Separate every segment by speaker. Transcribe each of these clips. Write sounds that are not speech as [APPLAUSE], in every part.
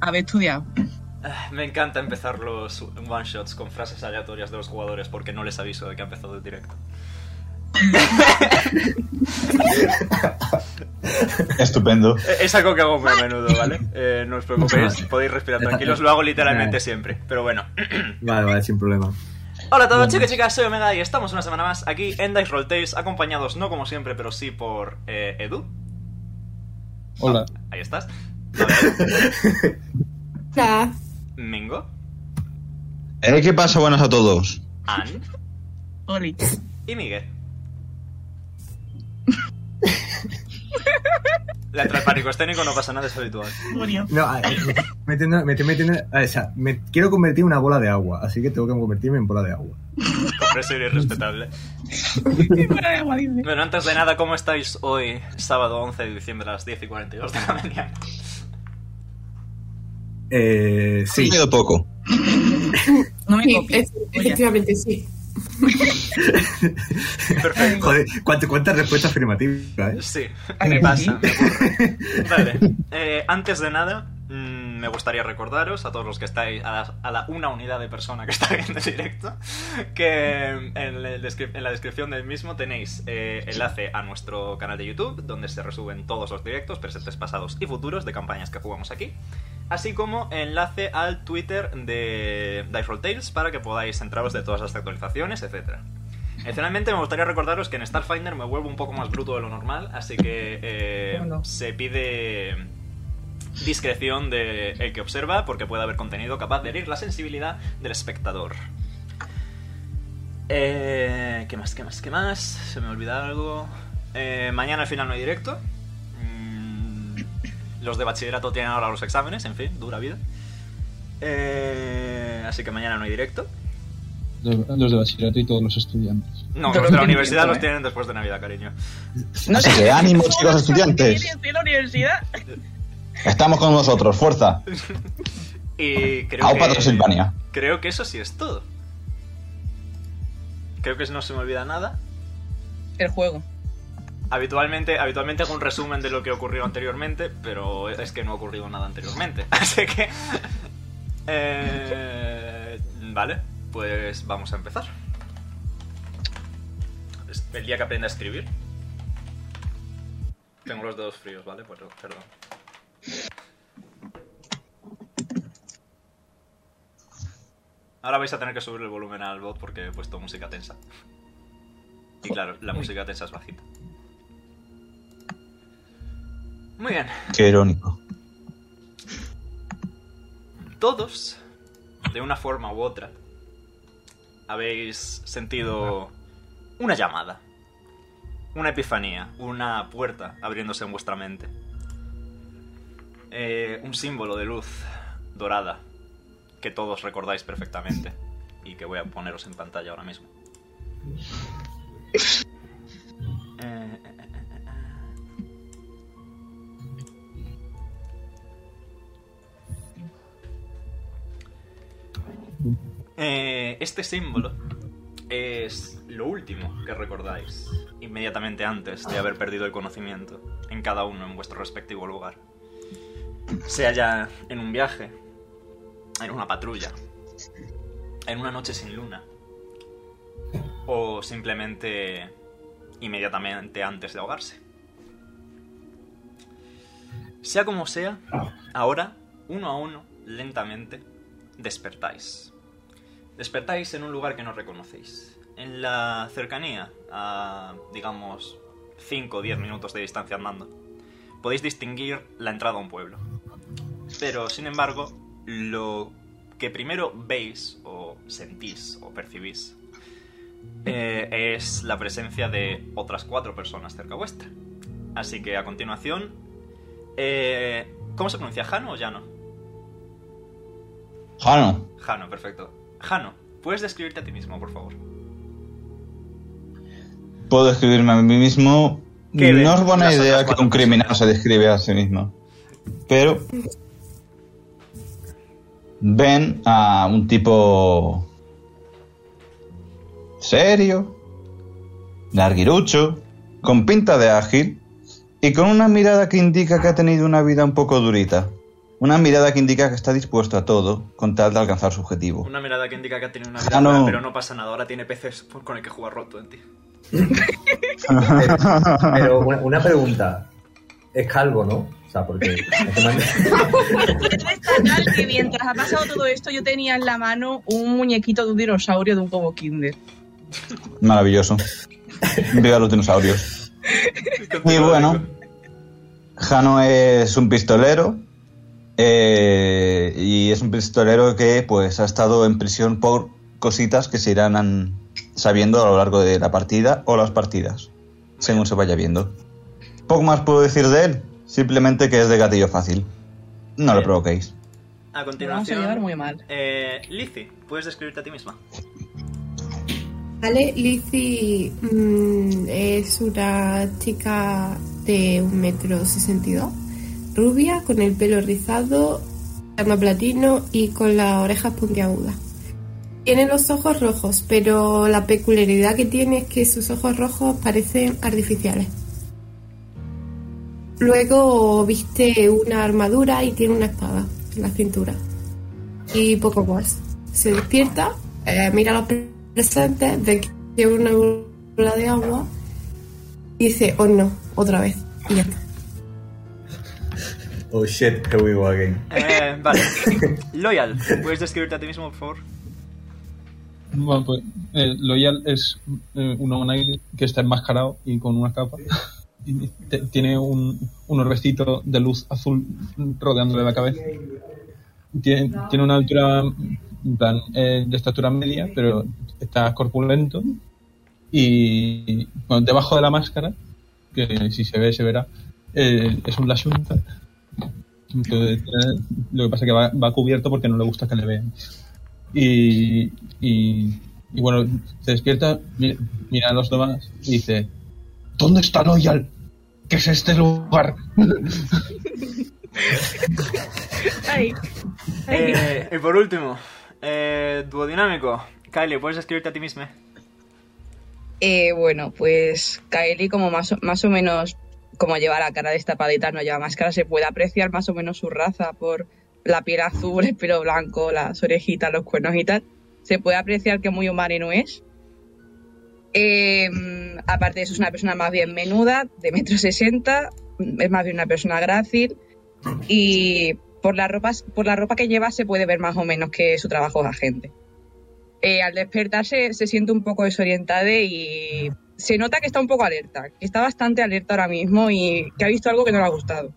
Speaker 1: haber estudiado.
Speaker 2: Me encanta empezar los one shots con frases aleatorias de los jugadores porque no les aviso de que ha empezado el directo.
Speaker 3: Estupendo.
Speaker 2: Eh, Es algo que hago muy a menudo, ¿vale? Eh, no os preocupéis, podéis respirar tranquilos, lo hago literalmente siempre, pero bueno.
Speaker 4: Vale, vale, sin problema.
Speaker 2: Hola a todos, chicos y chicas, soy Omega y estamos una semana más aquí en Dice Roll Tales, acompañados no como siempre, pero sí por eh, Edu.
Speaker 3: Hola.
Speaker 2: Ahí estás.
Speaker 5: Hola.
Speaker 2: Mingo,
Speaker 3: Eh, ¿Qué pasa? Buenas a todos.
Speaker 2: Ann
Speaker 1: Oli.
Speaker 2: y Miguel. La entrada al pánico escénico no pasa nada, es habitual.
Speaker 1: Murió.
Speaker 4: No, a- metiendo- me estoy metiendo. a- O sea, me quiero convertir en una bola de agua, así que tengo que convertirme en bola de agua.
Speaker 2: Compresión irrespetable. Bueno, antes de nada, ¿cómo estáis hoy, sábado 11 de diciembre a las 10 y 42 de la mañana?
Speaker 4: Eh, sí.
Speaker 3: Ha sido poco.
Speaker 1: No me
Speaker 5: Sí,
Speaker 1: copies.
Speaker 5: es-
Speaker 6: Pues
Speaker 5: efectivamente sí.
Speaker 2: Perfecto.
Speaker 4: Joder, ¿cuántas respuestas afirmativas, eh?
Speaker 2: Sí,
Speaker 1: Ay,
Speaker 2: me
Speaker 1: sí.
Speaker 2: pasa. me ocurre. Vale, eh, antes de nada, mm, me gustaría recordaros a todos los que estáis, a la, a la una unidad de persona que está viendo el directo, que en, el descri- en la descripción del mismo tenéis eh, enlace a nuestro canal de YouTube, donde se resuben todos los directos, presentes, pasados y futuros de campañas que jugamos aquí. Así como enlace al Twitter de Dice Roll Tales para que podáis entraros de todas las actualizaciones, etcétera. Adicionalmente, me gustaría recordaros que en Starfinder me vuelvo un poco más bruto de lo normal, así que eh,
Speaker 1: ¿Cómo no?
Speaker 2: se pide discreción de el que observa porque puede haber contenido capaz de herir la sensibilidad del espectador. Eh, ¿Qué más? ¿Qué más? ¿Qué más? Se me olvida algo. Eh, mañana al final no hay directo. Mm, los de bachillerato tienen ahora los exámenes, en fin, dura vida. Eh, así que mañana no hay directo.
Speaker 7: los, los de bachillerato y todos los estudiantes.
Speaker 1: Pero
Speaker 2: No, los de la
Speaker 1: tienen
Speaker 2: universidad
Speaker 1: tiempo,
Speaker 2: los
Speaker 1: ¿eh?
Speaker 2: tienen después de Navidad, cariño.
Speaker 3: Así
Speaker 6: [LAUGHS]
Speaker 3: que ánimo, chicos estudiantes.
Speaker 1: ¿Tienes en la universidad?
Speaker 3: Estamos con vosotros, fuerza.
Speaker 2: Y creo
Speaker 3: Aupa
Speaker 2: que,
Speaker 3: Transilvania.
Speaker 2: creo que eso sí es todo. Creo que no se me olvida nada.
Speaker 1: El juego.
Speaker 2: Habitualmente, habitualmente hago un resumen de lo que ocurrió anteriormente, pero es que no ha ocurrido nada anteriormente. [LAUGHS] Así que... eh, vale, pues vamos a empezar. Es El día que aprenda a escribir. Tengo los dedos fríos, ¿vale? Pues, perdón. Ahora vais a tener que subir el volumen al bot porque he puesto música tensa. Y claro, la música tensa es bajita. Muy bien.
Speaker 3: Qué irónico.
Speaker 2: todos, de una forma u otra, habéis sentido una llamada, una epifanía, una puerta abriéndose en vuestra mente. Eh, un símbolo de luz dorada que todos recordáis perfectamente y que voy a poneros en pantalla ahora mismo. Eh, eh, eh, eh, eh. Eh, este símbolo es lo último que recordáis inmediatamente antes de haber perdido el conocimiento en cada uno en vuestro respectivo lugar. Sea ya en un viaje, en una patrulla, en una noche sin luna, o simplemente inmediatamente antes de ahogarse. Sea como sea, ahora, uno a uno, lentamente, despertáis. Despertáis en un lugar que no reconocéis. En la cercanía, a digamos 5 o 10 minutos de distancia andando, podéis distinguir la entrada a un pueblo. Pero, sin embargo, lo que primero veis o sentís o percibís eh, es la presencia de otras cuatro personas cerca vuestra. Así que a continuación... eh, ¿Cómo se pronuncia? ¿Jano o Llano?
Speaker 3: Jano,
Speaker 2: Jano, perfecto. Jano, ¿puedes describirte a ti mismo, por favor?
Speaker 3: puedo describirme a mí mismo.
Speaker 2: ¿Qué ves?
Speaker 3: No es buena
Speaker 2: Las otras
Speaker 3: idea que
Speaker 2: cuatro
Speaker 3: un criminal se describe a sí mismo. Pero ven a un tipo serio, larguirucho, con pinta de ágil y con una mirada que indica que ha tenido una vida un poco durita.
Speaker 8: Una mirada que indica que está dispuesto a todo con tal de alcanzar su objetivo.
Speaker 2: Una mirada que indica que ha tenido una
Speaker 8: Ah,
Speaker 2: vida
Speaker 8: no.
Speaker 2: mala, pero no pasa nada. Ahora tiene peces por- con el que jugar roto en ti.
Speaker 4: Pero una, una pregunta. Es calvo, ¿no? O sea, porque... este man-
Speaker 6: destacar Pues que mientras ha pasado todo esto, yo tenía en la mano un muñequito de un dinosaurio de un como Kinder.
Speaker 8: Maravilloso. Viva los dinosaurios. Y bueno, Jano es un pistolero. eh, y es un pistolero que pues ha estado en prisión por cositas que se irán an- sabiendo a lo largo de la partida o las partidas, según se vaya viendo. Poco más puedo decir de él, simplemente que es de gatillo fácil. No lo
Speaker 2: Bien. A
Speaker 8: provoquéis.
Speaker 6: Lo vamos a
Speaker 2: continuación,
Speaker 6: llevar muy mal.
Speaker 2: eh, Lizzie, puedes describirte a ti misma.
Speaker 5: Vale, Lizzie mm, es una chica de un metro sesenta y dos, rubia, con el pelo rizado, llama platino y con las orejas puntiagudas. Tiene los ojos rojos, pero la peculiaridad que tiene es que sus ojos rojos parecen artificiales. Luego viste una armadura y tiene una espada en la cintura. Y poco más. Se despierta, eh, mira los presentes, ve que lleva una bola de agua y dice, oh no, otra vez. Y ya está.
Speaker 4: Oh shit, here we go again.
Speaker 2: Eh, [LAUGHS] vale. Loyal, puedes describirte a ti mismo, por favor.
Speaker 7: Bueno, pues eh, Loyal es eh, un Onair que está enmascarado y con una capa. [LAUGHS] Y te- tiene un, un orbecito de luz azul rodeándole la cabeza. Tiene, tiene una altura, en plan, eh, de estatura media, pero está corpulento. Y bueno, debajo de la máscara, que si se ve, se verá, eh, es un Lashunta. Entonces, eh, lo que pasa es que va, va cubierto porque no le gusta que le vean. Y, y, y bueno, se despierta, mi- mira a los demás y dice: ¿Dónde está Loyal? ¿Qué es este lugar?
Speaker 6: Ay, ay.
Speaker 2: Eh, y por último, eh, duodinámico. Kylie, puedes describirte a ti misma.
Speaker 6: Eh, bueno, pues Kylie, como más o, más o menos, como lleva la cara destapada y tal, no lleva máscara, se puede apreciar más o menos su raza por la piel azul, el pelo blanco, las orejitas, los cuernos y tal. Se puede apreciar que muy humana no es. Eh, mm, aparte de eso, es una persona más bien menuda, de metro sesenta, es más bien una persona grácil y por la ropa, por la ropa que lleva se puede ver más o menos que su trabajo es agente. Eh, al despertarse se siente un poco desorientada y se nota que está un poco alerta, que está bastante alerta ahora mismo y que ha visto algo que no le ha gustado.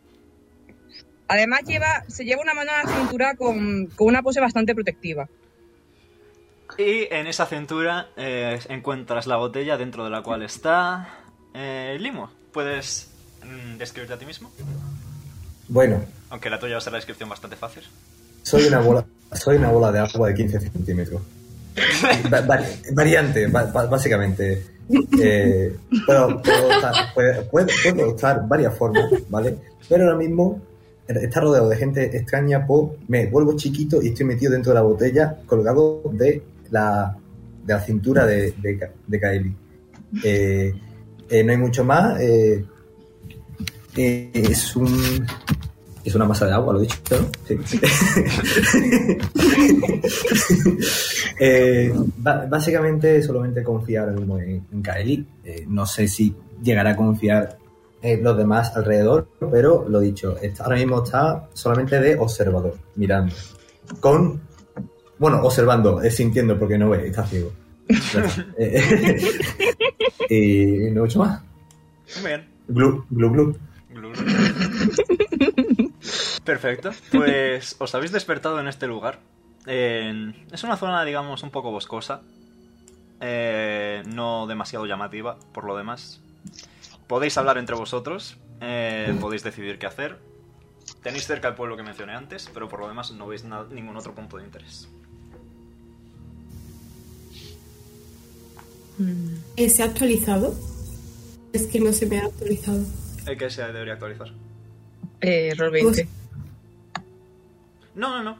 Speaker 6: Además lleva, se lleva una mano a la cintura con, con una pose bastante protectiva.
Speaker 2: Y en esa cintura eh, encuentras la botella dentro de la cual está eh, Limo. ¿Puedes mm, describirte a ti mismo?
Speaker 4: Bueno,
Speaker 2: Aunque la tuya va a ser la descripción bastante fácil.
Speaker 4: soy una bola, soy una bola de agua de 15 centímetros. Va- va- variante, ba- ba- básicamente. Eh, bueno, puedo, usar, puede- puedo- puedo usar varias formas, ¿vale? Pero ahora mismo está rodeado de gente extraña, po, me vuelvo chiquito y estoy metido dentro de la botella colgado de la, de la cintura de, de, Ka- de Kaeli. Eh, eh, no hay mucho más. eh, eh, es un... Es una masa de agua, lo he dicho, ¿no? Sí. Eh, ba- básicamente solamente confiar ahora mismo en, en Kaeli. Eh, no sé si llegará a confiar en los demás alrededor, pero lo dicho, está- ahora mismo está solamente de observador, mirando. Con... Bueno, observando, eh, sintiendo porque no ve, está ciego. Ya está. Eh, [LAUGHS] y no mucho más.
Speaker 2: Muy bien.
Speaker 4: Glu, glu, glu.
Speaker 2: Glur. [LAUGHS] Perfecto. Pues os habéis despertado en este lugar. En- es una zona, digamos, un poco boscosa. Eh, no demasiado llamativa, por lo demás. Podéis hablar entre vosotros. eh, podéis decidir qué hacer. Tenéis cerca el pueblo que mencioné antes, pero por lo demás no veis na- ningún otro punto de interés.
Speaker 5: Eh, ¿Se ha actualizado? Es que no se me ha actualizado.
Speaker 2: El que se debería actualizar.
Speaker 6: Eh, Roll 20.
Speaker 2: No, no, no.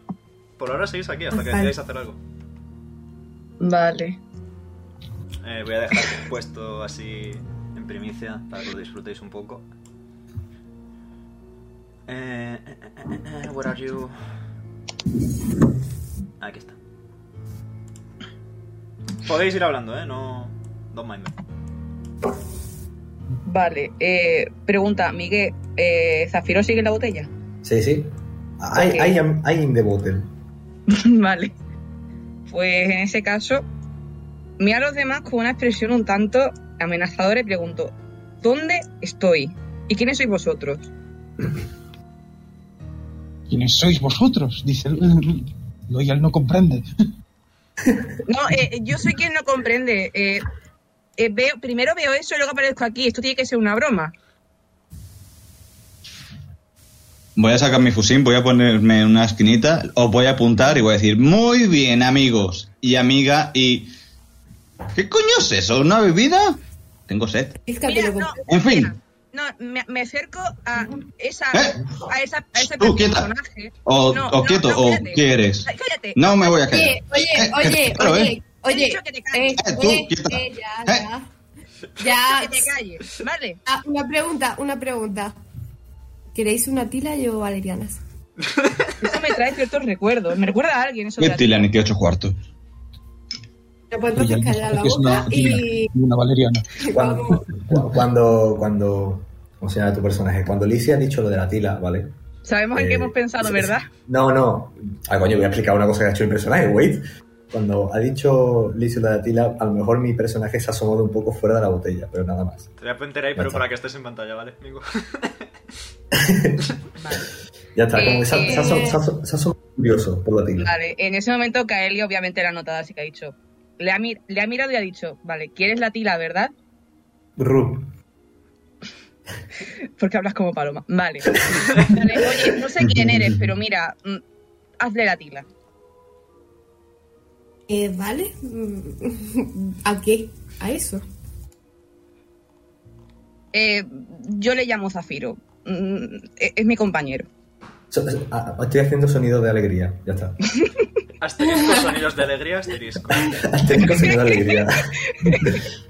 Speaker 2: Por ahora seguís aquí hasta que
Speaker 5: Vale.
Speaker 2: decidáis hacer algo.
Speaker 6: Vale.
Speaker 2: Eh, voy a dejar puesto así en primicia para que lo disfrutéis un poco. Eh, eh, eh, eh, where are you? Aquí está. Podéis ir hablando, ¿eh? No... Don't mind me.
Speaker 6: Vale, eh, pregunta, Miguel, eh, ¿Zafiro sigue en la botella?
Speaker 4: Sí, sí. I,
Speaker 6: Ok.
Speaker 4: I am I in the bottle.
Speaker 6: [LAUGHS] vale. Pues en ese caso, mira a los demás con una expresión un tanto amenazadora y pregunto, ¿dónde estoy? ¿Y quiénes sois vosotros?
Speaker 7: ¿Quiénes sois vosotros? Dice Loyal no comprende.
Speaker 6: No, eh, eh, yo soy quien no comprende. eh, eh, veo, primero veo eso y luego aparezco aquí. Esto tiene que ser una broma.
Speaker 8: Voy a sacar mi fusil, voy a ponerme en una esquinita, os voy a apuntar y voy a decir, muy bien amigos y amiga y... ¿Qué coño es eso? ¿Una bebida? Tengo sed.
Speaker 6: Mira,
Speaker 5: Fíjate lo
Speaker 6: no,
Speaker 8: En fin.
Speaker 6: mira, no, me, me acerco a esa,
Speaker 8: ¿Eh?
Speaker 6: a esa, a ese
Speaker 8: Tú, quieta.
Speaker 6: personaje.
Speaker 8: O,
Speaker 6: No,
Speaker 8: o
Speaker 6: no,
Speaker 8: quieto,
Speaker 6: no,
Speaker 8: o
Speaker 6: cállate.
Speaker 8: ¿qué eres?
Speaker 6: Ay, Cállate.
Speaker 8: No me voy a callar.
Speaker 5: Oye, oye,
Speaker 8: Eh,
Speaker 5: oye,
Speaker 8: claro,
Speaker 5: oye,
Speaker 6: Te he
Speaker 5: oye.
Speaker 6: dicho que te calles.
Speaker 5: eh,
Speaker 8: tú,
Speaker 5: eh,
Speaker 8: quieta.
Speaker 5: eh, ya,
Speaker 8: Eh.
Speaker 5: ya. Ya.
Speaker 6: Que te calles, ¿vale?
Speaker 5: Ah, una pregunta, una pregunta. ¿Queréis una tila y o valerianas?
Speaker 6: Eso me trae ciertos recuerdos. Me recuerda a alguien eso. de
Speaker 8: ¿Qué
Speaker 6: la
Speaker 8: tila
Speaker 6: tila.
Speaker 8: ni qué ocho cuartos?
Speaker 5: No, pues entonces
Speaker 7: Loyal
Speaker 5: calla la
Speaker 7: dice que es una
Speaker 5: boca
Speaker 7: valentina,
Speaker 5: y [LAUGHS]
Speaker 7: una valeriana.
Speaker 4: Cuando,
Speaker 5: vamos.
Speaker 4: cu- cuando, cuando, ¿cómo se llama tu personaje? Cuando Lizzie ha dicho lo de la tila, ¿vale?
Speaker 6: Sabemos en qué
Speaker 4: Eh,
Speaker 6: hemos pensado,
Speaker 4: sí,
Speaker 6: ¿verdad?
Speaker 4: sí. No, no. Ah, coño, voy a explicar una cosa que ha hecho mi personaje, wait. Cuando ha dicho Lizzie lo de la tila, a lo mejor mi personaje se ha asomado un poco fuera de la botella, pero nada más.
Speaker 2: Te voy a poner ahí, pero para que estés en pantalla, ¿vale, amigo?
Speaker 4: Ya está, como que se ha-
Speaker 6: Eh,
Speaker 4: se ha asom- se ha asom- se ha asomado curioso por la tila.
Speaker 6: Vale, en ese momento Kaeli obviamente la ha notado, así que ha dicho... Le ha, mir- le ha mirado y ha dicho, vale, ¿quieres la tila, verdad? [LAUGHS]
Speaker 4: Ru.
Speaker 6: Porque hablas como paloma.
Speaker 4: [LAUGHS]
Speaker 6: Vale. Vale, Oye, no sé quién eres, pero mira, mm, hazle la tila.
Speaker 5: Eh, ¿Vale? Mm, [LAUGHS] ¿A qué? ¿A eso?
Speaker 6: Eh, yo le llamo Zafiro. Mm, e- es mi compañero.
Speaker 4: So- so- ah, Estoy haciendo sonido de alegría,
Speaker 6: [LAUGHS]
Speaker 4: ya está.
Speaker 2: Asterisco, sonidos de alegría, asterisco.
Speaker 4: Tengo sonido de alegría.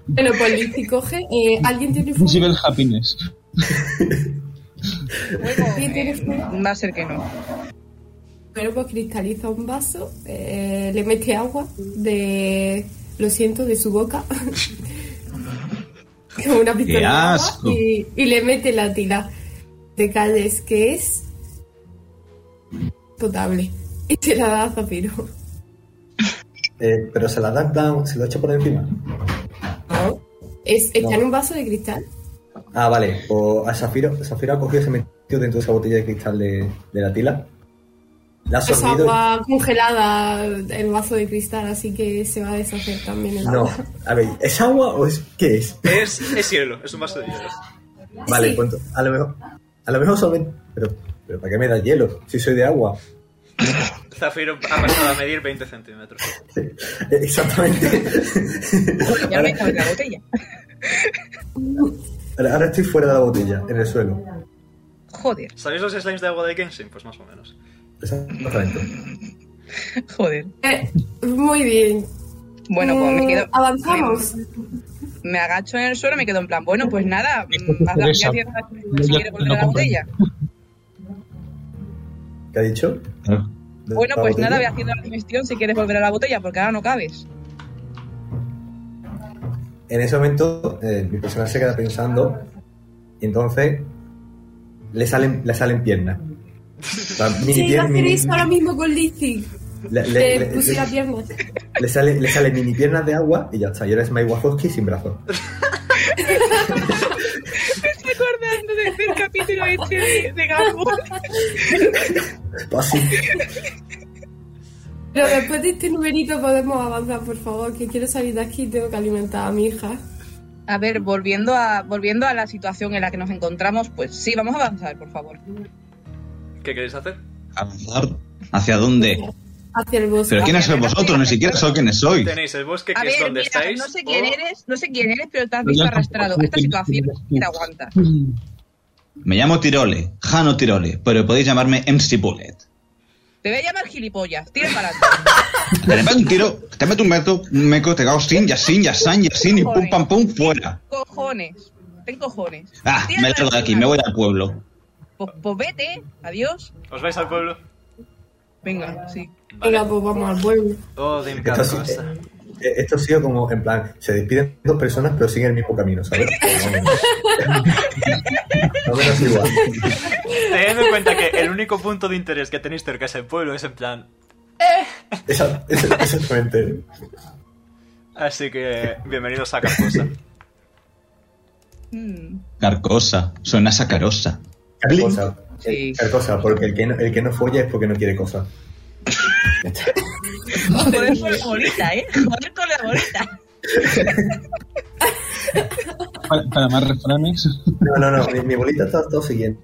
Speaker 5: Bueno, pues Lizzy coge. eh, ¿Alguien tiene
Speaker 7: Inclusive
Speaker 5: fuego?
Speaker 7: el happiness.
Speaker 6: Luego,
Speaker 5: ¿Quién tiene
Speaker 6: eh,
Speaker 5: fuego?
Speaker 6: va a ser que no.
Speaker 5: Bueno, pues cristaliza un vaso, eh, le mete agua de. Lo siento, de su boca. [LAUGHS] Con una pistola. de agua
Speaker 8: asco!
Speaker 5: Y, y le mete la tila. Te calles, que es. potable. [LAUGHS] Y se la da a Zafiro.
Speaker 4: Eh, pero se la da en plan, se lo echa por encima.
Speaker 5: ¿No? Es, está
Speaker 4: No.
Speaker 5: en un vaso de cristal.
Speaker 4: Ah, vale. O a Zafiro, Zafiro ha cogido y se metido dentro de esa botella de cristal de, de la tila. La ha
Speaker 5: Es
Speaker 4: sorbido.
Speaker 5: agua congelada, el vaso de cristal, así que se va a deshacer también el
Speaker 4: No,
Speaker 5: agua.
Speaker 4: a ver, ¿es agua o es qué es?
Speaker 2: Es, es hielo, es un vaso de hielo.
Speaker 4: Vale,
Speaker 5: Sí.
Speaker 4: punto. A lo mejor, a lo mejor solamente. Pero, pero ¿para qué me da hielo? Si soy de agua.
Speaker 2: Zafiro ha pasado a medir 20 centímetros.
Speaker 4: Eh, Exactamente. [LAUGHS]
Speaker 6: Ya me cabe la botella.
Speaker 4: Ahora, ahora estoy fuera de la botella, en el suelo.
Speaker 6: Joder,
Speaker 2: ¿Sabéis los slimes de agua de Genshin? Pues más o menos.
Speaker 4: Exactamente.
Speaker 6: joder.
Speaker 5: Eh, muy bien.
Speaker 6: Bueno, pues me
Speaker 5: Mm,
Speaker 6: quedo...
Speaker 5: Avanzamos.
Speaker 6: Me agacho en el suelo y me quedo en plan, bueno, pues nada,
Speaker 7: Esto
Speaker 6: mm, haz la
Speaker 7: interesa.
Speaker 6: si quieres
Speaker 7: Loyal
Speaker 6: volver
Speaker 7: no
Speaker 6: a la botella.
Speaker 7: comprende.
Speaker 4: ¿Qué ha dicho? ¿De
Speaker 6: Bueno, pues
Speaker 4: la botella?
Speaker 6: nada, voy haciendo la gestión si quieres volver a la botella, porque ahora no [LAUGHS] cabes.
Speaker 4: En ese momento, eh, mi personaje se queda pensando. Y entonces. Le salen, le salen piernas. O sea, mini
Speaker 5: Sí, va a
Speaker 4: pier-
Speaker 5: hacer
Speaker 4: mini-
Speaker 5: eso ahora mismo con Lizzy.
Speaker 4: le- le-
Speaker 5: Le
Speaker 4: le-
Speaker 5: puse la
Speaker 4: le-
Speaker 5: pierna.
Speaker 4: le sale, le sale mini piernas de agua y ya está. Y ahora es Mike Wazowski sin brazos.
Speaker 6: Estoy acordando del, del capítulo este de, de Gambo.
Speaker 4: Pues Así.
Speaker 5: Pero después de este numerito podemos avanzar, por favor, que quiero salir de aquí y tengo que alimentar a mi hija.
Speaker 6: A ver, volviendo a, volviendo a la situación en la que nos encontramos, pues sí, vamos a avanzar, por favor.
Speaker 2: ¿Qué queréis hacer?
Speaker 8: ¿Avanzar? ¿Hacia dónde?
Speaker 5: Hacia el bosque.
Speaker 8: ¿Pero quiénes sois vosotros? Ni siquiera sé quiénes sois.
Speaker 2: Tenéis el bosque, que
Speaker 6: A
Speaker 2: es
Speaker 6: ver,
Speaker 2: donde
Speaker 6: mira,
Speaker 2: estáis. Oh.
Speaker 6: no sé quién
Speaker 2: o-
Speaker 6: eres, no sé quién eres, pero te has
Speaker 8: Pues
Speaker 7: Loyal
Speaker 6: visto
Speaker 7: tampoco
Speaker 6: arrastrado a esta
Speaker 7: tiene
Speaker 6: situación y
Speaker 7: que-
Speaker 6: te aguantas.
Speaker 8: Me llamo Tirole, Jano Tirole, pero podéis llamarme MC Bullet.
Speaker 6: Te voy a llamar gilipollas, tira para
Speaker 8: [LAUGHS]
Speaker 6: adelante.
Speaker 8: Te le pego un tiro, te meto un meco, un meco, te cago sin, ya sin, ya san, ya sin, y pum pam pum, fuera.
Speaker 6: Cojones, ten cojones.
Speaker 8: Ah,
Speaker 6: Tira
Speaker 8: me
Speaker 6: para
Speaker 8: largo de aquí, me
Speaker 6: adelante.
Speaker 8: voy al pueblo.
Speaker 6: Pues, pues vete, adiós.
Speaker 2: ¿Os vais al pueblo?
Speaker 6: Venga, sí.
Speaker 5: Venga, pues vamos al pueblo.
Speaker 2: Todo Oh, de
Speaker 4: Esto, ha sido-
Speaker 2: casa.
Speaker 4: eh, esto ha sido como, en plan, se despiden dos personas, pero siguen el mismo camino, ¿sabes?
Speaker 6: [LAUGHS]
Speaker 4: [LAUGHS] Más o menos igual.
Speaker 2: Teniendo en cuenta que el único punto de interés que tenéis cerca es el pueblo, es en plan.
Speaker 4: Esa- esa- Exactamente.
Speaker 2: Así que bienvenidos a Carcosa.
Speaker 6: Mm,
Speaker 8: Carcosa. Suena sacarosa.
Speaker 4: Carcosa.
Speaker 6: Sí.
Speaker 4: Carcosa, Eh, porque el que, no, el que no folla es porque no quiere cosas.
Speaker 6: Joder con la bolita, ¿eh? Joder con la
Speaker 8: [LAUGHS]
Speaker 6: bolita.
Speaker 7: Para, para más refranes, [LAUGHS]
Speaker 4: No, no, no, mi, mi bolita está todo siguiendo.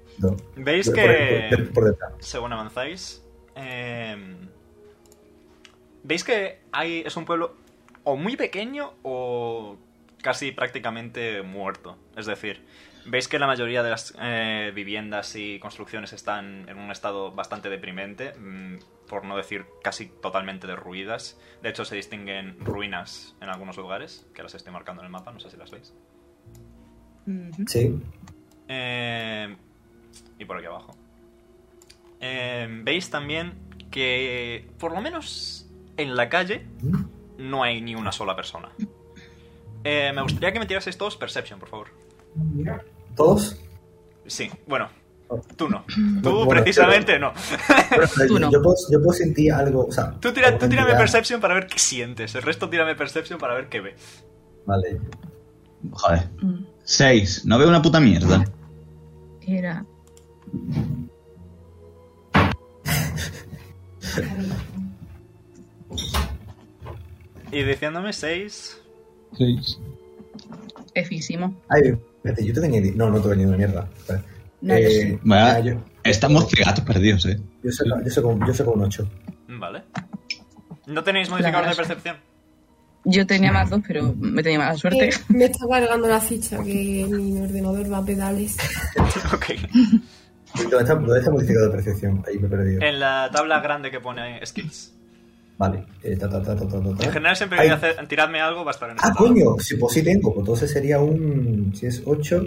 Speaker 2: ¿Veis
Speaker 4: Por-
Speaker 2: que-
Speaker 4: Por, por- por detrás.
Speaker 2: según avanzáis. em, Veis que hay, es un pueblo o muy pequeño o casi prácticamente muerto. Es decir, veis que la mayoría de las eh, viviendas y construcciones están en un estado bastante deprimente, mm, por no decir casi totalmente derruidas. De hecho, se distinguen ruinas en algunos lugares, que las estoy marcando en el mapa, no sé si las veis.
Speaker 6: Ujú.
Speaker 4: Sí.
Speaker 2: Eh, y por aquí abajo. Eh, Veis también que, por lo menos en la calle, no hay ni una sola persona. Eh, me gustaría que me tiraseis todos Perception, por favor.
Speaker 4: ¿Todos?
Speaker 2: Sí, bueno, tú no. Tú
Speaker 4: Bueno,
Speaker 2: precisamente no.
Speaker 4: Bueno,
Speaker 6: Tú no.
Speaker 4: Yo, puedo, yo puedo sentir algo, o sea...
Speaker 2: Tú, tira, tú
Speaker 4: alguna
Speaker 2: tírame
Speaker 4: entidad.
Speaker 2: Perception para ver qué sientes. El resto tírame Perception para ver qué ve.
Speaker 4: Vale.
Speaker 8: Joder.
Speaker 6: Mm.
Speaker 8: Seis. No veo una puta mierda.
Speaker 6: Era.
Speaker 2: Y diciéndome 6...
Speaker 7: seis.
Speaker 6: Efísimo.
Speaker 4: Ay, espérate, yo te venía... di- No, no te venía una mierda. Espera.
Speaker 6: No, yo sí.
Speaker 8: Vaya,
Speaker 4: ah, yo,
Speaker 8: Estamos de gatos perdidos, eh.
Speaker 4: yo, saco, yo, saco, un- yo saco un 8.
Speaker 2: Vale. ¿No tenéis modificador de
Speaker 6: grasa.
Speaker 2: percepción?
Speaker 6: Yo tenía más dos, pero me tenía mala suerte.
Speaker 5: Eh, Me está cargando la ficha que mi ordenador va a pedales.
Speaker 2: [LAUGHS] ok.
Speaker 4: ¿Dónde está, dónde está modificado de percepción? Ahí me he perdido.
Speaker 2: En la tabla grande que pone skills.
Speaker 4: Vale. Eh, ta, ta, ta, ta, ta, ta, ta.
Speaker 2: En general siempre
Speaker 4: Ay.
Speaker 2: que hace- tiradme algo va a estar en esa
Speaker 4: Ah,
Speaker 2: tabla.
Speaker 4: coño, si, pues sí tengo, pues entonces sería un... Si es 8,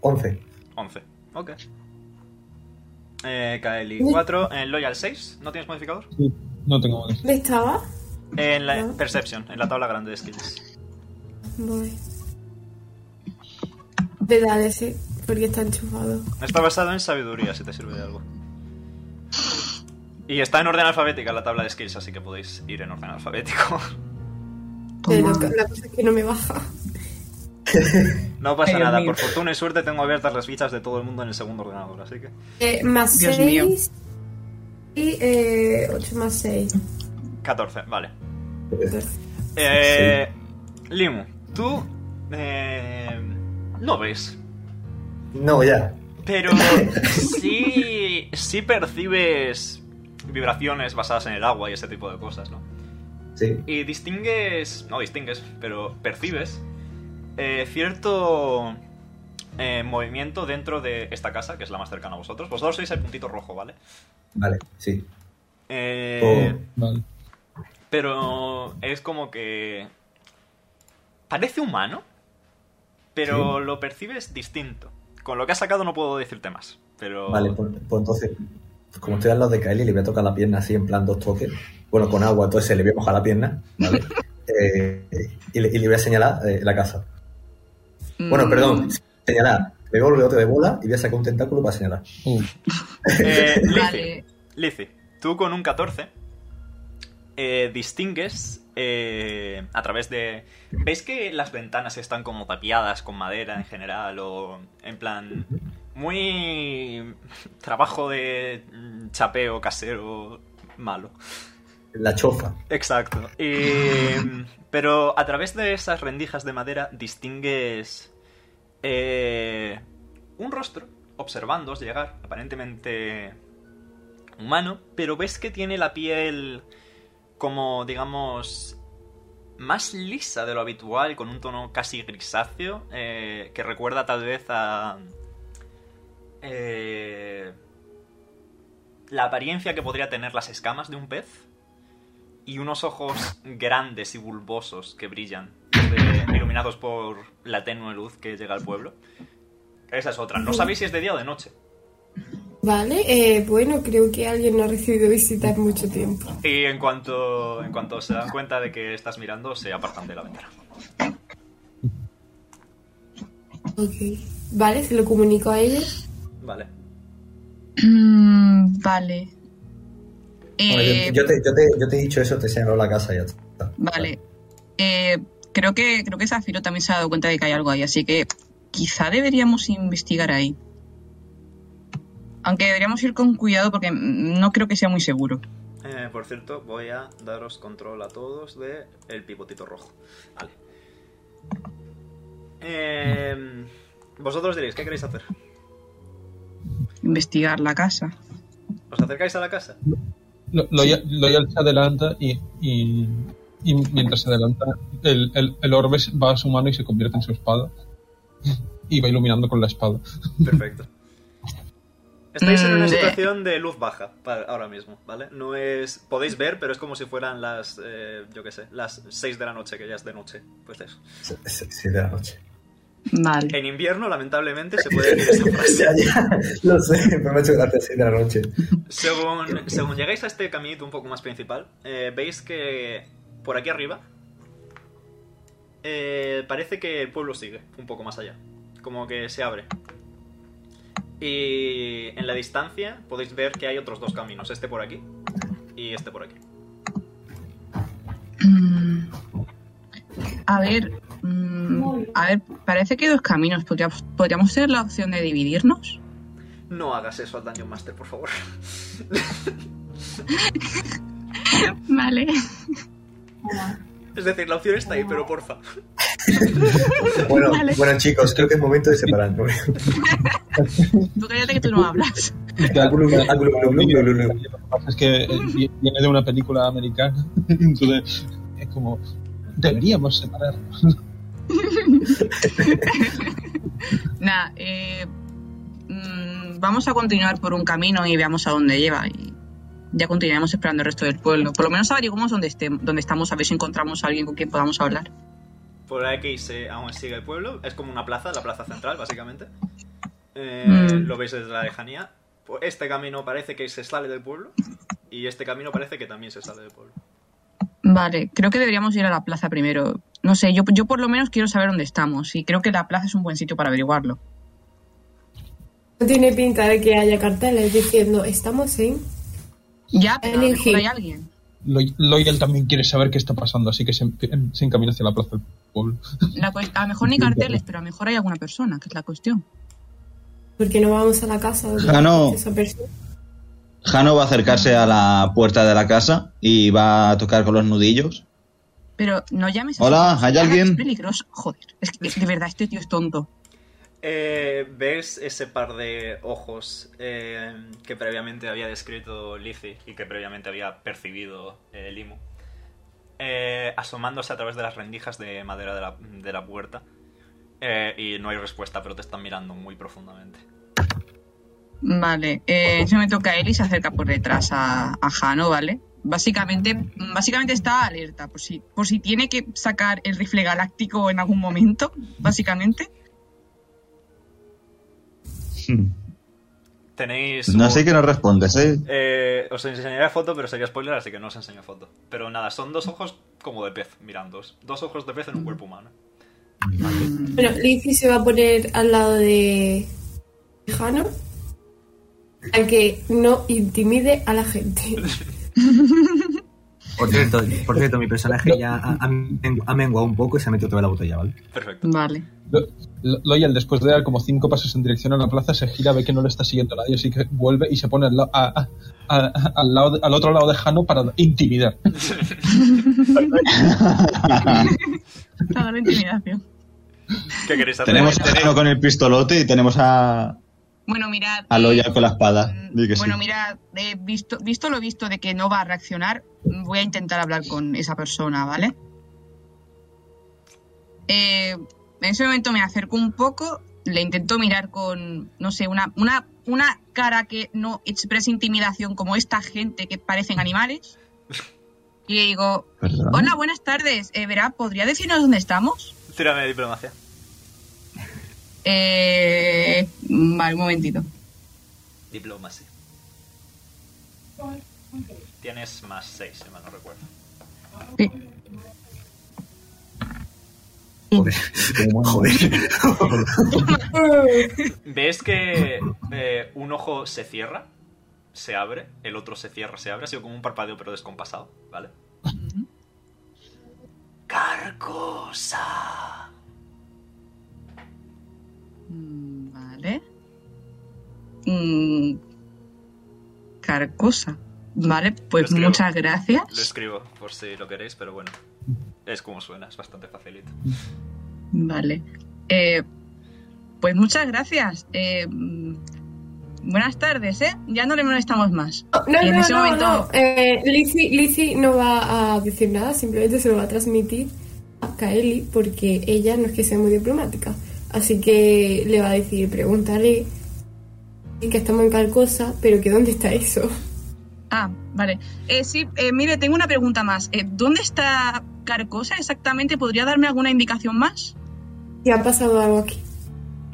Speaker 4: 11.
Speaker 2: 11. Ok. Eh, Kaeli 4. En Loyal 6. ¿No tienes modificador?
Speaker 7: No tengo más.
Speaker 5: ¿Dónde estaba?
Speaker 2: En la
Speaker 5: No.
Speaker 2: Perception, en la tabla grande de skills.
Speaker 5: Voy. Pedales, sí, porque está enchufado.
Speaker 2: Está basado en sabiduría, si te sirve de algo. Y está en orden alfabética la tabla de skills, así que podéis ir en orden alfabético. [LAUGHS]
Speaker 5: Pero Eh, la cosa es que no me baja.
Speaker 2: No pasa
Speaker 6: Ay, Dios
Speaker 2: nada,
Speaker 6: mío.
Speaker 2: por fortuna y suerte tengo abiertas las fichas de todo el mundo en el segundo ordenador, así que.
Speaker 5: Eh, más
Speaker 6: Dios
Speaker 5: 6
Speaker 6: mío.
Speaker 5: y eh, 8 más 6.
Speaker 2: 14, vale. Eh, Limu, tú. Eh, no ves,
Speaker 4: No, ya.
Speaker 2: Pero sí, sí percibes vibraciones basadas en el agua y ese tipo de cosas, ¿no?
Speaker 4: Sí.
Speaker 2: Y distingues, no distingues, pero percibes eh, cierto eh, movimiento dentro de esta casa, que es la más cercana a vosotros. Vosotros sois el puntito rojo, ¿vale?
Speaker 4: Vale, sí.
Speaker 2: Eh,
Speaker 4: Oh.
Speaker 7: Vale.
Speaker 2: Pero es como que... Parece humano, pero lo percibes distinto. Con lo que has sacado no puedo decirte más, pero...
Speaker 4: Vale, pues, pues entonces, como estoy al lado de Kylie, le voy a tocar la pierna así en plan dos toques. Bueno, con agua, entonces le voy a mojar la pierna,
Speaker 2: [LAUGHS]
Speaker 4: ¿vale? Eh, y, le, y le voy a señalar eh, la casa. Bueno,
Speaker 6: Mm,
Speaker 4: perdón, señalar. Le voy a volver otro de bola y voy a sacar un tentáculo para señalar.
Speaker 7: Oh,
Speaker 4: pues.
Speaker 2: Eh, Lizzie,
Speaker 6: Vale.
Speaker 2: Lizzie, tú con un 14 eh, distingues eh, a través de... ¿Veis que las ventanas están como tapiadas con madera en general o en plan... Muy... trabajo de mm, chapeo casero malo.
Speaker 4: La chofa.
Speaker 2: Exacto. Y- pero a través de esas rendijas de madera distingues eh, un rostro observándoos llegar, aparentemente humano, pero ves que tiene la piel como, digamos, más lisa de lo habitual, con un tono casi grisáceo, eh, que recuerda tal vez a... eh, la apariencia que podría tener las escamas de un pez y unos ojos grandes y bulbosos que brillan, desde- iluminados por la tenue luz que llega al pueblo. Esa es otra. No sabéis si es de día o de noche.
Speaker 5: Vale, eh, bueno, creo que alguien no ha recibido visita en mucho tiempo.
Speaker 2: Y en cuanto, en cuanto se dan cuenta de que estás mirando, se apartan de la ventana.
Speaker 5: Ok. Vale, se lo comunico a ella.
Speaker 2: Vale.
Speaker 6: Mm, vale. Eh,
Speaker 9: Bueno, yo, yo te, yo te- yo te he dicho eso, te señaló la casa y ya está.
Speaker 6: Vale. Eh, creo que creo que Zafiro también se ha dado cuenta de que hay algo ahí, así que quizá deberíamos investigar ahí. Aunque deberíamos ir con cuidado porque mm, no creo que sea muy seguro.
Speaker 2: Eh, por cierto, voy a daros control a todos de el pivotito rojo. Vale. Eh, vosotros diréis, ¿qué queréis hacer?
Speaker 6: Investigar la casa.
Speaker 2: ¿Os acercáis a la casa?
Speaker 7: Lo- Loyal, Loyal se adelanta y, y- y mientras se adelanta, el, el, el orbe va a su mano y se convierte en su espada. [LAUGHS] Y va iluminando con la espada.
Speaker 2: Perfecto. Estáis en
Speaker 6: Mm,
Speaker 2: una
Speaker 6: de-
Speaker 2: situación de luz baja pa- ahora mismo, ¿vale? No es... Podéis ver, pero es como si fueran las, eh, yo qué sé, las 6 de la noche, que ya es de noche. Pues eso.
Speaker 9: Sí, sí, sí, de la [LAUGHS] noche.
Speaker 6: Vale.
Speaker 2: En invierno, lamentablemente, se puede decir esa frase.
Speaker 9: Ya, ya, lo sé, pero me ha hecho gracia, sí, de la noche.
Speaker 2: Según, según llegáis a este caminito un poco más principal, eh, veis que por aquí arriba eh, parece que el pueblo sigue un poco más allá, como que se abre. Y en la distancia podéis ver que hay otros dos caminos, este por aquí y este por aquí.
Speaker 6: Mm, a ver, mm, a ver, parece que hay dos caminos. Podríamos, podríamos tener la opción de dividirnos.
Speaker 2: No hagas eso al Dungeon Master, por favor. [LAUGHS]
Speaker 6: Vale.
Speaker 2: Es decir, la opción está ahí, pero porfa.
Speaker 9: Bueno,
Speaker 6: Vale.
Speaker 9: bueno, chicos, creo que es momento de separarnos.
Speaker 6: Tú cállate que tú no hablas.
Speaker 7: [LAUGHS] Ya-
Speaker 9: Aglu,
Speaker 7: ya-
Speaker 9: aglu, aglu, aglu, aglu, aglu.
Speaker 7: Lo que pasa es que eh, vi- viene de una película americana. [LAUGHS] Entonces es como. Deberíamos separarnos.
Speaker 6: Nada, eh, mm, vamos a continuar por un camino y veamos a dónde lleva. Y ya continuaremos esperando el resto del pueblo. Por lo menos averiguamos dónde, estem- dónde estamos, a ver si encontramos a alguien con quien podamos hablar.
Speaker 2: Por aquí se, aún sigue el pueblo. Es como una plaza, la plaza central, básicamente. Eh,
Speaker 6: Mm.
Speaker 2: Lo veis desde la lejanía. Pues Este camino parece que se sale del pueblo. Y este camino parece que también se sale del pueblo.
Speaker 6: Vale, creo que deberíamos ir a la plaza primero. No sé, yo, yo por lo menos quiero saber dónde estamos y creo que la plaza es un buen sitio para averiguarlo.
Speaker 5: No tiene pinta de que haya carteles diciendo estamos en.
Speaker 6: Ya, pero a lo mejor
Speaker 5: Elige.
Speaker 6: hay alguien.
Speaker 7: Loy- Loyal también quiere saber qué está pasando, así que se, se encamina hacia la plaza del pueblo.
Speaker 6: La cues- a lo mejor ni carteles, pero a lo mejor hay alguna persona, que es la cuestión.
Speaker 5: Porque no vamos a la casa donde
Speaker 3: Ah, no.
Speaker 5: esa persona.
Speaker 3: Jano va a acercarse a la puerta de la casa y va a tocar con los nudillos.
Speaker 6: Pero no llames a
Speaker 3: Hola, ¿hay
Speaker 6: Es
Speaker 3: alguien?
Speaker 6: peligroso. Joder, es que de verdad este tío es tonto.
Speaker 2: Eh, ¿Ves ese par de ojos eh, que previamente había descrito Lizzie y que previamente había percibido eh, Limo? Eh, asomándose a través de las rendijas de madera de la, de la puerta. Eh, y no hay respuesta, pero te están mirando muy profundamente.
Speaker 6: Vale, eh, se me toca a él y se acerca por detrás a, a Jano, ¿vale? Básicamente, básicamente está alerta, por si, por si tiene que sacar el rifle galáctico en algún momento, básicamente.
Speaker 2: Tenéis.
Speaker 3: No
Speaker 2: un-
Speaker 3: sé qué nos respondes, ¿eh?
Speaker 2: Eh, os enseñaré foto, pero sería spoiler, así que no os enseño foto. Pero nada, son dos ojos como de pez, mirándoos. Dos ojos de pez en un cuerpo humano.
Speaker 5: Bueno, Lizzie se va a poner al lado de Jano para que no intimide a
Speaker 6: [LAUGHS]
Speaker 5: la gente.
Speaker 4: Por cierto, por cierto, mi personaje ya ha, ha mengu- ha menguado un poco y se ha metido toda la botella,
Speaker 9: [LAUGHS]
Speaker 4: ¿vale?
Speaker 2: Perfecto.
Speaker 6: Vale.
Speaker 7: Lo- Lo- Loyal, después de dar como cinco pasos en dirección a la plaza, se gira, ve que no le está siguiendo nadie, así que vuelve y se pone al, la- a- a- a- al lado de- al otro lado de Jano para intimidar.
Speaker 6: Para la intimidación.
Speaker 2: ¿Qué queréis hacer?
Speaker 3: Tenemos a
Speaker 2: Tenéis-
Speaker 3: Jano con el pistolote y tenemos a,
Speaker 6: Bueno, mirad.
Speaker 3: a Loya
Speaker 6: eh,
Speaker 3: con la espada. Di que sí.
Speaker 6: Bueno, mirad, eh, visto, visto lo visto de que no va a reaccionar, voy a intentar hablar con esa persona, ¿vale? Eh, en ese momento me acerco un poco, le intento mirar con, no sé, una, una, una cara que no expresa intimidación como esta gente que parecen animales. Y le digo,
Speaker 3: Perdón.
Speaker 6: hola, buenas tardes. Eh, verá, ¿podría decirnos dónde estamos?
Speaker 2: Tírame de diplomacia.
Speaker 6: mm, Eh, vale, un momentito.
Speaker 2: Diplomacy. Tienes más 6, si mal no recuerdo.
Speaker 6: Sí.
Speaker 4: Joder. Joder.
Speaker 2: ¿Ves que eh, un ojo se cierra? Se abre, el otro se cierra, se abre. Ha sido como un parpadeo, pero descompasado, ¿vale? Carcosa.
Speaker 6: Mm, Vale. Mm, Carcosa. Vale, pues
Speaker 2: escribo.
Speaker 6: muchas gracias.
Speaker 2: Lo escribo por si lo queréis, pero bueno. Es como suena, es bastante facilito.
Speaker 6: Vale. Eh, pues muchas gracias. Eh, mm, buenas tardes, ¿eh? Ya no le molestamos más.
Speaker 5: No,
Speaker 6: Y en
Speaker 5: no,
Speaker 6: ese
Speaker 5: no,
Speaker 6: momento-
Speaker 5: no. Eh, Lizzie, Lizzie no va a decir nada, simplemente se lo va a transmitir a Kaeli porque ella no es que sea muy diplomática. Así que le va a decir, preguntarle que estamos en tal cosa, pero que dónde está eso.
Speaker 6: Ah, vale. Eh, sí, eh, mire, tengo una pregunta más. Eh, ¿Dónde está Carcosa exactamente? ¿Podría darme alguna indicación más?
Speaker 5: Y ha pasado algo aquí.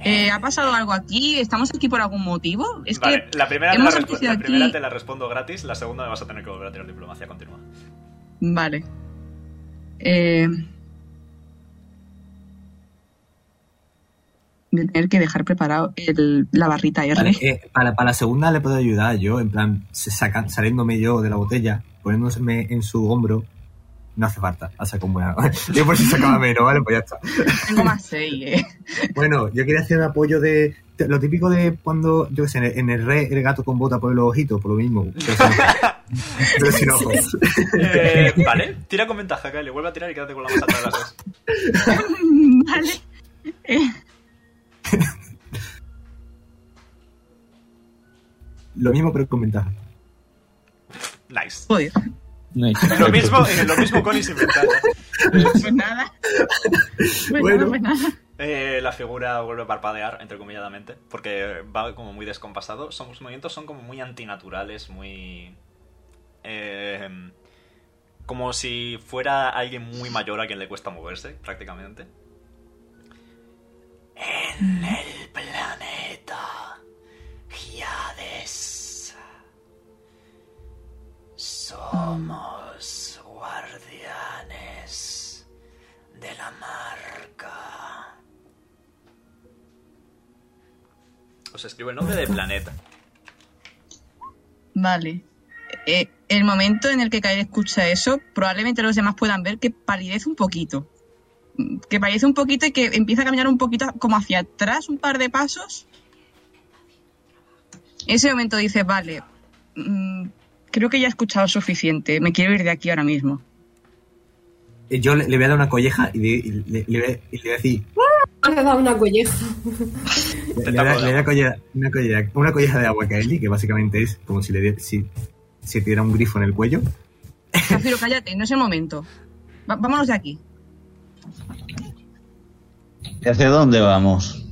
Speaker 6: Eh, ¿Ha pasado algo aquí? ¿Estamos aquí por algún motivo? Es
Speaker 2: vale,
Speaker 6: que...
Speaker 2: la primera, te la,
Speaker 6: hemos
Speaker 2: respo-
Speaker 6: aparecido
Speaker 2: la primera
Speaker 6: aquí-
Speaker 2: te la respondo gratis, la segunda me vas a tener que volver a tirar diplomacia
Speaker 6: [LAUGHS]
Speaker 2: continua.
Speaker 6: Vale. Eh... Voy a tener que dejar preparado el- la barrita R.
Speaker 4: Vale, eh, para, para la segunda le puedo ayudar yo, en plan, se- saca- saliéndome yo de la botella, poniéndome en su hombro. No hace falta, ha sacado un buen [LAUGHS] Yo por si sacaba menos, ¿vale? Pues ya
Speaker 6: [LAUGHS]
Speaker 4: está.
Speaker 6: Tengo más 6, eh.
Speaker 4: [LAUGHS] Bueno, yo quería hacer un apoyo de. de- Lo típico de cuando, yo qué sé, en el, en el re el gato con bota por los ojitos, por lo mismo. Pero sin, pero sin ojos.
Speaker 2: Eh, vale, tira con ventaja, Kyle. Vuelve a tirar y quédate con la más alta de las dos.
Speaker 6: vale. Eh,
Speaker 4: Lo mismo, pero con ventaja.
Speaker 2: Nice.
Speaker 6: joder,
Speaker 7: Nice.
Speaker 2: Lo mismo, eh, lo mismo con y sin ventaja.
Speaker 6: [LAUGHS] pues
Speaker 4: [LAUGHS]
Speaker 6: nada. Pues
Speaker 4: Bueno.
Speaker 6: nada, pues nada.
Speaker 2: Eh, la figura vuelve a parpadear, entrecomilladamente, porque va como muy descompasado. Son, sus movimientos son como muy antinaturales, muy... eh, como si fuera alguien muy mayor a quien le cuesta moverse, prácticamente. En el planeta Giades somos guardianes de la marca. Os escribo el nombre del planeta.
Speaker 6: Vale. Eh, el momento en el que Kaede escucha eso, probablemente los demás puedan ver que palidece un poquito. Mm, Que palidece un poquito y que empieza a caminar un poquito como hacia atrás, un par de pasos. En ese momento dice, vale, mm, creo que ya he escuchado suficiente, me quiero ir de aquí ahora mismo.
Speaker 4: Eh, Yo le, le voy a dar una colleja y le, y le- le voy a- y le voy a decir.
Speaker 5: Me ha dado una colleja.
Speaker 4: Le, le da, le da colla- una, colleja, una colleja de agua a Kaeli, que básicamente es como si le die- si, si tirara un grifo en el cuello.
Speaker 6: Zafiro, cállate, no es el momento. Va- vámonos de aquí.
Speaker 3: ¿Y hacia dónde vamos?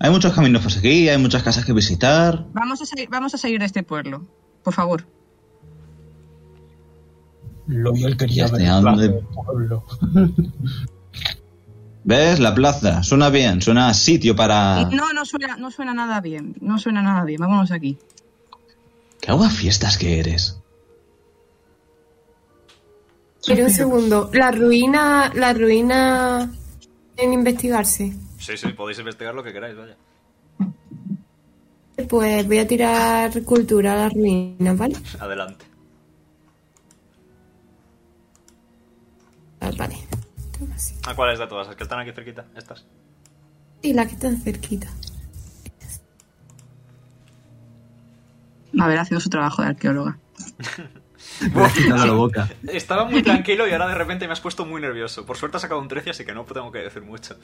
Speaker 3: Hay muchos caminos por aquí, hay muchas casas que visitar.
Speaker 6: Vamos a, salir, vamos a salir de este pueblo, por favor.
Speaker 7: Loyal quería
Speaker 3: Ya
Speaker 7: ver
Speaker 3: te
Speaker 7: el
Speaker 3: ando
Speaker 7: plan
Speaker 3: de-
Speaker 7: del pueblo. [LAUGHS]
Speaker 3: ¿Ves? La plaza. Suena bien, suena a sitio
Speaker 8: Ah.
Speaker 3: para...
Speaker 6: No, no suena, no suena nada bien, no suena nada bien, vámonos de aquí.
Speaker 3: ¿Qué agua fiestas que eres?
Speaker 5: Pero un segundo, la ruina, la ruina en investigarse.
Speaker 2: Sí, sí, podéis investigar lo que queráis, vaya.
Speaker 5: Pues voy a tirar cultura a la ruina, ¿vale?
Speaker 2: Adelante.
Speaker 5: Ah, Vale. Toma así.
Speaker 2: ¿A cuáles Ah, de todas? ¿Las que están aquí cerquita? Estas.
Speaker 5: Sí, la que está cerquita.
Speaker 6: haber haciendo su trabajo de arqueóloga.
Speaker 4: Le has quitado la boca.
Speaker 2: Estaba muy tranquilo y ahora de repente me has puesto muy nervioso. Por suerte has sacado un 13, así que no tengo que decir mucho.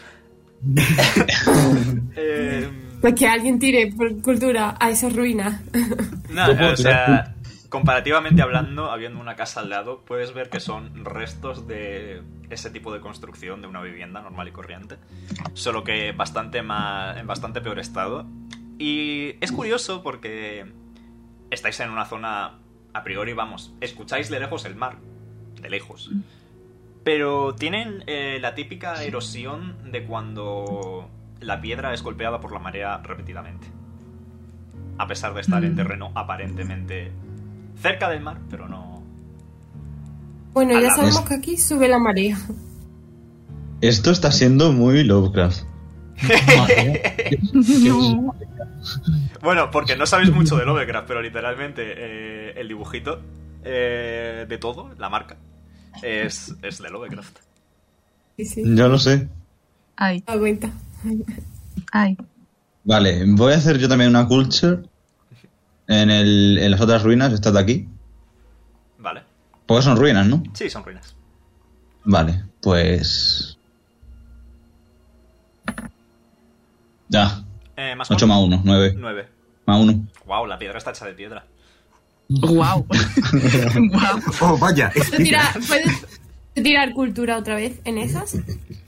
Speaker 2: Eh,
Speaker 5: Pues que alguien tire por cultura a esas ruinas.
Speaker 2: nada,
Speaker 7: Yo puedo
Speaker 2: o sea, comparativamente hablando, habiendo una casa al lado, puedes ver que son restos de ese tipo de construcción de una vivienda normal y corriente, solo que bastante más, en bastante peor estado. Y es curioso porque estáis en una zona, a priori, vamos, escucháis de lejos el mar, de lejos. Pero tienen eh, la típica erosión de cuando la piedra es golpeada por la marea repetidamente. a pesar de estar en terreno aparentemente cerca del mar, pero no.
Speaker 5: Bueno,
Speaker 2: A
Speaker 5: ya
Speaker 2: la
Speaker 5: sabemos
Speaker 3: vez.
Speaker 5: que aquí sube la marea.
Speaker 3: Esto está siendo muy Lovecraft.
Speaker 6: No.
Speaker 2: Bueno, porque no sabéis mucho de Lovecraft, pero literalmente eh, el dibujito eh, de todo, la marca, es, es de Lovecraft.
Speaker 5: Sí,
Speaker 8: Mm.
Speaker 5: sí.
Speaker 3: Ya lo sé.
Speaker 6: Ay,
Speaker 5: Da cuenta.
Speaker 6: ay.
Speaker 3: Vale, voy a hacer yo también una culture en, el, en las otras ruinas, estas de aquí.
Speaker 2: Vale.
Speaker 3: Porque son ruinas, ¿no?
Speaker 2: Sí, son ruinas.
Speaker 3: Vale, pues... Ya,
Speaker 2: Eh, más
Speaker 3: 8 más 1, 9
Speaker 2: 9.
Speaker 3: más 1.
Speaker 2: Wow, la piedra está hecha de piedra.
Speaker 6: Guau. Guau.
Speaker 4: Oh, vaya, es
Speaker 5: ¿Puedo tirar, ¿Puedes tirar cultura otra vez en esas?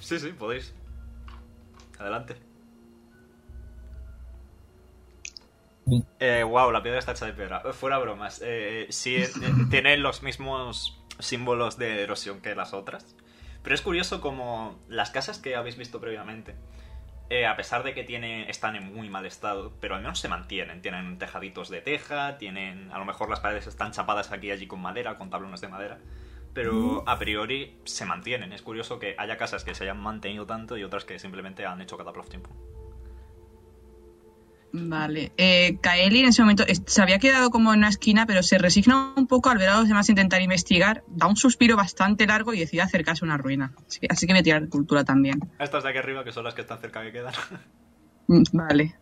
Speaker 2: Sí, sí, podéis. Adelante. Eh, wow, la piedra está hecha de piedra. Eh, Fuera bromas. Eh, sí, eh, tiene los mismos símbolos de erosión que las otras. Pero es curioso como las casas que habéis visto previamente, eh, a pesar de que tiene, están en muy mal estado, pero al menos se mantienen. Tienen tejaditos de teja, tienen. A lo mejor las paredes están chapadas aquí y allí con madera, con tablones de madera. Pero a priori se mantienen. Es curioso que haya casas que se hayan mantenido tanto y otras que simplemente han hecho cataplasting.
Speaker 6: Vale. Eh, Kaeli en ese momento es- se había quedado como en una esquina, pero se resigna un poco al ver a los demás intentar investigar, da un suspiro bastante largo y decide acercarse a una ruina. Así que, así que voy a tirar cultura también.
Speaker 2: Estas de aquí arriba, que son las que están cerca que quedan. [LAUGHS]
Speaker 6: Mm, Vale.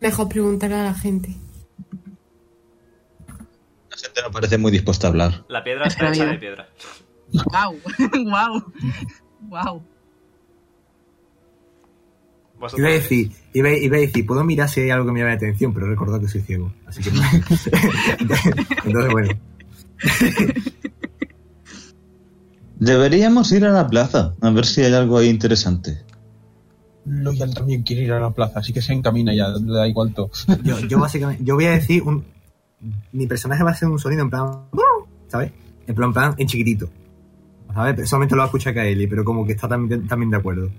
Speaker 5: Mejor preguntarle a la gente.
Speaker 3: La gente no parece muy dispuesta a hablar.
Speaker 2: La piedra está
Speaker 6: Está
Speaker 2: hecha
Speaker 6: bien.
Speaker 2: de piedra.
Speaker 6: Guau. [LAUGHS] Guau. Guau.
Speaker 2: Vosotros-
Speaker 4: Iba a decir, iba, iba a decir, puedo mirar si hay algo que me llame la atención, pero he recordado que soy ciego. Así que no. [LAUGHS] Entonces, bueno.
Speaker 3: Deberíamos ir a la plaza, a ver si hay algo ahí interesante.
Speaker 7: Loyal también quiere ir a la plaza, así que se encamina ya, le da igual todo.
Speaker 4: Yo,
Speaker 2: [LAUGHS]
Speaker 4: yo básicamente, yo voy a decir un. Mi personaje va a hacer un sonido en plan. ¿Sabes? En plan, en plan, en chiquitito. ¿Sabes? Pero solamente lo va a escuchar Kaeli, pero como que está también, también de acuerdo.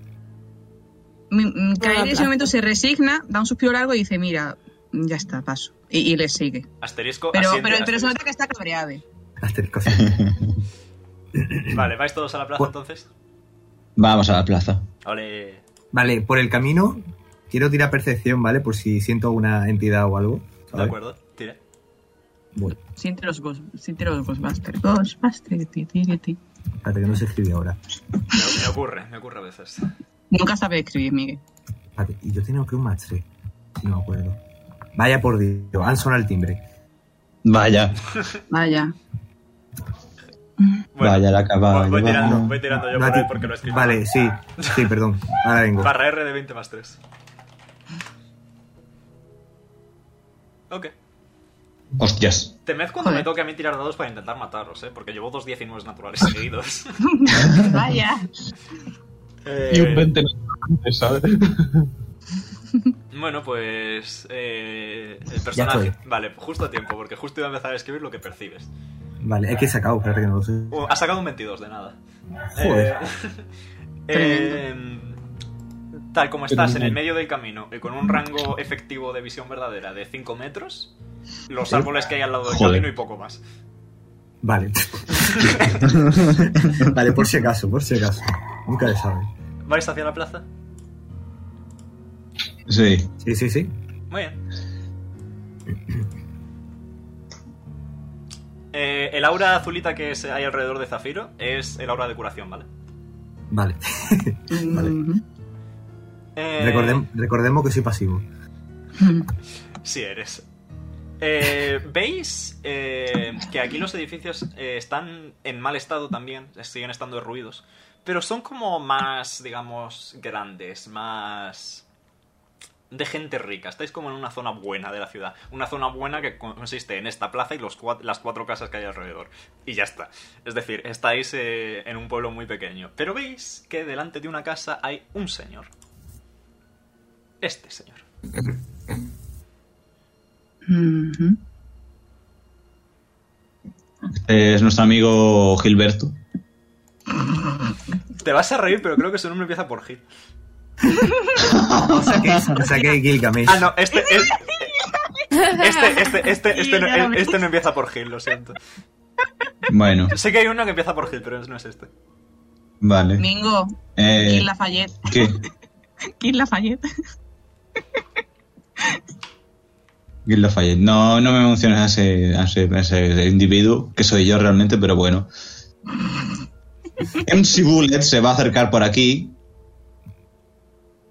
Speaker 6: Mi- mm, Kaeli en ese
Speaker 5: plaza.
Speaker 6: momento se resigna, da un suspiro largo y dice, mira, mm, ya está, paso. Y, y le sigue.
Speaker 2: Asterisco,
Speaker 6: Pero,
Speaker 2: asiente,
Speaker 6: pero, pero se
Speaker 2: asterisco.
Speaker 6: nota que está cabreado.
Speaker 4: Asterisco.
Speaker 2: [LAUGHS] Vale, ¿vais todos a la plaza
Speaker 4: Pues-
Speaker 2: entonces?
Speaker 3: Vamos a la plaza.
Speaker 2: Ole.
Speaker 4: Vale, por el camino, quiero tirar percepción, ¿vale? Por si siento una entidad o algo.
Speaker 2: De
Speaker 4: ¿sabes?
Speaker 2: acuerdo, tira.
Speaker 4: Bueno,
Speaker 6: Siente los, gos, siente los Ghostbusters. Ghostbusters. ti, ti, ti.
Speaker 4: espérate que no se escribe ahora.
Speaker 2: Me, me ocurre, me ocurre a veces.
Speaker 6: Nunca sabe escribir, Miguel.
Speaker 4: Espérate, y yo tengo que un match 3, si no me acuerdo. Vaya por Dios, han sonado el timbre.
Speaker 3: Vaya,
Speaker 6: Vaya.
Speaker 2: Bueno,
Speaker 3: vaya la caballo.
Speaker 2: voy, voy tirando, voy
Speaker 3: vamos.
Speaker 2: tirando yo
Speaker 4: No,
Speaker 2: por ahí
Speaker 4: ti-
Speaker 2: porque lo he escrito.
Speaker 4: Vale, sí, sí, perdón. Ahora
Speaker 2: [LAUGHS]
Speaker 4: vengo.
Speaker 2: Barra R de 20 más 3. Ok.
Speaker 3: Hostias.
Speaker 2: Temed cuando
Speaker 6: Joder.
Speaker 2: me toque a mí tirar dados para intentar mataros, eh, porque llevo dos 19 naturales [LAUGHS] seguidos.
Speaker 6: [LAUGHS] Vaya.
Speaker 2: Eh,
Speaker 7: Y un 20 antes, ¿sabes?
Speaker 2: Bueno, pues. eh, el personaje.
Speaker 4: estoy.
Speaker 2: Vale, justo a tiempo, porque justo iba a empezar a escribir lo que percibes.
Speaker 4: Vale, es que he sacado, espérate que no lo sé.
Speaker 2: Oh, ha sacado un 22 de nada. Eh,
Speaker 4: Joder.
Speaker 2: eh, [LAUGHS] em, tal como
Speaker 7: Pero
Speaker 2: estás en
Speaker 7: no.
Speaker 2: el medio del camino y con un rango efectivo de visión verdadera de 5 metros, los árboles que hay al lado del
Speaker 3: Joder.
Speaker 2: camino y poco más.
Speaker 4: Vale.
Speaker 8: [LAUGHS]
Speaker 4: vale, por si acaso, por si acaso. Nunca se sabe.
Speaker 2: ¿Vais hacia la plaza?
Speaker 3: Sí.
Speaker 4: Sí, sí, sí.
Speaker 2: Muy bien. Eh, el aura azulita que se- hay alrededor de Zafiro es el aura de curación, ¿vale?
Speaker 4: Vale.
Speaker 6: Mm.
Speaker 2: Eh,
Speaker 4: Recordem- recordemos que soy pasivo.
Speaker 2: Sí, eres. Eh, ¿Veis eh, que aquí los edificios eh, están en mal estado también? Siguen estando derruidos. Pero son como más, digamos, grandes, más de gente rica. Estáis como en una zona buena de la ciudad. Una zona buena que consiste en esta plaza y los cua- las cuatro casas que hay alrededor. Y ya está. Es decir, estáis eh, en un pueblo muy pequeño. Pero veis que delante de una casa hay un señor. Este señor.
Speaker 6: Mhm.
Speaker 3: Este es nuestro amigo Gilberto.
Speaker 2: Te vas a reír, pero creo que su nombre empieza por Gil.
Speaker 4: O sea que, o sea que Gilgamesh.
Speaker 2: Ah, no, este. es- Este, este, este, este, no,
Speaker 6: Gilgamesh.
Speaker 2: este no empieza por Gil, lo siento.
Speaker 8: Bueno,
Speaker 2: Sé que hay uno que empieza por Gil, pero no es este.
Speaker 8: vale.
Speaker 6: Mingo,
Speaker 8: Eh,
Speaker 6: Kill Lafayette.
Speaker 8: ¿Qué?
Speaker 6: Kill Lafayette.
Speaker 8: Gil Lafayette. No, no me menciones a ese, a ese- a ese individuo, que soy yo realmente, pero bueno. MC Bullet se va a acercar por aquí.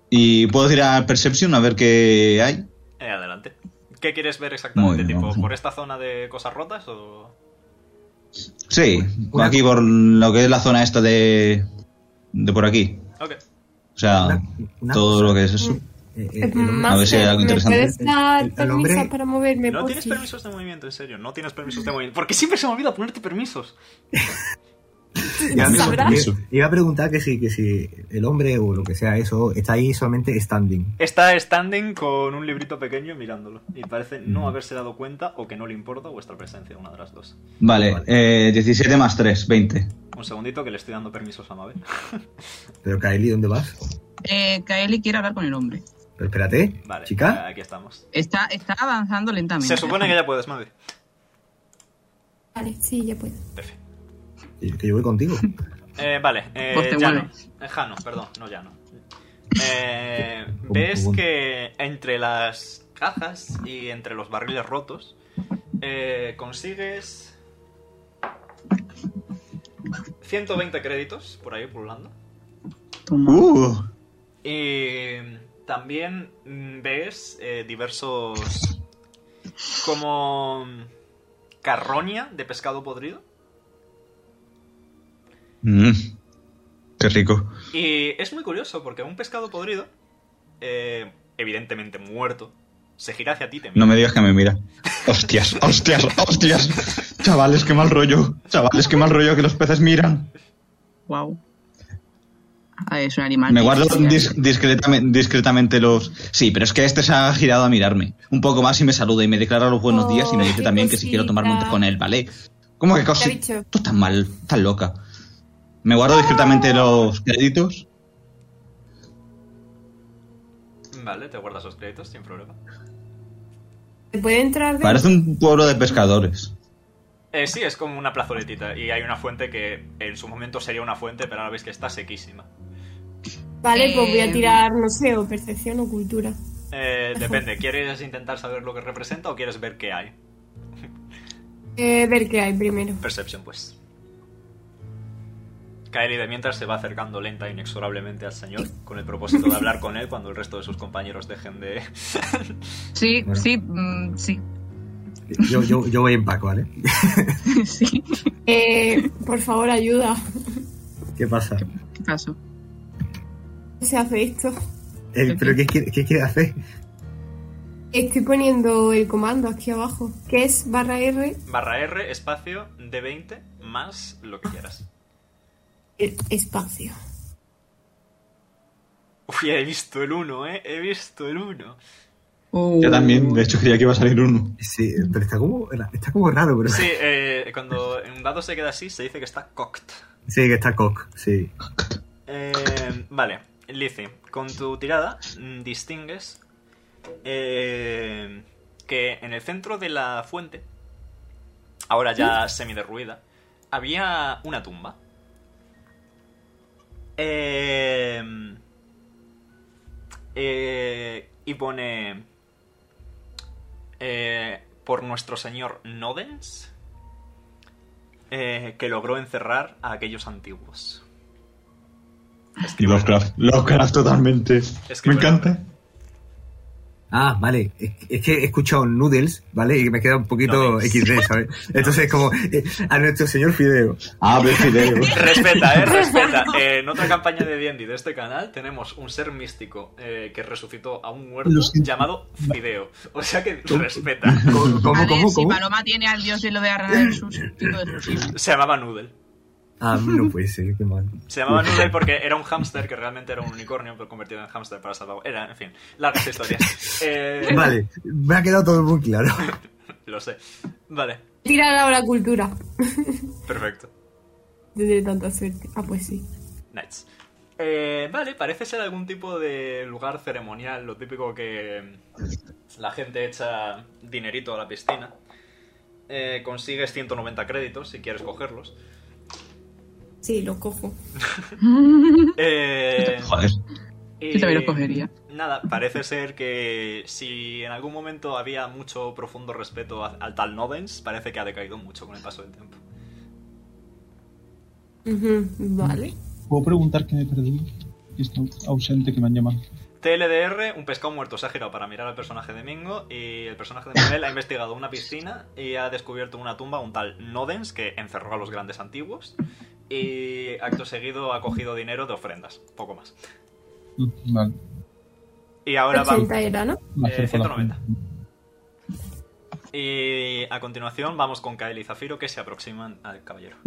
Speaker 8: Y puedo tirar Perception a ver qué hay.
Speaker 2: Eh, adelante. ¿Qué quieres ver exactamente?
Speaker 8: Muy bien,
Speaker 2: ¿Tipo
Speaker 8: vamos.
Speaker 2: por esta zona de cosas rotas o.?
Speaker 8: Sí,
Speaker 4: Una-
Speaker 8: aquí por lo que es la zona esta de. de por aquí.
Speaker 2: Ok.
Speaker 8: O sea,
Speaker 4: Una-
Speaker 8: Ah,
Speaker 4: una
Speaker 8: todo
Speaker 4: cosa.
Speaker 8: lo que es eso.
Speaker 4: Eh, eh, el hombre-
Speaker 5: Más
Speaker 8: ver si hay algo interesante.
Speaker 5: ¿Me puedes dar
Speaker 4: El- el
Speaker 5: permiso
Speaker 4: hombre-
Speaker 5: para moverme?
Speaker 2: No
Speaker 5: por
Speaker 2: tienes
Speaker 5: si-
Speaker 2: permisos de movimiento, en serio. No tienes permisos de movimiento. Porque siempre se me olvida ponerte permisos.
Speaker 4: Ya,
Speaker 5: Permiso,
Speaker 4: mira,
Speaker 8: permiso.
Speaker 4: i- Iba a preguntar que si, que si el hombre o lo que sea eso está ahí solamente standing.
Speaker 2: Está standing con un librito pequeño mirándolo. Y parece no haberse dado cuenta o que no le importa vuestra presencia, una de las dos.
Speaker 8: Vale, eh, 17 más 3, 20.
Speaker 2: Un segundito que le estoy dando permisos a Mabel.
Speaker 4: Pero Kylie, ¿dónde vas?
Speaker 6: Eh, Kaeli quiere hablar con el hombre.
Speaker 4: Pero espérate,
Speaker 2: Vale,
Speaker 4: chica.
Speaker 2: aquí estamos.
Speaker 6: Está, está avanzando lentamente.
Speaker 2: Se supone que ya puedes, Mabel.
Speaker 5: Vale, sí, ya puedo.
Speaker 2: Perfecto.
Speaker 4: que- Que yo voy contigo.
Speaker 2: Eh, vale,
Speaker 6: Pues
Speaker 2: eh,
Speaker 6: te
Speaker 2: Jano. Eh, Jano, perdón, no Jano. Eh, ves que entre las cajas y entre los barriles rotos eh, consigues 120 créditos por ahí pululando.
Speaker 6: Toma.
Speaker 8: Uh,
Speaker 2: Y también mm, ves eh, diversos como mm, carroña de pescado podrido.
Speaker 8: mm, qué rico.
Speaker 2: Y es muy curioso porque un pescado podrido, eh, evidentemente muerto, se gira hacia ti, te mira.
Speaker 8: No me digas que me mira. Hostias, hostias, hostias. Chavales, qué mal rollo. Chavales, qué mal rollo que los peces miran.
Speaker 6: Wow. Ah, es un animal.
Speaker 8: Me
Speaker 6: que
Speaker 8: guardo
Speaker 6: existe.
Speaker 8: dis- discretamente, discretamente los... Sí, pero es que este se ha girado a mirarme. Un poco más y me saluda y me declara los buenos días y me
Speaker 5: Oh,
Speaker 8: dice
Speaker 5: qué
Speaker 8: también que si quiero tomarme un té
Speaker 5: cosita.
Speaker 8: con él, ¿vale? ¿Cómo que
Speaker 5: ¿Qué ha
Speaker 8: cosita?
Speaker 5: dicho?
Speaker 8: Tú estás mal, estás loca. Me guardo discretamente los créditos.
Speaker 2: Vale, te guardas los créditos sin problema.
Speaker 5: ¿Se puede entrar de-
Speaker 8: Parece un pueblo de pescadores.
Speaker 2: Eh, sí, es como una plazoletita y hay una fuente que en su momento sería una fuente, pero ahora ves que está sequísima.
Speaker 5: Vale, pues voy
Speaker 6: Eh,
Speaker 5: a tirar, no sé, o percepción o cultura.
Speaker 2: Eh, depende, ¿quieres intentar saber lo que representa o quieres ver qué hay?
Speaker 5: Eh, ver qué hay primero.
Speaker 2: Perception, pues. Kaeli de mientras se va acercando lenta e inexorablemente al señor, con el propósito de hablar con él cuando el resto de sus compañeros dejen de...
Speaker 6: Sí,
Speaker 4: Bueno.
Speaker 6: sí, mm, sí. [LAUGHS]
Speaker 4: Yo, yo, yo voy en pack, ¿vale?
Speaker 6: sí.
Speaker 5: Eh, por favor, ayuda. [LAUGHS]
Speaker 4: ¿Qué
Speaker 8: [LAUGHS]
Speaker 4: pasa?
Speaker 6: ¿Qué pasó?
Speaker 5: ¿Cómo se hace esto?
Speaker 4: Eh, ¿Pero qué, quiere- qué quiere hacer?
Speaker 5: Estoy poniendo el comando aquí abajo, que es barra R.
Speaker 2: Barra R, espacio, D20, más lo que quieras. [LAUGHS]
Speaker 5: eh, Espacio.
Speaker 2: Uy, he visto el 1, ¿eh? He visto el 1.
Speaker 6: Uh,
Speaker 8: Yo también, de hecho creía que iba a salir uno.
Speaker 4: Sí, pero está como, está como raro, pero.
Speaker 2: Sí,
Speaker 4: Sí,
Speaker 2: eh, cuando un dado se queda así, se dice que está cocked.
Speaker 4: que está cock, sí.
Speaker 2: Eh, vale, Lizzie, con tu tirada mm, distingues eh, que en el centro de la fuente, ahora ya semiderruida, había una tumba. Eh, eh, y pone eh, por nuestro señor Nodens eh, que logró encerrar a aquellos antiguos.
Speaker 8: Y Lovecraft. Lovecraft totalmente.
Speaker 2: Es que
Speaker 8: Me
Speaker 2: bueno,
Speaker 8: encanta.
Speaker 4: Ah, vale. Es, es que he escuchado noodles, ¿vale? Y me queda un poquito
Speaker 2: Noodles.
Speaker 4: XD, ¿sabes? Entonces, como eh, a nuestro señor Fideo.
Speaker 8: Ah, ve fideo.
Speaker 2: Respeta, eh, respeta. Eh, en otra campaña de D&D de este canal tenemos un ser místico eh, que resucitó a un muerto
Speaker 10: Lo siento.
Speaker 2: llamado Fideo. O sea que respeta. [LAUGHS]
Speaker 4: ¿Cómo,
Speaker 6: a
Speaker 4: cómo,
Speaker 6: ver,
Speaker 4: cómo?
Speaker 6: si
Speaker 4: cómo?
Speaker 6: Paloma tiene al dios de lo de Arrana del Sur, todo es
Speaker 8: [LAUGHS]
Speaker 6: posible.
Speaker 2: Se llamaba Noodle.
Speaker 4: Ah, no puede ser, qué mal.
Speaker 2: Se llamaba Noodle porque era un hámster que realmente era un unicornio, pero convertido en hámster para salvar. Era, en fin,
Speaker 10: [LAUGHS]
Speaker 2: largas historias. Eh,
Speaker 4: Vale, me ha quedado todo muy claro.
Speaker 2: [LAUGHS] Lo sé. Vale,
Speaker 5: Tirar ahora cultura.
Speaker 2: perfecto.
Speaker 5: Tendré tanta suerte. Ah, pues sí.
Speaker 2: Nice. Eh, vale, parece ser algún tipo de lugar ceremonial, lo típico que mm, la gente echa dinerito a la piscina. Eh, consigues 190 créditos si quieres cogerlos.
Speaker 5: Sí, lo cojo.
Speaker 2: Eh,
Speaker 3: Joder.
Speaker 2: y
Speaker 6: Yo también los cogería.
Speaker 2: Nada, parece ser que si en algún momento había mucho profundo respeto a- al tal Novens, parece que ha decaído mucho con el paso del tiempo.
Speaker 5: Ujú, Vale.
Speaker 7: ¿Puedo preguntar qué me he perdido? Está ausente que me han llamado.
Speaker 2: TLDR, un pescado muerto se ha girado para mirar al personaje de Mingo y el personaje de Miguel ha investigado una piscina y ha descubierto una tumba, un tal Nodens, que encerró a los grandes antiguos y acto seguido ha cogido dinero de ofrendas, poco más.
Speaker 7: Mm, Vale.
Speaker 2: Y ahora va...
Speaker 5: 80 era, ¿no?
Speaker 7: Me
Speaker 2: Eh,
Speaker 7: acerco a la
Speaker 2: 190.
Speaker 7: gente.
Speaker 2: Y a continuación vamos con Kael y Zafiro que se aproximan al caballero.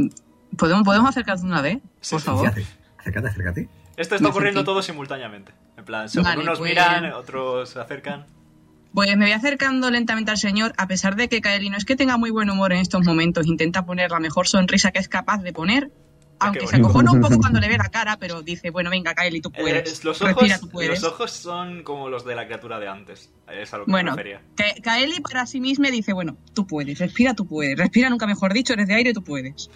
Speaker 6: ¿Podemos, podemos acercarnos una vez?
Speaker 2: Sí,
Speaker 6: Por
Speaker 2: sí,
Speaker 6: favor.
Speaker 4: Sí, acércate, acércate.
Speaker 2: Esto está
Speaker 6: Me
Speaker 2: ocurriendo
Speaker 6: sentí.
Speaker 2: todo simultáneamente. En plan, según
Speaker 6: Vale,
Speaker 2: unos
Speaker 6: pues-
Speaker 2: miran, otros se acercan.
Speaker 6: Pues me voy acercando lentamente al señor, a pesar de que Kaeli no es que tenga muy buen humor en estos momentos, intenta poner la mejor sonrisa que es capaz de poner, aunque se
Speaker 2: Ah, bonito.
Speaker 6: acojona un poco cuando le ve la cara, pero dice, bueno, venga, Kaeli, tú
Speaker 2: Eh,
Speaker 6: puedes.
Speaker 2: los,
Speaker 6: Respira,
Speaker 2: ojos,
Speaker 6: Pues tú puedes.
Speaker 2: los ojos son como los de la criatura de antes. Es a lo que me
Speaker 6: Bueno,
Speaker 2: refería.
Speaker 6: Ka- Kaeli para sí misma dice, bueno, tú puedes, respira, tú puedes, respira, nunca mejor dicho, eres de aire, tú puedes.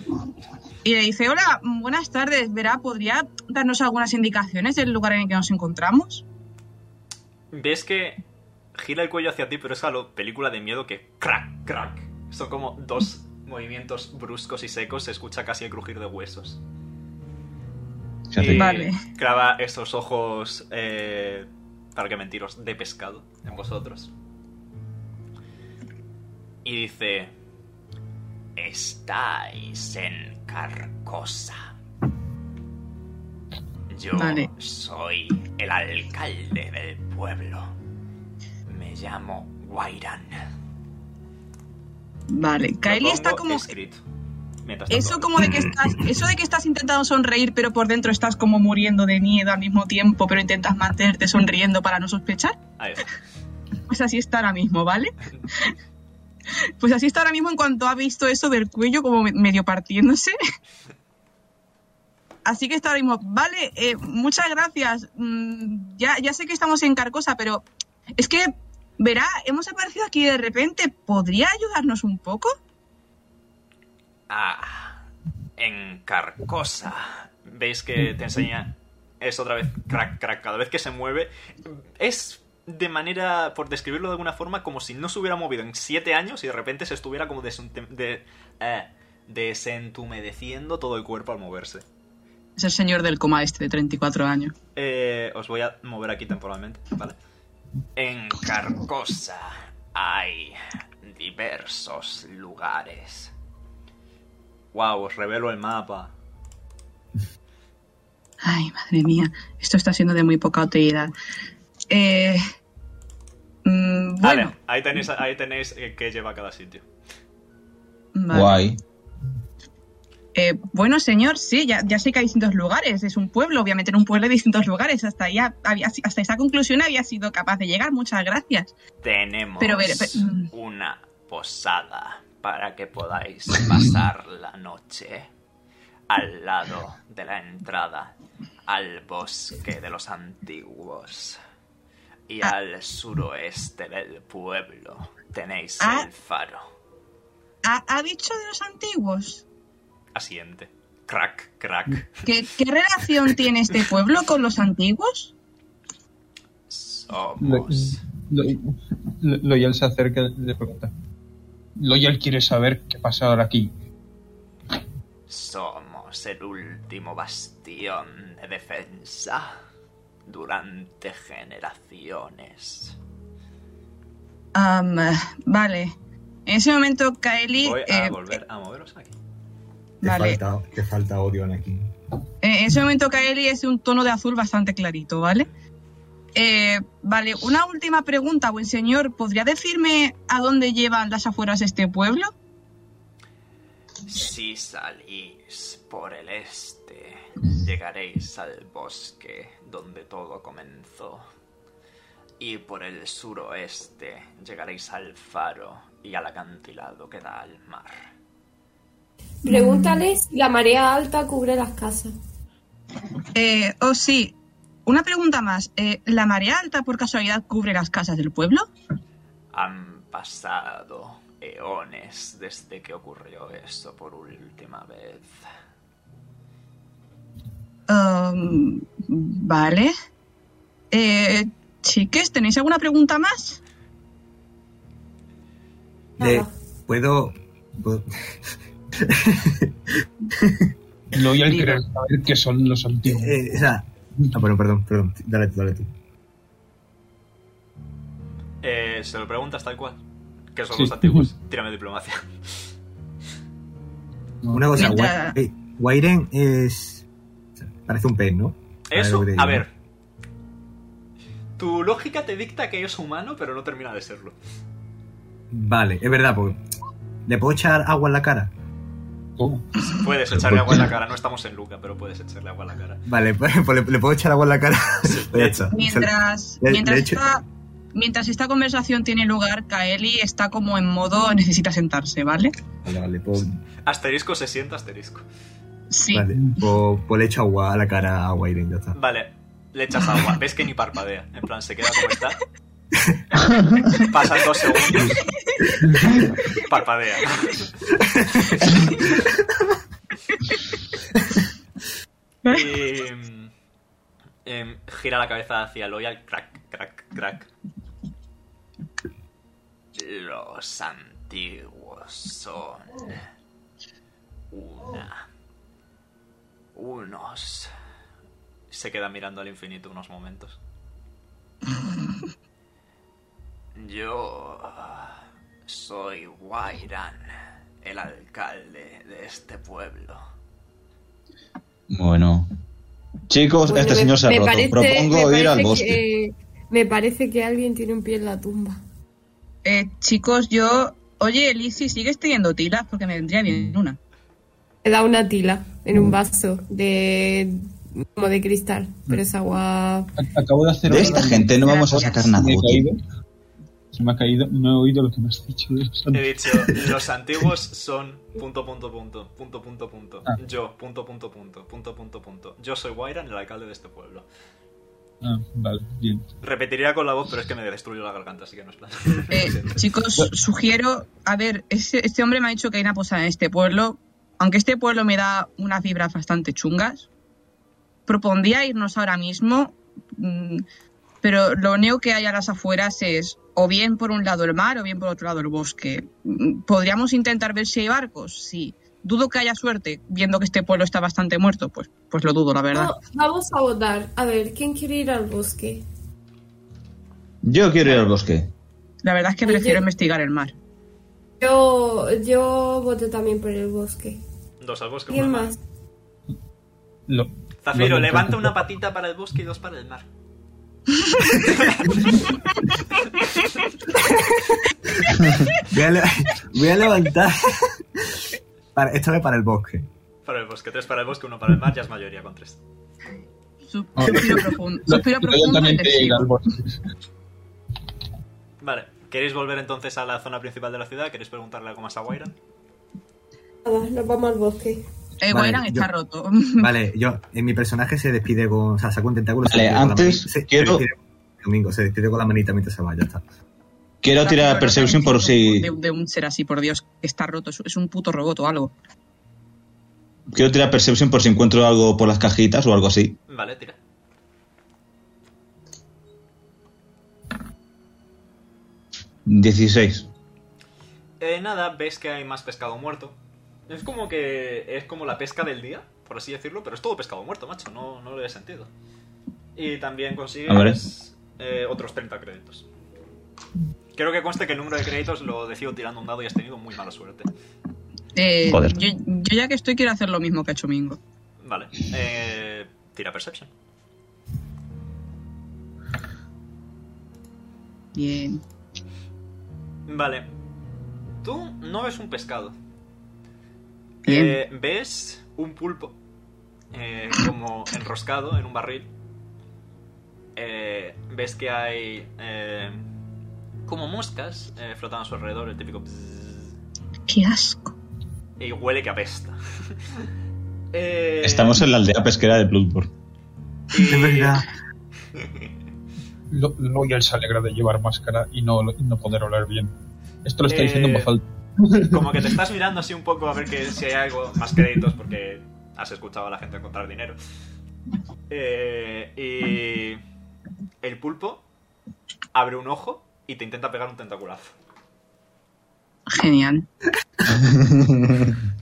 Speaker 6: Y le dice, hola, buenas tardes, verá, ¿podría darnos algunas indicaciones del lugar en el que nos encontramos?
Speaker 2: Ves que gira el cuello hacia ti, pero es a lo película de miedo que crack, crack. Son como dos movimientos bruscos y secos, se escucha casi el crujir de huesos.
Speaker 3: Se hace-
Speaker 2: Y
Speaker 6: Vale.
Speaker 2: clava esos ojos, eh, para que mentiros, de pescado en vosotros. Y dice: Estáis en Carcosa. Yo
Speaker 6: Vale.
Speaker 2: soy el alcalde del pueblo. Me llamo Wairan.
Speaker 6: Vale, Kaeli
Speaker 2: Lo
Speaker 6: está
Speaker 2: pongo
Speaker 6: como...
Speaker 2: escrito. Mientras tanto,
Speaker 6: Eso como de que estás, eso de que estás intentando sonreír, pero por dentro estás como muriendo de miedo al mismo tiempo, pero intentas mantenerte sonriendo para no sospechar,
Speaker 2: Ahí está.
Speaker 6: pues así está ahora mismo, ¿vale? [LAUGHS] Pues así está ahora mismo en cuanto ha visto eso del cuello como me- medio partiéndose. [LAUGHS] Así que está ahora mismo, vale, eh, muchas gracias. Mm, ya, ya sé que estamos en Carcosa, pero es que, verá, hemos aparecido aquí de repente, ¿podría ayudarnos un poco?
Speaker 2: Ah, en Carcosa. Veis que te enseña. Es otra vez crack, crack. Cada vez que se mueve. Es de manera, por describirlo de alguna forma, como si no se hubiera movido en siete años y de repente se estuviera como desunte- de- eh, desentumedeciendo todo el cuerpo al moverse.
Speaker 6: Es el señor del coma este de 34 años.
Speaker 2: Eh, os voy a mover aquí temporalmente, ¿vale? En Carcosa hay diversos lugares. Wow, os revelo el mapa.
Speaker 6: Ay, madre mía, esto está siendo de muy poca utilidad. Eh, mm,
Speaker 2: Vale,
Speaker 6: bueno,
Speaker 2: ahí tenéis, ahí tenéis eh, qué lleva cada sitio.
Speaker 6: vale.
Speaker 3: Guay.
Speaker 6: Eh, bueno, señor, sí, ya, ya sé que hay distintos lugares, es un pueblo, obviamente en un pueblo hay distintos lugares, hasta, ahí ha- había, hasta esa conclusión había sido capaz de llegar, muchas gracias.
Speaker 2: Tenemos
Speaker 6: Pero, pero, pero- mm.
Speaker 2: una posada para que podáis pasar la noche al lado de la entrada al bosque de los antiguos. Y
Speaker 6: Ah.
Speaker 2: al suroeste del pueblo tenéis
Speaker 6: Ah.
Speaker 2: el faro.
Speaker 6: ¿Ha, ha dicho de los antiguos?
Speaker 2: Asiente. Crack, crack.
Speaker 6: ¿Qué, qué relación tiene este pueblo con los antiguos?
Speaker 7: Lo-
Speaker 2: Somos.
Speaker 7: Lo- Lo- Loyal se acerca y le pregunta. Loyal quiere saber qué pasa ahora aquí.
Speaker 2: Somos el último bastión de defensa durante generaciones.
Speaker 6: Am, vale. En ese momento, Kaeli...
Speaker 2: Voy a
Speaker 6: eh,
Speaker 2: volver a moveros aquí.
Speaker 9: Te,
Speaker 6: Vale.
Speaker 9: falta, te falta odio aquí.
Speaker 6: Eh, en ese momento Kaeli es un tono de azul bastante clarito, ¿vale? Eh, vale, una última pregunta, buen señor. ¿Podría decirme a dónde llevan las afueras de este pueblo?
Speaker 2: Si salís por el este, llegaréis al bosque donde todo comenzó. Y por el suroeste llegaréis al faro y al acantilado que da al mar.
Speaker 5: Pregúntale si la marea alta cubre las casas.
Speaker 6: Eh, oh, sí. Una pregunta más. Eh, ¿La marea alta por casualidad cubre las casas del pueblo?
Speaker 2: Han pasado eones desde que ocurrió esto por última vez.
Speaker 6: Um, vale. Eh, chiques, ¿tenéis alguna pregunta más?
Speaker 4: De- Eh, ¿Puedo...? puedo-
Speaker 7: Loyal creo saber qué son los antiguos.
Speaker 4: eh, o sea- Ah, bueno, perdón, perdón. Dale tú, dale tú.
Speaker 2: Eh, se lo preguntas tal cual. Que son
Speaker 7: Sí.
Speaker 2: los antiguos. Tírame diplomacia.
Speaker 4: Una cosa,
Speaker 6: Mientras-
Speaker 4: Wa- eh, Wairen es... Parece un pez, ¿no?
Speaker 2: Eso,
Speaker 4: lo que te
Speaker 2: a
Speaker 4: digo.
Speaker 2: ver. Tu lógica te dicta que es humano, pero no termina de serlo.
Speaker 4: Vale, es verdad, porque... ¿Le puedo echar agua en la cara?
Speaker 7: ¿Cómo?
Speaker 2: Puedes echarle agua en la cara, no estamos en Luca, pero puedes echarle agua en la cara.
Speaker 4: Vale, [LAUGHS] pues le, le puedo echar agua en la cara. [LAUGHS] Pues ya está.
Speaker 6: Mientras,
Speaker 4: Le-
Speaker 6: mientras,
Speaker 4: le echo-
Speaker 6: esta, mientras esta conversación tiene lugar, Kaeli está como en modo necesita sentarse, ¿vale?
Speaker 4: Vale, vale, pues,
Speaker 2: Asterisco se sienta asterisco.
Speaker 6: Sí.
Speaker 4: vale, pues- pues le echo agua a la cara a Wairen, ya está.
Speaker 2: Vale, le echas agua. Ves que ni parpadea. En plan, se queda como está. Pasan dos segundos. Parpadea. y, mm, em, gira la cabeza hacia Loyal. Crack, crack, crack. Los antiguos son una. Unos se queda mirando al infinito unos momentos. [LAUGHS] Yo ah, soy Wairan, el alcalde de este pueblo.
Speaker 3: Bueno. Chicos,
Speaker 5: Bueno,
Speaker 3: este
Speaker 5: me-
Speaker 3: señor se ha
Speaker 5: me
Speaker 3: roto.
Speaker 5: parece- me
Speaker 3: Propongo ir
Speaker 5: parece
Speaker 3: al bosque.
Speaker 5: que- me parece que alguien tiene un pie en la tumba.
Speaker 6: Eh, chicos, yo. Oye, Elisi, ¿sigues teniendo tilas? Porque me vendría bien una.
Speaker 5: He dado una tila en
Speaker 3: Mm.
Speaker 5: un vaso de como de cristal, pero
Speaker 3: Mm.
Speaker 5: es agua.
Speaker 7: A- Acabo de hacer
Speaker 3: De
Speaker 7: ahora
Speaker 3: esta
Speaker 7: mismo.
Speaker 3: gente no vamos a sacar nada
Speaker 7: Me he
Speaker 3: útil.
Speaker 7: caído. Se me ha caído. No he oído lo que me has dicho. de los
Speaker 2: He
Speaker 7: antiguos.
Speaker 2: dicho, los antiguos son punto, punto, punto, punto, punto, punto.
Speaker 7: Ah.
Speaker 2: Yo, punto, punto, punto, punto, punto, punto. Yo soy Wairan, el alcalde de este pueblo.
Speaker 7: Ah, vale, bien.
Speaker 2: Repetiría con la voz, pero es que me destruyó la garganta, así que no es plan.
Speaker 6: Eh,
Speaker 2: [LAUGHS]
Speaker 6: chicos, sugiero. A ver, ese- este hombre me ha dicho que hay una posada en este pueblo. Aunque este pueblo me da unas vibras bastante chungas. Propondría irnos ahora mismo. mm, Pero lo único que hay a las afueras es o bien por un lado el mar o bien por otro lado el bosque. Mm, ¿Podríamos intentar ver si hay barcos? Sí. Dudo que haya suerte, viendo que este pueblo está bastante muerto. Pues, pues lo dudo, la verdad.
Speaker 5: No, vamos a votar. A ver, ¿quién quiere ir al bosque?
Speaker 3: Yo quiero ir al bosque.
Speaker 6: La verdad es que
Speaker 5: Oye.
Speaker 6: prefiero investigar el mar.
Speaker 5: Yo, yo voto también por el bosque.
Speaker 2: Dos al bosque.
Speaker 5: ¿Quién
Speaker 2: una al mar.
Speaker 5: más?
Speaker 7: Lo-
Speaker 2: Zafiro,
Speaker 7: lo-
Speaker 2: levanta una patita para el bosque y dos para el mar.
Speaker 4: Voy a, le- [LAUGHS] voy a levantar. [LAUGHS] Para, esta vez para el bosque.
Speaker 2: Para el bosque, tres para el bosque, uno para el mar, ya es mayoría con tres.
Speaker 6: Su-
Speaker 7: Ah.
Speaker 6: Suspiro profundo.
Speaker 7: lo-
Speaker 6: Suspiro
Speaker 7: lo-
Speaker 6: profundo y
Speaker 7: también
Speaker 6: le
Speaker 7: te
Speaker 6: sigo.
Speaker 7: al bosque.
Speaker 2: Vale, ¿queréis volver entonces a la zona principal de la ciudad? ¿Queréis preguntarle algo más a Wairan?
Speaker 5: Nada, nos vamos al bosque.
Speaker 6: Eh,
Speaker 4: Vale,
Speaker 6: Wairan
Speaker 4: yo-
Speaker 6: está roto.
Speaker 4: Vale, yo, en mi personaje se despide con. O sea, saca un tentáculo. se
Speaker 3: Vale,
Speaker 4: despide con la
Speaker 3: antes
Speaker 4: mani- se- se
Speaker 3: quiero-
Speaker 4: despide con- Domingo, se despide con la manita mientras se va, ya está.
Speaker 3: Quiero tirar
Speaker 6: Zafiro,
Speaker 3: Perception por si.
Speaker 6: De, de un ser así, por Dios, que está roto. Es- Es un puto robot o algo.
Speaker 3: Quiero tirar Perception por si encuentro algo por las cajitas o algo así.
Speaker 2: Vale, tira.
Speaker 3: Dieciséis.
Speaker 2: Eh, nada, ves que hay más pescado muerto. Es como que es como la pesca del día, por así decirlo, pero es todo pescado muerto, macho, no, no le da sentido. Y también
Speaker 3: Hombre.
Speaker 2: consigues eh, otros 30 créditos. Creo que conste que el número de créditos lo decido tirando un dado y has tenido muy mala suerte.
Speaker 6: Eh,
Speaker 3: Joder.
Speaker 6: Yo, yo ya que estoy quiero hacer lo mismo que ha hecho Mingo.
Speaker 2: Vale, eh, tira Perception.
Speaker 6: Bien.
Speaker 2: Vale. Tú no ves un pescado.
Speaker 6: Bien.
Speaker 2: Eh, ves un pulpo. eh, como enroscado en un barril. Eh, ves que hay. eh, como moscas eh, flotando a su alrededor, el típico. bzzz,
Speaker 6: Qué asco.
Speaker 2: y huele que apesta. [LAUGHS] Eh,
Speaker 8: Estamos en la aldea pesquera de Bloodborne.
Speaker 4: Es verdad.
Speaker 7: Lo- Loyal se alegra de llevar máscara y no, y no poder oler bien. Esto lo está
Speaker 2: Eh,
Speaker 7: diciendo en voz alta.
Speaker 2: Como que te estás mirando así un poco a ver que, si hay algo más créditos porque has escuchado a la gente encontrar dinero. Eh, y el pulpo abre un ojo y te intenta pegar un tentaculazo. [LAUGHS]
Speaker 6: Genial.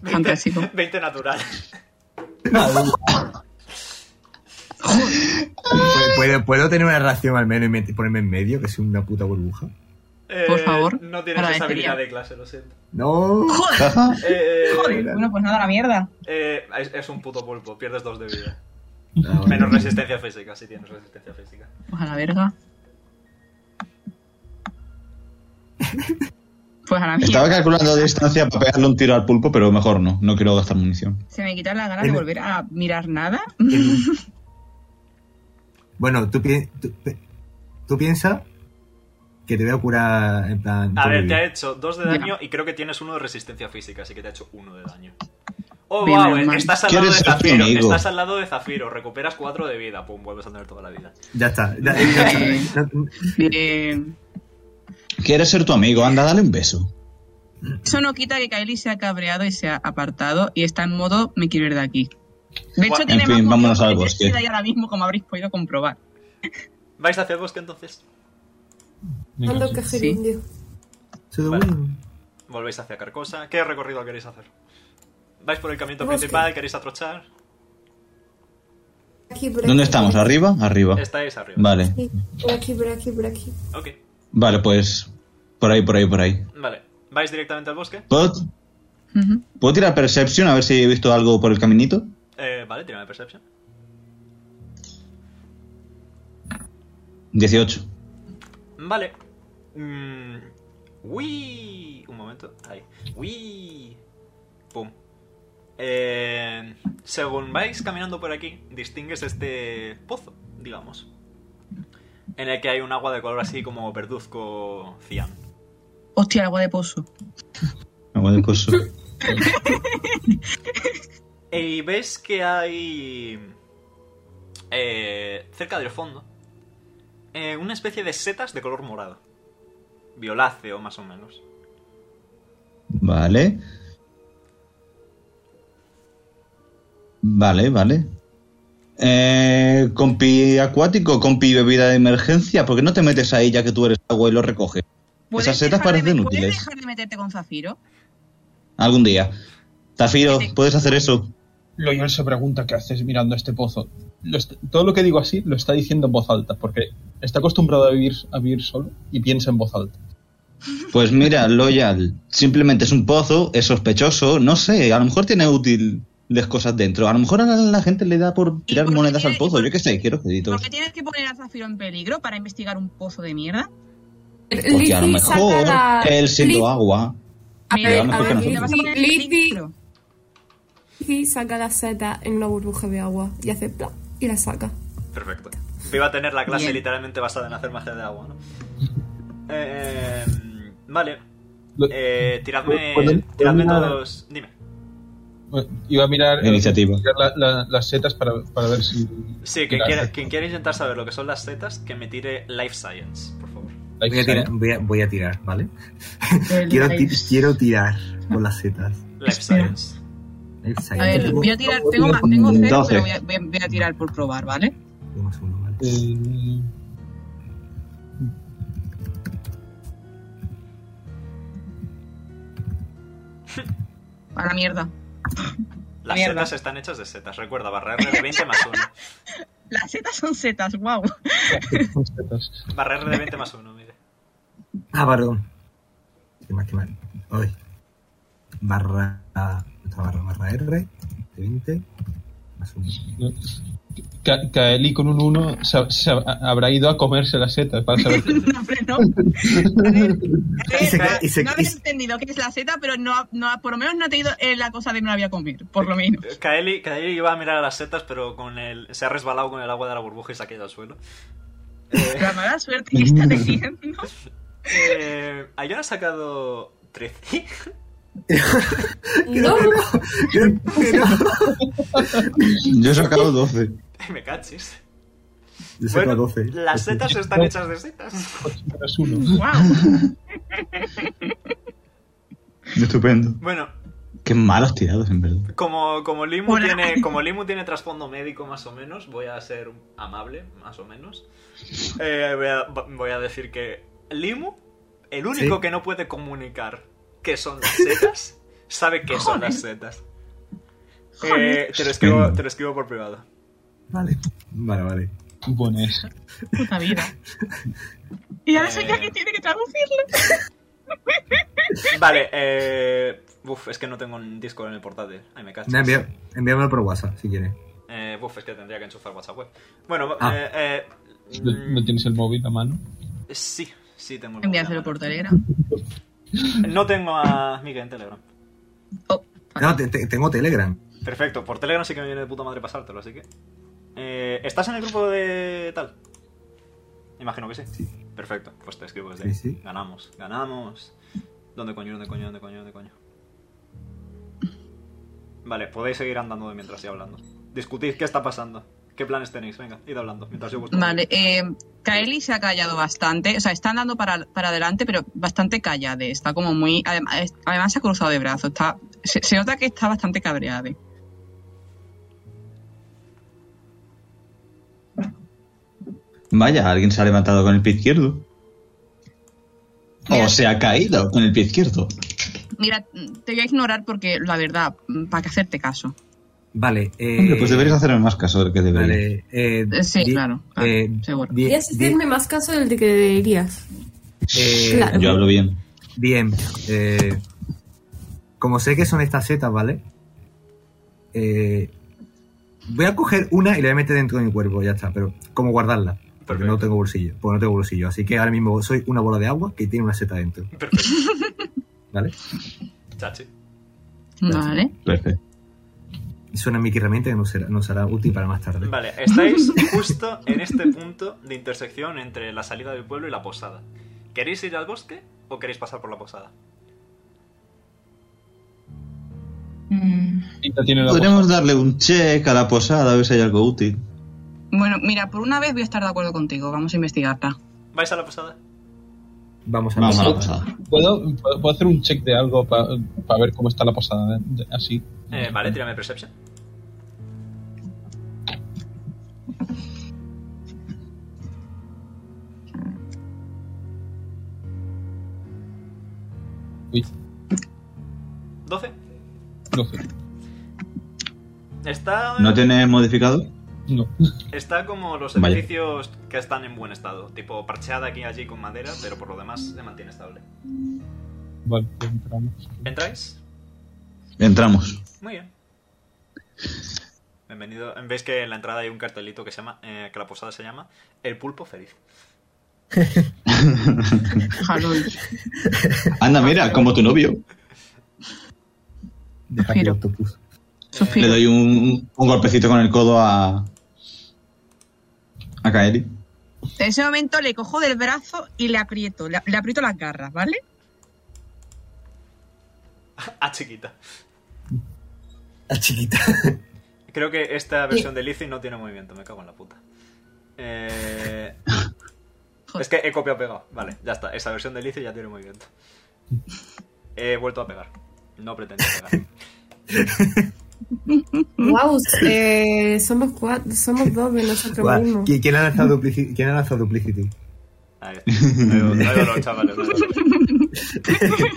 Speaker 6: Fantástico.
Speaker 2: 20 natural.
Speaker 4: ¿Puedo- ¿Puedo, Pues, puedo tener una reacción al menos y met- ponerme en medio, que soy una puta burbuja?
Speaker 2: Eh,
Speaker 6: Por favor, este
Speaker 2: No tienes esa
Speaker 6: agradecería.
Speaker 2: habilidad de clase, lo siento.
Speaker 4: No.
Speaker 2: Eh,
Speaker 6: Bueno, pues nada, la mierda.
Speaker 2: eh, es, es un puto pulpo, pierdes dos de vida.
Speaker 4: Ah, vale.
Speaker 2: Menos resistencia física, si tienes resistencia física.
Speaker 6: Pues a la verga. Pues a la
Speaker 8: Estaba
Speaker 6: mierda.
Speaker 8: calculando distancia para pegarle un tiro al pulpo, pero mejor no. No quiero gastar munición.
Speaker 6: Se me quitan las ganas de volver a mirar nada.
Speaker 4: Bueno, tú, pi- tú, pi- tú piensas que te voy a curar en plan.
Speaker 2: A
Speaker 4: todo
Speaker 2: ver,
Speaker 4: el
Speaker 2: te ha
Speaker 4: día.
Speaker 2: hecho dos de daño y creo que tienes uno de resistencia física, así que te ha hecho uno de daño. Oh,
Speaker 6: Bien,
Speaker 2: wow,
Speaker 6: hermano.
Speaker 2: estás al lado de
Speaker 8: ¿Quieres ser tu
Speaker 2: Zafiro.
Speaker 8: amigo?
Speaker 2: Estás al lado de Zafiro, recuperas cuatro de vida, pum, vuelves a tener toda la vida.
Speaker 4: Ya está. ya- ya está. No-
Speaker 6: Bien.
Speaker 8: Quieres ser tu amigo, anda, dale un beso.
Speaker 6: Eso no quita que Kylie se ha cabreado y se ha apartado y está en modo me quiero ir de aquí. De hecho,
Speaker 2: Bueno,
Speaker 6: tiene
Speaker 8: en fin,
Speaker 6: más
Speaker 8: vámonos al
Speaker 6: motivos que
Speaker 8: bosque.
Speaker 6: decida ahí ahora mismo, como habréis podido comprobar.
Speaker 2: ¿Vais hacia el bosque entonces?
Speaker 7: Venga,
Speaker 5: Ando
Speaker 7: sí.
Speaker 5: que
Speaker 6: Sí.
Speaker 5: jeringueo.
Speaker 4: to the
Speaker 2: Vale.
Speaker 4: wind.
Speaker 2: ¿Volvéis hacia Carcosa? ¿Qué recorrido queréis hacer? ¿Vais por el camino
Speaker 5: Bosque.
Speaker 2: principal? ¿Queréis atrochar?
Speaker 5: Aquí, por
Speaker 8: ¿Dónde
Speaker 5: aquí,
Speaker 8: estamos?
Speaker 5: por aquí.
Speaker 8: ¿Arriba? Arriba.
Speaker 7: Este.
Speaker 2: Estáis arriba.
Speaker 8: Vale.
Speaker 5: Sí, Por aquí, por aquí, por aquí.
Speaker 2: Ok,
Speaker 8: Vale, pues. Por ahí, por ahí, por ahí.
Speaker 2: vale. ¿Vais directamente al bosque?
Speaker 8: ¿Puedo,
Speaker 6: Ujú.
Speaker 8: puedo tirar Perception a ver si he visto algo por el caminito?
Speaker 2: Eh, vale, tírame Perception.
Speaker 8: 18.
Speaker 2: Vale. Mm, uy. Un momento. Ahí. Uy. Pum. Eh, según vais caminando por aquí, distingues este pozo, digamos. En el que hay un agua de color así como verduzco cian.
Speaker 6: Hostia, el agua de pozo.
Speaker 8: Agua
Speaker 6: [LAUGHS]
Speaker 8: de pozo.
Speaker 2: Y ves que hay. eh, cerca del fondo. eh, una especie de setas de color morado. Violáceo, más o menos.
Speaker 8: Vale. Vale, vale. Eh, compi acuático, compi bebida de emergencia, ¿por qué no te metes ahí ya que tú eres agua y lo recoges?
Speaker 6: ¿Puedes
Speaker 8: Esas setas
Speaker 6: dejar de-
Speaker 8: parecen
Speaker 6: ¿Puedes
Speaker 8: útiles.
Speaker 6: dejar de meterte con Zafiro?
Speaker 8: Algún día. Zafiro,
Speaker 6: Sí.
Speaker 8: ¿puedes hacer eso?
Speaker 7: Loyal se pregunta qué haces mirando este pozo. Lo est- todo lo que digo así lo está diciendo en voz alta, porque está acostumbrado a vivir, a vivir solo y piensa en voz alta.
Speaker 8: Pues mira, Loyal, simplemente es un pozo, es sospechoso, no sé, a lo mejor tiene útiles cosas dentro. A lo mejor a la, la gente le da por tirar
Speaker 6: por qué
Speaker 8: monedas al
Speaker 6: tiene-
Speaker 8: pozo,
Speaker 6: y por-
Speaker 8: yo qué sé, quiero créditos.
Speaker 6: ¿Por qué tienes que poner a Zafiro en peligro para investigar un pozo de mierda?
Speaker 8: Porque a lo
Speaker 5: Lizzy saca
Speaker 8: mejor
Speaker 5: la-
Speaker 8: él
Speaker 5: Liz-
Speaker 8: siendo agua.
Speaker 5: A
Speaker 6: Mira,
Speaker 8: ver,
Speaker 6: ¿por
Speaker 8: a ver,
Speaker 6: qué le vas a poner en
Speaker 5: Lizzy-
Speaker 6: peligro?
Speaker 5: Lizzy saca la seta en una burbuja de agua y hace plop y la saca.
Speaker 2: Perfecto. Iba a tener la clase
Speaker 6: Bien.
Speaker 2: literalmente basada en hacer magia de agua, ¿no? Eh, vale.
Speaker 7: Lo-
Speaker 2: Eh, tiradme,
Speaker 7: ¿Pueden- pueden
Speaker 2: tiradme
Speaker 7: mirar?
Speaker 2: todos. Dime.
Speaker 7: Bueno, Iba a mirar,
Speaker 8: Iniciativa.
Speaker 7: mirar la- la- las setas para, para ver si...
Speaker 2: Sí, quien
Speaker 7: Mira,
Speaker 2: quiera, quien quiera intentar saber lo que son las setas, que me tire Life Science, por favor.
Speaker 7: hay
Speaker 4: Voy a, tirar, voy, a, voy a tirar, ¿vale? [LAUGHS] Quiero, ti- quiero tirar con las setas.
Speaker 2: Life
Speaker 6: Espera.
Speaker 2: Science.
Speaker 6: A ver, voy a tirar, tengo, ma- tengo cero, pero voy a, voy a- voy a tirar por probar, ¿vale?
Speaker 4: Tenemos uno, ¿vale?
Speaker 7: Eh,
Speaker 6: A la mierda.
Speaker 2: Las
Speaker 6: Mierda.
Speaker 2: setas están hechas de setas. Recuerda, barrerle de 20 más 1.
Speaker 6: Las setas son setas, wow.
Speaker 7: son setas.
Speaker 2: Barrerle de 20 más 1, mire.
Speaker 4: Ah, perdón. Qué mal, qué mal. Hoy. Barra. Nuestra barra, barra R. De 20. Más un.
Speaker 7: Ka- Kaeli con un 1 se, se habrá ido a comerse las setas para saber...
Speaker 6: [LAUGHS] No, hombre, no. A ver, a
Speaker 4: Y se
Speaker 6: ver,
Speaker 4: queda- y se-
Speaker 6: no habéis
Speaker 4: y-
Speaker 6: entendido qué es la seta, pero no, ha- no, ha- por lo menos no te he ido en la cosa de me la voy a comer, por lo menos.
Speaker 2: Kaeli, Kaeli iba a mirar a las setas, pero con el, se ha resbalado con el agua de la burbuja y se ha caído al suelo. Eh,
Speaker 6: La mala suerte que está teniendo.
Speaker 2: eh, Ayora ha sacado 13.
Speaker 4: Que no, que no, que no.
Speaker 8: Yo he sacado 12.
Speaker 2: [LAUGHS] Me cachis.
Speaker 4: [LAUGHS] Yo he sacado
Speaker 2: Bueno,
Speaker 4: 12.
Speaker 2: las setas están hechas de setas.
Speaker 7: Tras uno.
Speaker 8: [LAUGHS] Estupendo.
Speaker 2: Bueno,
Speaker 8: Qué malos tirados, en verdad.
Speaker 2: como, como, Limu
Speaker 6: Hola.
Speaker 2: tiene, como Limu tiene trasfondo médico más o menos, voy a ser amable, más o menos. Eh, voy, a, voy a decir que Limu, el único
Speaker 4: Sí.
Speaker 2: que no puede comunicar qué son las setas, sabe qué son las setas. Eh, te, lo escribo, te lo escribo por privado.
Speaker 4: Vale, vale, vale.
Speaker 7: Bueno, es.
Speaker 6: Puta vida. Y ahora soy yo
Speaker 2: Eh.
Speaker 6: que tiene que traducirlo.
Speaker 2: Vale, eh, uf, es que no tengo un disco en el portátil. Ay, me cachas.
Speaker 4: Me envía- envíamelo por WhatsApp si quieres.
Speaker 2: Eh, buf, es que tendría que enchufar WhatsApp web. Bueno,
Speaker 4: Ah.
Speaker 2: eh, eh,
Speaker 7: ¿No
Speaker 2: mm,
Speaker 7: no tienes el móvil a mano?
Speaker 2: Eh, sí, sí tengo. el
Speaker 6: Enviárselo por
Speaker 2: móvil a
Speaker 6: telera.
Speaker 2: mano. No tengo a Miguel en Telegram.
Speaker 6: Oh,
Speaker 4: No, te- te- tengo Telegram.
Speaker 2: Perfecto, por Telegram sí que me viene de puta madre pasártelo, así que. Eh, ¿Estás en el grupo de tal? Imagino que sí. Perfecto, pues te escribo desde ahí.
Speaker 4: Sí, sí.
Speaker 2: Ganamos, ganamos. ¿Dónde coño, dónde coño, dónde coño, dónde coño? Vale, podéis seguir andando de mientras y hablando. Discutid qué está pasando. ¿Qué planes tenéis? Venga, id hablando mientras yo busco.
Speaker 6: Vale, eh, Kaeli se ha callado bastante, o sea, está andando para, para adelante, pero bastante callada, está como muy... Además, es- además se ha cruzado de brazos, está, se, se nota que está bastante cabreada.
Speaker 8: Vaya, alguien se ha levantado con el pie izquierdo. O se ha caído con el pie izquierdo.
Speaker 6: Mira, te voy a ignorar porque, la verdad, mm, ¿para qué hacerte caso?
Speaker 4: Vale, eh.
Speaker 8: Hombre, pues deberías hacerme más caso del que debería.
Speaker 4: Vale, eh.
Speaker 6: Eh, Sí,
Speaker 4: die-
Speaker 6: claro, claro,
Speaker 4: eh,
Speaker 6: seguro.
Speaker 4: die-
Speaker 5: Deberías hacerme más caso del de que deberías.
Speaker 4: eh,
Speaker 5: Claro.
Speaker 8: Yo hablo bien.
Speaker 4: Bien, eh, como sé que son estas setas, ¿vale? Eh, voy a coger una y la voy a meter dentro de mi cuerpo, ya está, pero ¿cómo guardarla? Porque
Speaker 2: Perfecto.
Speaker 4: no tengo bolsillo, porque no tengo bolsillo, así que ahora mismo soy una bola de agua que tiene una seta dentro,
Speaker 2: Perfecto,
Speaker 4: ¿vale?
Speaker 2: chachi.
Speaker 6: Vale.
Speaker 8: Perfecto.
Speaker 4: Es una micro herramienta que nos será, nos será útil para más tarde.
Speaker 2: Vale, estáis justo en este punto de intersección entre la salida del pueblo y la posada. ¿Queréis ir al bosque o queréis pasar por la posada?
Speaker 6: Mm,
Speaker 7: Pinta tiene la voz.
Speaker 8: Podríamos darle un check a la posada a ver si hay algo útil.
Speaker 6: Bueno, mira, por una vez voy a estar de acuerdo contigo, vamos a investigarla.
Speaker 2: ¿Vais a la posada?
Speaker 4: Vamos a
Speaker 8: Vamos a la
Speaker 4: pasar.
Speaker 8: posada.
Speaker 7: ¿Puedo, puedo puedo hacer un check de algo para ver cómo está la posada? de- de- así.
Speaker 2: Eh, vale, tírame Perception.
Speaker 7: Uy.
Speaker 2: 12.
Speaker 7: Doce.
Speaker 2: Está,
Speaker 8: ¿No tienes modificado?
Speaker 7: No. [LAUGHS]
Speaker 2: está como los
Speaker 8: Vaya.
Speaker 2: edificios que están en buen estado, tipo parcheada aquí y allí con madera, pero por lo demás se mantiene estable.
Speaker 7: Vale, pues entramos.
Speaker 2: ¿Entráis?
Speaker 8: Entramos.
Speaker 2: Muy bien. Bienvenido. Veis que en la entrada hay un cartelito que se llama, eh, que la posada se llama El Pulpo Feliz. [LAUGHS]
Speaker 6: Harold,
Speaker 8: Anda, mira, como tu novio.
Speaker 4: Deja que
Speaker 6: Giro.
Speaker 4: octopus.
Speaker 8: Le
Speaker 6: suspiro.
Speaker 8: doy un, un golpecito con el codo a. a Kaeli.
Speaker 6: En ese momento le cojo del brazo y le aprieto, le, le aprieto las garras, ¿vale?
Speaker 2: Ah, chiquita.
Speaker 4: La chiquita.
Speaker 2: Creo que esta versión de Lizzie no tiene movimiento, me cago en la puta. Eh, es que he copiado pegado. Vale, ya está. Esa versión de Lizzie ya tiene movimiento. He vuelto a pegar. No pretendo pegar.
Speaker 5: Wow, eh, somos cuatro, somos dos de
Speaker 4: [LAUGHS]
Speaker 5: nosotros
Speaker 4: Guau,
Speaker 5: mismos.
Speaker 4: ¿qui- ¿Quién ha lanzado duplici- quién ha lanzado Duplicity?
Speaker 2: Ahí está. No hay dolor, no hay dolor, chavales. no hay dolor.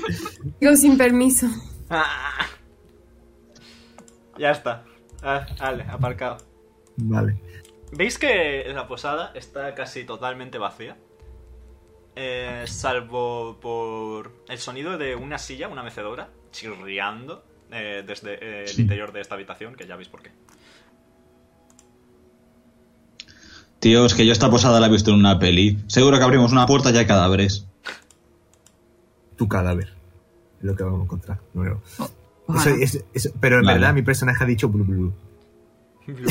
Speaker 5: Digo sin permiso.
Speaker 2: Ah. Ya está. Ah, vale, aparcado.
Speaker 4: Vale.
Speaker 2: ¿Veis que la posada está casi totalmente vacía? Eh, salvo por el sonido de una silla, una mecedora, chirriando eh, desde eh, el interior de esta habitación, que ya veis por qué.
Speaker 8: Tío, es que yo esta posada la he visto en una peli. Seguro que abrimos una puerta y hay cadáveres.
Speaker 4: Tu cadáver. Es lo que vamos a encontrar. Nuevo. Eso,
Speaker 6: Ojalá.
Speaker 4: eso- eso- pero en
Speaker 8: Vale.
Speaker 4: verdad mi personaje ha dicho blu blu.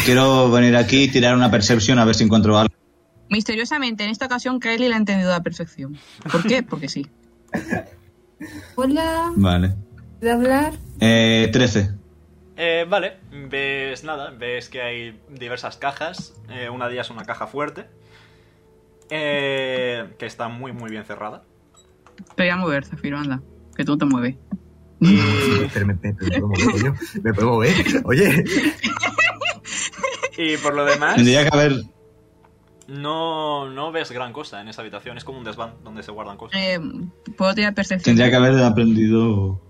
Speaker 8: Quiero venir aquí y tirar una percepción a ver si encuentro algo.
Speaker 6: Misteriosamente, en esta ocasión, Kylie la ha entendido a la perfección. ¿Por qué? Porque sí.
Speaker 5: Hola.
Speaker 8: Vale.
Speaker 5: ¿Puedo hablar?
Speaker 8: Eh, 13.
Speaker 2: Eh, vale, ves nada, ves que hay diversas cajas. eh, una de ellas es una caja fuerte. eh, que está muy, muy bien cerrada.
Speaker 6: Te voy a mover, Zafiro, anda. Que tú te mueves.
Speaker 4: [LAUGHS] Pero me, me- me puedo mover, coño. Me puedo mover. Oye,
Speaker 2: Y por lo demás,
Speaker 8: Tendría que haber.
Speaker 2: no, no ves gran cosa en esa habitación. Es como un desván donde se guardan cosas.
Speaker 6: Eh, ¿Puedo tirar percepción?
Speaker 8: Tendría que haber aprendido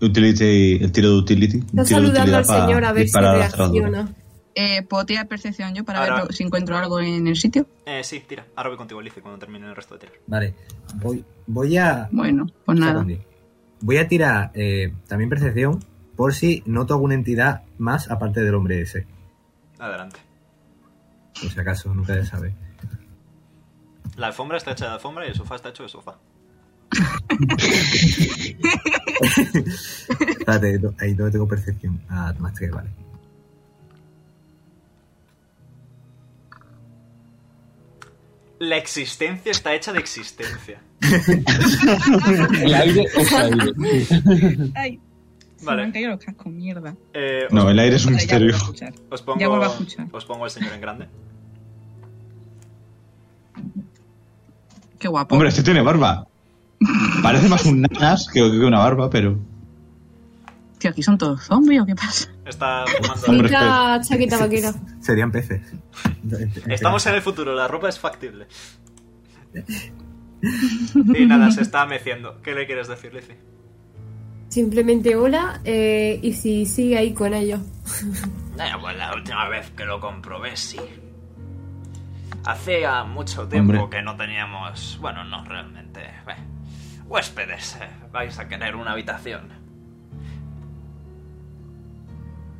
Speaker 8: utility, el tiro de utility.
Speaker 5: Está
Speaker 8: el tiro de
Speaker 5: saludando
Speaker 8: utilidad
Speaker 5: al
Speaker 8: para
Speaker 5: señor a ver si
Speaker 8: disparar a la cerradura.
Speaker 5: reacciona.
Speaker 6: Eh, ¿Puedo tirar percepción yo para
Speaker 2: Ahora.
Speaker 6: ver si encuentro algo en el sitio?
Speaker 2: Eh, sí, tira. Ahora voy contigo, Lice, cuando termine el resto de tirar.
Speaker 4: vale. Voy, voy a.
Speaker 6: Bueno, pues nada.
Speaker 4: Secondi. Voy a tirar eh, también percepción por si noto alguna entidad más aparte del hombre ese.
Speaker 2: Adelante.
Speaker 4: Por si acaso, nunca se sabe.
Speaker 2: La alfombra está hecha de alfombra y el sofá está hecho de sofá.
Speaker 4: Espérate, no- ahí no tengo percepción. Ah, más tres, vale.
Speaker 2: La existencia está hecha de existencia.
Speaker 7: [LAUGHS] El aire es aire.
Speaker 6: Ay,
Speaker 2: Vale.
Speaker 6: se me han caído los cascos, mierda.
Speaker 2: Eh,
Speaker 8: No, el aire es un
Speaker 6: Vale, ya vuelvo
Speaker 8: misterio.
Speaker 6: a escuchar.
Speaker 2: os, pongo,
Speaker 6: ya vuelvo a escuchar.
Speaker 2: os pongo el señor en grande.
Speaker 6: Qué guapo.
Speaker 8: Hombre, este tiene barba. Parece más un nanas que, que una barba, pero.
Speaker 6: Tío, aquí son todos zombies o qué pasa?
Speaker 2: Está fumando.
Speaker 8: Hombre,
Speaker 5: Chaquita, chaquita vaquera.
Speaker 4: Serían peces.
Speaker 2: Estamos en el futuro, la ropa es factible. Y nada, se está meciendo. ¿Qué le quieres decir, Lizzie?
Speaker 5: Simplemente hola eh, y si sigue ahí con ellos.
Speaker 2: pues la última vez que lo comprobé, sí. Hacía mucho
Speaker 8: tiempo
Speaker 2: tiempo
Speaker 8: Hombre.
Speaker 2: que no teníamos. Bueno, no realmente. eh, huéspedes, vais a querer una habitación.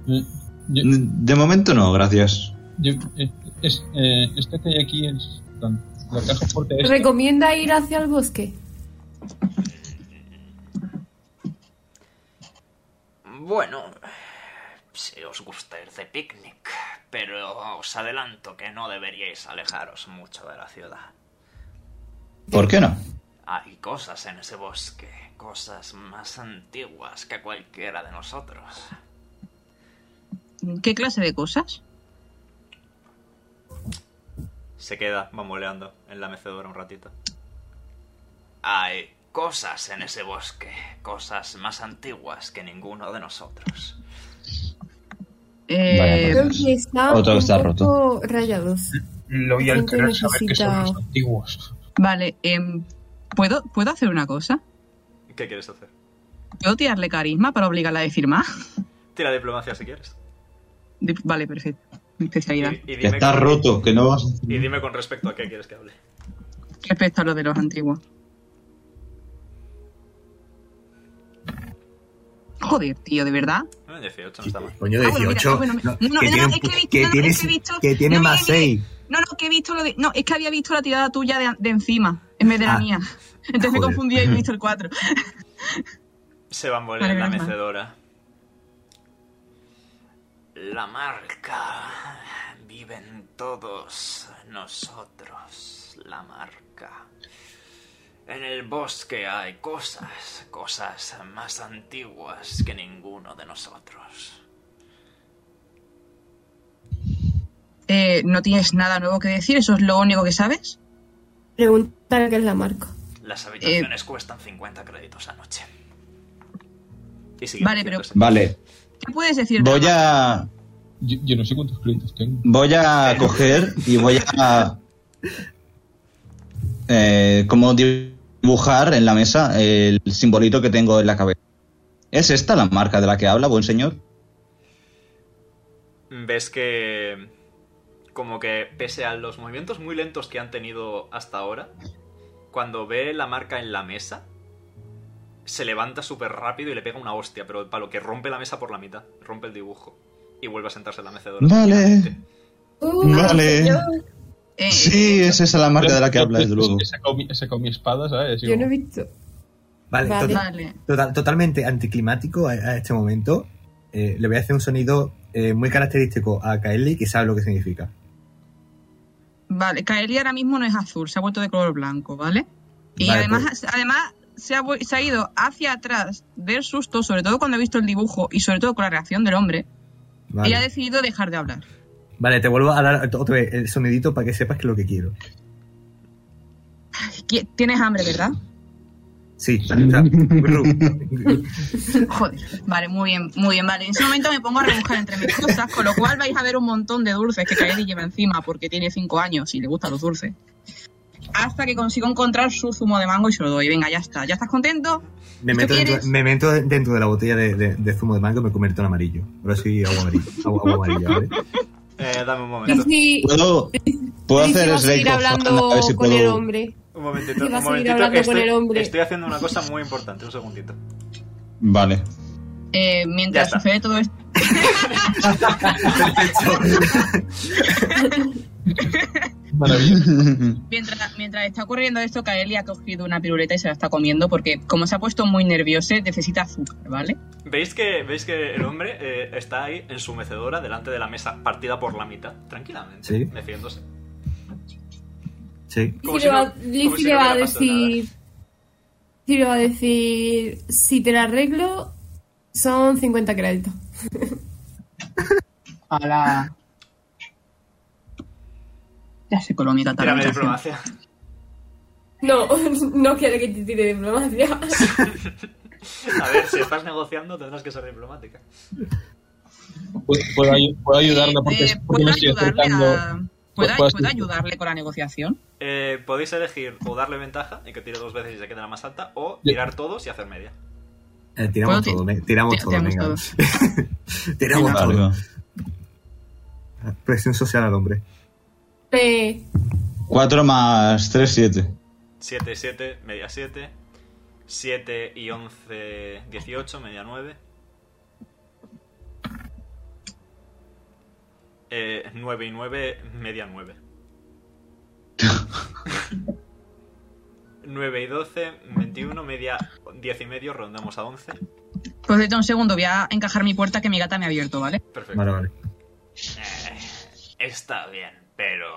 Speaker 7: Eh, yo-
Speaker 8: De momento no, gracias.
Speaker 7: yo- eh, es- eh, esta que hay aquí es tan- la caja fuerte esta.
Speaker 5: ¿Recomienda ir hacia el bosque?
Speaker 2: Bueno, si os gusta ir de picnic, pero os adelanto que no deberíais alejaros mucho de la ciudad.
Speaker 8: ¿Por qué no?
Speaker 2: Hay cosas en ese bosque, cosas más antiguas que cualquiera de nosotros.
Speaker 6: ¿Qué clase de cosas?
Speaker 2: Se queda bamboleando en la mecedora un ratito. Hay cosas en ese bosque, cosas más antiguas que ninguno de nosotros.
Speaker 6: Eh,
Speaker 8: Vaya, pues.
Speaker 5: Creo que está
Speaker 8: Otro
Speaker 5: un
Speaker 8: está
Speaker 5: poco rayados.
Speaker 7: Lo voy a
Speaker 5: Gente
Speaker 7: querer saber que son
Speaker 5: necesita-
Speaker 7: los antiguos.
Speaker 6: vale, em, ¿puedo, ¿puedo hacer una cosa?
Speaker 2: ¿Qué quieres hacer?
Speaker 6: ¿Puedo tirarle carisma para obligarla a decir más?
Speaker 2: Tira diplomacia si quieres.
Speaker 6: Di- Vale, perfecto. Mi especialidad.
Speaker 8: Que está
Speaker 2: con,
Speaker 8: roto, que no vas.
Speaker 2: y dime con respecto a qué quieres que hable.
Speaker 6: Respecto a lo de los antiguos. Joder, tío, de verdad.
Speaker 2: Eh, 18 no está mal.
Speaker 4: Coño,
Speaker 6: Ah, bueno,
Speaker 4: 18.
Speaker 6: mira, ah, bueno,
Speaker 4: no,
Speaker 6: no, no,
Speaker 4: que
Speaker 6: no,
Speaker 4: tiene
Speaker 6: es
Speaker 4: un
Speaker 6: que he
Speaker 4: pu-
Speaker 6: visto-
Speaker 4: que
Speaker 6: no,
Speaker 4: tiene
Speaker 6: es que he
Speaker 4: si-
Speaker 6: visto-
Speaker 4: que tiene
Speaker 6: no,
Speaker 4: más
Speaker 6: mira, mira.
Speaker 4: 6.
Speaker 6: No, no, que he visto lo de. No, es que había visto la tirada tuya de, de encima, en vez de la
Speaker 4: Ah.
Speaker 6: mía. Entonces me
Speaker 4: Joder.
Speaker 6: confundí y he visto el
Speaker 8: [LAUGHS]
Speaker 6: 4.
Speaker 2: Se bambolea
Speaker 6: Vale,
Speaker 2: en la
Speaker 6: menos mal.
Speaker 2: mecedora. La marca vive en todos nosotros. La marca. En el bosque hay cosas, cosas más antiguas que ninguno de nosotros.
Speaker 6: Eh, no tienes nada nuevo que decir, eso es lo único que sabes.
Speaker 5: Pregunta qué es la marca.
Speaker 2: Las
Speaker 6: Eh.
Speaker 2: habitaciones cuestan 50 créditos anoche. Y sigue
Speaker 6: Vale, pero-
Speaker 2: metiéndose.
Speaker 8: Vale,
Speaker 6: ¿Qué puedes decir?
Speaker 8: voy a.
Speaker 7: Yo, yo no sé cuántos créditos tengo.
Speaker 8: Voy a coger y voy a. eh, como dibujar en la mesa el simbolito que tengo en la cabeza. ¿Es esta la marca de la que habla, buen señor?
Speaker 2: ves que como que pese a los movimientos muy lentos que han tenido hasta ahora, cuando ve la marca en la mesa, se levanta súper rápido y le pega una hostia, pero para lo que rompe la mesa por la mitad, rompe el dibujo y vuelve a sentarse en la mecedora.
Speaker 8: Vale.
Speaker 5: Uh,
Speaker 8: Vale.
Speaker 5: señor,
Speaker 6: Eh,
Speaker 8: Sí, es esa la marca de la que habla, desde luego.
Speaker 7: He sacado pues, mi, he sacado mi espada, ¿sabes?
Speaker 5: Yo no he visto.
Speaker 4: Vale,
Speaker 5: Vale.
Speaker 4: total-
Speaker 6: Vale.
Speaker 4: total- totalmente anticlimático a, a este momento. Eh, le voy a hacer un sonido eh, muy característico a Kaeli que sabe lo que significa.
Speaker 6: Vale, Kaeli ahora mismo no es azul, se ha vuelto de color blanco, ¿vale? Y
Speaker 4: Vale,
Speaker 8: pues.
Speaker 6: además, además se ha, vu- se ha ido hacia atrás del susto, sobre todo cuando ha visto el dibujo y sobre todo con la reacción del hombre,
Speaker 4: Vale.
Speaker 6: y ha decidido dejar de hablar.
Speaker 4: Vale, te vuelvo a dar otra vez el sonidito para que sepas que es lo que quiero.
Speaker 6: ¿Qui- Tienes hambre, ¿verdad?
Speaker 4: Sí. o sea,
Speaker 6: [LAUGHS]
Speaker 4: Gru.
Speaker 6: Joder, vale, muy bien, muy bien, vale. En ese momento me pongo a rebujar entre mis cosas, con lo cual vais a ver un montón de dulces que Kaeli lleva encima porque tiene 5 años y le gustan los dulces. Hasta que consigo encontrar su zumo de mango y se lo doy. Venga, ya está. ¿Ya estás contento?
Speaker 4: me,
Speaker 6: ¿Tú
Speaker 4: meto dentro,
Speaker 6: quieres?
Speaker 4: me meto dentro de la botella de, de- de zumo de mango y me convierto en amarillo. Ahora sí, agua amarilla. Agua, agua amarilla, ¿vale?
Speaker 2: Eh, dame un
Speaker 5: Y
Speaker 2: momento. [LAUGHS]
Speaker 5: si,
Speaker 8: ¿Puedo, puedo
Speaker 5: y si
Speaker 8: hacer
Speaker 5: vas a
Speaker 8: Slate
Speaker 5: seguir
Speaker 8: of Hand,
Speaker 5: hablando
Speaker 8: a ver si
Speaker 5: con
Speaker 8: puedo-
Speaker 5: el hombre.
Speaker 2: Un momentito,
Speaker 5: Que va a
Speaker 2: un
Speaker 5: seguir
Speaker 2: momentito.
Speaker 5: hablando
Speaker 2: Que
Speaker 5: con
Speaker 2: estoy,
Speaker 5: el hombre.
Speaker 2: estoy haciendo una cosa muy importante, un segundito.
Speaker 8: [LAUGHS] Vale.
Speaker 6: Eh, mientras
Speaker 2: Ya está.
Speaker 6: sucede todo esto.
Speaker 7: Maravilloso.
Speaker 6: Mientras, mientras está ocurriendo esto, Kaeli ha cogido una piruleta y se la está comiendo porque, como se ha puesto muy nervioso, necesita azúcar, ¿vale?
Speaker 2: ¿Veis que, veis que el hombre eh, está ahí en su mecedora delante de la mesa, partida por la mitad, tranquilamente,
Speaker 4: Sí.
Speaker 2: meciéndose?
Speaker 4: Sí.
Speaker 2: Como
Speaker 5: Lizzie
Speaker 2: si
Speaker 5: le va,
Speaker 2: no-
Speaker 5: Lizzie
Speaker 2: como si
Speaker 5: le
Speaker 2: no
Speaker 5: va a
Speaker 2: hubiera pasado nada.
Speaker 5: decir. Lizzie le va a decir. Si te la arreglo, son 50 créditos.
Speaker 6: A la. Ya se coló mi
Speaker 2: Tírame de
Speaker 6: catarata.
Speaker 2: diplomacia. [LAUGHS]
Speaker 5: No, no quiere que te tire [LAUGHS] diplomacia.
Speaker 2: A ver, si estás negociando tendrás que ser diplomática.
Speaker 7: Puedo, puedo ayu- puedo ayudarla porque,
Speaker 6: Eh,
Speaker 7: porque
Speaker 6: ¿Puedo
Speaker 7: me estoy
Speaker 6: ayudarle
Speaker 7: acercando.
Speaker 6: a- ¿Puedo,
Speaker 7: Puedo-
Speaker 6: puedo ayudarle con la negociación?
Speaker 2: Eh, podéis elegir o darle ventaja y que tire dos veces y se quede la más alta, o
Speaker 7: Ya.
Speaker 2: tirar todos y hacer media.
Speaker 4: Eh, tiramos
Speaker 6: Puedo ti-
Speaker 4: todo, me- tiramos
Speaker 6: ti-
Speaker 4: todo,
Speaker 6: tiramos
Speaker 4: venga. [LAUGHS] tiramos
Speaker 8: Vale,
Speaker 4: todo.
Speaker 8: va.
Speaker 4: Presión social al hombre.
Speaker 5: Eh,
Speaker 8: 4 más 3, 7.
Speaker 2: 7, 7, media 7. 7 y 11, 18, media 9. Eh, 9 y 9, media 9. 9 y 12, 21, media 10 y medio, rondamos a 11.
Speaker 6: Pues ahorita un segundo, voy a encajar mi puerta que mi gata me ha abierto, ¿vale?
Speaker 2: Perfecto.
Speaker 4: Vale, vale.
Speaker 2: Eh, está bien, pero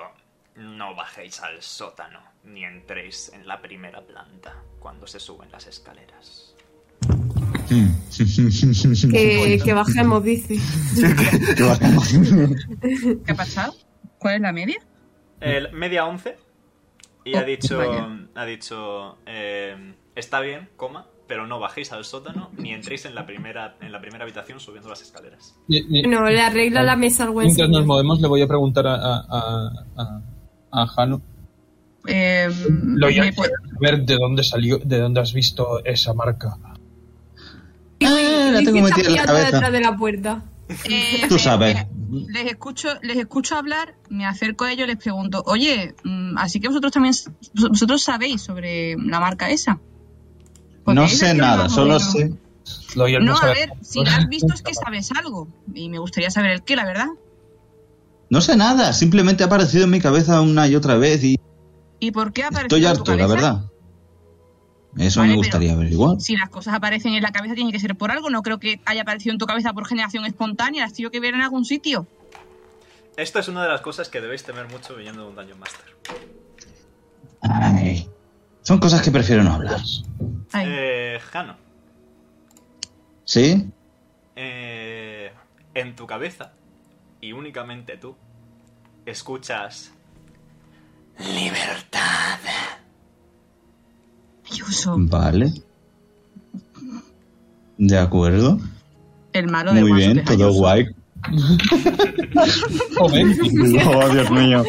Speaker 2: no bajéis al sótano ni entréis en la primera planta cuando se suben las escaleras.
Speaker 8: [LAUGHS]
Speaker 5: que, que bajemos,
Speaker 7: [LAUGHS]
Speaker 5: dice. [LAUGHS]
Speaker 8: Ah,
Speaker 6: ¿Qué ha pasado? ¿Cuál es la media?
Speaker 2: El media once y ha
Speaker 6: Oh,
Speaker 2: dicho,
Speaker 6: vaya.
Speaker 2: ha dicho, eh, está bien, coma, pero no bajéis al sótano ni entréis en la primera, en la primera habitación subiendo las escaleras.
Speaker 7: Ni- ni-
Speaker 5: No, le arreglo la mesa al buen
Speaker 7: Mientras nos
Speaker 5: señor.
Speaker 7: movemos, le voy a preguntar a, a, a, a- a Jano.
Speaker 6: Eh,
Speaker 7: Lo ya-
Speaker 6: me
Speaker 8: [LAUGHS]
Speaker 6: puede-
Speaker 7: a ver de dónde salió, de dónde has visto esa marca.
Speaker 8: Ah, la
Speaker 5: Lizzie
Speaker 8: tengo metida
Speaker 5: está
Speaker 8: en la
Speaker 5: mirando detrás
Speaker 8: cabeza.
Speaker 5: de la puerta.
Speaker 6: eh,
Speaker 8: Tú
Speaker 6: me-
Speaker 8: sabes.
Speaker 6: me- Les escucho, les escucho hablar, me acerco a ellos y les pregunto, oye, mm, así que vosotros también, s- vosotros sabéis sobre la marca esa. Porque
Speaker 8: No
Speaker 6: esa
Speaker 8: sé
Speaker 6: tiene
Speaker 8: nada,
Speaker 6: más o
Speaker 8: solo
Speaker 6: menos-
Speaker 8: sé.
Speaker 7: Lo ya
Speaker 6: No, a
Speaker 7: sabe-
Speaker 6: ver, si la has visto es que sabes algo. Y me gustaría saber el qué, la verdad.
Speaker 8: No sé nada, simplemente ha aparecido en mi cabeza una y otra vez y
Speaker 6: ¿Y por qué aparece en
Speaker 8: estoy
Speaker 6: tu
Speaker 8: harto, la
Speaker 6: cabeza?
Speaker 8: verdad. Eso
Speaker 6: Vale,
Speaker 8: me gustaría averiguar.
Speaker 6: Si las cosas aparecen en la cabeza tiene que ser por algo. No creo que haya aparecido en tu cabeza por generación espontánea. Las tío que ver en algún sitio.
Speaker 2: Esta es una de las cosas que debéis temer mucho viniendo de un Dungeon Master.
Speaker 8: Ay, son cosas que prefiero no hablar.
Speaker 6: Ay,
Speaker 2: Eh, Jano,
Speaker 8: ¿Sí?
Speaker 2: eh, en tu cabeza, y únicamente tú, escuchas... Libertad.
Speaker 6: Ayuso,
Speaker 8: Mm. Vale. De acuerdo.
Speaker 6: el malo de
Speaker 8: Muy
Speaker 6: Guaso,
Speaker 8: bien,
Speaker 6: que es
Speaker 8: todo
Speaker 6: Ayuso.
Speaker 8: guay.
Speaker 7: [LAUGHS] Joder,
Speaker 8: [LAUGHS] Oh, Dios mío.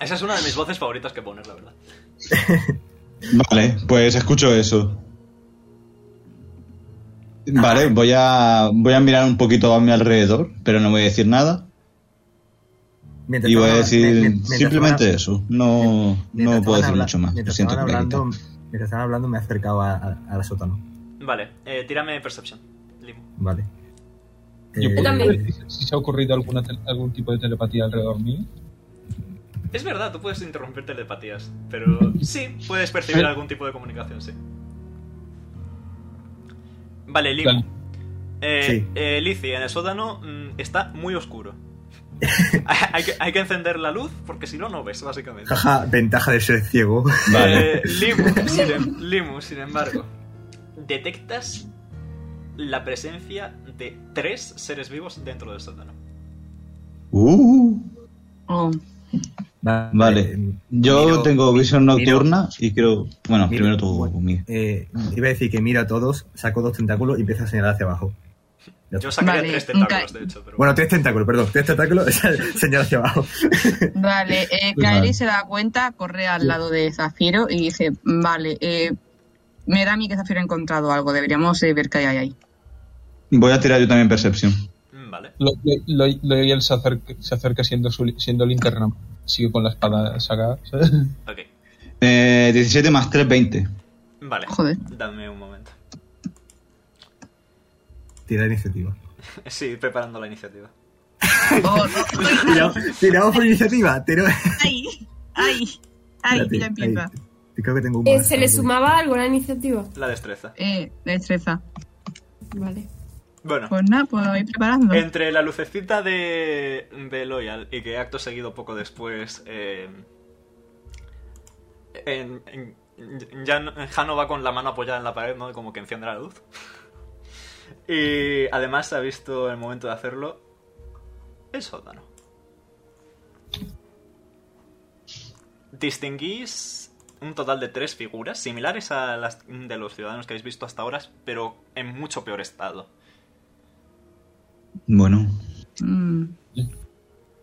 Speaker 2: Esa es una de mis voces favoritas que pones, la verdad.
Speaker 8: Vale, pues escucho eso. Vale, voy a, voy a mirar un poquito a mi alrededor, pero no voy a decir nada.
Speaker 4: Mientras
Speaker 8: Y voy a
Speaker 4: estaban- me- me-
Speaker 8: decir
Speaker 4: mientras
Speaker 8: simplemente
Speaker 4: estaban-
Speaker 8: eso. No,
Speaker 4: mientras
Speaker 8: no puedo
Speaker 4: estaban
Speaker 8: decir
Speaker 4: habla-
Speaker 8: mucho más. Lo
Speaker 4: Mientras
Speaker 8: siento,
Speaker 4: estaban,
Speaker 8: Clarita.
Speaker 4: hablando, mientras estaban hablando, me he acercado a- a- al sótano.
Speaker 2: Vale, eh, tírame Perception, Limo.
Speaker 4: Vale.
Speaker 7: yo
Speaker 4: Eh,
Speaker 7: puedo
Speaker 5: También.
Speaker 7: ver si se ha ocurrido alguna tel- algún tipo de telepatía alrededor mío.
Speaker 2: Es verdad, tú puedes interrumpir telepatías, pero sí, puedes percibir algún tipo de comunicación, sí. Vale, Limo.
Speaker 7: Claro.
Speaker 2: Eh,
Speaker 4: Sí.
Speaker 2: eh, Lizzie, en el sótano mm, está muy oscuro. [LAUGHS] hay, que, hay que encender la luz porque si no, no ves, básicamente.
Speaker 4: Jaja, ventaja de ser ciego.
Speaker 2: Eh, Limu, sin, em- Limu, sin embargo, detectas la presencia de tres seres vivos dentro del sótano.
Speaker 8: Uh,
Speaker 6: Oh,
Speaker 8: [LAUGHS] Vale. yo
Speaker 4: Miro-
Speaker 8: tengo visión
Speaker 4: miro-
Speaker 8: nocturna y quiero. Bueno,
Speaker 4: miro-
Speaker 8: primero tú, conmigo.
Speaker 4: Eh, iba a decir que mira a todos, saco dos tentáculos y empiezo a señalar hacia abajo.
Speaker 2: Yo sacaría
Speaker 6: Vale,
Speaker 2: tres
Speaker 6: nunca-
Speaker 2: tentáculos, de hecho, pero
Speaker 4: Bueno, tres tentáculos, perdón, tres tentáculos, [LAUGHS] señalo hacia abajo.
Speaker 6: Vale,
Speaker 8: [LAUGHS]
Speaker 6: eh, Kairi se da cuenta, corre al lado de Zafiro y dice, vale, eh, me da a mí que Zafiro ha encontrado algo, deberíamos eh, ver qué hay ahí.
Speaker 8: Voy a tirar yo también Percepción.
Speaker 2: Mm, vale.
Speaker 7: Lo- lo- lo- Loyal se acerca, se acerca siendo, su, siendo linterna. Sigue con la espada sacada. ¿sabes? [LAUGHS]
Speaker 2: Ok,
Speaker 8: Eh, 17 más 3, 20.
Speaker 2: vale.
Speaker 6: Joder.
Speaker 2: Dame un momento. [LAUGHS]
Speaker 4: Tira iniciativa.
Speaker 2: Sí, preparando la iniciativa.
Speaker 6: [LAUGHS] Oh,
Speaker 4: Tira- Tiramos por iniciativa, tiro.
Speaker 6: ay, ay, ay,
Speaker 4: Espérate,
Speaker 6: ya empieza.
Speaker 4: ahí. Yo Creo que tengo un
Speaker 5: Eh,
Speaker 4: más.
Speaker 5: ¿Se le sumaba algo a la iniciativa?
Speaker 2: La destreza.
Speaker 6: Eh, destreza.
Speaker 5: Vale.
Speaker 2: Bueno,
Speaker 6: Pues nada, pues voy [LAUGHS] preparando.
Speaker 2: entre la lucecita de, de Loyal y que acto seguido poco después. eh, en- en- ya no- Jano va con la mano apoyada en la pared, ¿no? Como que enciende la luz. [LAUGHS] Y además ha visto el momento de hacerlo. El sótano. Distinguís un total de tres figuras similares a las de los ciudadanos que habéis visto hasta ahora, pero en mucho peor estado.
Speaker 8: Bueno,
Speaker 6: Mm.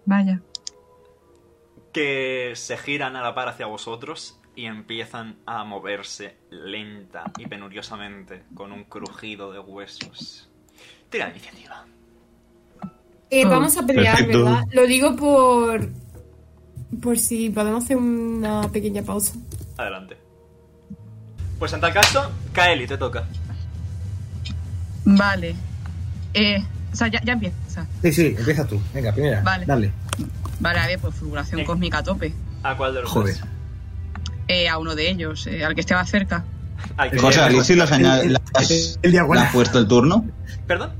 Speaker 6: Vaya.
Speaker 2: que se giran a la par hacia vosotros y empiezan a moverse lenta y penuriosamente con un crujido de huesos. Tira iniciativa.
Speaker 5: Eh,
Speaker 6: Ah,
Speaker 5: vamos a pelear,
Speaker 8: perfecto.
Speaker 5: ¿verdad? Lo digo por. Por si podemos hacer una pequeña pausa.
Speaker 2: Adelante. Pues en tal caso, Kaeli, te toca.
Speaker 6: Vale. Eh, o sea, ya, ya empieza.
Speaker 4: Sí, sí, empiezas tú. Venga, primera.
Speaker 6: Vale.
Speaker 4: Dale.
Speaker 6: Vale, a ver, pues figuración
Speaker 2: Sí.
Speaker 6: cósmica a tope.
Speaker 2: ¿A cuál de los
Speaker 4: Joder.
Speaker 2: dos?
Speaker 6: Eh, a uno de ellos, eh, al que esté más cerca.
Speaker 2: Al que-
Speaker 8: José, Alicia, ¿las añade-
Speaker 4: el-
Speaker 8: las-
Speaker 4: el- el diagonal.
Speaker 8: ¿le has puesto el turno?
Speaker 2: ¿Perdón?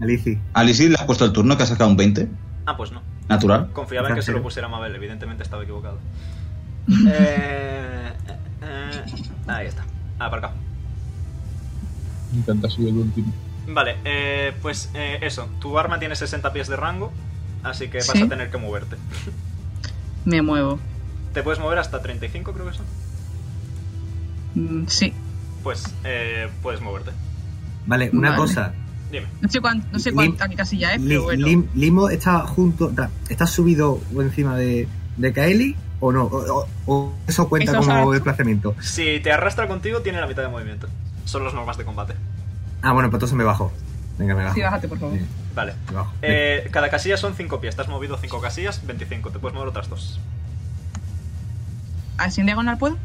Speaker 4: Alici.
Speaker 8: Alicia, ¿le has puesto el turno que ha sacado un 20?
Speaker 2: Ah, pues no.
Speaker 8: Natural.
Speaker 2: Confiaba en que se lo pusiera Mabel, evidentemente estaba
Speaker 8: [LAUGHS]
Speaker 2: equivocado. Eh, eh, ahí está. Aparcado.
Speaker 7: Intenta subir el último.
Speaker 2: Vale, eh, pues eh, eso. Tu arma tiene 60 pies de rango, así que vas
Speaker 6: Sí.
Speaker 2: a tener que moverte.
Speaker 6: Me muevo.
Speaker 2: Te puedes mover hasta 35, creo que son.
Speaker 6: Mm, sí.
Speaker 2: Pues eh, puedes moverte.
Speaker 4: Vale, una
Speaker 6: Vale.
Speaker 4: cosa.
Speaker 2: Dime.
Speaker 6: No sé cuánto, no sé
Speaker 4: Lim-
Speaker 6: cuánta qué casilla es,
Speaker 4: Li-
Speaker 6: pero bueno.
Speaker 4: Lim- Limo está junto. da- ¿Está subido por encima de, de Kaeli o no? O, o- o eso cuenta
Speaker 6: Eso
Speaker 4: como
Speaker 6: sabe.
Speaker 4: desplazamiento?
Speaker 2: Si te arrastra contigo, tiene la mitad de movimiento. Son las normas de combate.
Speaker 4: Ah, bueno, pues entonces me bajo. Venga, me bajo.
Speaker 6: Sí, bájate, por favor.
Speaker 4: Sí,
Speaker 2: Vale.
Speaker 4: me bajo.
Speaker 2: Eh, cada casilla son 5 pies. Te has movido 5 casillas, 25. Te puedes mover otras 2.
Speaker 6: ¿Así en diagonal puedo?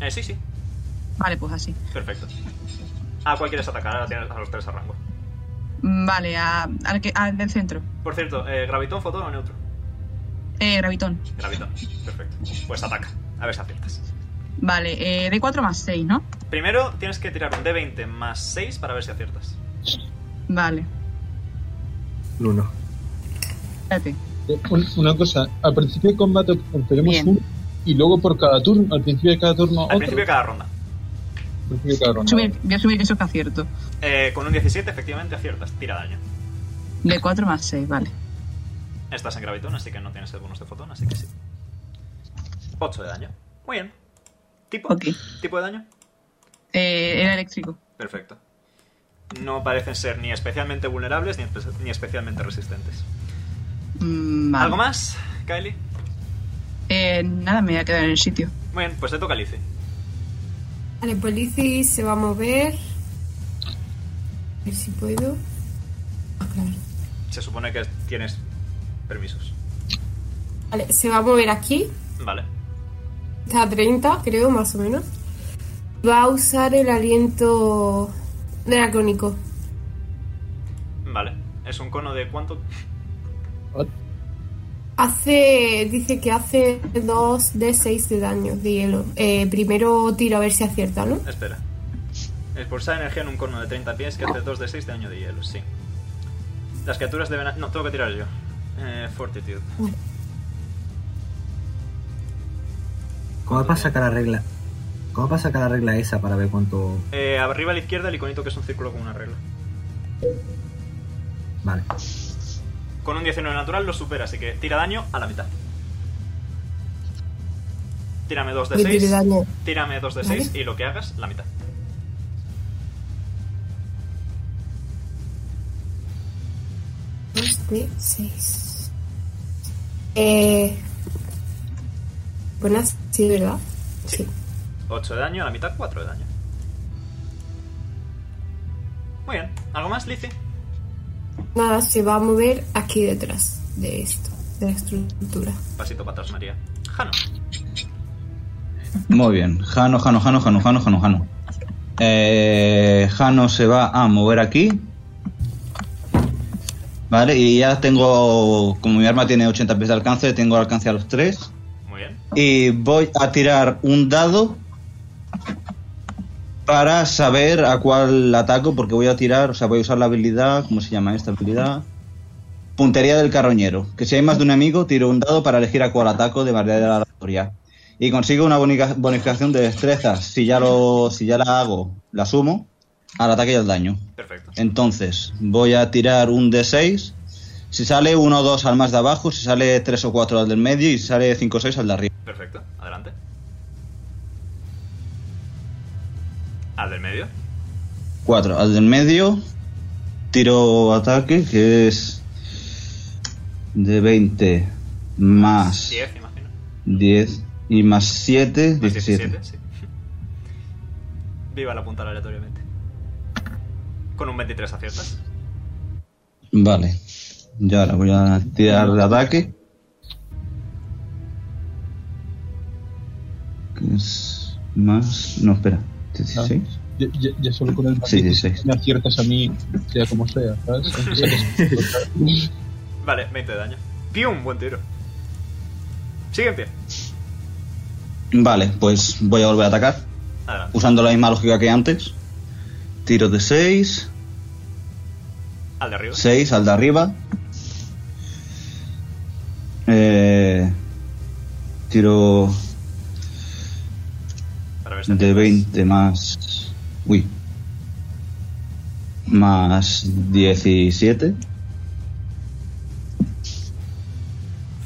Speaker 2: Eh, sí, sí.
Speaker 6: Vale, pues así.
Speaker 2: Perfecto. ¿A cuál quieres atacar? Ahora tienes a los tres a rango.
Speaker 6: Mm, Vale, a- al, que, al del centro.
Speaker 2: Por cierto, eh, ¿gravitón, fotón o neutro?
Speaker 6: Eh, gravitón.
Speaker 2: Gravitón. Perfecto. Pues ataca. A ver si aciertas.
Speaker 6: Vale, eh, de 4 más 6, ¿no?
Speaker 2: Primero tienes que tirar un D20 más 6 para ver si aciertas.
Speaker 6: Vale.
Speaker 4: El uno.
Speaker 6: Espérate.
Speaker 7: Eh, un- Una cosa, al principio del combate tenemos
Speaker 6: Bien.
Speaker 7: uno y luego por cada turno, al principio de cada turno
Speaker 2: Al
Speaker 7: otro.
Speaker 2: principio de cada ronda.
Speaker 7: Al principio de cada ronda.
Speaker 6: Subir- voy a subir eso que acierto.
Speaker 2: Eh, con un 17, efectivamente, aciertas. Tira daño.
Speaker 6: De 4 más 6, vale.
Speaker 2: Estás en gravitón, así que no tienes el bonus de fotón, así que sí. 8 de daño. Muy bien. ¿Tipo?
Speaker 6: Ok.
Speaker 2: ¿Tipo de daño?
Speaker 6: Eh, era eléctrico.
Speaker 2: Perfecto. No parecen ser ni especialmente vulnerables ni, espe- ni especialmente resistentes.
Speaker 6: Mm, vale.
Speaker 2: ¿Algo más, Kylie?
Speaker 6: Eh, nada, me voy a quedar en el sitio.
Speaker 2: Muy bien, pues te toca Lizzie.
Speaker 5: Vale, pues Lizzy se va a mover. A ver si puedo. Ah, claro.
Speaker 2: Se supone que tienes permisos.
Speaker 5: Vale, se va a mover aquí.
Speaker 2: Vale.
Speaker 5: Está a 30, creo, más o menos. Va a usar el aliento dracónico.
Speaker 2: Vale. Es un cono de cuánto.
Speaker 5: Hace. Dice que hace 2 de 6 de daño de hielo. Eh, primero tiro a ver si acierta, ¿no?
Speaker 2: Espera. Expulsar energía en un cono de 30 pies que hace 2 de 6 de daño de hielo, sí. Las criaturas deben. a- No, tengo que tirar yo. Eh, fortitude.
Speaker 4: ¿Cómo pasa sacar la regla? ¿Cómo pasa sacar la regla esa para ver cuánto.
Speaker 2: Eh, arriba a la izquierda el iconito que es un círculo con una regla.
Speaker 4: Vale.
Speaker 2: Con un 19 natural lo supera, así que tira daño a la mitad. Tírame 2 de
Speaker 5: Yo tiré
Speaker 2: 6.
Speaker 5: daño.
Speaker 2: Tírame 2 de
Speaker 5: Vale.
Speaker 2: 6 y lo que hagas, la mitad.
Speaker 5: Dos de seis. Eh. Buenas, sí, ¿verdad? Sí.
Speaker 2: 8 de daño, a la mitad 4 de daño. Muy bien. ¿Algo más, Lizzie?
Speaker 5: Nada, se va a mover aquí detrás de esto, de la estructura.
Speaker 2: Pasito para atrás, María. Jano.
Speaker 8: Muy bien. Jano, Jano, Jano, Jano, Jano, Jano, Jano. Eh, Jano se va a mover aquí. Vale, y ya tengo. Como mi arma tiene 80 pies de alcance, tengo alcance a los 3.
Speaker 2: Muy bien.
Speaker 8: Y voy a tirar un dado para saber a cuál ataco, porque voy a tirar, o sea, voy a usar la habilidad, ¿cómo se llama esta habilidad? Puntería del carroñero, que si hay más de un enemigo, tiro un dado para elegir a cuál ataco de manera aleatoria. Y consigo una bonica- bonificación de destrezas, si ya, lo, si ya la hago, la sumo al ataque y al daño.
Speaker 2: Perfecto.
Speaker 8: Entonces, voy a tirar un D6. Si sale 1 o 2 al más de abajo, si sale 3 o 4 al del medio y si sale 5 o 6 al de arriba.
Speaker 2: Perfecto. Adelante. Al del medio.
Speaker 8: 4 al del medio. Tiro ataque, que es de 20 más
Speaker 2: 10, imagino.
Speaker 8: 10 y más 7,
Speaker 2: Más
Speaker 8: 17.
Speaker 2: 17, sí. Viva la punta aleatoriamente. Con un 23 aciertas.
Speaker 8: Vale. Y ahora voy a tirar de ataque. Que es más... No, espera. 16.
Speaker 7: Ya, ya- ya solo con el
Speaker 8: Sí,
Speaker 7: matiz
Speaker 8: 16.
Speaker 7: me aciertas a mí, sea como sea, ¿sabes? Aunque saques-
Speaker 2: Vale, 20 de daño. ¡Pium! Buen tiro. Sigue en pie.
Speaker 8: Vale, pues voy a volver a atacar.
Speaker 2: Adelante.
Speaker 8: Usando la misma lógica que antes. Tiro de 6.
Speaker 2: Al de arriba.
Speaker 8: 6 al de arriba. Eh, tiro
Speaker 2: Para ver si
Speaker 8: de
Speaker 2: aciertas.
Speaker 8: 20 más. Uy. Más 17.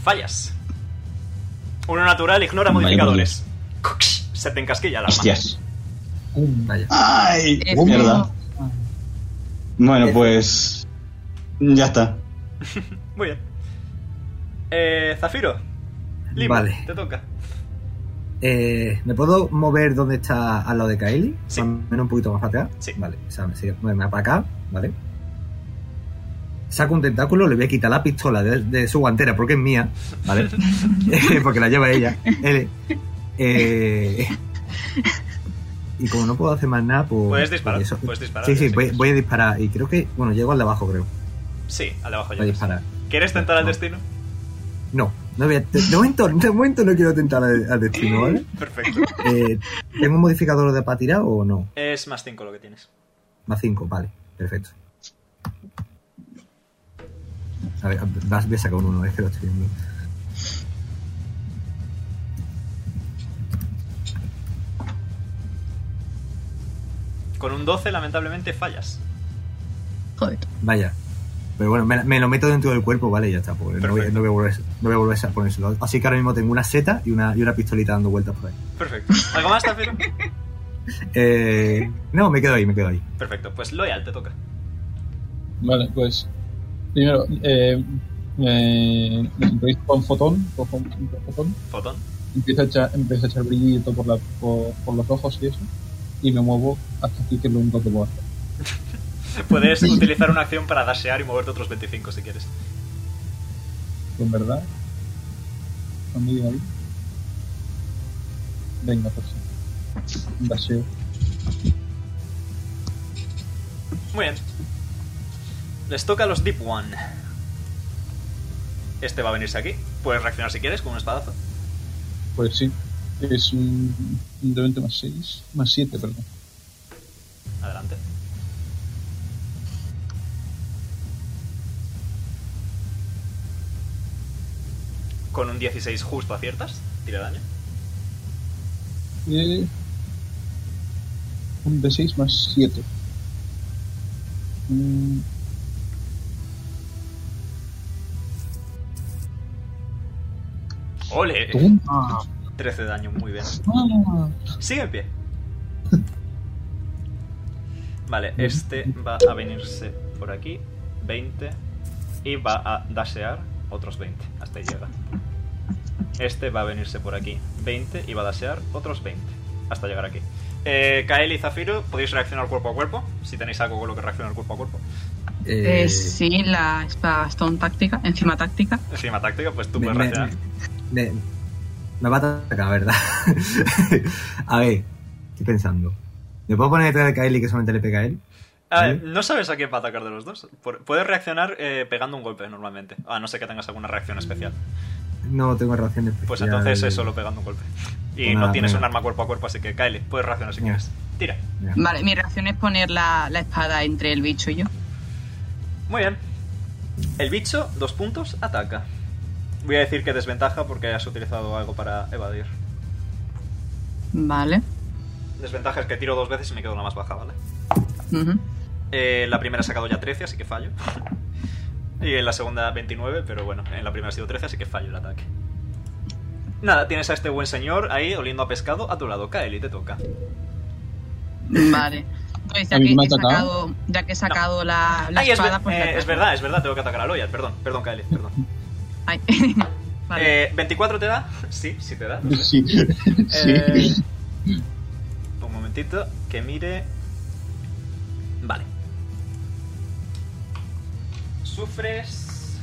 Speaker 2: Fallas. Uno natural ignora
Speaker 8: Vaya
Speaker 2: modificadores. Se te encasquilla la arma.
Speaker 8: Hostias.
Speaker 4: Vaya.
Speaker 8: ¡Ay!
Speaker 6: Eso.
Speaker 8: Mierda. Bueno, pues. Ya está.
Speaker 2: Muy bien. Eh, Zafiro. Lima,
Speaker 4: Vale.
Speaker 2: te toca.
Speaker 4: Eh, ¿Me puedo mover donde está al lado de Kylie?
Speaker 2: Sí.
Speaker 4: Más o menos un poquito más para acá.
Speaker 2: Sí.
Speaker 4: Vale, o sea, me sigue- moverme para acá, ¿vale? Saco un tentáculo, le voy a quitar la pistola de, de su guantera porque es mía,
Speaker 2: [LAUGHS]
Speaker 4: ¿vale? [LAUGHS] porque la lleva ella. Él, eh, y como no puedo hacer más nada, pues.
Speaker 2: Puedes disparar,
Speaker 4: pues eso-
Speaker 2: puedes disparar,
Speaker 4: Sí, sí,
Speaker 2: sí,
Speaker 4: voy,
Speaker 2: sí.
Speaker 4: voy a disparar. Y creo que, bueno, llego al de abajo, creo.
Speaker 2: pues Sí, al de abajo
Speaker 4: Voy a
Speaker 2: ya.
Speaker 4: disparar.
Speaker 2: ¿Quieres tentar al
Speaker 4: No.
Speaker 2: destino?
Speaker 4: No, no voy a. De momento, de momento no quiero tentar al, al destino, ¿vale?
Speaker 2: Perfecto.
Speaker 4: Eh, ¿Tengo un modificador de para tirar o no?
Speaker 2: Es más 5 lo que tienes.
Speaker 4: Más 5, vale, perfecto. A ver, vas- voy a sacar un 1, es que lo estoy viendo.
Speaker 2: Con un 12, lamentablemente, fallas.
Speaker 6: Joder.
Speaker 4: Vaya. Pero bueno, me, la- me lo meto dentro del cuerpo, vale, y ya está. Pues no, voy,
Speaker 2: Perfecto.
Speaker 4: no, voy a volver, no voy a volver a ponérselo. Así que ahora mismo tengo una seta y una, y una pistolita dando vueltas por ahí.
Speaker 2: Perfecto. ¿Algo más, Zafiro?
Speaker 4: Eh, no, me quedo ahí, me quedo ahí.
Speaker 2: Perfecto. Pues Loyal, te toca.
Speaker 7: Vale, pues. Primero, eh, eh, improviso con fotón, cojo un fotón,
Speaker 2: Fotón.
Speaker 7: empiezo a echar, empiezo a echar brillito por, la, por, por los ojos y eso, y me muevo hasta aquí, que es lo único que puedo hacer.
Speaker 2: Puedes utilizar una acción para dashear y moverte otros 25 si quieres.
Speaker 7: En verdad. Conmigo ahí. Venga, pues, por favor. Daseo.
Speaker 2: Muy bien. Les toca a los Deep One. Este va a venirse aquí. Puedes reaccionar si quieres con un espadazo.
Speaker 7: Pues sí. Es un un de 20 más 6. Más 7, perdón.
Speaker 2: Adelante. Con un 16 justo aciertas. Tira daño.
Speaker 7: Eh, un D6 más 7. Mm.
Speaker 2: ¡Ole!
Speaker 8: Ah.
Speaker 7: Toma.
Speaker 2: 13 de daño, muy bien.
Speaker 7: Ah.
Speaker 2: Sigue
Speaker 4: [LAUGHS]
Speaker 2: en pie. Vale, este va a venirse por aquí. 20. Y va a dasear otros 20. Hasta ahí llega. Este va a venirse por aquí. 20. Y va a dasear otros 20. Hasta llegar aquí. Eh, Kael y Zafiro, podéis reaccionar cuerpo a cuerpo. Si tenéis algo con lo que reaccionar cuerpo a cuerpo.
Speaker 4: Eh,
Speaker 6: Eh, sí, la espada stone táctica, encima táctica.
Speaker 2: Encima táctica, pues tú
Speaker 4: me-
Speaker 2: puedes
Speaker 4: me-
Speaker 2: reaccionar.
Speaker 4: me- me va a atacar, ¿verdad? [LAUGHS] a ver, estoy pensando. ¿Me puedo poner detrás de Kylie que solamente le pega a él?
Speaker 2: A ver,
Speaker 4: ¿Sí?
Speaker 2: Ah, no sabes a quién va a atacar de los dos. Por- Puedes reaccionar eh, pegando un golpe normalmente. A no ser que tengas alguna reacción especial.
Speaker 4: No tengo reacción de
Speaker 2: Pues entonces es solo pegando un golpe. Y
Speaker 4: Pues
Speaker 2: no
Speaker 4: nada,
Speaker 2: tienes
Speaker 4: venga.
Speaker 2: un arma cuerpo a cuerpo, así que Kyle, puedes reaccionar si
Speaker 4: Venga.
Speaker 2: quieres. Tira.
Speaker 6: Vale, mi reacción es poner la, la espada entre el bicho y yo.
Speaker 2: Muy bien. El bicho, dos puntos, ataca. Voy a decir que desventaja porque has utilizado algo para evadir.
Speaker 6: Vale.
Speaker 2: Desventaja es que tiro dos veces y me quedo en la más baja, ¿vale?
Speaker 6: Ujú.
Speaker 2: Eh, la primera he sacado ya 13, así que fallo. y en la segunda 29, pero bueno, en la primera ha sido 13, así que fallo el ataque. Nada, tienes a este buen señor ahí oliendo a pescado a tu lado. Kaeli, te toca.
Speaker 6: Vale. Pues ya
Speaker 7: ¿A mí
Speaker 6: que,
Speaker 7: me ha
Speaker 6: he
Speaker 7: atacado?
Speaker 6: sacado, ya que he sacado la, la
Speaker 2: Ay, es,
Speaker 6: espada,
Speaker 2: ver-
Speaker 6: pues le
Speaker 2: eh,
Speaker 6: ataco.
Speaker 2: es verdad, es verdad, tengo que atacar a Loyal, perdón, perdón, Kaeli, perdón.
Speaker 6: Ay. [LAUGHS] vale.
Speaker 2: Eh, ¿24 te da? Sí, sí te da. no sé.
Speaker 7: Sí.
Speaker 2: [LAUGHS]
Speaker 7: sí. [LAUGHS]
Speaker 2: Eh, un momentito, que mire. Vale. Sufres.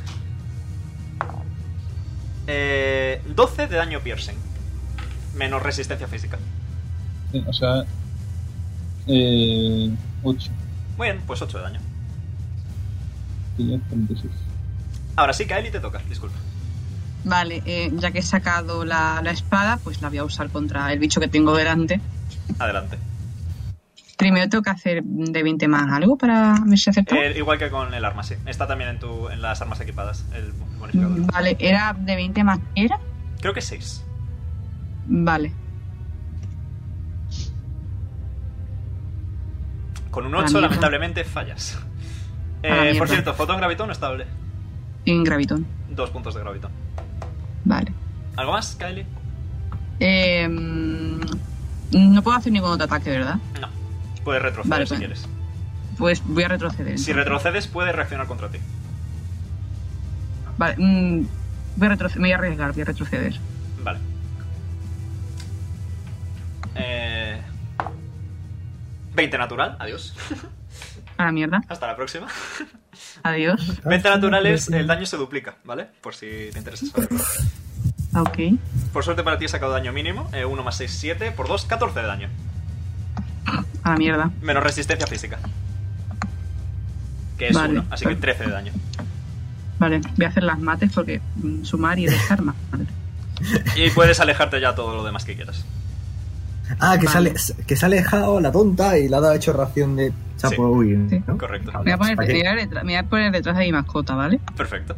Speaker 2: eh, 12 de daño piercing. Menos resistencia física.
Speaker 7: O sea. Eh, 8.
Speaker 2: Muy bien, pues 8 de daño.
Speaker 7: 536.
Speaker 2: Ahora sí, Kaeli te toca, disculpa.
Speaker 6: Vale, eh, ya que he sacado la, la espada, pues la voy a usar contra el bicho que tengo delante.
Speaker 2: Adelante.
Speaker 6: Primero tengo que hacer de 20 más algo para ver si acertó.
Speaker 2: Eh, igual que con el arma, sí. Está también en, tu, en las armas equipadas, el bonificador.
Speaker 6: Vale, era de 20 más. ¿Era?
Speaker 2: Creo que 6.
Speaker 6: Vale.
Speaker 2: Con un
Speaker 6: A la
Speaker 2: 8,
Speaker 6: mierda.
Speaker 2: lamentablemente, fallas.
Speaker 6: A la
Speaker 2: Eh, por
Speaker 6: mierda.
Speaker 2: cierto, fotón gravitón estable.
Speaker 6: En gravitón.
Speaker 2: Dos puntos de gravitón.
Speaker 6: Vale.
Speaker 2: ¿Algo más, Kylie?
Speaker 6: Eh, mm, no puedo hacer ningún otro ataque, ¿verdad?
Speaker 2: No. Puedes retroceder
Speaker 6: Vale,
Speaker 2: si
Speaker 6: pues.
Speaker 2: quieres.
Speaker 6: Pues voy a retroceder.
Speaker 2: Si retrocedes, puedes reaccionar contra ti.
Speaker 6: Vale, mm, voy a retroceder, me voy a arriesgar, voy a retroceder.
Speaker 2: Vale. Eh... 20 natural, adiós.
Speaker 6: A la mierda.
Speaker 2: Hasta la próxima.
Speaker 6: Adiós.
Speaker 2: 20 naturales, el daño se duplica, ¿vale? Por si te interesa saberlo.
Speaker 6: Ah, Ok.
Speaker 2: Por suerte para ti he sacado daño mínimo. 1 más 6, 7. Por 2, 14 de daño.
Speaker 6: A la mierda.
Speaker 2: Menos resistencia física. Que es
Speaker 6: Vale.
Speaker 2: 1, así que 13 de daño.
Speaker 6: Vale, voy a hacer las mates porque mm, sumar y restar más. Vale.
Speaker 2: Y puedes alejarte ya todo lo demás que quieras.
Speaker 4: Ah, que,
Speaker 6: Vale.
Speaker 4: sale,
Speaker 9: Que se ha alejado la tonta y le ha dado hecho ración de.
Speaker 4: Chapo, uy,
Speaker 6: Sí.
Speaker 4: ¿no?
Speaker 2: Correcto.
Speaker 6: Me voy a poner,
Speaker 4: ¿Para
Speaker 6: me
Speaker 4: qué?
Speaker 6: voy a detra- me voy a poner detrás de mi mascota, ¿vale?
Speaker 2: Perfecto.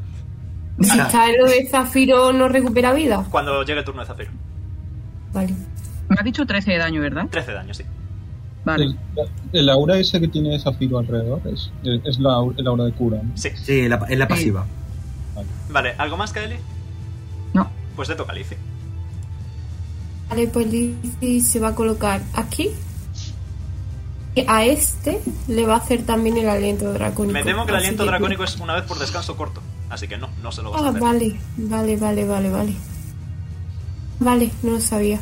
Speaker 4: Ah.
Speaker 5: Si está en lo de Zafiro, no recupera vida.
Speaker 2: Cuando llegue el turno de Zafiro.
Speaker 5: Vale.
Speaker 6: Me has dicho 13 de daño, ¿verdad?
Speaker 2: 13 de daño, sí.
Speaker 6: Vale.
Speaker 7: El, el aura ese que tiene Zafiro alrededor es, es la, au- el aura de cura. ¿no?
Speaker 2: Sí.
Speaker 4: Sí, es la, es la pasiva.
Speaker 2: Vale, ¿algo más, Kaeli?
Speaker 6: No. [LAUGHS]
Speaker 2: Pues le toca a Lizzie.
Speaker 5: Vale, pues Lizzie se va a colocar aquí. Y a este le va a hacer también el aliento dracónico.
Speaker 2: Me temo que el
Speaker 5: Así
Speaker 2: aliento dracónico es una vez por descanso corto. Así que no, no se lo vas a
Speaker 5: Ah,
Speaker 2: hacer.
Speaker 5: vale, vale, vale, vale, vale. Vale, no lo sabía.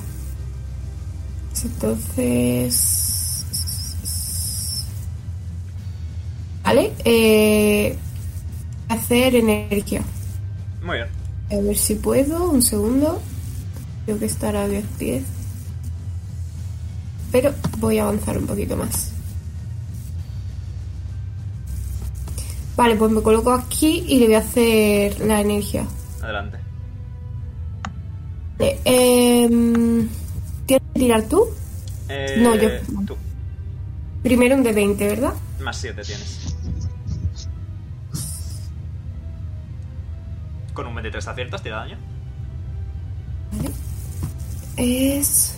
Speaker 5: Entonces... Vale, eh... Hacer energía.
Speaker 2: Muy bien.
Speaker 5: A ver si puedo, un segundo. Creo que estará 10, 10. Pero voy a avanzar un poquito más. Vale, pues me coloco aquí y le voy a hacer la energía.
Speaker 2: Adelante.
Speaker 5: Vale, em, ¿Tienes que tirar tú?
Speaker 2: Eh,
Speaker 5: No, yo-
Speaker 2: Tú.
Speaker 5: Primero un de 20, ¿verdad?
Speaker 2: Más 7 tienes. Con un 23 aciertas, tira daño.
Speaker 5: Vale. Es.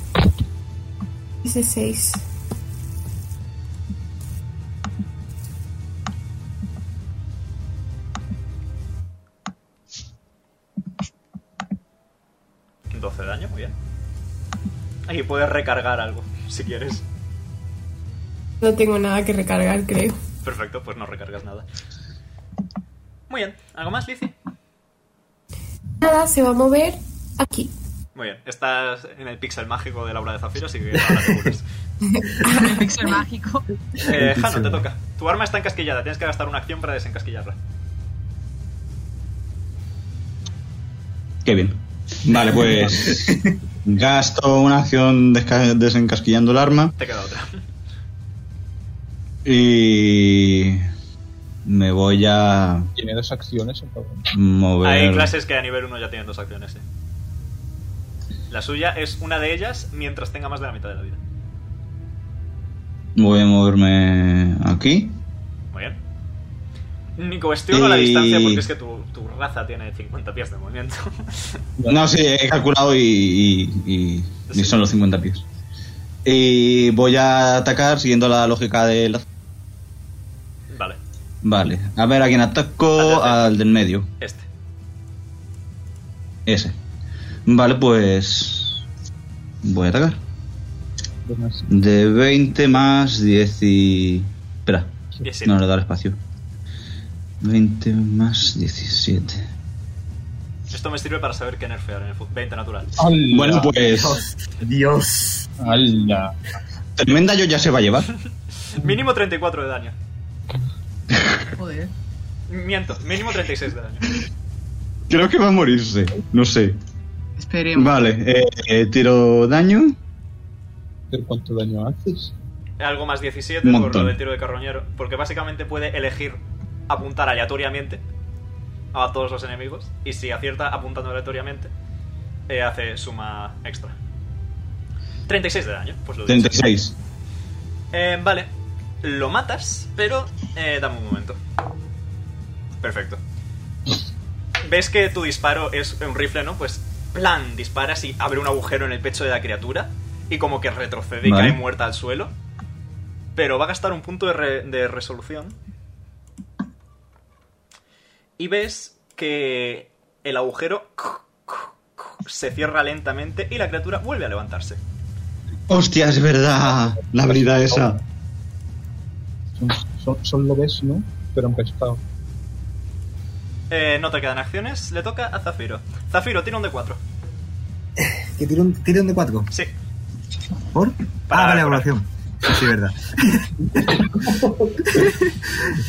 Speaker 5: Es de 6.
Speaker 2: ¿12 de daño? Muy bien. Ahí puedes recargar algo, si quieres.
Speaker 5: No tengo nada que recargar, creo.
Speaker 2: Perfecto, pues no recargas nada. Muy bien. ¿Algo más, Lizzie?
Speaker 5: Nada, se va a mover aquí.
Speaker 2: Muy bien. Estás en el pixel mágico de la obra de Zafiro, así que ahora te
Speaker 8: [LAUGHS]
Speaker 2: curas.
Speaker 6: El pixel mágico.
Speaker 2: Eh, Jano, te toca. Tu arma está encasquillada. Tienes que gastar una acción para desencasquillarla.
Speaker 8: Qué bien. Vale, pues gasto una acción desca- desencasquillando el arma
Speaker 2: Te queda
Speaker 8: [LAUGHS]
Speaker 2: otra.
Speaker 8: y me voy a
Speaker 7: Tiene dos acciones, el cabrón.
Speaker 8: mover.
Speaker 2: Hay clases que a nivel 1 ya tienen dos acciones, eh. La suya es una de ellas mientras tenga más de la mitad de la vida.
Speaker 8: Voy a moverme aquí.
Speaker 2: Muy bien. Ni cuestiono la
Speaker 8: Y-
Speaker 2: distancia porque es que tu, tu raza tiene 50 pies de movimiento. [LAUGHS]
Speaker 8: No, sí, he calculado y, y- y- y son los 50 pies. Y voy a atacar siguiendo la lógica de la...
Speaker 2: vale,
Speaker 8: Vale, a ver a quién ataco,
Speaker 2: Adelante.
Speaker 8: al del medio,
Speaker 2: este.
Speaker 8: ese. Vale, pues... Voy a atacar.
Speaker 7: Dos más.
Speaker 8: De 20 más 10 y... Espera,
Speaker 2: Diecisiete.
Speaker 8: no le da el espacio. 20 más 17.
Speaker 2: Esto me sirve para saber qué nerfear en el fut- 20 natural.
Speaker 7: ¡Hala!
Speaker 8: Bueno, pues...
Speaker 4: Dios, Dios.
Speaker 7: ¡Hala!
Speaker 8: Tremenda yo ya se va a llevar.
Speaker 2: Mínimo 34 de daño.
Speaker 6: Joder.
Speaker 2: Miento, mínimo 36 de daño.
Speaker 8: Creo que va a morirse, no sé.
Speaker 6: Esperemos.
Speaker 8: Vale, eh, eh, tiro daño.
Speaker 7: ¿Pero ¿Cuánto daño haces?
Speaker 2: Algo más 17
Speaker 8: Un
Speaker 2: por
Speaker 8: montón.
Speaker 2: lo del tiro de carroñero. Porque básicamente puede elegir apuntar aleatoriamente a todos los enemigos. Y si acierta apuntando aleatoriamente, eh, hace suma extra. 36 de daño, pues lo dicho.
Speaker 8: 36.
Speaker 2: Eh, vale, lo matas, pero eh, dame un momento. Perfecto. ¿Ves que tu disparo es un rifle, no? Pues plan, disparas y abre un agujero en el pecho de la criatura y como que retrocede y
Speaker 8: Vale.
Speaker 2: cae muerta al suelo. Pero va a gastar un punto de, re- de resolución. Y ves que el agujero se cierra lentamente y la criatura vuelve a levantarse.
Speaker 8: Hostia, es verdad. La habilidad esa.
Speaker 7: Son, son, son lobes, ¿no? Pero han pescado.
Speaker 2: Eh, no te quedan acciones, le toca a Zafiro. Zafiro, tira un de 4.
Speaker 4: Que tira un, tira un de 4.
Speaker 2: Sí.
Speaker 4: ¿Por?
Speaker 2: Para-
Speaker 4: ah, vale,
Speaker 2: para-
Speaker 4: evaluación. Sí, verdad.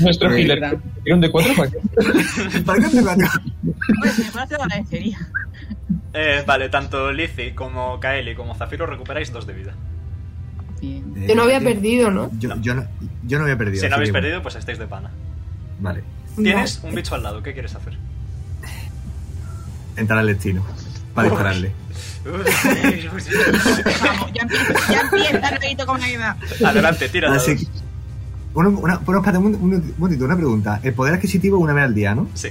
Speaker 7: Nuestro
Speaker 4: Eh,
Speaker 7: healer. ¿Tiene un de cuatro
Speaker 2: [LAUGHS]
Speaker 7: para qué?
Speaker 4: [LAUGHS] ¿Para qué un de 4?
Speaker 6: Pues me parece la agradecería.
Speaker 2: Eh, vale, tanto Lizzie como Kaeli como Zafiro recuperáis 2 de vida.
Speaker 6: Bien.
Speaker 5: Yo no había perdido, ¿no?
Speaker 4: Eh, Yo, yo no, yo no había perdido.
Speaker 2: si no
Speaker 4: así
Speaker 2: habéis
Speaker 4: que-
Speaker 2: perdido, pues estáis de pana.
Speaker 4: Vale.
Speaker 2: Tienes un bicho al lado, ¿qué quieres hacer?
Speaker 4: Entrar al destino. Para dispararle.
Speaker 6: Vamos, ya empieza, ya empieza el grito con la vida.
Speaker 2: Adelante, tira. dados.
Speaker 4: Así que. Uno, una, bueno, espérate, un, un- un momentito, una pregunta. El poder adquisitivo una vez al día, ¿no?
Speaker 2: Sí.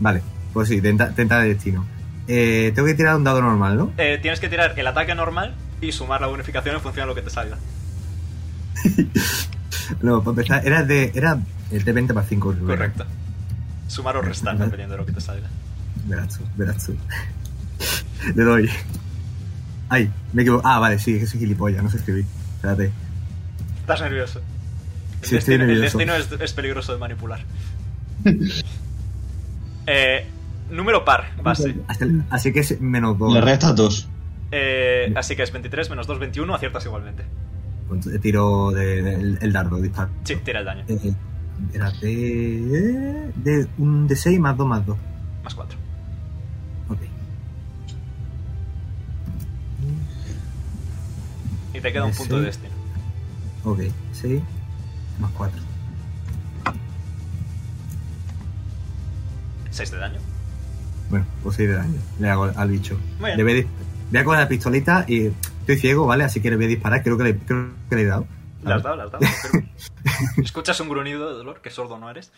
Speaker 4: Vale, pues sí, tenta, tenta de destino. Eh, tengo que tirar un dado normal, ¿no?
Speaker 2: Eh, tienes que tirar el ataque normal y sumar la bonificación en función de lo que te salga.
Speaker 4: No, para empezar, era de, era el de 20 más 5.
Speaker 2: Correcto. Sumar o restar, dependiendo de lo que te salga.
Speaker 4: Verás tú, verás tú. Le doy. Ay, me equivoco. Ah, vale, sí, es que soy gilipollas, no sé escribir. Espérate.
Speaker 2: Estás nervioso. El
Speaker 4: Sí, estoy
Speaker 2: destino, el
Speaker 4: nervioso.
Speaker 2: destino es, es peligroso de manipular. [LAUGHS] Eh, número par, base.
Speaker 4: Hasta el- así que es menos 2.
Speaker 8: Le restas dos.
Speaker 2: Eh, así que es 23 menos 2, 21, aciertas igualmente.
Speaker 4: Tiro de- del- el dardo, disparo.
Speaker 2: Sí, tira el daño.
Speaker 4: Eh, era de, de. Un de 6 más 2 más 2.
Speaker 2: Más 4.
Speaker 4: Ok.
Speaker 2: Y te queda un punto de destino.
Speaker 4: Ok, 6 más 4.
Speaker 2: 6 de daño.
Speaker 4: Bueno, pues 6 de daño. Le hago al bicho.
Speaker 2: Muy
Speaker 4: Le
Speaker 2: bien.
Speaker 4: voy, a dis- voy a coger la pistolita y estoy ciego, ¿vale? Así que le voy a disparar. Creo que le, creo que le he dado.
Speaker 2: Le has dado, le has dado.
Speaker 4: [LAUGHS]
Speaker 2: Perfecto. Escuchas un gruñido de dolor, que sordo no eres.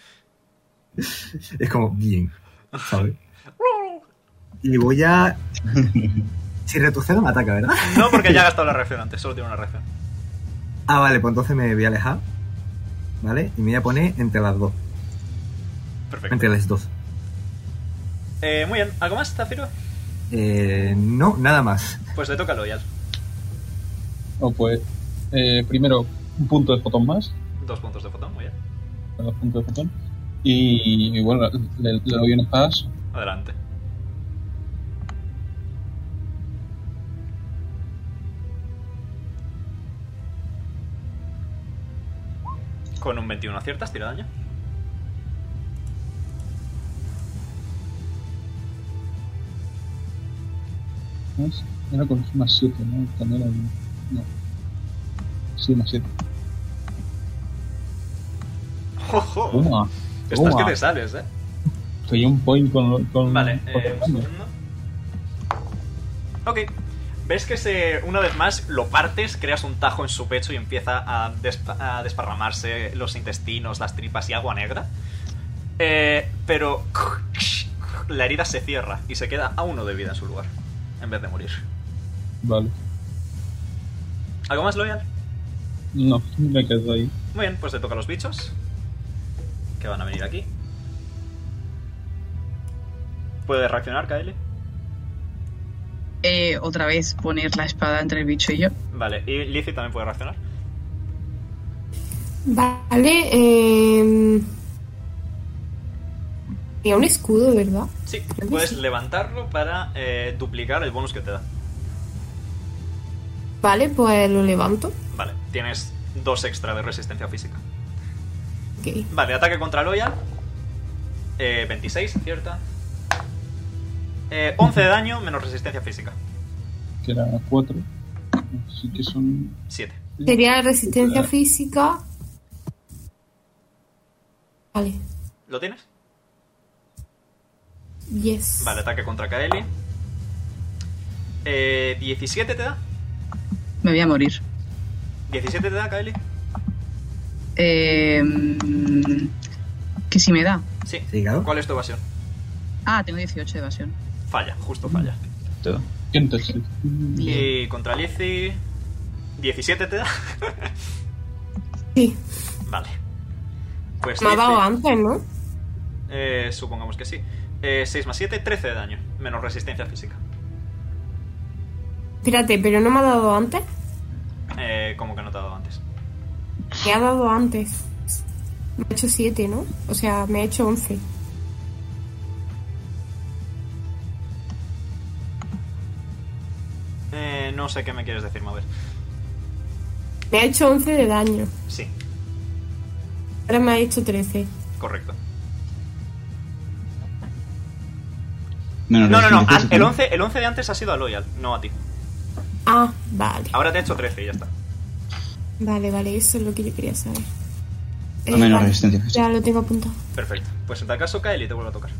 Speaker 2: [LAUGHS]
Speaker 4: Es como bien, ¿sabes? y voy a. si retrocedo, me ataca, ¿verdad?
Speaker 2: No, porque ya ha gastado la reacción antes, solo tiene una reacción.
Speaker 4: Ah, vale, pues entonces me voy a alejar. ¿Vale? Y me voy a poner entre las dos.
Speaker 2: Perfecto.
Speaker 4: Entre las dos.
Speaker 2: Eh, muy bien, ¿algo más, Zafiro?
Speaker 4: Eh, no, nada más.
Speaker 2: Pues le toca a Loyal.
Speaker 7: No, pues eh, primero un punto de fotón más,
Speaker 2: Dos puntos de fotón, muy bien.
Speaker 7: dos puntos de fotón. Y, y bueno, le, le doy un espadas.
Speaker 2: Adelante. Con un 21 aciertas, tira daño.
Speaker 7: más. Era con más 7, ¿no? También era un- No. Sí, más 7.
Speaker 2: ¡Ojo!
Speaker 7: Toma.
Speaker 2: Estás que
Speaker 7: toma.
Speaker 2: te sales, eh.
Speaker 7: Estoy ah, un point con. con
Speaker 2: Vale,
Speaker 7: con-
Speaker 2: eh, un segundo. Ok. Ves que se, una vez más lo partes, creas un tajo en su pecho y empieza a, despa- a desparramarse los intestinos, las tripas y agua negra. Eh, pero la herida se cierra y se queda a uno de vida en su lugar, en vez de morir.
Speaker 7: Vale.
Speaker 2: ¿Algo más, Loyal?
Speaker 7: No, me quedo ahí.
Speaker 2: Muy bien, pues le toca a los bichos. Que van a venir aquí. ¿Puede reaccionar, Kaeli?
Speaker 6: Eh, otra vez poner la espada entre el bicho y yo.
Speaker 2: Vale, y Lizzie también puede reaccionar.
Speaker 5: Vale, eh... Tenía un escudo, ¿verdad?
Speaker 2: Sí,
Speaker 5: que
Speaker 2: puedes
Speaker 5: sí.
Speaker 2: levantarlo para eh, duplicar el bonus que te da.
Speaker 5: Vale, pues lo levanto.
Speaker 2: Vale, tienes dos extra de resistencia física.
Speaker 5: Ok.
Speaker 2: Vale, ataque contra Loya. Eh, 26, cierta. Eh, 11 de daño menos resistencia física.
Speaker 7: Que era 4. Así que son.
Speaker 2: 7.
Speaker 5: Sería resistencia
Speaker 7: Claro.
Speaker 5: física. Vale,
Speaker 2: ¿Lo tienes?
Speaker 5: yes.
Speaker 2: Vale, ataque contra Kaeli. Eh, 17 te da.
Speaker 6: Me voy a morir.
Speaker 2: 17 te da, Kaeli.
Speaker 6: Eh, mm, que si me da.
Speaker 2: Sí.
Speaker 4: Sí, claro.
Speaker 2: ¿Cuál es tu evasión?
Speaker 6: Ah, tengo 18 de evasión.
Speaker 2: Falla, justo falla.
Speaker 7: Gente, sí.
Speaker 6: Bien.
Speaker 2: Y contra Lizzie. 17 te da. [LAUGHS]
Speaker 5: Sí,
Speaker 2: Vale. Pues
Speaker 5: me ha dado
Speaker 2: Lizzie-
Speaker 5: antes, ¿no?
Speaker 2: Eh, supongamos que sí. Eh, 6 más 7, 13 de daño. Menos resistencia física.
Speaker 5: Espérate, pero no me ha dado antes.
Speaker 2: Eh, como que no te ha dado antes.
Speaker 5: Me ha dado antes. Me ha hecho 7, ¿no? O sea, me ha hecho 11.
Speaker 2: Eh, no sé qué me quieres decir, Mabel.
Speaker 5: Me ha hecho 11 de daño.
Speaker 2: Sí,
Speaker 5: Ahora me ha hecho 13.
Speaker 2: correcto.
Speaker 8: Menos
Speaker 2: No, no, no.
Speaker 8: resistencia
Speaker 2: an- El
Speaker 8: física.
Speaker 2: 11, el 11 de antes ha sido a Loyal, no a ti.
Speaker 5: Ah, vale.
Speaker 2: Ahora te he hecho 13 y ya está.
Speaker 5: Vale, vale, eso es lo que yo quería saber. Eh,
Speaker 8: A menos
Speaker 5: vale,
Speaker 8: resistencia física.
Speaker 5: Ya lo tengo apuntado.
Speaker 2: Perfecto. Pues en tal caso, Kaeli te vuelve a tocar.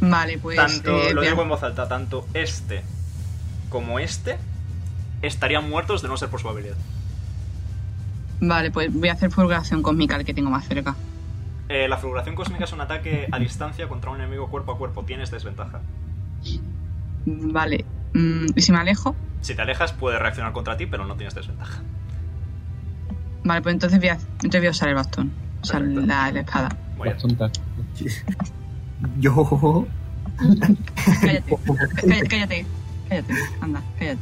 Speaker 6: Vale, pues.
Speaker 2: Tanto,
Speaker 6: eh,
Speaker 2: lo
Speaker 6: voy a-
Speaker 2: digo en voz alta, tanto este como este estarían muertos de no ser por su habilidad.
Speaker 6: Vale, pues voy a hacer fulguración cósmica al que tengo más cerca.
Speaker 2: Eh, la fulguración cósmica es un ataque a distancia contra un enemigo cuerpo a cuerpo. Tienes desventaja.
Speaker 6: Vale. mm, ¿Y si me alejo?
Speaker 2: Si te alejas, puede reaccionar contra ti, pero no tienes desventaja.
Speaker 6: Vale, pues entonces voy a, entonces voy a usar el bastón. O sea,
Speaker 2: Perfecto.
Speaker 6: la, la espada.
Speaker 2: Muy bien.
Speaker 7: Bastante.
Speaker 4: Yo, jo, jo, jo.
Speaker 6: Cállate,
Speaker 2: [LAUGHS]
Speaker 6: cállate, cállate. Cállate, anda, cállate.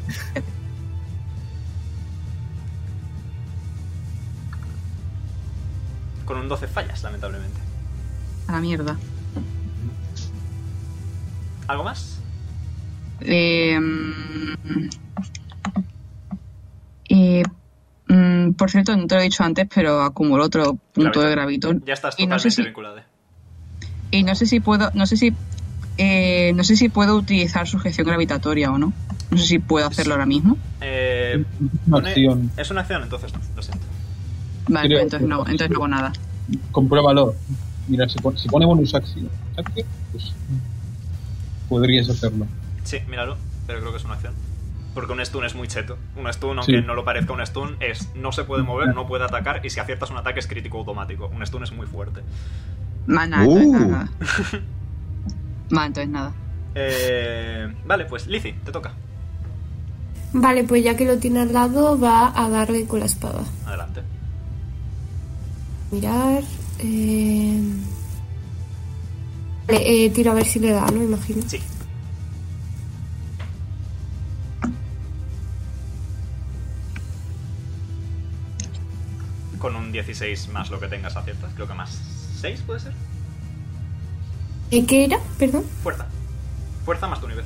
Speaker 2: Con un 12 fallas, lamentablemente.
Speaker 6: A la mierda.
Speaker 2: ¿Algo más?
Speaker 6: Eh, mm, eh, mm, por cierto, no te lo he dicho antes, pero acumulo otro punto de gravitón.
Speaker 2: Ya estás
Speaker 6: Y
Speaker 2: totalmente eh.
Speaker 6: no sé si-
Speaker 2: vinculada.
Speaker 6: Y no sé si puedo, no sé si, eh, no sé si puedo utilizar sujeción gravitatoria o no. No sé si puedo hacerlo ahora mismo.
Speaker 2: Eh,
Speaker 7: Una
Speaker 2: pone-
Speaker 7: acción.
Speaker 2: Es una acción, entonces no, lo siento.
Speaker 6: Vale,
Speaker 7: Creo
Speaker 6: pues entonces
Speaker 7: que-
Speaker 6: no, entonces no hago nada.
Speaker 7: Compruébalo. Mira, si pone, si pone bonus acción, acción, pues podrías hacerlo.
Speaker 2: Sí, míralo, pero creo que es una acción. Porque un stun es muy cheto. Un stun, aunque
Speaker 7: Sí.
Speaker 2: no lo parezca un stun, es no se puede mover, no puede atacar y si aciertas un ataque es crítico automático. Un stun es muy fuerte.
Speaker 6: Más nada,
Speaker 8: Uh.
Speaker 6: entonces nada. Más entonces nada.
Speaker 2: Eh, vale, pues Lizzie, te toca.
Speaker 5: Vale, pues ya que lo tiene al lado, va a darle con la espada.
Speaker 2: Adelante.
Speaker 5: Mirar. eh, Vale, eh, tiro a ver si le da, ¿no? Imagino.
Speaker 2: Sí. Con un 16 más lo que tengas aciertas, creo que más 6 puede ser.
Speaker 5: Eh, ¿Qué era? Perdón.
Speaker 2: Fuerza. Fuerza más tu nivel.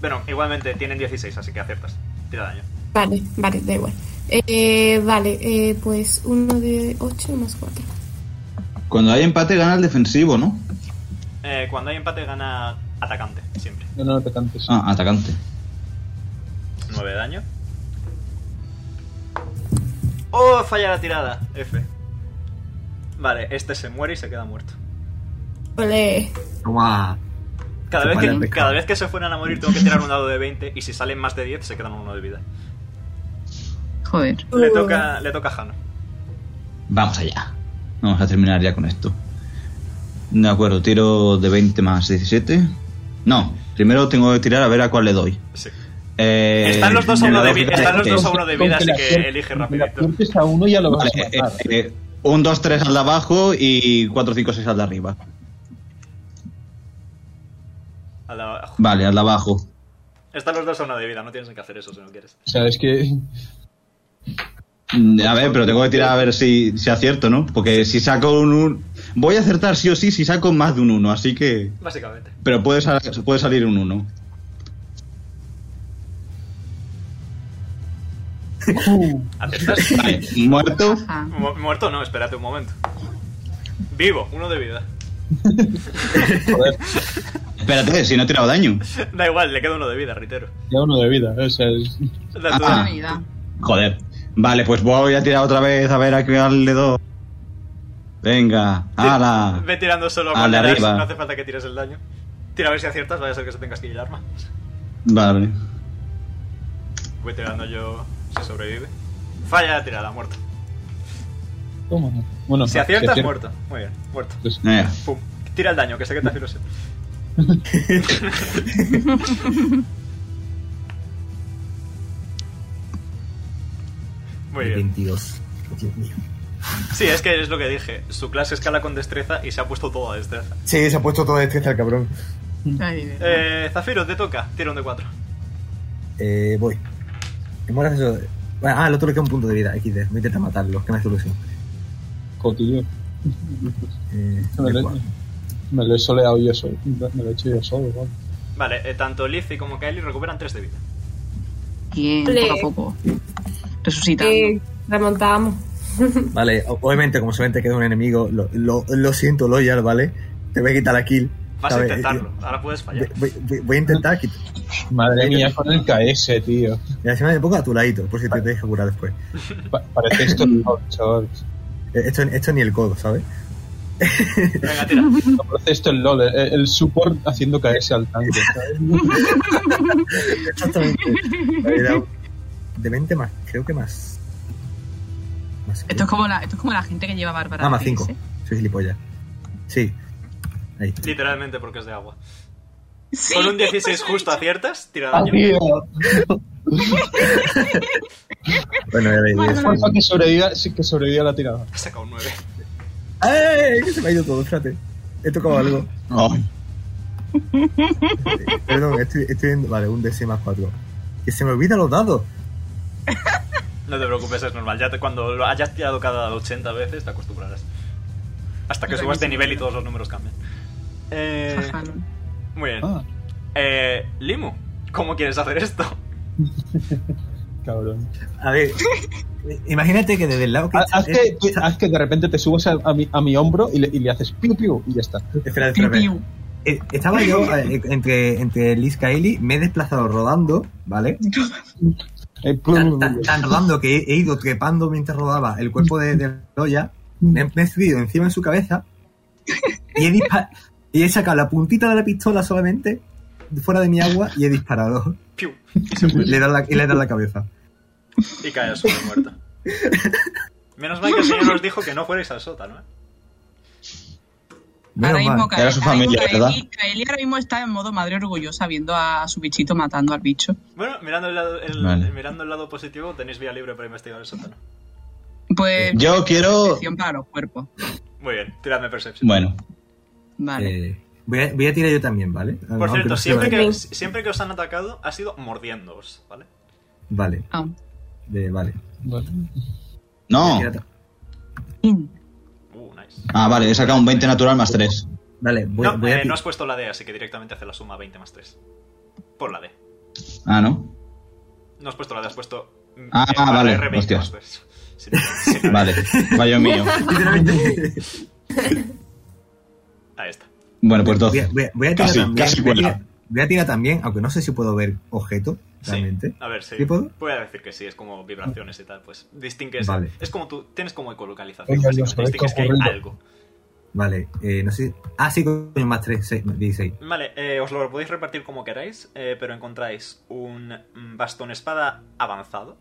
Speaker 2: Bueno, igualmente tienen 16, así que aciertas. Tira daño.
Speaker 5: Vale, vale, da igual. Eh, vale, eh, pues uno de 8 más 4.
Speaker 8: Cuando hay empate gana el defensivo, ¿no?
Speaker 2: Eh, cuando hay empate gana atacante, siempre.
Speaker 7: No, no te cantes.
Speaker 8: Ah, atacante.
Speaker 2: 9 de daño. ¡Oh! Falla la tirada. F. Vale, este se muere y se queda muerto.
Speaker 5: Vale.
Speaker 4: Toma.
Speaker 2: Cada
Speaker 4: Se
Speaker 2: vez,
Speaker 4: muere el
Speaker 2: que,
Speaker 4: pescado.
Speaker 2: cada vez que se fueran a morir tengo que tirar un dado de 20 y si salen más de 10 se quedan uno de vida.
Speaker 6: Joder.
Speaker 2: Le toca, le toca a Jano.
Speaker 8: Vamos allá. Vamos a terminar ya con esto. De acuerdo, tiro de 20 más 17. No, primero tengo que tirar a ver a cuál le doy.
Speaker 2: Sí.
Speaker 8: Eh,
Speaker 2: Están los dos a uno de vida, están los dos a uno de vida,
Speaker 7: Con
Speaker 2: así que
Speaker 7: acier-
Speaker 2: elige
Speaker 7: con que le
Speaker 2: rapidito.
Speaker 7: aciertes a uno ya lo vas
Speaker 8: Vale,
Speaker 7: a
Speaker 8: eh,
Speaker 7: matar.
Speaker 8: eh, un, dos, tres al de abajo y cuatro, cinco, seis al de arriba.
Speaker 2: A la-
Speaker 8: Vale, al de abajo.
Speaker 2: Están los dos a uno de vida, no tienes que hacer eso si no quieres.
Speaker 7: O sea, es que [LAUGHS]
Speaker 8: Mm, A ver, pero tengo que tirar a ver si, si acierto, ¿no? Porque si saco un, un- Voy a acertar sí o sí si saco más de un 1, así que...
Speaker 2: Básicamente.
Speaker 8: Pero puede, sal- puede salir un 1.
Speaker 7: uh,
Speaker 2: ¿Aceptas?
Speaker 8: Vale, muerto.
Speaker 6: Ajá.
Speaker 2: Ah, Mu- Muerto no, espérate un momento. Vivo, uno de vida. [LAUGHS]
Speaker 8: Espérate, si no he tirado daño.
Speaker 2: Da igual, le queda uno de vida, reitero.
Speaker 7: ya uno de vida. O sea, es-
Speaker 2: Da tu-
Speaker 6: Toda
Speaker 8: Ah.
Speaker 6: la vida.
Speaker 8: Joder. Vale, pues voy a tirar otra vez a ver a qué al le doy. Venga, ala.
Speaker 2: Ve tirando solo
Speaker 8: Al
Speaker 2: cuando
Speaker 8: Ah. de
Speaker 2: le das,
Speaker 8: arriba.
Speaker 2: no hace falta que tires el daño. Tira a ver si aciertas, vaya a ser que se tengas que ir el arma.
Speaker 8: Vale.
Speaker 2: Voy tirando yo si sobrevive. Falla la tirada, muerto.
Speaker 7: toma. Bueno, ah, Pues,
Speaker 2: Si aciertas,
Speaker 7: acier-
Speaker 2: muerto. Muy bien, muerto.
Speaker 7: Entonces,
Speaker 8: Eh,
Speaker 2: Pum. Tira el daño, que sé que te hace [LAUGHS] ilusión. Muy bien.
Speaker 4: 22. Dios mío.
Speaker 2: Sí, es que es lo que dije. Su clase escala con destreza y se ha puesto todo a destreza.
Speaker 4: Sí, se ha puesto todo este el cabrón.
Speaker 6: Ay, de verdad.
Speaker 2: Eh, Zafiro, te toca. Tira un de 4.
Speaker 4: Eh, voy. Es muy gracioso. Bueno, ah, el otro le queda un punto de vida. XD. Voy a intentar matarlo, que me hace ilusión.
Speaker 7: cotillo.
Speaker 4: Eh,
Speaker 7: Me
Speaker 4: de
Speaker 7: lo,
Speaker 4: cuatro.
Speaker 7: me lo he soleado yo solo. Me lo he hecho yo solo. vamos.
Speaker 2: Vale, eh, tanto Lizzie como Kylie recuperan 3 de vida.
Speaker 6: Bien,
Speaker 5: Le-
Speaker 6: poco a poco. Resucitando.
Speaker 5: Eh, remontamos.
Speaker 4: Vale, o- obviamente, como solamente queda un enemigo, lo, lo, lo siento, Loyal, ¿vale? Te voy a quitar la kill.
Speaker 2: Vas a
Speaker 4: ¿sabes?
Speaker 2: intentarlo. Ahora puedes
Speaker 4: Voy,
Speaker 2: fallar.
Speaker 4: voy- voy- voy a intentar quitar.
Speaker 7: Madre mía, con el KS, tío.
Speaker 4: Mira, encima me pongo a tu ladito, por si te dejo curar después.
Speaker 7: Pa- parece esto, chaval.
Speaker 4: Eh, Esto, esto ni el codo, ¿sabes?
Speaker 2: Venga, tira.
Speaker 7: No, parece esto el LOL. El, el support haciendo KS al tanque. ¿sabes?
Speaker 4: [LAUGHS] Exactamente. Era de 20 más, creo que más. más
Speaker 6: Esto es como la, esto es como la gente que lleva Bárbara.
Speaker 4: Ah, más
Speaker 6: Pérez,
Speaker 4: 5.
Speaker 6: ¿eh?
Speaker 4: Soy gilipollas. Sí. Ahí.
Speaker 2: Literalmente porque es de agua.
Speaker 6: Sí.
Speaker 2: Con un 16 justo aciertas, tira daño.
Speaker 7: Tío,
Speaker 4: Bueno, ya veis.
Speaker 7: porfa, que sobreviva, sí, que sobreviva la tirada.
Speaker 2: Has sacado un 9.
Speaker 4: ¡Eh, ¡Ay! Que se me ha ido todo, espérate. He
Speaker 6: [LAUGHS]
Speaker 4: tocado algo.
Speaker 8: Ay.
Speaker 4: Eh, Perdón, estoy, estoy en. Vale, un DC más 4. Que se me olvidan los dados.
Speaker 2: No te preocupes, es normal. Ya te- cuando lo hayas tirado cada dado 80 veces, te acostumbrarás. Hasta que subas de nivel y todos los números cambian. Eh,
Speaker 6: Ajá, no.
Speaker 2: muy bien.
Speaker 7: Ah,
Speaker 2: Eh, Limu, ¿cómo quieres hacer esto?
Speaker 7: cabrón.
Speaker 4: A
Speaker 6: [LAUGHS]
Speaker 4: ver. Imagínate que desde el lado que.
Speaker 6: Ah,
Speaker 4: eh,
Speaker 7: Ha- Haz que, haz que de repente te subas a, a mi, a mi hombro y le, y le haces piu piu y ya está.
Speaker 4: Espera, espera,
Speaker 6: Piu,
Speaker 4: espera.
Speaker 6: piu.
Speaker 4: Eh, Estaba
Speaker 6: [LAUGHS]
Speaker 4: yo eh, entre, entre Liz Kaeli, me he desplazado rodando, ¿vale?
Speaker 7: Eh, piu, piu,
Speaker 4: tan,
Speaker 7: piu.
Speaker 4: tan- tan rodando que he, he ido trepando mientras rodaba el cuerpo de, de Loya, me, he- me he subido encima de su cabeza y he, dispa- y he sacado la puntita de la pistola solamente fuera de mi agua y he disparado.
Speaker 2: Piu.
Speaker 4: Pues Le he dado la, y le he dado la cabeza.
Speaker 2: Y cae al suelo muerto. Menos mal que el señor nos dijo que no fuerais al sótano, ¿eh?
Speaker 4: Menos
Speaker 6: ahora mismo,
Speaker 4: mal.
Speaker 6: Kaeli,
Speaker 8: Era su familia,
Speaker 6: ahora mismo
Speaker 8: ¿verdad?
Speaker 6: Kaeli- Kaeli ahora mismo está en modo madre orgullosa viendo a su bichito matando al bicho.
Speaker 2: Bueno, mirando el lado, el-
Speaker 8: Vale.
Speaker 2: mirando el lado positivo, tenéis vía libre para investigar el sótano.
Speaker 6: Pues
Speaker 8: Yo quiero.
Speaker 6: protección para los cuerpos.
Speaker 2: Muy bien, tiradme Perception.
Speaker 8: Bueno,
Speaker 6: Vale.
Speaker 4: Eh, voy, a, voy a tirar yo también, ¿vale?
Speaker 2: Por
Speaker 4: Aunque
Speaker 2: cierto,
Speaker 4: no se
Speaker 2: siempre
Speaker 4: vea.
Speaker 2: que, siempre que os han atacado, ha sido mordiéndoos, ¿vale?
Speaker 4: Vale,
Speaker 6: Ah.
Speaker 4: de- vale.
Speaker 7: Vale.
Speaker 8: no.
Speaker 4: Voy a tirar-
Speaker 2: Uh, nice.
Speaker 8: Ah, vale, he sacado un 20 natural más 3.
Speaker 4: Vale, voy,
Speaker 2: no,
Speaker 4: voy a
Speaker 2: eh,
Speaker 4: ti- [LAUGHS]
Speaker 2: no has puesto la D, así que directamente hace la suma 20 más 3. Por la D.
Speaker 8: Ah, ¿no?
Speaker 2: No has puesto la D, has puesto. mm,
Speaker 8: Ah,
Speaker 2: eh, barra
Speaker 8: vale,
Speaker 2: R20
Speaker 8: hostia.
Speaker 2: más [LAUGHS] 3. Sin- sin-
Speaker 8: Vale, vaya mío.
Speaker 2: Ahí está.
Speaker 8: Bueno, pues
Speaker 4: voy,
Speaker 8: 12.
Speaker 4: a, voy a- voy a tirar
Speaker 8: Casi,
Speaker 4: también.
Speaker 8: casi
Speaker 4: voy, a tirar,
Speaker 8: cuela.
Speaker 4: voy a tirar también, aunque no sé si puedo ver objetos
Speaker 2: Sí.
Speaker 4: realmente.
Speaker 2: A ver, sí.
Speaker 4: ¿Sí puedo?
Speaker 2: Voy a decir que sí, es como vibraciones y tal, pues distingues.
Speaker 4: Vale.
Speaker 2: Es como tú, tienes como ecolocalización.
Speaker 7: Oiga,
Speaker 2: básicamente,
Speaker 7: los conecto
Speaker 2: distingues que hay
Speaker 7: corriendo.
Speaker 2: algo.
Speaker 4: Vale, eh, no sé. Ah, sí, coño, más 3, 6, 16.
Speaker 2: Vale, eh, os lo podéis repartir como queráis, eh, pero encontráis un mm, bastón espada avanzado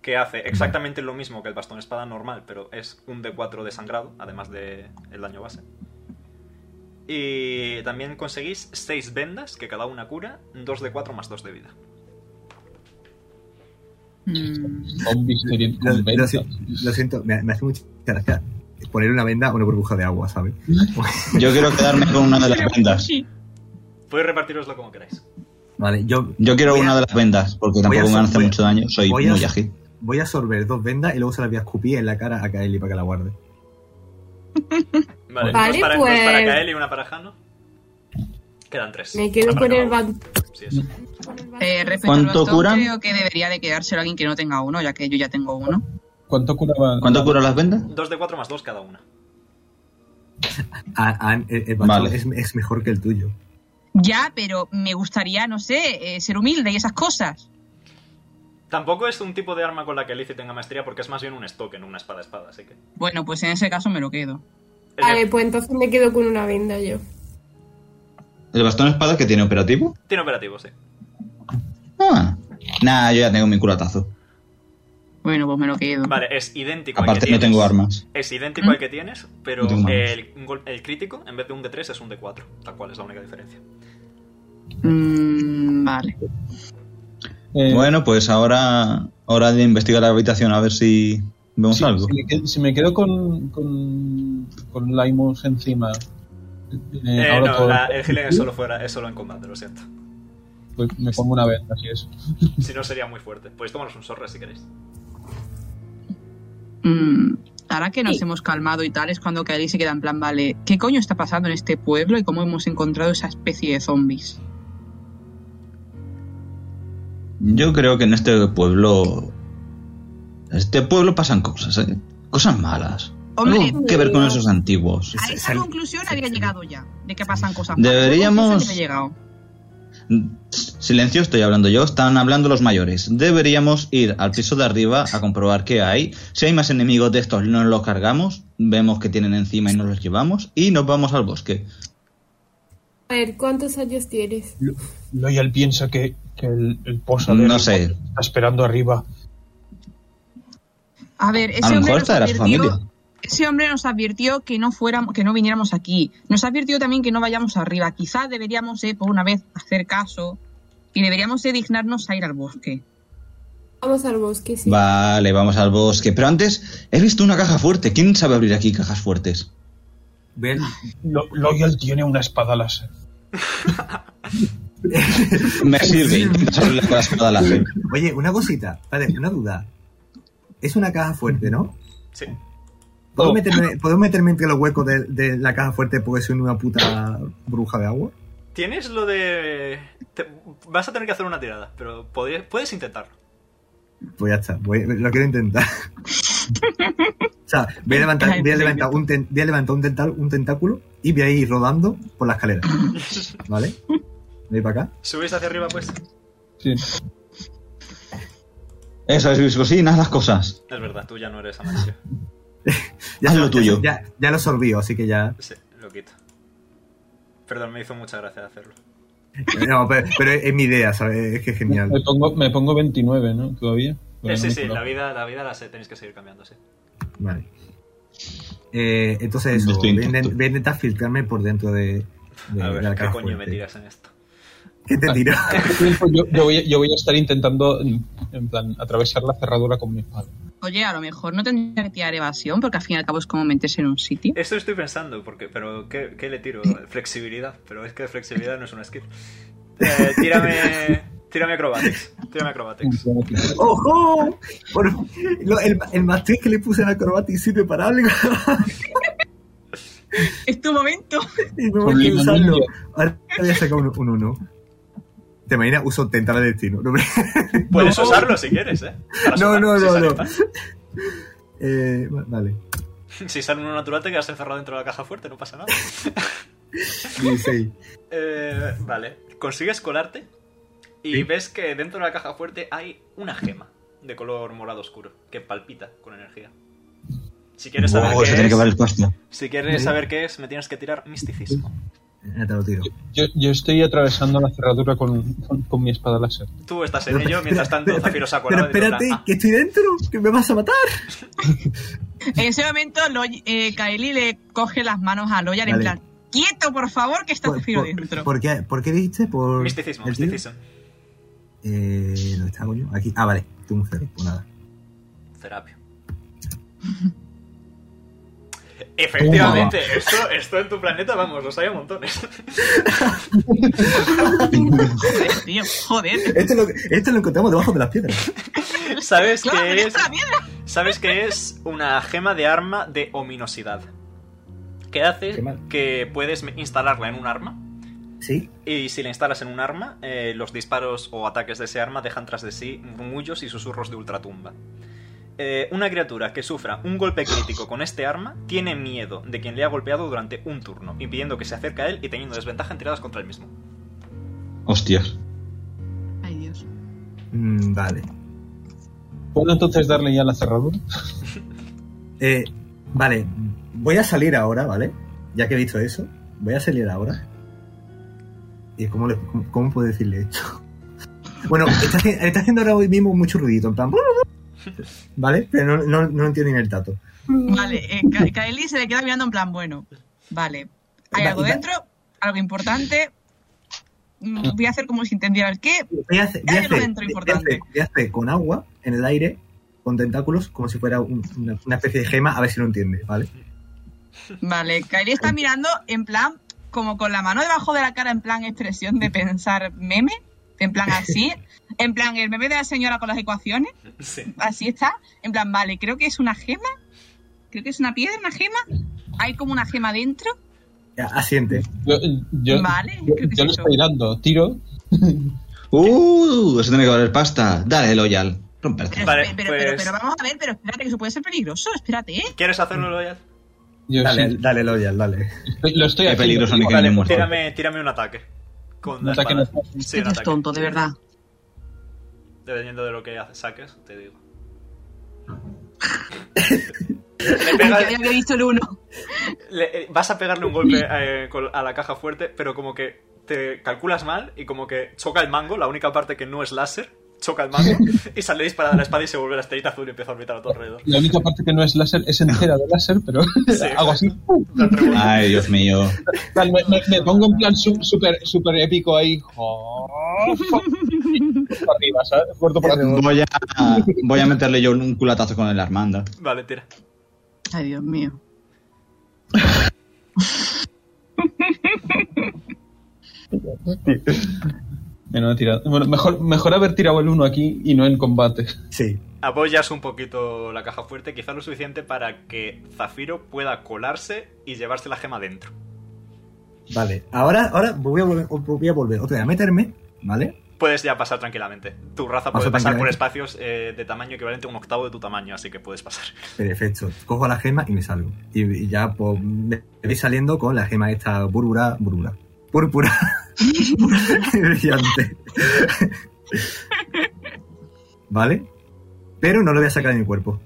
Speaker 2: que hace exactamente lo mismo que el bastón espada normal, pero es un D4 de sangrado, además del el daño base. Y también conseguís 6 vendas, que cada una cura 2 de 4 más 2 de vida.
Speaker 6: Mm,
Speaker 7: Zombies que vienen
Speaker 4: Lo,
Speaker 7: con
Speaker 4: lo
Speaker 7: ventas.
Speaker 4: si- lo siento, me, me hace mucha gracia poner una venda o una burbuja de agua, ¿sabes?
Speaker 8: Yo quiero quedarme con una de las vendas.
Speaker 2: Podéis repartiroslo como queráis.
Speaker 4: Vale, yo
Speaker 8: Yo quiero
Speaker 4: Voy a-
Speaker 8: una de las vendas, porque
Speaker 4: voy a
Speaker 8: tampoco me
Speaker 4: hacer-
Speaker 8: hace
Speaker 4: voy a-
Speaker 8: mucho daño. Soy
Speaker 4: voy a
Speaker 8: muy
Speaker 4: hacer-
Speaker 8: ágil.
Speaker 4: voy a absorber dos vendas y luego se las voy a escupir en la cara a Kaeli para que la guarde.
Speaker 2: Vale, dos,
Speaker 5: Vale,
Speaker 2: para, dos para
Speaker 5: pues-
Speaker 2: Kael y una para Jano. Quedan 3.
Speaker 5: [LAUGHS] Me quiero poner ban-
Speaker 6: eh, respecto
Speaker 8: ¿Cuánto
Speaker 6: al bastón,
Speaker 8: curan?
Speaker 6: creo que debería de quedárselo alguien que no tenga uno, ya que yo ya tengo uno.
Speaker 7: ¿Cuánto curaba?
Speaker 8: ¿Cuánto curan las vendas?
Speaker 2: 2 de 4 más 2 cada una.
Speaker 4: Ah, ah, el, el bastón
Speaker 8: Vale.
Speaker 4: es, es mejor que el tuyo.
Speaker 6: Ya, pero me gustaría, no sé, eh, ser humilde y esas cosas.
Speaker 2: Tampoco es un tipo de arma con la que Lizzie tenga maestría porque es más bien un stock, no una espada-espada, así que...
Speaker 6: Bueno, pues en ese caso me lo quedo.
Speaker 2: Es
Speaker 5: Vale,
Speaker 2: bien.
Speaker 5: pues entonces me quedo con una venda yo.
Speaker 8: ¿El bastón espada que tiene operativo?
Speaker 2: Tiene operativo, sí.
Speaker 8: Ah. Nah, yo ya tengo mi culatazo.
Speaker 6: Bueno, pues me lo quedo.
Speaker 2: Vale, es idéntico al que
Speaker 8: Aparte no
Speaker 2: tienes.
Speaker 8: tengo armas.
Speaker 2: Es idéntico al que tienes, pero
Speaker 8: No tengo armas.
Speaker 2: el, gol- el crítico, en vez de un D3, es un D4. Tal cual, es la única diferencia.
Speaker 8: Eh,
Speaker 6: Mm, vale.
Speaker 7: Eh,
Speaker 8: Bueno, pues ahora hora de investigar la habitación a ver si vemos
Speaker 7: si,
Speaker 8: algo.
Speaker 7: si me quedo, si me quedo con, con, con Laimos encima. eh,
Speaker 2: Eh,
Speaker 7: ahora
Speaker 2: no,
Speaker 7: puedo-
Speaker 2: la- el healing es solo, fuera, es solo en combate, lo siento.
Speaker 7: Pues me pongo una venda, así es.
Speaker 2: Si no, sería muy fuerte. Podéis tomaros un sorre si queréis.
Speaker 6: Mm, ahora que nos hemos calmado y tal, es cuando Kaeli se queda en plan, vale, ¿qué coño está pasando en este pueblo y cómo hemos encontrado esa especie de zombies?
Speaker 8: Yo creo que en este pueblo. En este pueblo pasan cosas, ¿eh? Cosas malas.
Speaker 6: Hombre,
Speaker 8: Algo que ver con esos antiguos.
Speaker 6: A esa
Speaker 4: Sal-
Speaker 6: conclusión había
Speaker 4: sal-
Speaker 6: llegado ya, de que pasan cosas
Speaker 8: Deberíamos-
Speaker 6: malas. Había llegado.
Speaker 8: Silencio, estoy hablando yo, están hablando los mayores. Deberíamos ir al piso de arriba a comprobar qué hay. Si hay más enemigos de estos, nos los cargamos, vemos que tienen encima y nos los llevamos y nos vamos al bosque.
Speaker 5: A ver, ¿cuántos años tienes?
Speaker 7: Loyal piensa que, que el, el posadero
Speaker 8: No sé,
Speaker 7: está esperando arriba.
Speaker 6: A ver, ese
Speaker 8: a lo
Speaker 6: hombre
Speaker 8: mejor
Speaker 6: nos
Speaker 8: esta era su
Speaker 6: advirtió-
Speaker 8: familia.
Speaker 6: Ese hombre nos advirtió que no fuéramos, que no viniéramos aquí. Nos advirtió también que no vayamos arriba. Quizás deberíamos, eh, por una vez, hacer caso y deberíamos eh, dignarnos a ir al bosque.
Speaker 5: Vamos al bosque, sí.
Speaker 8: Vale, vamos al bosque. Pero antes, he visto una caja fuerte. ¿Quién sabe abrir aquí cajas fuertes?
Speaker 4: Ver,
Speaker 7: Lo- Loyal tiene una espada láser.
Speaker 8: Me sirve, intentas abrirla con la espada láser.
Speaker 4: oye, una cosita, vale, una duda. Es una caja fuerte, ¿no?
Speaker 2: Sí.
Speaker 4: ¿Puedo,
Speaker 7: Oh.
Speaker 4: meterme, ¿puedo meterme entre los huecos de, de la caja fuerte porque soy una puta bruja de agua?
Speaker 2: Tienes lo de... te- Vas a tener que hacer una tirada, pero podrías- puedes intentarlo.
Speaker 4: Pues ya está, voy- lo quiero intentar. o sea, voy a levantar, voy a levantar un, ten- voy a levantar un, tental- un tentáculo y voy a ir rodando por la escalera. ¿Vale? Voy para acá.
Speaker 2: Subís hacia arriba, pues.
Speaker 7: Sí.
Speaker 8: Eso es, Visco, sí, nada las cosas.
Speaker 2: Es verdad, tú ya no eres amarillo.
Speaker 8: Haz lo
Speaker 4: ya-
Speaker 8: tuyo.
Speaker 4: Ya, ya lo sorbí, así que ya.
Speaker 2: Sí, lo quito. Perdón, me hizo mucha gracia hacerlo.
Speaker 4: No, pero, pero es mi idea, ¿sabes? Es que es genial.
Speaker 7: Me pongo, me pongo 29, ¿no? Todavía. Pero
Speaker 2: Eh,
Speaker 7: no
Speaker 2: sí,
Speaker 7: me
Speaker 2: sí,
Speaker 7: acuerdo.
Speaker 2: la vida, la vida la se- tenéis que seguir cambiando, sí.
Speaker 4: Vale. Eh, entonces, eso, voy a,
Speaker 3: Distinto.
Speaker 4: intent- voy a intentar filtrarme por dentro de. de
Speaker 2: A ver,
Speaker 4: de
Speaker 2: ¿qué
Speaker 4: Alcaraz
Speaker 2: coño me
Speaker 4: Fuerte.
Speaker 2: tiras en esto?
Speaker 4: ¿Qué te
Speaker 2: [LAUGHS]
Speaker 4: tiro?
Speaker 7: Tiempo, Yo, yo voy, a- yo voy a estar intentando, en en plan, atravesar la cerradura con mi espada.
Speaker 6: Oye, a lo mejor no tendría que tirar evasión, porque al fin y al cabo es como meterse en un sitio.
Speaker 2: Esto estoy pensando, porque, pero ¿qué, qué le tiro? Flexibilidad, pero es que flexibilidad no es una skill. Eh,
Speaker 4: [LAUGHS]
Speaker 2: tírame, tírame acrobatics. Tírame acrobatics.
Speaker 4: [LAUGHS] ¡Ojo! Por- lo- el, el más tres que le puse en acrobatic sirve para algo. [LAUGHS]
Speaker 6: Es tu momento.
Speaker 4: y no voy a
Speaker 7: Problema
Speaker 4: usarlo.
Speaker 7: ninja.
Speaker 4: Ahora voy a sacar un 1. ¿Te imaginas? Uso tentar al destino. No, hombre.
Speaker 2: [LAUGHS] Puedes usarlo si quieres, ¿eh? Para
Speaker 4: No,
Speaker 2: sumar,
Speaker 4: no,
Speaker 2: si
Speaker 4: no,
Speaker 2: sale
Speaker 4: no.
Speaker 2: tal.
Speaker 4: Eh, va- vale.
Speaker 2: Si sale uno natural te quedas encerrado dentro de la caja fuerte, no pasa nada.
Speaker 4: 16.
Speaker 2: Eh, vale, consigues colarte y ves que dentro de la caja fuerte hay una gema de color morado oscuro que palpita con energía. Si quieres saber
Speaker 8: Oh, eso
Speaker 2: qué
Speaker 8: tiene
Speaker 2: es,
Speaker 8: que valer hostia.
Speaker 2: si quieres saber qué es, me tienes que tirar misticismo.
Speaker 4: Ya te lo tiro.
Speaker 7: Yo, yo estoy atravesando la cerradura con, con- con mi espada láser.
Speaker 2: Tú estás en ello, mientras tanto Zafiro se ha
Speaker 4: Pero
Speaker 2: colado y te
Speaker 4: espérate,
Speaker 2: habla, "Ah,
Speaker 4: que estoy dentro, que me vas a matar.
Speaker 6: En ese momento, lo, eh, Kaeli le coge las manos a Loyal en
Speaker 4: Vale.
Speaker 6: plan: ¡Quieto, por favor, que está
Speaker 4: Por-
Speaker 6: Zafiro
Speaker 4: por-
Speaker 6: dentro! [LAUGHS]
Speaker 4: ¿Por qué, por qué dijiste? Por
Speaker 2: ah, Misticismo,
Speaker 4: el tiro?
Speaker 2: misticismo.
Speaker 4: Eh, ¿Dónde está, coño? Aquí. Ah, vale. Tú mujer, pues nada.
Speaker 2: Terapia. [LAUGHS] Efectivamente, esto, esto en tu planeta, vamos, los hay a montones. [LAUGHS]
Speaker 6: Joder, tío, joder.
Speaker 4: Esto lo, esto lo encontramos debajo de las piedras.
Speaker 2: ¿Sabes
Speaker 6: Claro,
Speaker 2: qué
Speaker 6: pero
Speaker 2: es?
Speaker 6: está bien.
Speaker 2: Sabes que es una gema de arma de ominosidad. Que hace
Speaker 4: Qué mal.
Speaker 2: que puedes me- instalarla en un arma.
Speaker 4: Sí.
Speaker 2: Y si la instalas en un arma, eh, los disparos o ataques de ese arma dejan tras de sí murmullos y susurros de ultratumba. Eh, una criatura que sufra un golpe crítico con este arma tiene miedo de quien le ha golpeado durante un turno, impidiendo que se acerque a él y teniendo desventaja en tiradas contra él mismo.
Speaker 8: Hostias.
Speaker 6: Ay, Dios.
Speaker 4: Mm, vale.
Speaker 7: ¿Puedo entonces darle ya a la cerradura?
Speaker 4: Eh, vale. Voy a salir ahora, ¿vale? Ya que he visto eso, voy a salir ahora. ¿Y cómo, le- cómo, cómo puedo decirle esto? [LAUGHS] Bueno, está, haci- está haciendo ahora mismo mucho ruidito, en plan. ¿Vale? Pero no, no, no entiendo ni el tato.
Speaker 6: Vale, eh, Ka- Kaeli se le queda mirando en plan: Bueno, vale. Hay
Speaker 4: Va-
Speaker 6: algo
Speaker 4: va-
Speaker 6: dentro, algo importante. Mm, Voy a hacer como si entendiera el qué.
Speaker 4: Voy a hacer, voy a
Speaker 6: Hay algo
Speaker 4: hacer-
Speaker 6: dentro
Speaker 4: voy a
Speaker 6: importante.
Speaker 4: hacer- voy a hacer con agua en el aire, con tentáculos, como si fuera un- una, una especie de gema, a ver si lo entiende, ¿vale?
Speaker 6: Vale, Kaeli está mirando en plan, como con la mano debajo de la cara, en plan expresión de pensar meme, en plan así, en plan el meme de la señora con las ecuaciones,
Speaker 2: Sí.
Speaker 6: así está, en plan, vale, creo que es una gema, creo que es una piedra, una gema, hay como una gema dentro,
Speaker 4: Ya, Asiente.
Speaker 7: Yo, yo,
Speaker 6: Vale,
Speaker 7: yo,
Speaker 6: creo que
Speaker 7: yo
Speaker 6: sí,
Speaker 7: le
Speaker 6: yo.
Speaker 7: estoy dando tiro.
Speaker 8: Uh, eso tiene que valer pasta. Dale, Loyal. Romperte.
Speaker 6: pero,
Speaker 2: Vale,
Speaker 6: pero, pero,
Speaker 2: pues-
Speaker 6: pero vamos a ver, pero espérate, que eso puede ser peligroso, espérate, ¿eh?
Speaker 2: ¿Quieres hacerlo, Loyal?
Speaker 7: Yo
Speaker 4: Dale,
Speaker 7: sí,
Speaker 4: dale, Loyal, dale.
Speaker 7: estoy- lo estoy
Speaker 8: Qué
Speaker 7: haciendo.
Speaker 8: peligroso, Nick.
Speaker 2: Vale,
Speaker 8: Cañón muerto.
Speaker 2: tírame, tírame un ataque. Con
Speaker 7: Un
Speaker 2: la
Speaker 7: ataque
Speaker 2: espada.
Speaker 7: natural.
Speaker 2: Sí, un
Speaker 6: Eres
Speaker 2: ataque.
Speaker 6: tonto, de verdad.
Speaker 2: Dependiendo de lo que ha- saques, te digo. Le pegas-
Speaker 6: Yo había visto el uno.
Speaker 2: le- eh, vas a pegarle un golpe eh, col- a la caja fuerte, pero como que te calculas mal y como que choca el mango, la única parte que no es láser, choca el mango y sale disparada la espada y se vuelve la estrellita azul y empieza a orbitar a tu alrededor.
Speaker 7: La única parte que no es láser es entera de láser, pero [LAUGHS] hago así. ¡pum!
Speaker 2: Te rebote.
Speaker 8: Ay, Dios mío.
Speaker 7: En plan, Me, me- me pongo en plan su- súper super épico ahí. ¡jo! Por arriba, ¿sabes? Muerto por arriba.
Speaker 8: Voy a, voy a meterle yo un culatazo con el Armanda.
Speaker 2: Vale, tira.
Speaker 6: Ay, Dios mío.
Speaker 7: Menuda tirada. Bueno, mejor, mejor haber tirado el uno aquí y no en combate.
Speaker 4: Sí.
Speaker 2: Apoyas un poquito la caja fuerte, quizá lo suficiente para que Zafiro pueda colarse y llevarse la gema dentro.
Speaker 4: Vale, ahora, ahora voy, a volver, voy a volver otra vez a meterme, ¿vale?
Speaker 2: Puedes ya pasar tranquilamente. Tu raza
Speaker 4: Paso
Speaker 2: puede pasar por
Speaker 4: tranquilamente.
Speaker 2: espacios eh, de tamaño equivalente a un octavo de tu tamaño, así que puedes pasar. [LAUGHS]
Speaker 4: Perfecto. Cojo la gema y me salgo. Y, y ya pues, me me voy saliendo con la gema esta búrbura, búrbura. Púrpura. [LAUGHS] Brillante. ¿Vale? Pero no lo voy a sacar de mi cuerpo.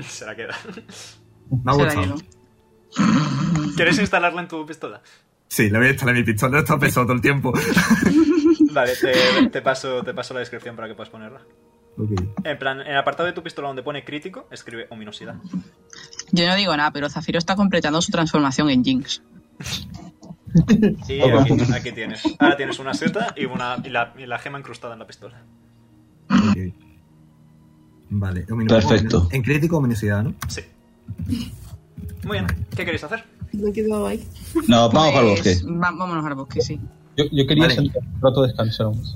Speaker 2: Se la queda.
Speaker 4: Me ha
Speaker 6: Se la
Speaker 4: gustado.
Speaker 6: llevo.
Speaker 2: ¿Quieres instalarla en tu pistola?
Speaker 4: Sí, le voy a instalar mi pistola. Esto ha pesado todo el tiempo.
Speaker 2: Vale, te, [LAUGHS] te paso, te paso la descripción para que puedas ponerla.
Speaker 4: Ok.
Speaker 2: En plan, en el apartado de tu pistola donde pone crítico, escribe ominosidad.
Speaker 6: Yo no digo nada, pero Zafiro está completando su transformación en Jinx.
Speaker 2: Sí, aquí, aquí tienes. Ahora tienes una seta y, una, y la, y la gema incrustada en la pistola.
Speaker 4: Ok. Vale. Ominosidad-
Speaker 8: Perfecto.
Speaker 4: En crítico, ominosidad, ¿no?
Speaker 2: Sí. Muy bien, ¿qué queréis hacer?
Speaker 5: Me quedo ahí.
Speaker 8: No, vamos para el bosque.
Speaker 6: Pues, va- vámonos al bosque, sí.
Speaker 7: Yo, yo quería
Speaker 4: Vale.
Speaker 7: salir un rato a descansar. hombre.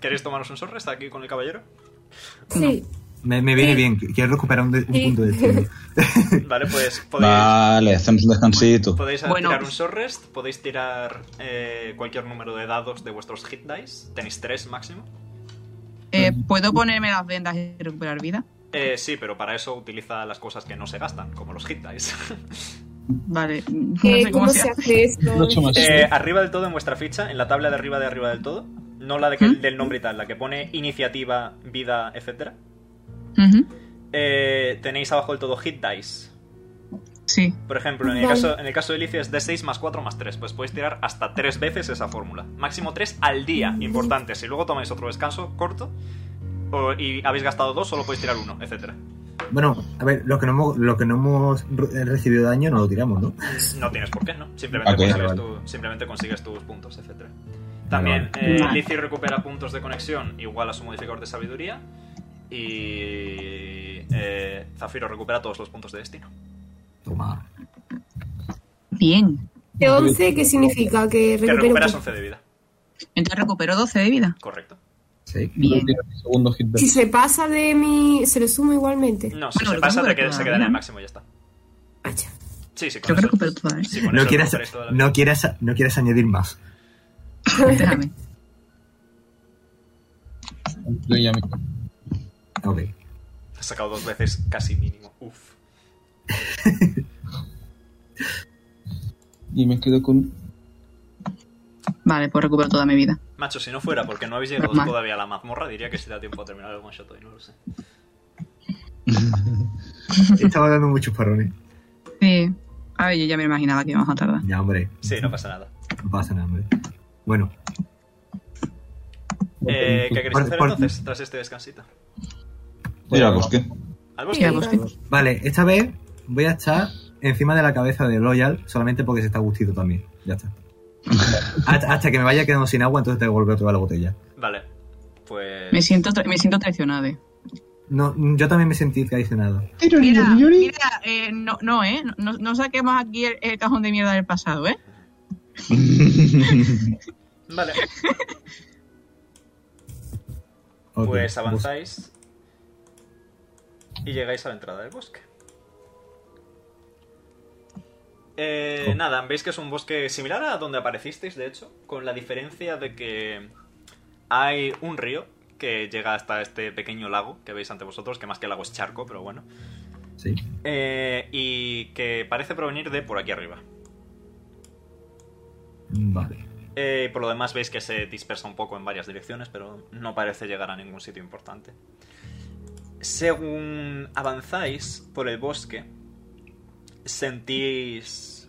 Speaker 2: ¿Queréis tomaros un sorrest aquí con el
Speaker 4: [LAUGHS]
Speaker 2: caballero?
Speaker 5: Sí.
Speaker 4: Me, me viene
Speaker 5: Sí.
Speaker 4: bien. Quiero recuperar un, de- un
Speaker 5: Sí.
Speaker 4: punto de este.
Speaker 5: [LAUGHS]
Speaker 4: destino.
Speaker 2: Vale, pues podéis,
Speaker 8: Vale, hacemos un descansito.
Speaker 2: podéis
Speaker 6: Bueno,
Speaker 2: tirar un
Speaker 6: pues-
Speaker 2: sorrest, podéis tirar eh, cualquier número de dados de vuestros hit dice, tenéis tres máximo.
Speaker 6: Eh, ¿Puedo ponerme las vendas y recuperar vida?
Speaker 2: Eh, sí, pero para eso utiliza las cosas que no se gastan, como los hit
Speaker 6: [LAUGHS]
Speaker 2: dice.
Speaker 6: Vale. No
Speaker 5: Eh,
Speaker 6: sé
Speaker 5: ¿Cómo se
Speaker 8: [LAUGHS]
Speaker 5: hace esto?
Speaker 7: Mucho más.
Speaker 2: Eh, arriba del todo en vuestra ficha, en la tabla de arriba de arriba del todo, no la de que-
Speaker 6: ¿Mm?
Speaker 2: del nombre y tal, la que pone iniciativa, vida, etcétera.
Speaker 6: Ujú,
Speaker 2: Eh, tenéis abajo del todo hit dice.
Speaker 6: Sí.
Speaker 2: Por ejemplo, en el,
Speaker 5: Vale.
Speaker 2: caso, en el caso de Licia es de 6 más 4 más 3. Pues podéis tirar hasta 3 veces esa fórmula. Máximo 3 al día, importante. Si luego tomáis otro descanso corto o- y habéis gastado 2, solo podéis tirar 1, etc.
Speaker 4: Bueno, a ver, los que no hemos, los que no hemos re- recibido daño no lo tiramos, ¿no?
Speaker 2: No tienes por qué, ¿no? Simplemente,
Speaker 8: Ok.
Speaker 2: consigues,
Speaker 4: Vale,
Speaker 2: tu- simplemente consigues tus puntos, etc. También eh,
Speaker 6: Vale.
Speaker 2: Lizzie recupera puntos de conexión igual a su modificador de sabiduría. Y eh, Zafiro recupera todos los puntos de destino.
Speaker 4: Toma.
Speaker 6: Bien.
Speaker 5: ¿De 11 qué significa? Que
Speaker 2: Que
Speaker 5: recupero
Speaker 2: recuperas
Speaker 5: un-
Speaker 2: 11 de vida,
Speaker 6: Entonces recupero 12 de vida.
Speaker 2: correcto.
Speaker 4: Sí.
Speaker 6: Bien.
Speaker 7: Segundo hit
Speaker 5: Si
Speaker 7: dice.
Speaker 5: se pasa de mi... ¿Se le suma igualmente?
Speaker 2: No, si
Speaker 6: Bueno,
Speaker 2: se
Speaker 6: lo
Speaker 2: pasa,
Speaker 6: tengo
Speaker 2: te queda- se queda en el
Speaker 6: recuperado.
Speaker 2: máximo y ya está.
Speaker 5: Vaya.
Speaker 2: Sí, sí, con
Speaker 6: Creo que
Speaker 2: eso-
Speaker 6: recupero toda, ¿eh?
Speaker 2: sí, con
Speaker 4: No
Speaker 2: eso
Speaker 4: quieras,
Speaker 2: recuperáis toda la vida.
Speaker 4: no, quieras, no quieras añadir más.
Speaker 6: Déjame.
Speaker 7: Yo ya me-
Speaker 4: Ok.
Speaker 5: [LAUGHS]
Speaker 2: Has sacado dos veces casi mínimo. Uf.
Speaker 7: Y me quedo con.
Speaker 6: Vale, pues recupero toda mi vida.
Speaker 2: Macho, si no fuera porque no habéis llegado
Speaker 6: Normal.
Speaker 2: todavía a la mazmorra, diría que si da tiempo a terminar el one shot hoy, no lo sé.
Speaker 4: Estaba dando muchos parones.
Speaker 6: Sí. A ver, yo ya me imaginaba que íbamos a tardar.
Speaker 4: Ya, hombre.
Speaker 2: Sí, no pasa nada.
Speaker 4: No pasa nada, hombre. Bueno,
Speaker 2: Eh, ¿Qué queréis
Speaker 4: Por-
Speaker 2: hacer
Speaker 4: por-
Speaker 2: entonces tras este descansito?
Speaker 6: pues,
Speaker 8: Ir al bosque.
Speaker 2: ¿Al
Speaker 5: Sí,
Speaker 2: bosque?
Speaker 6: al bosque.
Speaker 4: vale, esta vez voy a estar encima de la cabeza de Loyal solamente porque se está gustito también. Ya
Speaker 5: [LAUGHS]
Speaker 4: está. hasta, hasta que me vaya quedando sin agua, entonces tengo que volver a tocar la botella.
Speaker 2: Vale.
Speaker 6: Me
Speaker 2: Pues.
Speaker 6: siento, tra- me siento traicionada. eh.
Speaker 4: No, yo también me sentí traicionado.
Speaker 6: Mira, mira, eh, no, no, ¿eh? No, no saquemos aquí el, el cajón de mierda del pasado, ¿eh?
Speaker 2: Vale.
Speaker 4: Ok,
Speaker 2: Pues
Speaker 4: bus-
Speaker 2: avanzáis. Y llegáis a la entrada del bosque. Eh,
Speaker 4: Oh.
Speaker 2: Nada, veis que es un bosque similar a donde aparecisteis, de hecho, con la diferencia de que hay un río que llega hasta este pequeño lago que veis ante vosotros, que más que lago es charco, pero bueno.
Speaker 4: Sí.
Speaker 2: Eh, y que parece provenir de por aquí arriba.
Speaker 4: Vale.
Speaker 2: Eh, por lo demás veis que se dispersa un poco en varias direcciones, pero no parece llegar a ningún sitio importante. Según avanzáis por el bosque, sentís...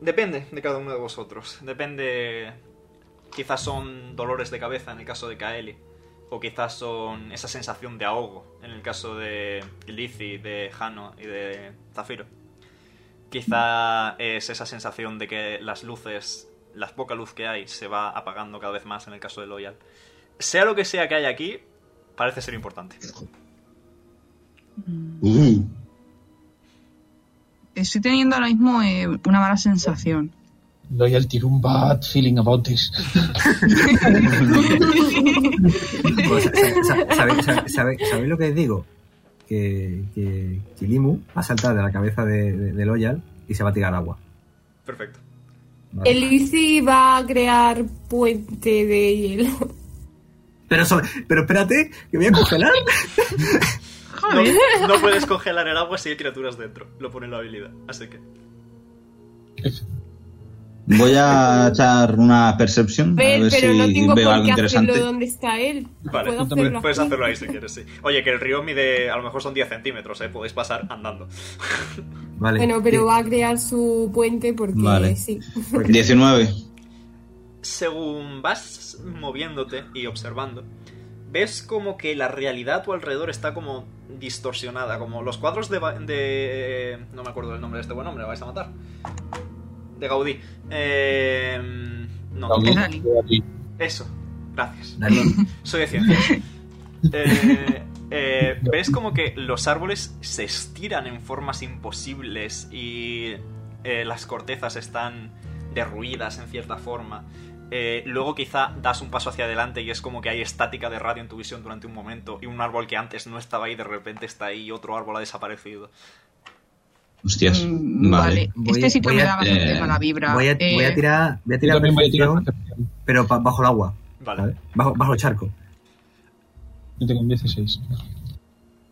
Speaker 2: Depende de cada uno de vosotros. Depende... Quizás son dolores de cabeza en el caso de Kaeli. O quizás son esa sensación de ahogo en el caso de Lizzie, de Hano y de Zafiro. Quizá es esa sensación de que las luces, la poca luz que hay, se va apagando cada vez más en el caso de Loyal. Sea lo que sea que haya aquí, parece ser importante.
Speaker 6: pues.
Speaker 8: Uh,
Speaker 6: Estoy teniendo ahora mismo eh, una mala sensación.
Speaker 7: Doy al tiro un bad feeling about this.
Speaker 4: Pues, sa- sa- sabe- sabe- sabe- ¿Sabéis lo que os digo? Que, que Kilimu va a saltar de la cabeza de, de- de Loyal y se va a tirar al agua.
Speaker 2: Perfecto.
Speaker 4: Vale.
Speaker 5: El Izzy va a crear puente de hielo.
Speaker 4: Pero, sobre- pero espérate, que voy a congelar.
Speaker 2: No, no puedes congelar el agua si hay criaturas dentro. Lo pone la habilidad. Así que.
Speaker 8: voy a echar una percepción. A
Speaker 5: Ver,
Speaker 8: ver
Speaker 5: pero
Speaker 8: si
Speaker 5: no tengo
Speaker 8: veo
Speaker 5: por
Speaker 8: algo
Speaker 5: qué hacerlo
Speaker 8: interesante.
Speaker 5: donde está él.
Speaker 2: Vale,
Speaker 5: Puedo
Speaker 7: tú también
Speaker 5: hacerlo
Speaker 2: puedes
Speaker 5: aquí.
Speaker 2: hacerlo ahí si quieres, sí. Oye, que el río mide. A lo mejor son 10 centímetros, ¿eh? Podéis pasar andando.
Speaker 4: Vale.
Speaker 5: Bueno, pero va a crear su puente porque
Speaker 8: Vale.
Speaker 5: sí.
Speaker 8: 19.
Speaker 2: Según vas moviéndote y observando, ves como que la realidad a tu alrededor está como distorsionada, como los cuadros de... Ba- de- no me acuerdo el nombre de este buen hombre, me vais a matar. De Gaudí. Eh, no,
Speaker 6: Gaudí. Dalí.
Speaker 2: eso. Gracias.
Speaker 6: [LAUGHS]
Speaker 4: Dalí.
Speaker 2: Soy de ciencias. Eh, eh, ves como que los árboles se estiran en formas imposibles y eh, las cortezas están derruidas en cierta forma. Eh, luego quizá das un paso hacia adelante y es como que hay estática de radio en tu visión durante un momento y un árbol que antes no estaba ahí de repente está ahí y otro árbol ha desaparecido.
Speaker 8: Hostias.
Speaker 6: Mm,
Speaker 8: vale.
Speaker 4: Voy-
Speaker 6: este sitio
Speaker 4: voy
Speaker 6: me
Speaker 4: a-
Speaker 6: da bastante
Speaker 8: eh,
Speaker 6: mala vibra.
Speaker 4: Voy a,
Speaker 6: Eh,
Speaker 4: voy a tirar, voy a
Speaker 7: Yo
Speaker 4: tirar
Speaker 7: también voy a tirar.
Speaker 4: percepción, pero pa- bajo el agua,
Speaker 2: Vale,
Speaker 4: ¿vale? Bajo, bajo el charco.
Speaker 7: Yo tengo un 16.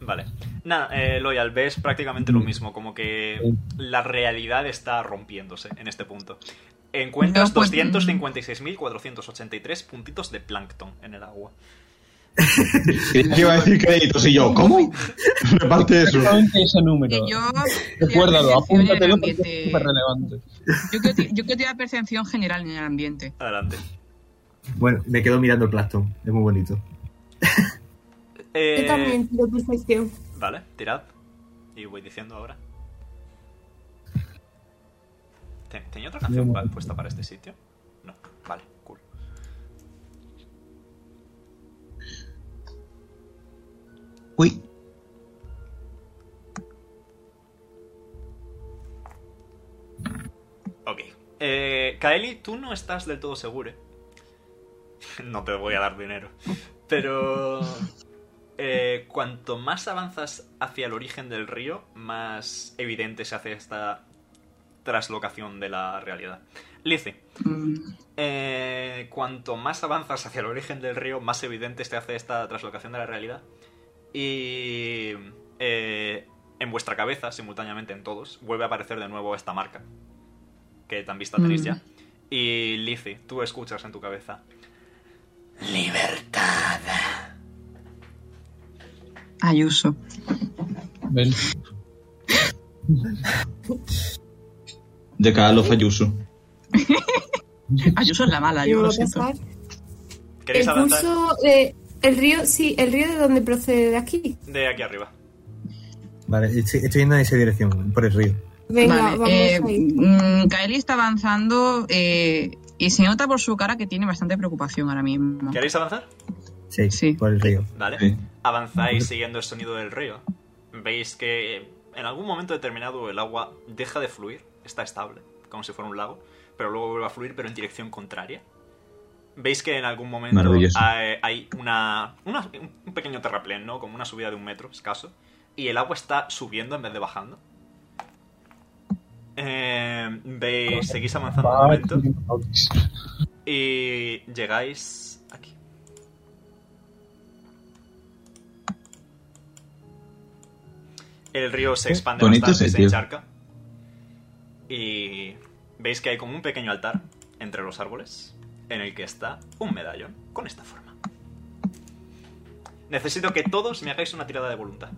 Speaker 2: vale. Nada, eh, Loyal, ves prácticamente lo mismo, como que la realidad está rompiéndose en este punto. Encuentras
Speaker 6: No, pues-
Speaker 2: 256.483 puntitos de plancton en el agua.
Speaker 8: Creí que iba a decir créditos y yo, ¿cómo? [LAUGHS] Reparte eso.
Speaker 7: Exactamente ese número.
Speaker 4: [LAUGHS]
Speaker 6: que yo
Speaker 7: Recuérdalo,
Speaker 6: yo percepción en el
Speaker 7: apúntatelo porque
Speaker 6: ambiente.
Speaker 7: es súper relevante.
Speaker 6: Yo quiero, ti- yo quiero tirar percepción general en el ambiente.
Speaker 2: Adelante.
Speaker 4: Bueno, me quedo mirando el plastón, es muy bonito.
Speaker 2: Eh,
Speaker 5: Yo también tiro percepción.
Speaker 2: Vale, tirad. Y voy diciendo ahora. Te- ¿Tenía otra canción pa- puesta para este sitio? No. Vale, cool.
Speaker 8: Uy.
Speaker 2: Ok. Eh, Kaeli, tú no estás del todo seguro. [LAUGHS] no te voy a dar dinero. Pero... eh, cuanto más avanzas hacia el origen del río, más evidente se hace esta traslocación de la realidad. Lizzie,
Speaker 6: Mm,
Speaker 2: Eh, cuanto más avanzas hacia el origen del río, más evidente se hace esta traslocación de la realidad. Y eh, en vuestra cabeza, simultáneamente en todos, vuelve a aparecer de nuevo esta marca, que tan vista tenéis
Speaker 6: Mm.
Speaker 2: ya. Y Lizzie, tú escuchas en tu cabeza. Libertad.
Speaker 6: [LAUGHS] Ayuso.
Speaker 7: Ven.
Speaker 8: De Call of Ayuso.
Speaker 6: Ayuso es la mala, yo
Speaker 5: Yo
Speaker 6: lo
Speaker 5: voy a
Speaker 6: siento.
Speaker 5: pasar. El
Speaker 2: ¿Queréis avanzar?
Speaker 5: curso de. El río, sí, el río de donde procede de aquí.
Speaker 2: De aquí arriba.
Speaker 4: Vale, estoy, estoy yendo en esa dirección, por el río.
Speaker 5: Venga, vamos
Speaker 6: vale, eh,
Speaker 5: ahí.
Speaker 6: mm, Kaeli está avanzando eh, y se nota por su cara que tiene bastante preocupación ahora mismo.
Speaker 2: ¿Queréis avanzar?
Speaker 4: Sí,
Speaker 6: Sí.
Speaker 4: por el río.
Speaker 2: Vale.
Speaker 8: Sí.
Speaker 2: Avanzáis siguiendo el sonido del río. Veis que eh, en algún momento determinado el agua deja de fluir, está estable, como si fuera un lago, pero luego vuelve a fluir, pero en dirección contraria. Veis que en algún momento
Speaker 8: Maravilloso.
Speaker 2: hay, hay una, una- un pequeño terraplén, ¿no? Como una subida de un metro, escaso. Y el agua está subiendo en vez de bajando. Eh, veis, seguís avanzando un
Speaker 7: Vale.
Speaker 2: momento
Speaker 7: pues,
Speaker 2: y llegáis aquí. El río se expande
Speaker 8: bonito
Speaker 2: bastante,
Speaker 8: ese
Speaker 2: se
Speaker 8: tío.
Speaker 2: encharca. Y veis que hay como un pequeño altar entre los árboles en el que está un medallón con esta forma. Necesito que todos me hagáis una tirada de voluntad.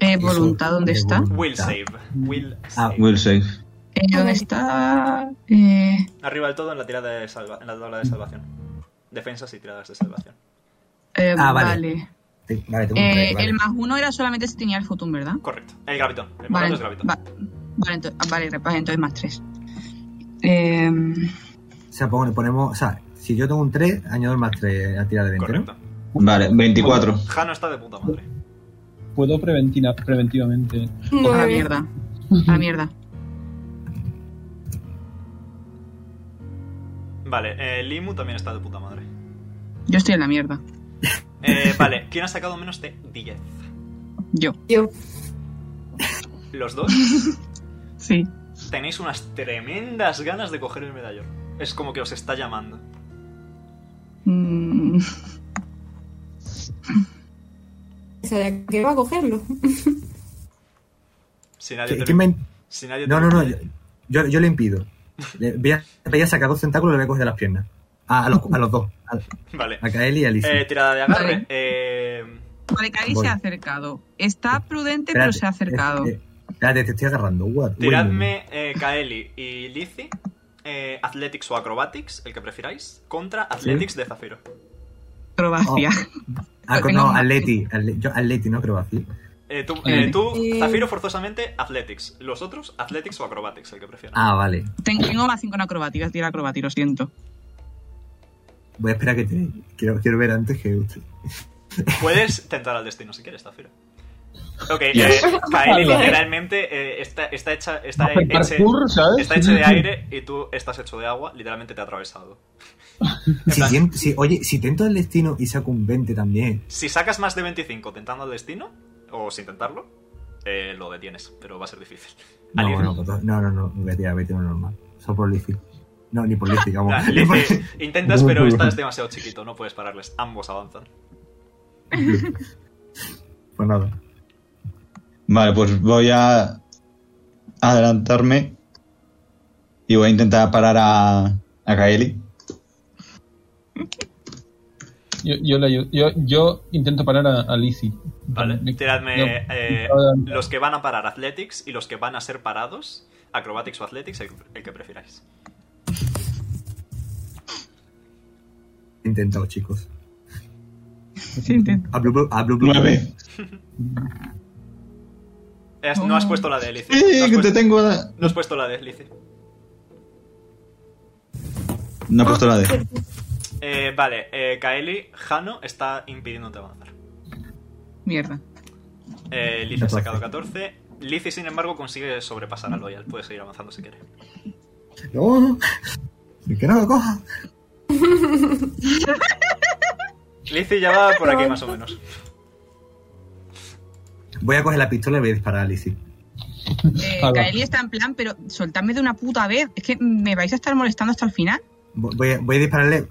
Speaker 6: Eh,
Speaker 4: Eso,
Speaker 6: ¿Voluntad dónde
Speaker 4: de
Speaker 6: está?
Speaker 4: voluntad.
Speaker 2: Will save. Will save.
Speaker 8: Ah, Will save.
Speaker 6: Eh, ¿Dónde está? Eh,
Speaker 2: Arriba del todo en la tirada de salva- en la tabla de salvación. Defensas y tiradas de salvación.
Speaker 6: eh,
Speaker 4: Ah, vale.
Speaker 6: vale.
Speaker 4: Sí, Vale, tengo un
Speaker 6: Eh,
Speaker 4: tres, vale.
Speaker 6: el más uno era solamente si tenía el futum, ¿verdad?
Speaker 2: Correcto. El gravitón. El momento
Speaker 6: Vale,
Speaker 2: es gravitón.
Speaker 6: va- vale, ento- ah, vale, pues entonces más tres. Eh,
Speaker 4: O sea, pon- ponemos, o sea, si yo tengo un 3, añado el más 3 a tirar de 20,
Speaker 2: Correcto.
Speaker 8: Vale, 24.
Speaker 2: Jano está de puta madre.
Speaker 7: Puedo preventina- preventivamente.
Speaker 6: pues a la
Speaker 5: Nueve.
Speaker 6: mierda. A la mierda.
Speaker 2: Vale, eh, Limu también está de puta madre.
Speaker 6: Yo estoy en la mierda.
Speaker 2: Eh, vale, ¿quién ha sacado menos de 10?
Speaker 6: Yo.
Speaker 5: Yo.
Speaker 2: Los dos
Speaker 6: Sí.
Speaker 2: tenéis unas tremendas ganas de coger el medallón. Es como que os está llamando.
Speaker 6: Mm,
Speaker 5: O sea, que va a cogerlo.
Speaker 2: Si nadie
Speaker 4: ¿no?
Speaker 2: te,
Speaker 4: ¿Quién me-
Speaker 2: si nadie
Speaker 4: No,
Speaker 2: te-
Speaker 4: no, no, yo, yo- yo le impido. Le- voy, a, voy a sacar dos tentáculos y le voy a coger de las piernas. A, a los, a los dos, a,
Speaker 2: Vale.
Speaker 4: a Kaeli y a Alicia.
Speaker 6: Este
Speaker 2: Eh, tirada de agarre.
Speaker 6: Vale.
Speaker 2: Eh,
Speaker 6: Vale, Cari
Speaker 4: Voy.
Speaker 6: se ha acercado. Está prudente, pero
Speaker 4: Espérate,
Speaker 6: se ha acercado.
Speaker 4: eh, eh, espérate, te estoy agarrando. What- wait
Speaker 2: tiradme eh, Kaeli y Lizzie. eh, athletics o acrobatics, el que prefiráis, contra Athletics de Zafiro.
Speaker 6: Acrobacia.
Speaker 4: Ah, con- no, Atleti. Atle- yo Atleti, no creo así.
Speaker 2: Eh, tú, eh,
Speaker 6: Eh.
Speaker 2: tú, Zafiro, forzosamente, Athletics. Los otros, Athletics o Acrobatics, el que prefieras.
Speaker 4: Ah, vale.
Speaker 6: Ten- Tengo más 5 en acrobatica, tira acrobatica, lo siento.
Speaker 4: Voy a esperar que te... Quiero, quiero ver antes que usted.
Speaker 2: Puedes tentar al destino si quieres, Zafiro. Ok, eh,
Speaker 7: Yes.
Speaker 2: Kaeli
Speaker 7: Vale.
Speaker 2: literalmente eh, está, está hecha, está,
Speaker 7: Hacer
Speaker 2: hecha,
Speaker 7: parkour, ¿eh? ¿sabes?
Speaker 2: está hecha de aire y tú estás hecho de agua, literalmente te ha
Speaker 4: [LAUGHS]
Speaker 2: atravesado. En
Speaker 4: Si
Speaker 2: plan,
Speaker 4: tien- si- oye, si tento el destino y saco un 20 también.
Speaker 2: Si sacas más de 25 tentando al destino, o sin tentarlo, eh, lo detienes, pero va a ser difícil.
Speaker 4: No,
Speaker 2: Alicia.
Speaker 4: bueno, pues no, no, no, voy a tirar, voy a tirar normal. Solo por Lizzy. No, ni por Lizzy,
Speaker 2: [LAUGHS]
Speaker 4: vamos.
Speaker 2: Nah,
Speaker 4: [LAUGHS] Ni por-
Speaker 2: Lizzie, intentas, pero estás demasiado chiquito, no puedes pararles. Ambos avanzan.
Speaker 4: Pues nada.
Speaker 8: Vale, pues voy a adelantarme y voy a intentar parar a, a Kaeli.
Speaker 7: Yo, yo, le ayudo. yo, yo intento parar a, a Lizzie.
Speaker 2: Vale,
Speaker 7: Me- yo-
Speaker 2: tiradme eh,
Speaker 7: yo-
Speaker 2: los que van a parar Athletics y los que van a ser parados, Acrobatics o Athletics, el, el que prefiráis.
Speaker 4: He intentado, chicos.
Speaker 6: Sí, intento.
Speaker 4: A Blue, Blue- a Blue, Blue-
Speaker 8: Nueve.
Speaker 2: Eh, No has puesto la de
Speaker 8: [LAUGHS]
Speaker 2: Lizzie. No has
Speaker 8: ¡Eh, Oh. que te
Speaker 2: puesto,
Speaker 8: tengo! la-
Speaker 2: no has puesto la de Lizzie.
Speaker 8: No he puesto la
Speaker 5: Ah,
Speaker 8: D.
Speaker 2: Eh, vale, eh, Kaeli, Jano está impidiéndote avanzar.
Speaker 6: [LAUGHS] Mierda.
Speaker 2: Eh, Lizzie ha sacado 14. Lizzie, sin embargo, consigue sobrepasar a Loyal. Puede seguir avanzando si quiere.
Speaker 4: No. Que no lo coja.
Speaker 2: Lizzie ya va por aquí más o
Speaker 8: [LAUGHS]
Speaker 2: menos.
Speaker 4: Voy a coger la pistola y voy a disparar a Lizzy.
Speaker 6: Eh,
Speaker 7: Ala.
Speaker 6: Kaeli está en plan, pero soltadme de una puta vez. Es que me vais a estar molestando hasta el final.
Speaker 4: Vo- Voy a, voy a dispararle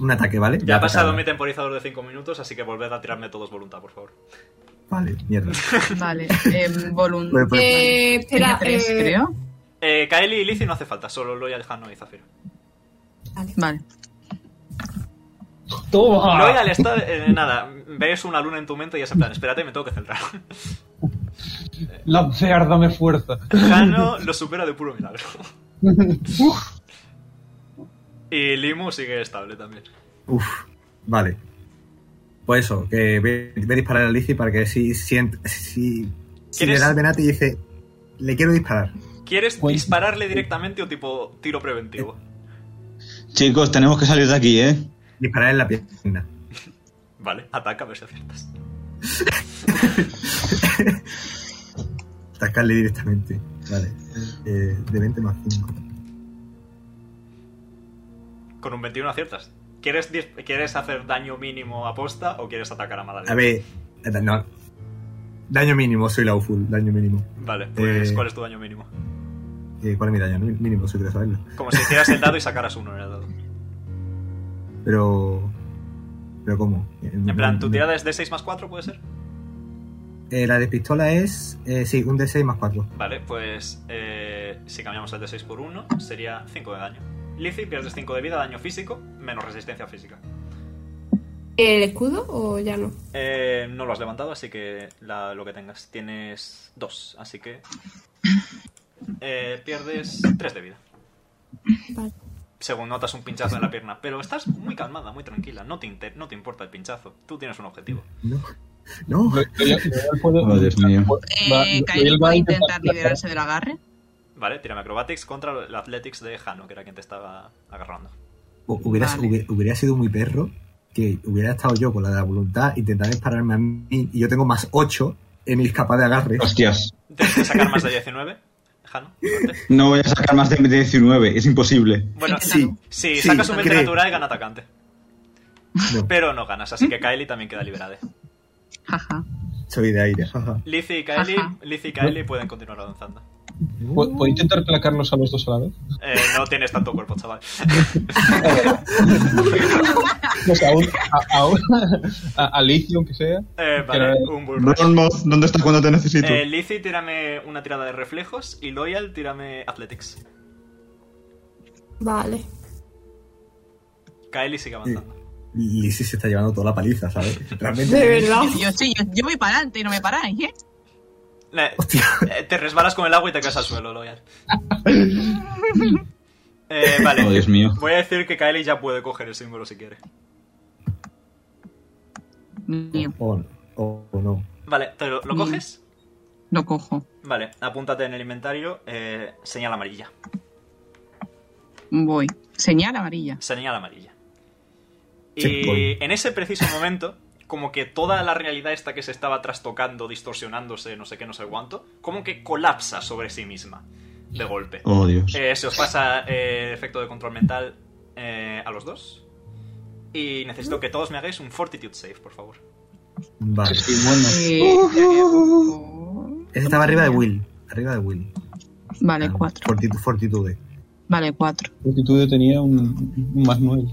Speaker 4: un ataque, ¿vale?
Speaker 2: Ya ha pasado mi
Speaker 4: Atacada.
Speaker 2: temporizador de 5 minutos, así que volved a tirarme todos voluntad, por favor.
Speaker 4: Vale, mierda.
Speaker 6: [LAUGHS] Vale, eh,
Speaker 4: Bueno,
Speaker 6: voluntad.
Speaker 4: pues,
Speaker 5: Eh, espera,
Speaker 6: tres,
Speaker 5: eh,
Speaker 6: creo.
Speaker 2: Eh, Kaeli y Lizzie no hace falta, solo Loyal, Jano y Zafiro.
Speaker 5: vale.
Speaker 6: Vale.
Speaker 8: Ah.
Speaker 7: ¡Toma!
Speaker 2: Loyal está. eh, nada, ves una luna en tu mente y es en plan, espérate, me tengo que centrar.
Speaker 7: Lancear, dame fuerza.
Speaker 2: Jano lo supera de puro
Speaker 4: [LAUGHS]
Speaker 2: milagro. Y Limu sigue estable también.
Speaker 4: Uf, vale. Pues eso, que voy, voy a disparar a Lizzie para que si siente. Si, si le
Speaker 2: ¿Quieres?
Speaker 4: da el venate y dice, le quiero disparar.
Speaker 2: ¿Quieres
Speaker 7: Pues-
Speaker 2: dispararle directamente o tipo tiro preventivo?
Speaker 8: Chicos, tenemos que salir de aquí, ¿eh?
Speaker 4: Disparar en la pierna. Eh.
Speaker 2: Vale, ataca a ver si aciertas.
Speaker 4: Atacarle directamente. Vale. Eh, de 20 más 5.
Speaker 2: Con un 21 aciertas. ¿Quieres, dis- ¿Quieres hacer daño mínimo aposta o quieres atacar a mala
Speaker 4: A ver. eh, No. Daño mínimo, soy la full, daño mínimo.
Speaker 2: Vale, pues
Speaker 4: eh,
Speaker 2: ¿cuál es tu daño mínimo?
Speaker 4: Eh, ¿Cuál es mi daño mínimo? Soy 3 saberlo.
Speaker 2: Como si hicieras el dado y sacaras uno en el
Speaker 4: [LAUGHS]
Speaker 2: dado.
Speaker 4: Pero. ¿Pero cómo?
Speaker 2: En plan, ¿tu tirada es de 6 más 4, puede ser?
Speaker 4: Eh, la de pistola es. eh, sí, un D6 más 4.
Speaker 2: Vale, pues eh, si cambiamos el de 6 por 1, sería 5 de daño. Lizzie, pierdes 5 de vida, daño físico, menos resistencia física.
Speaker 5: ¿El escudo o ya no?
Speaker 2: Eh, no lo has levantado, así que la- lo que tengas. Tienes 2, así que... eh, pierdes 3 de vida.
Speaker 5: Vale.
Speaker 2: Según notas un pinchazo en la pierna, pero estás muy calmada, muy tranquila, no te, inter- no te importa el pinchazo, tú tienes un objetivo.
Speaker 4: No. No.
Speaker 7: Lo- lo- lo- puedo-
Speaker 8: Oh, Dios mío.
Speaker 7: Va,
Speaker 6: Eh,
Speaker 7: lo-
Speaker 6: Kaeli
Speaker 7: él va
Speaker 6: puede
Speaker 7: a
Speaker 6: intentar liberarse del agarre.
Speaker 2: Vale, tírame acrobatics contra el athletics de Jano, que era quien te estaba agarrando.
Speaker 4: O- hubiera,
Speaker 6: Vale.
Speaker 4: hubiera, hubiera sido muy perro que hubiera estado yo con la de la voluntad, intentar dispararme a mí y yo tengo más 8 en mi capaz de agarre.
Speaker 8: Hostias.
Speaker 2: Tienes que sacar más de 19, Jano. suerte.
Speaker 8: No voy a sacar más de 19, es imposible.
Speaker 2: Bueno,
Speaker 4: Sí,
Speaker 2: si
Speaker 4: sí,
Speaker 2: sacas un 20
Speaker 4: creo.
Speaker 2: natural, gana atacante.
Speaker 4: No,
Speaker 2: Pero no ganas, así que Kaeli también queda liberada.
Speaker 6: Jaja.
Speaker 4: soy de aire. jaja.
Speaker 2: Lizzie y Kaeli,
Speaker 6: Ajá.
Speaker 2: Lizzie y Kaeli pueden continuar avanzando.
Speaker 7: ¿Puedo, puedo intentar placarlos a los dos a la vez?
Speaker 2: Eh, no tienes tanto cuerpo, chaval.
Speaker 7: Pues a, un- a, a, un- [LAUGHS] a- a Lizzie, aunque sea.
Speaker 2: Eh, vale,
Speaker 7: Pero-
Speaker 2: un bull rush.
Speaker 8: Bournemouth, ¿dónde estás cuando te necesito?
Speaker 2: Eh, Lizzie, tírame una tirada de reflejos y Loyal, tírame athletics.
Speaker 5: Vale.
Speaker 2: Kaeli sigue avanzando.
Speaker 4: Lizzie se está llevando toda la paliza, ¿sabes? Realmente.
Speaker 5: De verdad.
Speaker 6: [LAUGHS] Yo, sí, yo, yo voy para adelante y no me paráis, ¿eh?
Speaker 2: Eh,
Speaker 4: Hostia.
Speaker 2: eh, te resbalas con el agua y te caes al suelo, Loyal. Eh, vale,
Speaker 8: Oh, Dios mío.
Speaker 2: voy a decir que Kaeli ya puede coger el símbolo si quiere.
Speaker 6: mío.
Speaker 4: O, o- o no.
Speaker 2: Vale, ¿te lo, lo
Speaker 6: Mm.
Speaker 2: coges?
Speaker 6: Lo cojo.
Speaker 2: Vale, apúntate en el inventario. eh, señal amarilla.
Speaker 6: Voy. Señal [LAUGHS] amarilla.
Speaker 2: Señal amarilla.
Speaker 4: Sí,
Speaker 2: Y
Speaker 4: voy.
Speaker 2: en ese preciso momento, como que toda la realidad esta que se estaba trastocando, distorsionándose, no sé qué, no sé cuánto, como que colapsa sobre sí misma de golpe.
Speaker 8: Oh, Dios.
Speaker 2: Eh, se os pasa eh, efecto de control mental eh, a los dos. Y necesito que todos me hagáis un Fortitude Save, por favor.
Speaker 4: Vale.
Speaker 8: Sí, bueno.
Speaker 6: Eh,
Speaker 4: Ese estaba arriba de Will. Arriba de Will.
Speaker 6: Vale, cuatro.
Speaker 4: Fortitud, fortitude.
Speaker 6: Vale, cuatro.
Speaker 7: Fortitude tenía un, un más nueve.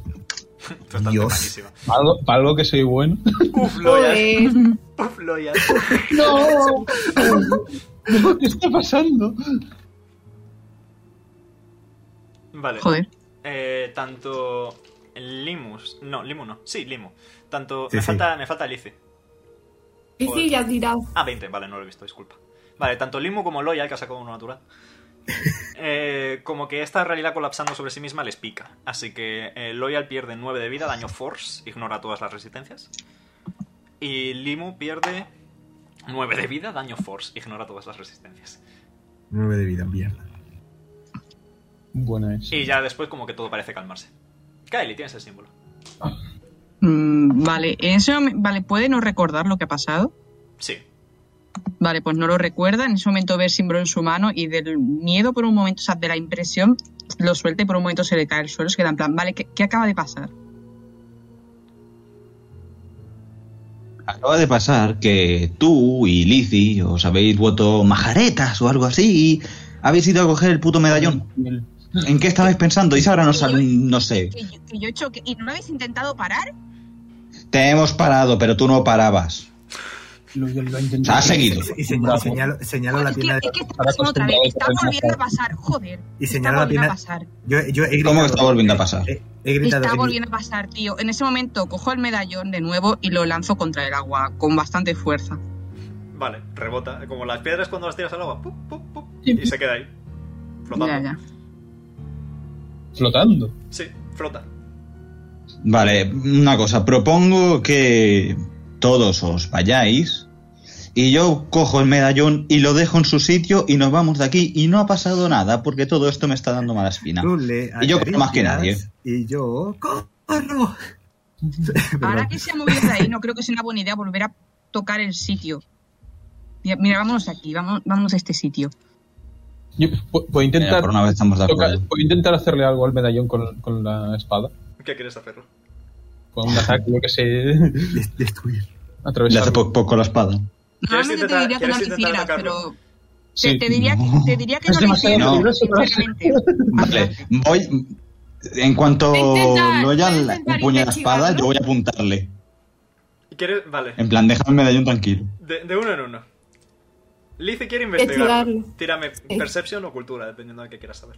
Speaker 2: Esto está
Speaker 4: Dios.
Speaker 2: malísimo.
Speaker 7: Para algo, para algo que soy bueno.
Speaker 2: Uf, Loyas.
Speaker 5: Joder.
Speaker 2: Uf, Loyas.
Speaker 7: ¡No! [LAUGHS] ¿Qué está pasando?
Speaker 2: Vale.
Speaker 6: Joder.
Speaker 2: Eh, tanto Limus. No, Limu no. Sí, Limu. Tanto.
Speaker 4: Sí,
Speaker 2: me,
Speaker 4: sí.
Speaker 2: Falta, me falta Lice.
Speaker 5: Y sí, ya has tirado.
Speaker 2: Ah, 20, vale, no lo he visto, disculpa. Vale, tanto Limu como Loyal, que ha sacado uno natural. eh, como que esta realidad colapsando sobre sí misma les pica. Así que eh, Loyal pierde 9 de vida, daño Force, ignora todas las resistencias. Y Limu pierde 9 de vida, daño Force, ignora todas las resistencias.
Speaker 4: 9 de vida, mierda.
Speaker 7: Bueno, es.
Speaker 2: Y ya después como que todo parece calmarse. Kylie, tienes el símbolo.
Speaker 6: Mm, vale, en ese momen- vale, puede no recordar lo que ha pasado.
Speaker 2: Sí,
Speaker 6: Vale, pues no lo recuerda. En ese momento ve el símbolo en su mano y del miedo por un momento, o sea, de la impresión, lo suelta y por un momento se le cae el suelo. Se queda en plan, vale, ¿qué, qué acaba de pasar?
Speaker 8: Acaba de pasar que tú y Lizzy os habéis vuelto majaretas o algo así y habéis ido a coger el puto medallón.
Speaker 7: El-
Speaker 8: ¿En qué estabais pensando? Y ahora no sal- no sé.
Speaker 6: Que yo, que yo he hecho que- ¿Y no lo habéis intentado parar?
Speaker 8: Te hemos parado, pero tú no parabas.
Speaker 7: Lo, lo ha
Speaker 8: O sea,
Speaker 7: intentado.
Speaker 8: has seguido.
Speaker 4: Y señalo, señalo, señalo la
Speaker 6: es, que,
Speaker 4: tienda.
Speaker 6: es que está pasando otra vez. Está
Speaker 7: Ahora
Speaker 6: volviendo a pasar, joder.
Speaker 4: Y
Speaker 6: está
Speaker 4: señala la
Speaker 6: volviendo a
Speaker 4: tienda.
Speaker 6: pasar.
Speaker 4: Yo, yo he gritado,
Speaker 8: ¿Cómo que está volviendo a pasar?
Speaker 4: He, he gritado.
Speaker 6: Está
Speaker 4: he gri-
Speaker 6: volviendo a pasar, tío. En ese momento cojo el medallón de nuevo y lo lanzo contra el agua con bastante fuerza.
Speaker 2: Vale, rebota. Como las piedras cuando las tiras al agua. ¡pup, pup, pup! y se queda ahí. Flotando.
Speaker 6: Ya, ya.
Speaker 7: Flotando.
Speaker 2: Sí, flota.
Speaker 8: Vale, una cosa, propongo que todos os vayáis y yo cojo el medallón y lo dejo en su sitio y nos vamos de aquí y no ha pasado nada porque todo esto me está dando mala espina.
Speaker 4: Tú le
Speaker 8: Y yo creo más que
Speaker 4: acaricias Y yo.
Speaker 6: [LAUGHS]
Speaker 4: ¡Corro!
Speaker 6: Ahora
Speaker 4: [LAUGHS] Perdón.
Speaker 6: que se ha movido de ahí, no creo que sea una buena idea volver a tocar el sitio. Mira, mira, vámonos aquí, vamos, vámonos a este sitio.
Speaker 7: Yo, pu- ¿Puedo
Speaker 8: Mira,
Speaker 7: intentar,
Speaker 8: por una vez estamos de
Speaker 7: tocar-
Speaker 8: acuerdo.
Speaker 7: puedo intentar hacerle algo al medallón con, con la espada?
Speaker 2: ¿Qué quieres hacerlo?
Speaker 7: Con un ataque, yo que sé.
Speaker 4: Des- destruir.
Speaker 8: Le hace
Speaker 7: [LAUGHS] Atravesar.
Speaker 8: po- poco la espada.
Speaker 2: ¿Quieres
Speaker 6: Normalmente te
Speaker 2: intentar-
Speaker 6: diría que no
Speaker 2: quieres
Speaker 6: lo
Speaker 2: intentar
Speaker 6: hicieras,
Speaker 2: atacarlo?
Speaker 6: pero te, te diría que, te diría que
Speaker 7: Es
Speaker 6: no lo
Speaker 7: demasiado
Speaker 6: hicieras,
Speaker 7: peligroso, ¿no?
Speaker 6: sinceramente.
Speaker 8: Vale, voy. En cuanto
Speaker 5: Intenta-
Speaker 8: lo haya
Speaker 5: intenta
Speaker 8: empuñe la espada,
Speaker 5: investigarlo.
Speaker 8: yo voy a apuntarle.
Speaker 2: ¿Quieres? Vale,
Speaker 8: En plan, déjame el medallón tranquilo.
Speaker 2: de, de uno en uno. Lizzie quiere investigar.
Speaker 5: Investigarlo.
Speaker 2: Tírame percepción o cultura, dependiendo de qué quieras saber.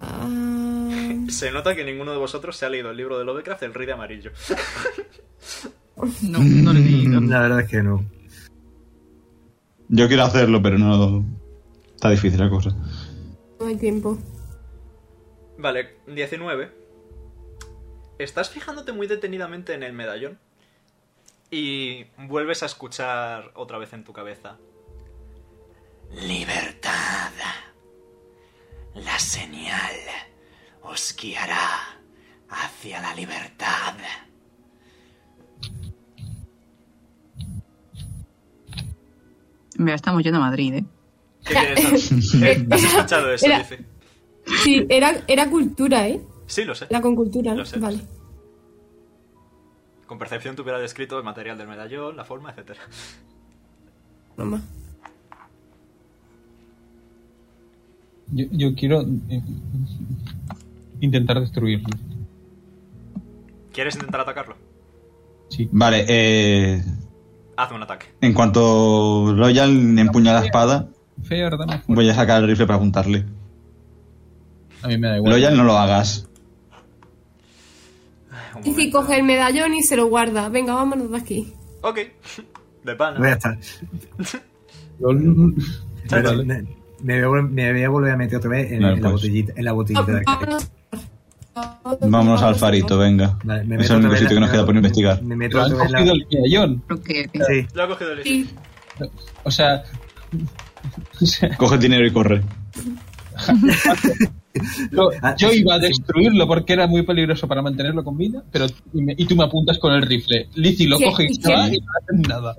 Speaker 5: Ah,
Speaker 2: Se nota que ninguno de vosotros se ha leído el libro de Lovecraft, El Rey de Amarillo.
Speaker 6: No, no lo he leído.
Speaker 4: La verdad es que no.
Speaker 8: Yo quiero hacerlo, pero no. Está difícil la cosa.
Speaker 5: no hay tiempo.
Speaker 2: Vale, 19. Estás fijándote muy detenidamente en el medallón y vuelves a escuchar otra vez en tu cabeza. Libertad. La señal os guiará hacia la libertad.
Speaker 6: Mira, estamos yendo a Madrid, ¿eh?
Speaker 2: ¿Qué
Speaker 5: [LAUGHS]
Speaker 2: tienes? ¿Eh? ¿Has escuchado eso,
Speaker 5: Era-
Speaker 2: Lizzie?
Speaker 5: Sí, era, era cultura, ¿eh?
Speaker 2: Sí, lo sé.
Speaker 5: La con cultura,
Speaker 2: Lo
Speaker 5: ¿no?
Speaker 2: sé, lo
Speaker 5: Vale.
Speaker 2: sé. Con percepción te hubiera descrito el material del medallón, la forma, etcétera.
Speaker 5: Mamá.
Speaker 7: Yo, yo quiero eh, intentar destruirlo.
Speaker 2: ¿Quieres intentar atacarlo?
Speaker 7: Sí.
Speaker 8: Vale, eh,
Speaker 2: Hazme un ataque.
Speaker 8: en cuanto Loyal empuña la espada,
Speaker 7: Fair, dame fuerza.
Speaker 8: voy a sacar el rifle para apuntarle.
Speaker 7: A mí me da igual.
Speaker 8: Loyal, no lo hagas.
Speaker 2: Un
Speaker 5: Y si
Speaker 2: momento.
Speaker 5: coge el medallón y se lo guarda. Venga, vámonos de aquí.
Speaker 2: Ok. [LAUGHS] De pana.
Speaker 4: Voy a estar.
Speaker 7: Lol.
Speaker 4: Pero
Speaker 7: Vale.
Speaker 4: me, me voy, a vol- me voy a volver a meter otra vez en,
Speaker 8: Vale,
Speaker 4: en la
Speaker 8: pues.
Speaker 4: botellita, en la botellita de
Speaker 5: Vámonos.
Speaker 4: aquí.
Speaker 3: Vámonos al farito, venga.
Speaker 4: Vale, me
Speaker 3: Ese es
Speaker 4: meto
Speaker 3: el único
Speaker 4: otra vez
Speaker 3: sitio que
Speaker 4: en
Speaker 3: nos
Speaker 4: la-
Speaker 3: queda por investigar.
Speaker 4: Me meto
Speaker 7: Pero han
Speaker 4: otra vez en
Speaker 7: cogido el medallón.
Speaker 6: Creo que
Speaker 4: la... Sí.
Speaker 2: Lo ha cogido el
Speaker 5: Sí,
Speaker 7: O sea. [LAUGHS] o sea,
Speaker 3: Coge el dinero y corre.
Speaker 7: yo-
Speaker 4: Ah,
Speaker 7: yo iba a
Speaker 4: sí.
Speaker 7: destruirlo porque era muy peligroso para mantenerlo con vida, pero y, me- y tú me apuntas con el rifle. Lizzy lo
Speaker 5: Sí,
Speaker 7: coge y
Speaker 5: sí.
Speaker 7: se va y no hace nada.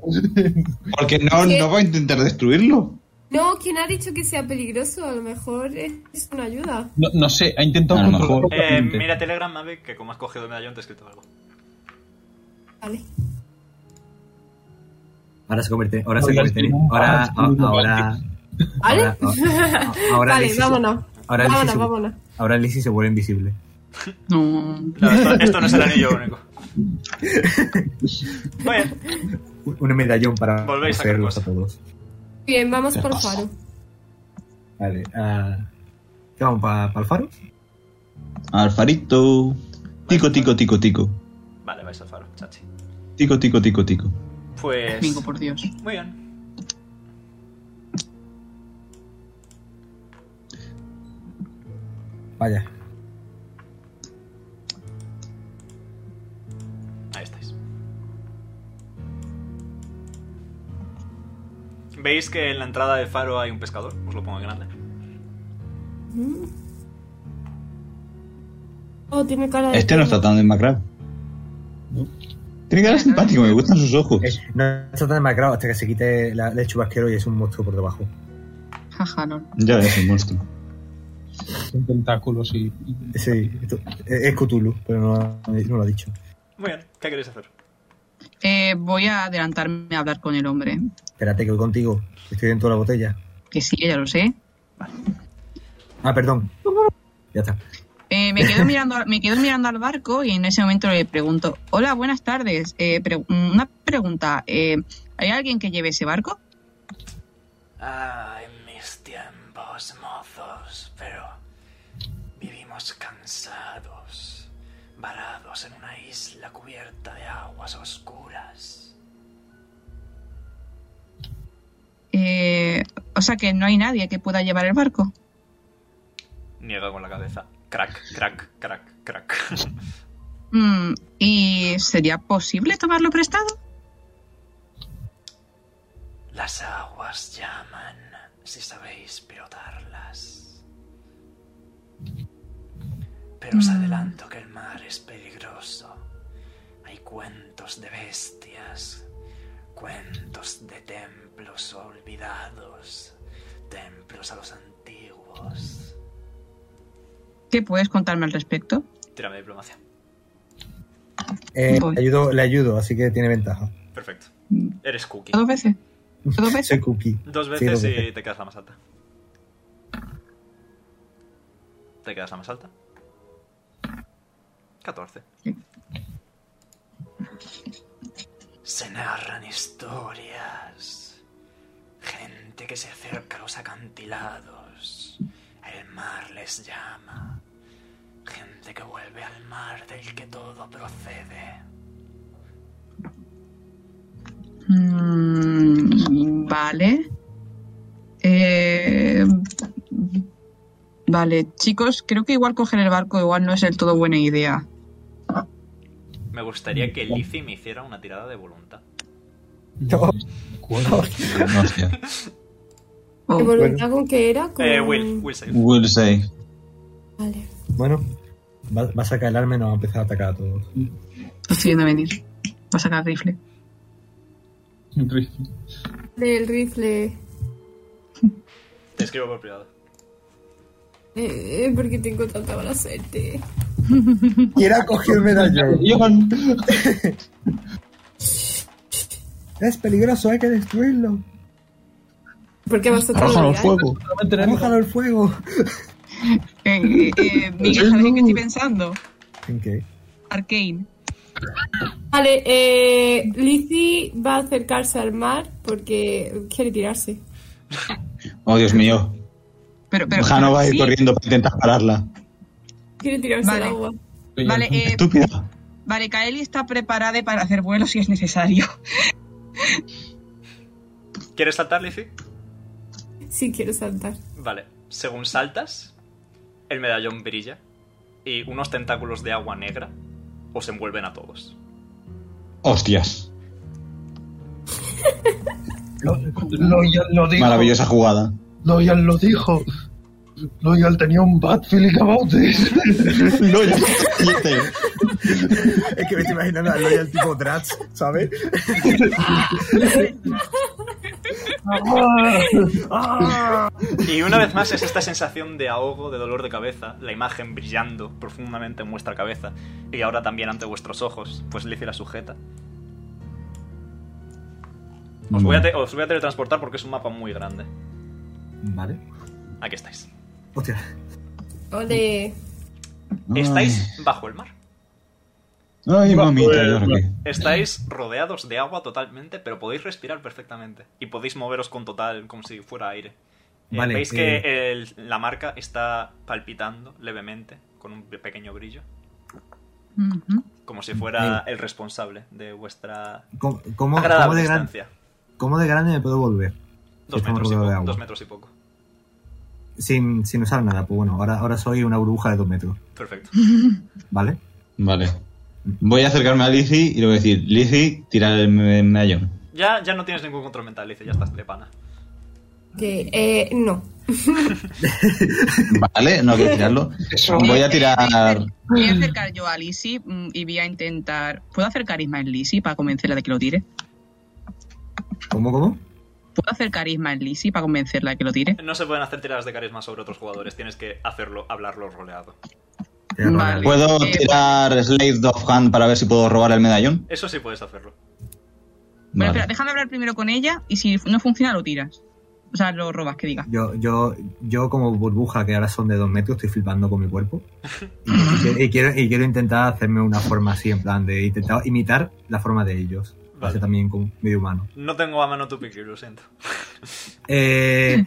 Speaker 3: Porque no,
Speaker 5: Sí.
Speaker 3: no va a intentar destruirlo.
Speaker 5: No, ¿quién ha dicho que sea peligroso? A lo mejor es es una ayuda.
Speaker 7: No, no sé, ha intentado
Speaker 3: A lo mejor.
Speaker 7: controlarlo
Speaker 2: Eh,
Speaker 7: propiamente.
Speaker 2: mira Telegram, Mave, que como has cogido el medallón te he escrito algo.
Speaker 5: Vale.
Speaker 4: Ahora se convierte, ahora se
Speaker 7: Ahora
Speaker 4: convierte en...
Speaker 7: es un-
Speaker 4: Ahora,
Speaker 7: ahora es un-
Speaker 4: ahora...
Speaker 5: ¿Vale?
Speaker 4: Ahora,
Speaker 6: [LAUGHS]
Speaker 4: ahora
Speaker 5: vale,
Speaker 4: Lizzie se-
Speaker 5: vámonos.
Speaker 4: Ahora Lizzie
Speaker 5: vámonos,
Speaker 4: se-
Speaker 5: vámonos.
Speaker 4: Ahora Lizzie se vuelve invisible.
Speaker 6: No.
Speaker 2: No, esto, esto no es el anillo único. Muy bien.
Speaker 4: Un un medallón para
Speaker 2: Volvéis a
Speaker 4: hacerlos
Speaker 2: sacar
Speaker 4: a todos.
Speaker 5: Bien, vamos por Faro.
Speaker 4: Vale. ah, ¿Qué vamos? ¿Para el faro?
Speaker 3: Al farito. Tico, tico, tico, tico.
Speaker 2: Vale, vais al faro, chachi.
Speaker 3: Tico, tico, tico, tico.
Speaker 2: Pues.
Speaker 6: Mingo, por Dios.
Speaker 2: Muy bien.
Speaker 4: Vaya.
Speaker 2: Ahí estáis. ¿Veis que en la entrada del faro hay un pescador? Os lo pongo en grande.
Speaker 5: Oh, tiene cara de.
Speaker 3: Este no está tan demacrado. Tiene que ser simpático, me gustan sus ojos.
Speaker 4: Es- no está tan demacrado hasta que se quite la, el chubasquero y es un monstruo por debajo.
Speaker 6: Jaja, no.
Speaker 3: Ya es un monstruo.
Speaker 7: Son tentáculos y, y-
Speaker 4: Sí, esto- es Cthulhu, pero no, no lo ha dicho.
Speaker 2: Muy bien, ¿qué queréis hacer?
Speaker 6: Eh, voy a adelantarme a hablar con el hombre.
Speaker 4: Espérate que voy contigo. Estoy dentro de la botella.
Speaker 6: Que sí, ya lo sé.
Speaker 4: Ah, perdón. Ya está.
Speaker 6: Eh, me, quedo mirando, al- me quedo mirando al barco y en ese momento le pregunto, hola, buenas tardes. Eh, pre- una pregunta, eh, ¿hay alguien que lleve ese barco?
Speaker 2: Ay, mis tiempos mozos, pero vivimos cansados, varados en una isla cubierta de aguas oscuras.
Speaker 6: Eh, o sea que no hay nadie que pueda llevar el barco.
Speaker 2: Niega con la cabeza. Crack, crack, crack, crack. [LAUGHS]
Speaker 6: Mm, ¿Y sería posible tomarlo prestado?
Speaker 2: Las aguas llaman, si sabéis pilotarlas. Pero os adelanto que el mar es peligroso. Hay cuentos de bestias, cuentos de templos olvidados, templos a los antiguos.
Speaker 6: ¿Qué puedes contarme al respecto?
Speaker 2: Tírame diplomacia.
Speaker 4: Eh,
Speaker 6: Voy.
Speaker 4: le, ayudo, le ayudo, así que tiene ventaja.
Speaker 2: Perfecto.
Speaker 6: Mm,
Speaker 2: Eres cookie.
Speaker 6: ¿Dos veces? ¿Dos veces?
Speaker 4: [LAUGHS] Soy Cookie.
Speaker 2: Dos
Speaker 4: Sí,
Speaker 2: veces
Speaker 4: dos
Speaker 2: y te quedas la más alta. ¿Te quedas la más alta? 14.
Speaker 6: Sí.
Speaker 2: Se narran historias. Gente que se acerca a los acantilados. El mar les llama. Gente que vuelve al mar del que todo procede.
Speaker 6: Mm, vale. Eh, vale, chicos, creo que igual coger el barco igual no es del todo buena idea.
Speaker 2: Me gustaría que Lizzie me hiciera una tirada de voluntad.
Speaker 4: No.
Speaker 7: Cuervo.
Speaker 3: Hostia.
Speaker 6: Oh,
Speaker 5: ¿Qué voluntad con qué era? Con...
Speaker 2: Eh, Will, Will save.
Speaker 3: Will say.
Speaker 5: Vale.
Speaker 4: Bueno, va, va a sacar el arma y nos va a empezar a atacar a todos.
Speaker 6: lo estoy viendo venir. Va a sacar rifle.
Speaker 7: rifle.
Speaker 5: Del rifle.
Speaker 2: Te escribo por privado.
Speaker 5: Eh, porque tengo tanta mala suerte.
Speaker 4: Y era cogió el medallón.
Speaker 7: Medallón.
Speaker 4: Es peligroso, hay que destruirlo.
Speaker 5: Porque vosotros.
Speaker 3: Arrójalo al
Speaker 5: miráis.
Speaker 3: fuego.
Speaker 4: Bájalo al fuego.
Speaker 8: [LAUGHS]
Speaker 6: Eh, eh, Miguel, ¿sabes qué estoy pensando?
Speaker 4: ¿En qué? [LAUGHS]
Speaker 6: Arcane.
Speaker 5: Vale, eh, Lizzie va a acercarse al mar porque quiere tirarse.
Speaker 3: Oh, Dios mío.
Speaker 6: Pero, pero,
Speaker 3: Jano va a ir
Speaker 6: sí.
Speaker 3: corriendo para intentar pararla.
Speaker 5: Quiere tirarse
Speaker 6: Vale.
Speaker 5: al agua.
Speaker 6: Vale, eh,
Speaker 3: Estúpida.
Speaker 6: vale, Kaeli está preparada para hacer vuelos si es necesario.
Speaker 2: ¿Quieres saltar, Lizzie?
Speaker 5: Sí, quiero saltar.
Speaker 2: Vale, según saltas, el medallón brilla y unos tentáculos de agua negra os envuelven a todos.
Speaker 3: Hostias.
Speaker 11: Lo, Loyal lo dijo.
Speaker 8: Maravillosa jugada.
Speaker 11: Loyal lo dijo. Loyal tenía un bad feeling about this.
Speaker 8: [LAUGHS] Loyal.
Speaker 6: Pues
Speaker 4: Es que me estoy imaginando a Loyal tipo Drats, ¿sabes?
Speaker 2: Y una vez más es esta sensación de ahogo, de dolor de cabeza, la imagen brillando profundamente en vuestra cabeza y ahora también ante vuestros ojos, pues Lizzie la sujeta. Os voy, a te- os voy a teletransportar porque es un mapa muy grande.
Speaker 4: Vale.
Speaker 2: Aquí estáis.
Speaker 4: Hostia.
Speaker 5: Ole.
Speaker 2: Estáis bajo el mar.
Speaker 3: Ay, mamita,
Speaker 11: Bueno.
Speaker 3: Jorge.
Speaker 2: Estáis rodeados de agua totalmente, pero podéis respirar perfectamente. Y podéis moveros con total, como si fuera aire. Eh,
Speaker 4: Vale,
Speaker 2: Veis que el- la marca está palpitando levemente, con un pequeño brillo.
Speaker 6: Ujú.
Speaker 2: Como si fuera el responsable de vuestra
Speaker 4: ¿Cómo, cómo- cómo
Speaker 2: agradable
Speaker 4: de gran-
Speaker 2: distancia.
Speaker 4: cómo de grande me puedo volver?
Speaker 2: Dos
Speaker 4: Estamos
Speaker 2: metros, y
Speaker 4: rodeados de
Speaker 2: poco,
Speaker 4: agua.
Speaker 2: dos metros y poco.
Speaker 4: Sin, sin usar nada, pues bueno, ahora, ahora soy una burbuja de dos metros,
Speaker 2: Perfecto.
Speaker 4: ¿vale?
Speaker 8: Vale. Voy a acercarme a Lizzie y le voy a decir, Lizzie, tira el me- medallón.
Speaker 2: Ya, ya no tienes ningún control mental, dice, ya estás de pana.
Speaker 5: Que, eh, no.
Speaker 8: Vale, no
Speaker 6: [LAUGHS]
Speaker 8: quiero tirarlo.
Speaker 11: Eso.
Speaker 8: Voy a tirar...
Speaker 6: Eh, Voy a acercar yo a Lizzie mm, y voy a intentar. ¿Puedo acercar Ismael Lizzie para convencerla de que lo tire?
Speaker 4: ¿Cómo, cómo?
Speaker 6: ¿Puedo acercar Ismael Lizzie para convencerla de que lo tire?
Speaker 2: No se pueden hacer tiradas de carisma sobre otros jugadores, tienes que hacerlo, hablarlo roleado.
Speaker 4: Te voy a
Speaker 6: Vale.
Speaker 4: robar.
Speaker 8: ¿Puedo
Speaker 6: Eh,
Speaker 8: tirar Slave of Hand para ver si puedo robar el medallón?
Speaker 2: Eso sí puedes hacerlo.
Speaker 6: Bueno,
Speaker 8: Vale.
Speaker 6: espera, déjame hablar primero con ella y si no funciona lo tiras. O sea, lo robas, que diga.
Speaker 4: Yo, yo, yo como burbuja, que ahora son de dos metros, estoy flipando con mi
Speaker 2: [LAUGHS]
Speaker 4: cuerpo. Y, y quiero, y quiero intentar hacerme una forma así, en plan de intentar imitar la forma de ellos.
Speaker 2: Vale.
Speaker 4: Hace también con medio humano.
Speaker 2: No tengo a mano tu piqui, lo siento.
Speaker 4: Eh,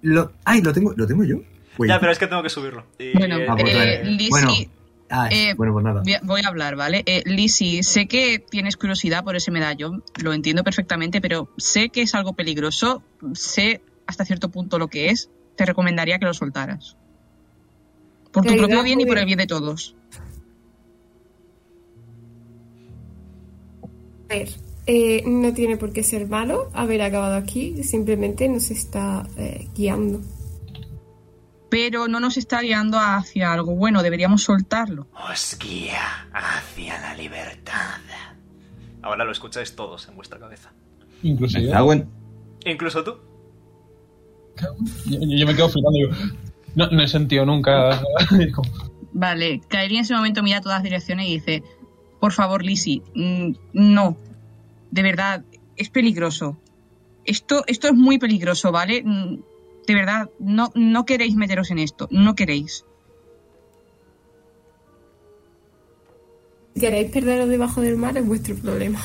Speaker 4: lo, ay, lo tengo, lo tengo yo. Wait.
Speaker 2: Ya, pero es que tengo que subirlo. Y,
Speaker 6: Bueno,
Speaker 2: eh,
Speaker 4: Ah, pues
Speaker 6: eh,
Speaker 4: vale.
Speaker 6: Lizzie,
Speaker 4: Bueno. Ah,
Speaker 6: eh,
Speaker 4: bueno, pues nada.
Speaker 6: voy a- voy a hablar, ¿vale? Eh, Lizzie, sé que tienes curiosidad por ese medallón, lo entiendo perfectamente, pero sé que es algo peligroso, sé hasta cierto punto lo que es, te recomendaría que lo soltaras. Por tu
Speaker 5: Caridad,
Speaker 6: propio bien y por
Speaker 5: joder.
Speaker 6: el bien de todos.
Speaker 5: A ver, eh, no tiene por qué ser malo haber acabado aquí, simplemente nos está eh, guiando.
Speaker 6: Pero no nos está guiando hacia algo bueno, deberíamos soltarlo.
Speaker 2: Os guía hacia la libertad. Ahora lo escucháis todos en vuestra cabeza.
Speaker 7: Incluso yo.
Speaker 8: Ah, bueno.
Speaker 2: Incluso tú. [LAUGHS]
Speaker 7: Yo, yo me quedo flipando. Digo, no, no he sentido nunca. [LAUGHS] Es como,
Speaker 6: Vale, Kairi en ese momento mira a todas direcciones y dice, por favor, Lizzie, mm, no, de verdad, es peligroso. Esto, esto es muy peligroso, ¿vale? Mm, De verdad, no, no queréis meteros en esto, no queréis.
Speaker 5: Si queréis perderos debajo del mar es vuestro problema.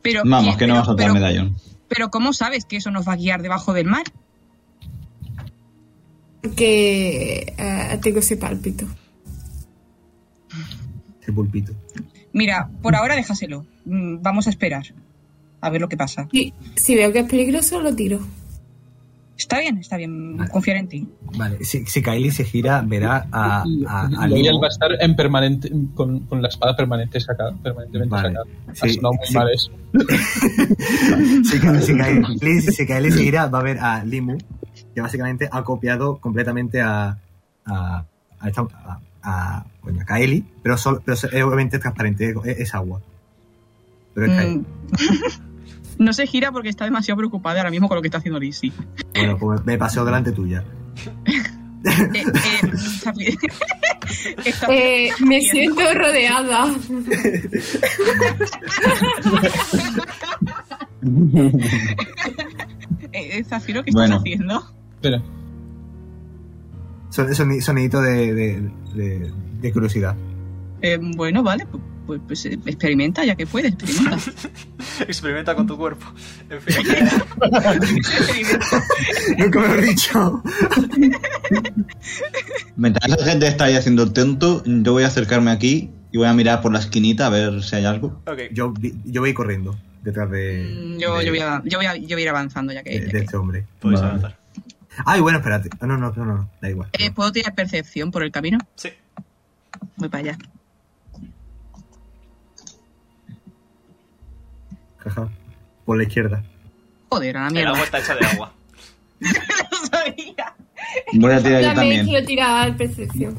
Speaker 6: Pero,
Speaker 8: Vamos,
Speaker 6: ¿quién-
Speaker 8: que
Speaker 6: pero-
Speaker 8: no vas a soltar
Speaker 6: pero-
Speaker 8: el medallón.
Speaker 6: Pero ¿cómo sabes que eso nos va a guiar debajo del mar?
Speaker 5: Que eh, tengo ese pálpito.
Speaker 4: Ese pulpito.
Speaker 6: Mira, por ahora déjaselo. Mm, Vamos a esperar. A ver lo que pasa.
Speaker 5: Y si veo que es peligroso, lo tiro.
Speaker 6: Está bien, está bien. Confiar en ti.
Speaker 4: Vale, si, si Kylie se gira, verá a, a, a
Speaker 7: Loyal
Speaker 4: Limo.
Speaker 7: va a estar en permanente, con, con la espada permanente sacada, permanentemente
Speaker 4: Vale.
Speaker 7: sacada.
Speaker 4: Sí,
Speaker 7: ha sonado muy
Speaker 4: sí.
Speaker 7: mal eso.
Speaker 4: Si Kylie- si [LAUGHS] Kylie- si Kylie se gira, va a ver a Limu, que básicamente ha copiado completamente a. a. a, esta- a, a- coño, a Kylie, pero, sol- pero es- obviamente es transparente, es, es agua. Pero es Kylie.
Speaker 6: Mm. [LAUGHS] no se gira porque está demasiado preocupada ahora mismo con lo que está haciendo Lizzie.
Speaker 4: Bueno, pues me paseo delante tuya.
Speaker 6: Eh, eh, está bien. [LAUGHS] Está bien.
Speaker 5: Eh, me siento rodeada.
Speaker 6: Eh, eh, Zafiro, ¿qué
Speaker 8: Bueno.
Speaker 6: estás haciendo?
Speaker 7: Espera.
Speaker 4: Son- soni- sonidito de, de, de- de [LAUGHS] curiosidad.
Speaker 6: Eh, bueno, vale, pu- pues, pues, eh, experimenta ya que puedes, experimenta.
Speaker 8: [LAUGHS]
Speaker 2: Experimenta con tu cuerpo. En fin.
Speaker 6: Experimenta.
Speaker 4: Nunca me lo he dicho.
Speaker 8: Mientras esa gente está ahí haciendo el tonto, yo voy a acercarme aquí y voy a mirar por la esquinita a ver si hay algo.
Speaker 2: Ok.
Speaker 4: Yo, vi- yo voy corriendo detrás de.
Speaker 6: Mm, yo,
Speaker 4: de-
Speaker 6: yo voy a, yo, voy a, yo voy a ir avanzando ya que...
Speaker 4: de-
Speaker 8: Eh,
Speaker 6: ya
Speaker 4: de
Speaker 6: que-
Speaker 4: este hombre.
Speaker 2: Podéis
Speaker 8: Vale.
Speaker 2: avanzar.
Speaker 4: Ay, bueno, espérate. Ah, No, no, no, no, no, da igual.
Speaker 6: Eh, ¿Puedo tirar percepción por el camino?
Speaker 2: Sí.
Speaker 6: Voy para allá.
Speaker 4: Ajá. Por la izquierda.
Speaker 6: Joder, a la
Speaker 2: El
Speaker 6: mierda.
Speaker 2: agua está hecha
Speaker 6: [LAUGHS]
Speaker 2: de agua.
Speaker 6: Lo [LAUGHS]
Speaker 8: [LAUGHS]
Speaker 6: sabía.
Speaker 8: Voy a tirar yo
Speaker 5: también
Speaker 8: también.
Speaker 5: quiero tirar percepción.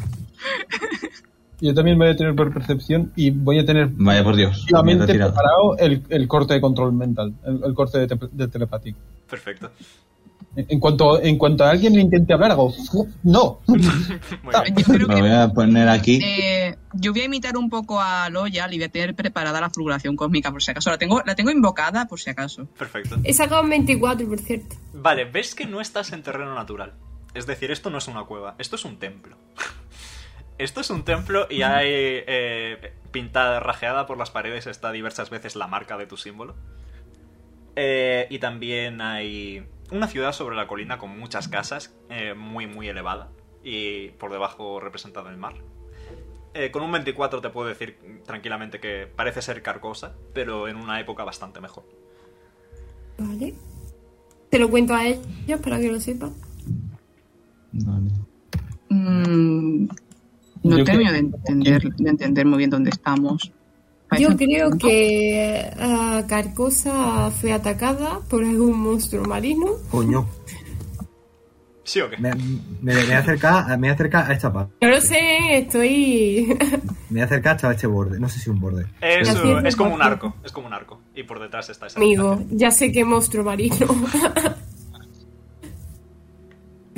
Speaker 7: Yo también voy a tener per- percepción y voy a tener
Speaker 8: Vaya por Dios.
Speaker 7: la
Speaker 8: mierda
Speaker 7: mente
Speaker 8: tirada.
Speaker 7: preparado el, el corte de control mental, el, el corte de, te- de telepático.
Speaker 2: Perfecto.
Speaker 7: En, en cuanto, en cuanto a alguien le intente hablar, hago "Fu- no.
Speaker 2: Muy bien.
Speaker 6: Yo creo
Speaker 8: Me
Speaker 6: que
Speaker 8: voy a poner aquí.
Speaker 6: Eh, yo voy a imitar un poco a Loyal y voy a tener preparada la fulguración cósmica por si acaso. La tengo, la tengo invocada por si acaso.
Speaker 2: Perfecto.
Speaker 5: He sacado un 24, por cierto.
Speaker 2: Vale, ves que no estás en terreno natural. Es decir, esto no es una cueva, esto es un templo. [LAUGHS] Esto es un templo y hay eh, pintada, rajeada por las paredes, está diversas veces la marca de tu símbolo. Eh, y también hay una ciudad sobre la colina con muchas casas, eh, muy, muy elevada, y por debajo representada el mar. Eh, con un 24 te puedo decir tranquilamente que parece ser carcosa, pero en una época bastante mejor.
Speaker 5: Vale. Te lo cuento a ellos para que lo sepan.
Speaker 8: Vale.
Speaker 6: Mm, no
Speaker 7: Yo
Speaker 6: termino
Speaker 7: creo-
Speaker 6: de entender, de entender muy bien dónde estamos. Parece
Speaker 5: Yo
Speaker 6: un
Speaker 5: creo
Speaker 6: templo.
Speaker 5: que ah, Carcosa fue atacada por algún monstruo marino.
Speaker 4: Coño.
Speaker 2: ¿Sí o qué?
Speaker 4: Me, me, me voy a acercar, me voy a acercar a esta parte.
Speaker 5: No lo sé, estoy. [LAUGHS]
Speaker 4: Me voy a acercar hasta este borde. No sé si un borde.
Speaker 2: Es, eh,
Speaker 5: Así es,
Speaker 2: es como un
Speaker 5: mejor.
Speaker 2: arco, es como un arco. Y por detrás está esa
Speaker 5: Amigo,
Speaker 2: habitación.
Speaker 5: ya sé qué monstruo marino. Acabo de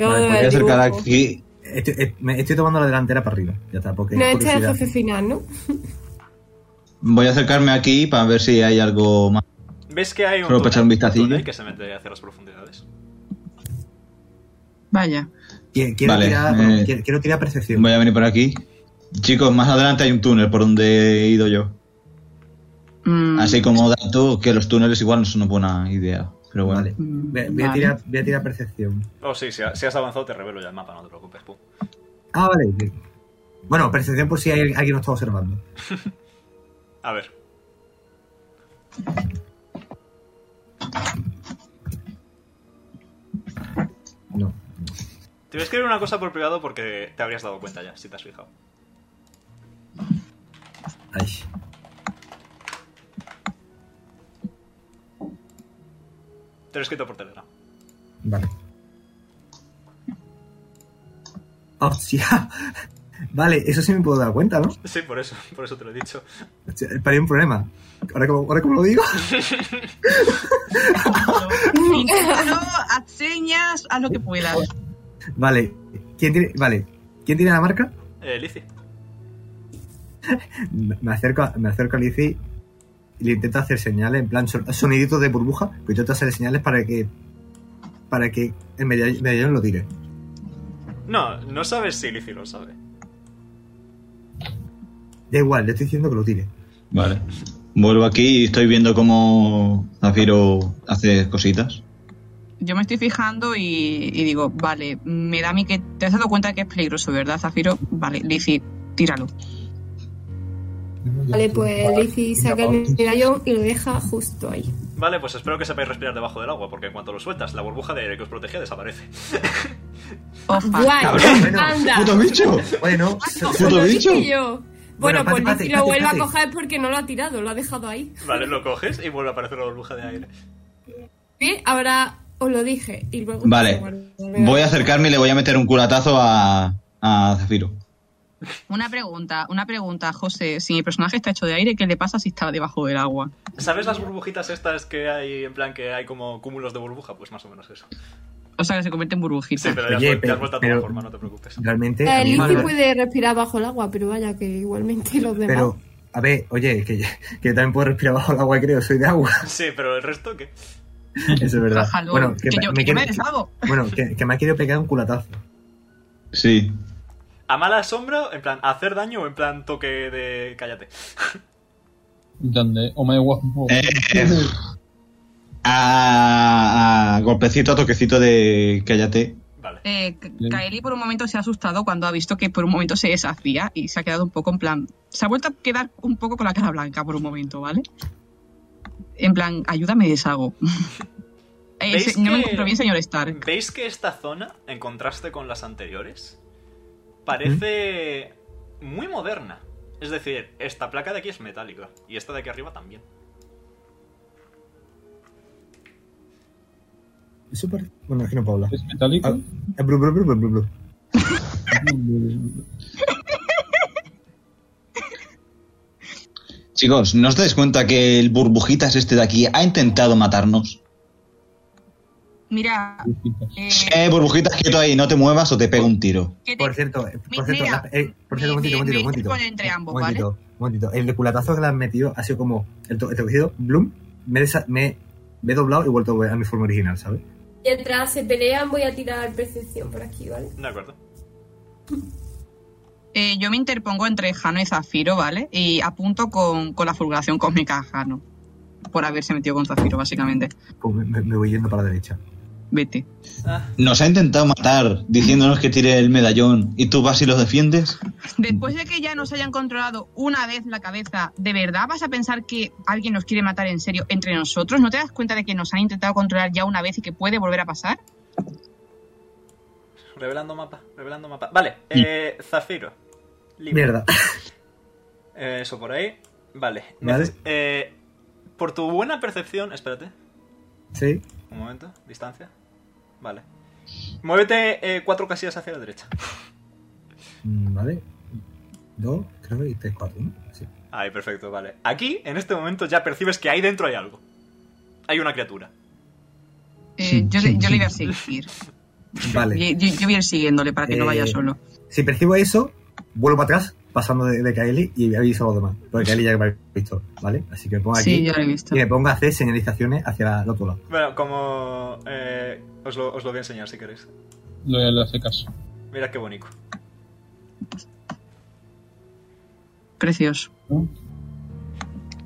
Speaker 4: Vale,
Speaker 8: Me voy
Speaker 5: ver
Speaker 8: a
Speaker 5: el
Speaker 8: acercar
Speaker 5: dibujo.
Speaker 8: aquí.
Speaker 4: Estoy, eh, me estoy tomando la delantera para arriba. Ya está, porque.
Speaker 5: No,
Speaker 4: es
Speaker 5: este es el
Speaker 4: curiosidad.
Speaker 5: jefe final, ¿no?
Speaker 8: Voy a acercarme aquí para ver si hay algo más.
Speaker 2: ¿Ves que hay un,
Speaker 8: Solo para echar un vistacillo.
Speaker 2: túnel que se mete hacia las profundidades?
Speaker 6: Vaya.
Speaker 4: Qui- Quiero,
Speaker 8: Vale,
Speaker 4: tirar,
Speaker 8: eh,
Speaker 4: quiero, quiero tirar percepción.
Speaker 8: Voy a venir por aquí. Chicos, más adelante hay un túnel por donde he ido yo.
Speaker 6: Mm,
Speaker 8: Así como dato que los túneles igual no son una buena idea. Pero bueno.
Speaker 4: Vale.
Speaker 6: mm,
Speaker 4: Voy, voy a
Speaker 6: vale.
Speaker 4: tirar, voy a tirar percepción.
Speaker 2: Oh, sí, si, ha- si has avanzado te revelo ya el mapa, no te preocupes. pum.
Speaker 4: Ah, vale. Bueno, percepción por si hay, alguien nos está observando.
Speaker 2: A ver.
Speaker 4: No.
Speaker 2: Te voy a escribir una cosa por privado porque te habrías dado cuenta ya, si te has fijado.
Speaker 4: Ay.
Speaker 2: Te lo he escrito por Telegram. [LAUGHS]
Speaker 4: Vale. Hostia. Vale, eso sí me puedo dar cuenta, ¿no?
Speaker 2: Sí, por eso, por eso te lo he dicho.
Speaker 4: Hostia, Para un problema. Ahora como, ahora como lo digo.
Speaker 6: Inténtalo, haz señas, haz lo que puedas.
Speaker 4: Vale. ¿Quién tiene, vale. ¿Quién tiene la marca?
Speaker 2: Eh, Lizzie.
Speaker 4: Me me acerco, a- me acerco a Lizzie y le intento hacer señales, en plan son- soniditos de burbuja, pero intento hacer señales para que para que el medall- medallón lo tire.
Speaker 2: No, no sabes si Lizzie lo sabe.
Speaker 4: Da igual, le estoy diciendo que lo tire.
Speaker 8: Vale. Vuelvo aquí y estoy viendo cómo Zafiro hace cositas.
Speaker 6: Yo me estoy fijando y, y digo, vale, me da a mí que te has dado cuenta que es peligroso, ¿verdad, Zafiro? Vale, Lizzie, tíralo.
Speaker 5: Vale, pues Lizzie saca el medallón y lo deja justo ahí.
Speaker 2: Vale, pues espero que sepáis respirar debajo del agua, porque en cuanto lo sueltas, la burbuja de aire que os protegía desaparece. [LAUGHS]
Speaker 6: Oh,
Speaker 12: Ah,
Speaker 6: fuck.
Speaker 5: Guay,
Speaker 4: bueno.
Speaker 5: anda.
Speaker 8: ¡Puto bicho!
Speaker 4: Bueno,
Speaker 5: Ojo,
Speaker 8: puto
Speaker 5: lo
Speaker 8: bicho.
Speaker 5: dije yo.
Speaker 4: Bueno,
Speaker 5: Bueno,
Speaker 4: pate,
Speaker 5: pues
Speaker 4: pate,
Speaker 5: Lizzie lo
Speaker 4: pate,
Speaker 5: vuelve a
Speaker 4: pate.
Speaker 5: coger porque no lo ha tirado, lo ha dejado ahí.
Speaker 2: Vale, lo coges y vuelve a aparecer la burbuja de aire.
Speaker 5: ¿Sí? Ahora os lo dije y luego...
Speaker 8: Vale. Voy a acercarme y le voy a meter un culatazo a, a Zafiro.
Speaker 6: Una pregunta, una pregunta, José. Si mi personaje está hecho de aire, ¿qué le pasa si está debajo del agua?
Speaker 2: ¿Sabes las burbujitas estas que hay, en plan, que hay como cúmulos de burbuja? Pues más o menos eso.
Speaker 6: O sea, que se convierte en burbujita.
Speaker 2: Sí, pero ya has,
Speaker 4: Oye,
Speaker 2: vuel- ya has
Speaker 4: pero-
Speaker 2: vuelto a
Speaker 4: pero-
Speaker 2: tu forma, no te preocupes.
Speaker 4: realmente
Speaker 5: La
Speaker 4: a mí-
Speaker 5: Lizzie Eh, puede respirar bajo el agua, pero vaya que igualmente los demás...
Speaker 4: pero a ver, oye, que, [LAUGHS] que yo también puedo respirar bajo el agua, creo, soy de agua. [LAUGHS]
Speaker 2: Sí, pero el resto, ¿qué?
Speaker 4: Eso es verdad.
Speaker 6: Bájalo,
Speaker 4: Bueno,
Speaker 6: que, yo, que yo me
Speaker 4: quiere-
Speaker 6: deshago.
Speaker 4: [LAUGHS] bueno, que- que me ha querido pegar un culatazo.
Speaker 8: Sí.
Speaker 2: ¿A mala sombra? ¿En plan hacer daño o en plan toque de cállate?
Speaker 7: Donde, oh my God.
Speaker 8: Eh, a, a golpecito, a toquecito de cállate.
Speaker 2: Vale.
Speaker 6: Eh, K- Kaeli por un momento se ha asustado cuando ha visto que por un momento se deshacía y se ha quedado un poco en plan. Se ha vuelto a quedar un poco con la cara blanca por un momento, ¿vale? En plan, ayúdame, deshago. [LAUGHS] Eh,
Speaker 2: ¿Veis
Speaker 6: se- No me
Speaker 2: que-
Speaker 6: encuentro bien, señor Stark.
Speaker 2: ¿Veis que esta zona, en contraste con las anteriores, parece muy moderna? Es decir, esta placa de aquí es metálica y esta de aquí arriba también.
Speaker 4: Eso parece- Bueno, es que no puedo hablar.
Speaker 7: ¿Es metálico?
Speaker 4: Ah, eh, blu, blu, blu, blu, blu, blu.
Speaker 8: Chicos, ¿no os dais cuenta que el burbujitas este de aquí ha intentado matarnos?
Speaker 6: Mira, eh,
Speaker 8: Eh, burbujitas, quieto ahí, no te muevas o te pego un tiro.
Speaker 6: ¿qué te-
Speaker 4: Por cierto, eh, por
Speaker 6: Mira,
Speaker 4: cierto, la- eh, por cierto,
Speaker 6: me-
Speaker 4: un momentito,
Speaker 6: me-
Speaker 4: un
Speaker 6: me
Speaker 4: momentito, un
Speaker 6: pone entre
Speaker 4: momentito.
Speaker 6: ambos,
Speaker 4: Un momentito, un momentito. El de culatazo que le han metido ha sido como el, to- el toquecido, bloom, me, he desa- me, me he doblado y he vuelto a mi forma original, ¿sabes?
Speaker 12: Mientras se pelean, voy a tirar percepción por aquí, ¿vale?
Speaker 2: De acuerdo.
Speaker 6: eh, yo me interpongo entre Jano y Zafiro, ¿vale? Y apunto con, con la fulguración cósmica a Jano. Por haberse metido con Zafiro, básicamente.
Speaker 4: Pues me, me- me voy yendo para la derecha.
Speaker 6: Vete.
Speaker 8: Nos ha intentado matar diciéndonos que tire el medallón y tú vas y lo defiendes.
Speaker 6: Después de que ya nos hayan controlado una vez la cabeza, ¿de verdad vas a pensar que alguien nos quiere matar en serio entre nosotros? ¿No te das cuenta de que nos han intentado controlar ya una vez y que puede volver a pasar?
Speaker 2: Revelando mapa, revelando mapa. Vale, eh, Zafiro. Libre.
Speaker 4: Mierda. [LAUGHS]
Speaker 2: Eh, eso por ahí. Vale.
Speaker 4: Vale.
Speaker 2: Neces- eh, por tu buena percepción, espérate,
Speaker 4: Sí.
Speaker 2: un momento, distancia. Vale. Muévete eh, cuatro casillas hacia la derecha.
Speaker 4: Mm, Vale. Dos, creo y tres, cuatro, ¿no? Sí.
Speaker 2: Ahí, perfecto, vale. Aquí, en este momento, ya percibes que ahí dentro hay algo. Hay una criatura.
Speaker 6: Eh, yo, yo le voy a seguir.
Speaker 4: Vale.
Speaker 6: Yo, yo- yo voy a ir siguiéndole para que no vaya
Speaker 4: Eh,
Speaker 6: solo.
Speaker 4: Si percibo eso, vuelvo para atrás, pasando de, de Kaeli y aviso a los demás. Porque Kaeli ya me ha visto, ¿vale? Así que me pongo aquí
Speaker 6: Sí, yo lo he visto.
Speaker 4: y me pongo a hacer señalizaciones hacia la- el otro lado.
Speaker 2: Bueno, como... eh, os, lo, os lo voy a enseñar si queréis.
Speaker 7: Loyal le hace caso.
Speaker 2: Mira qué bonito.
Speaker 6: Precioso.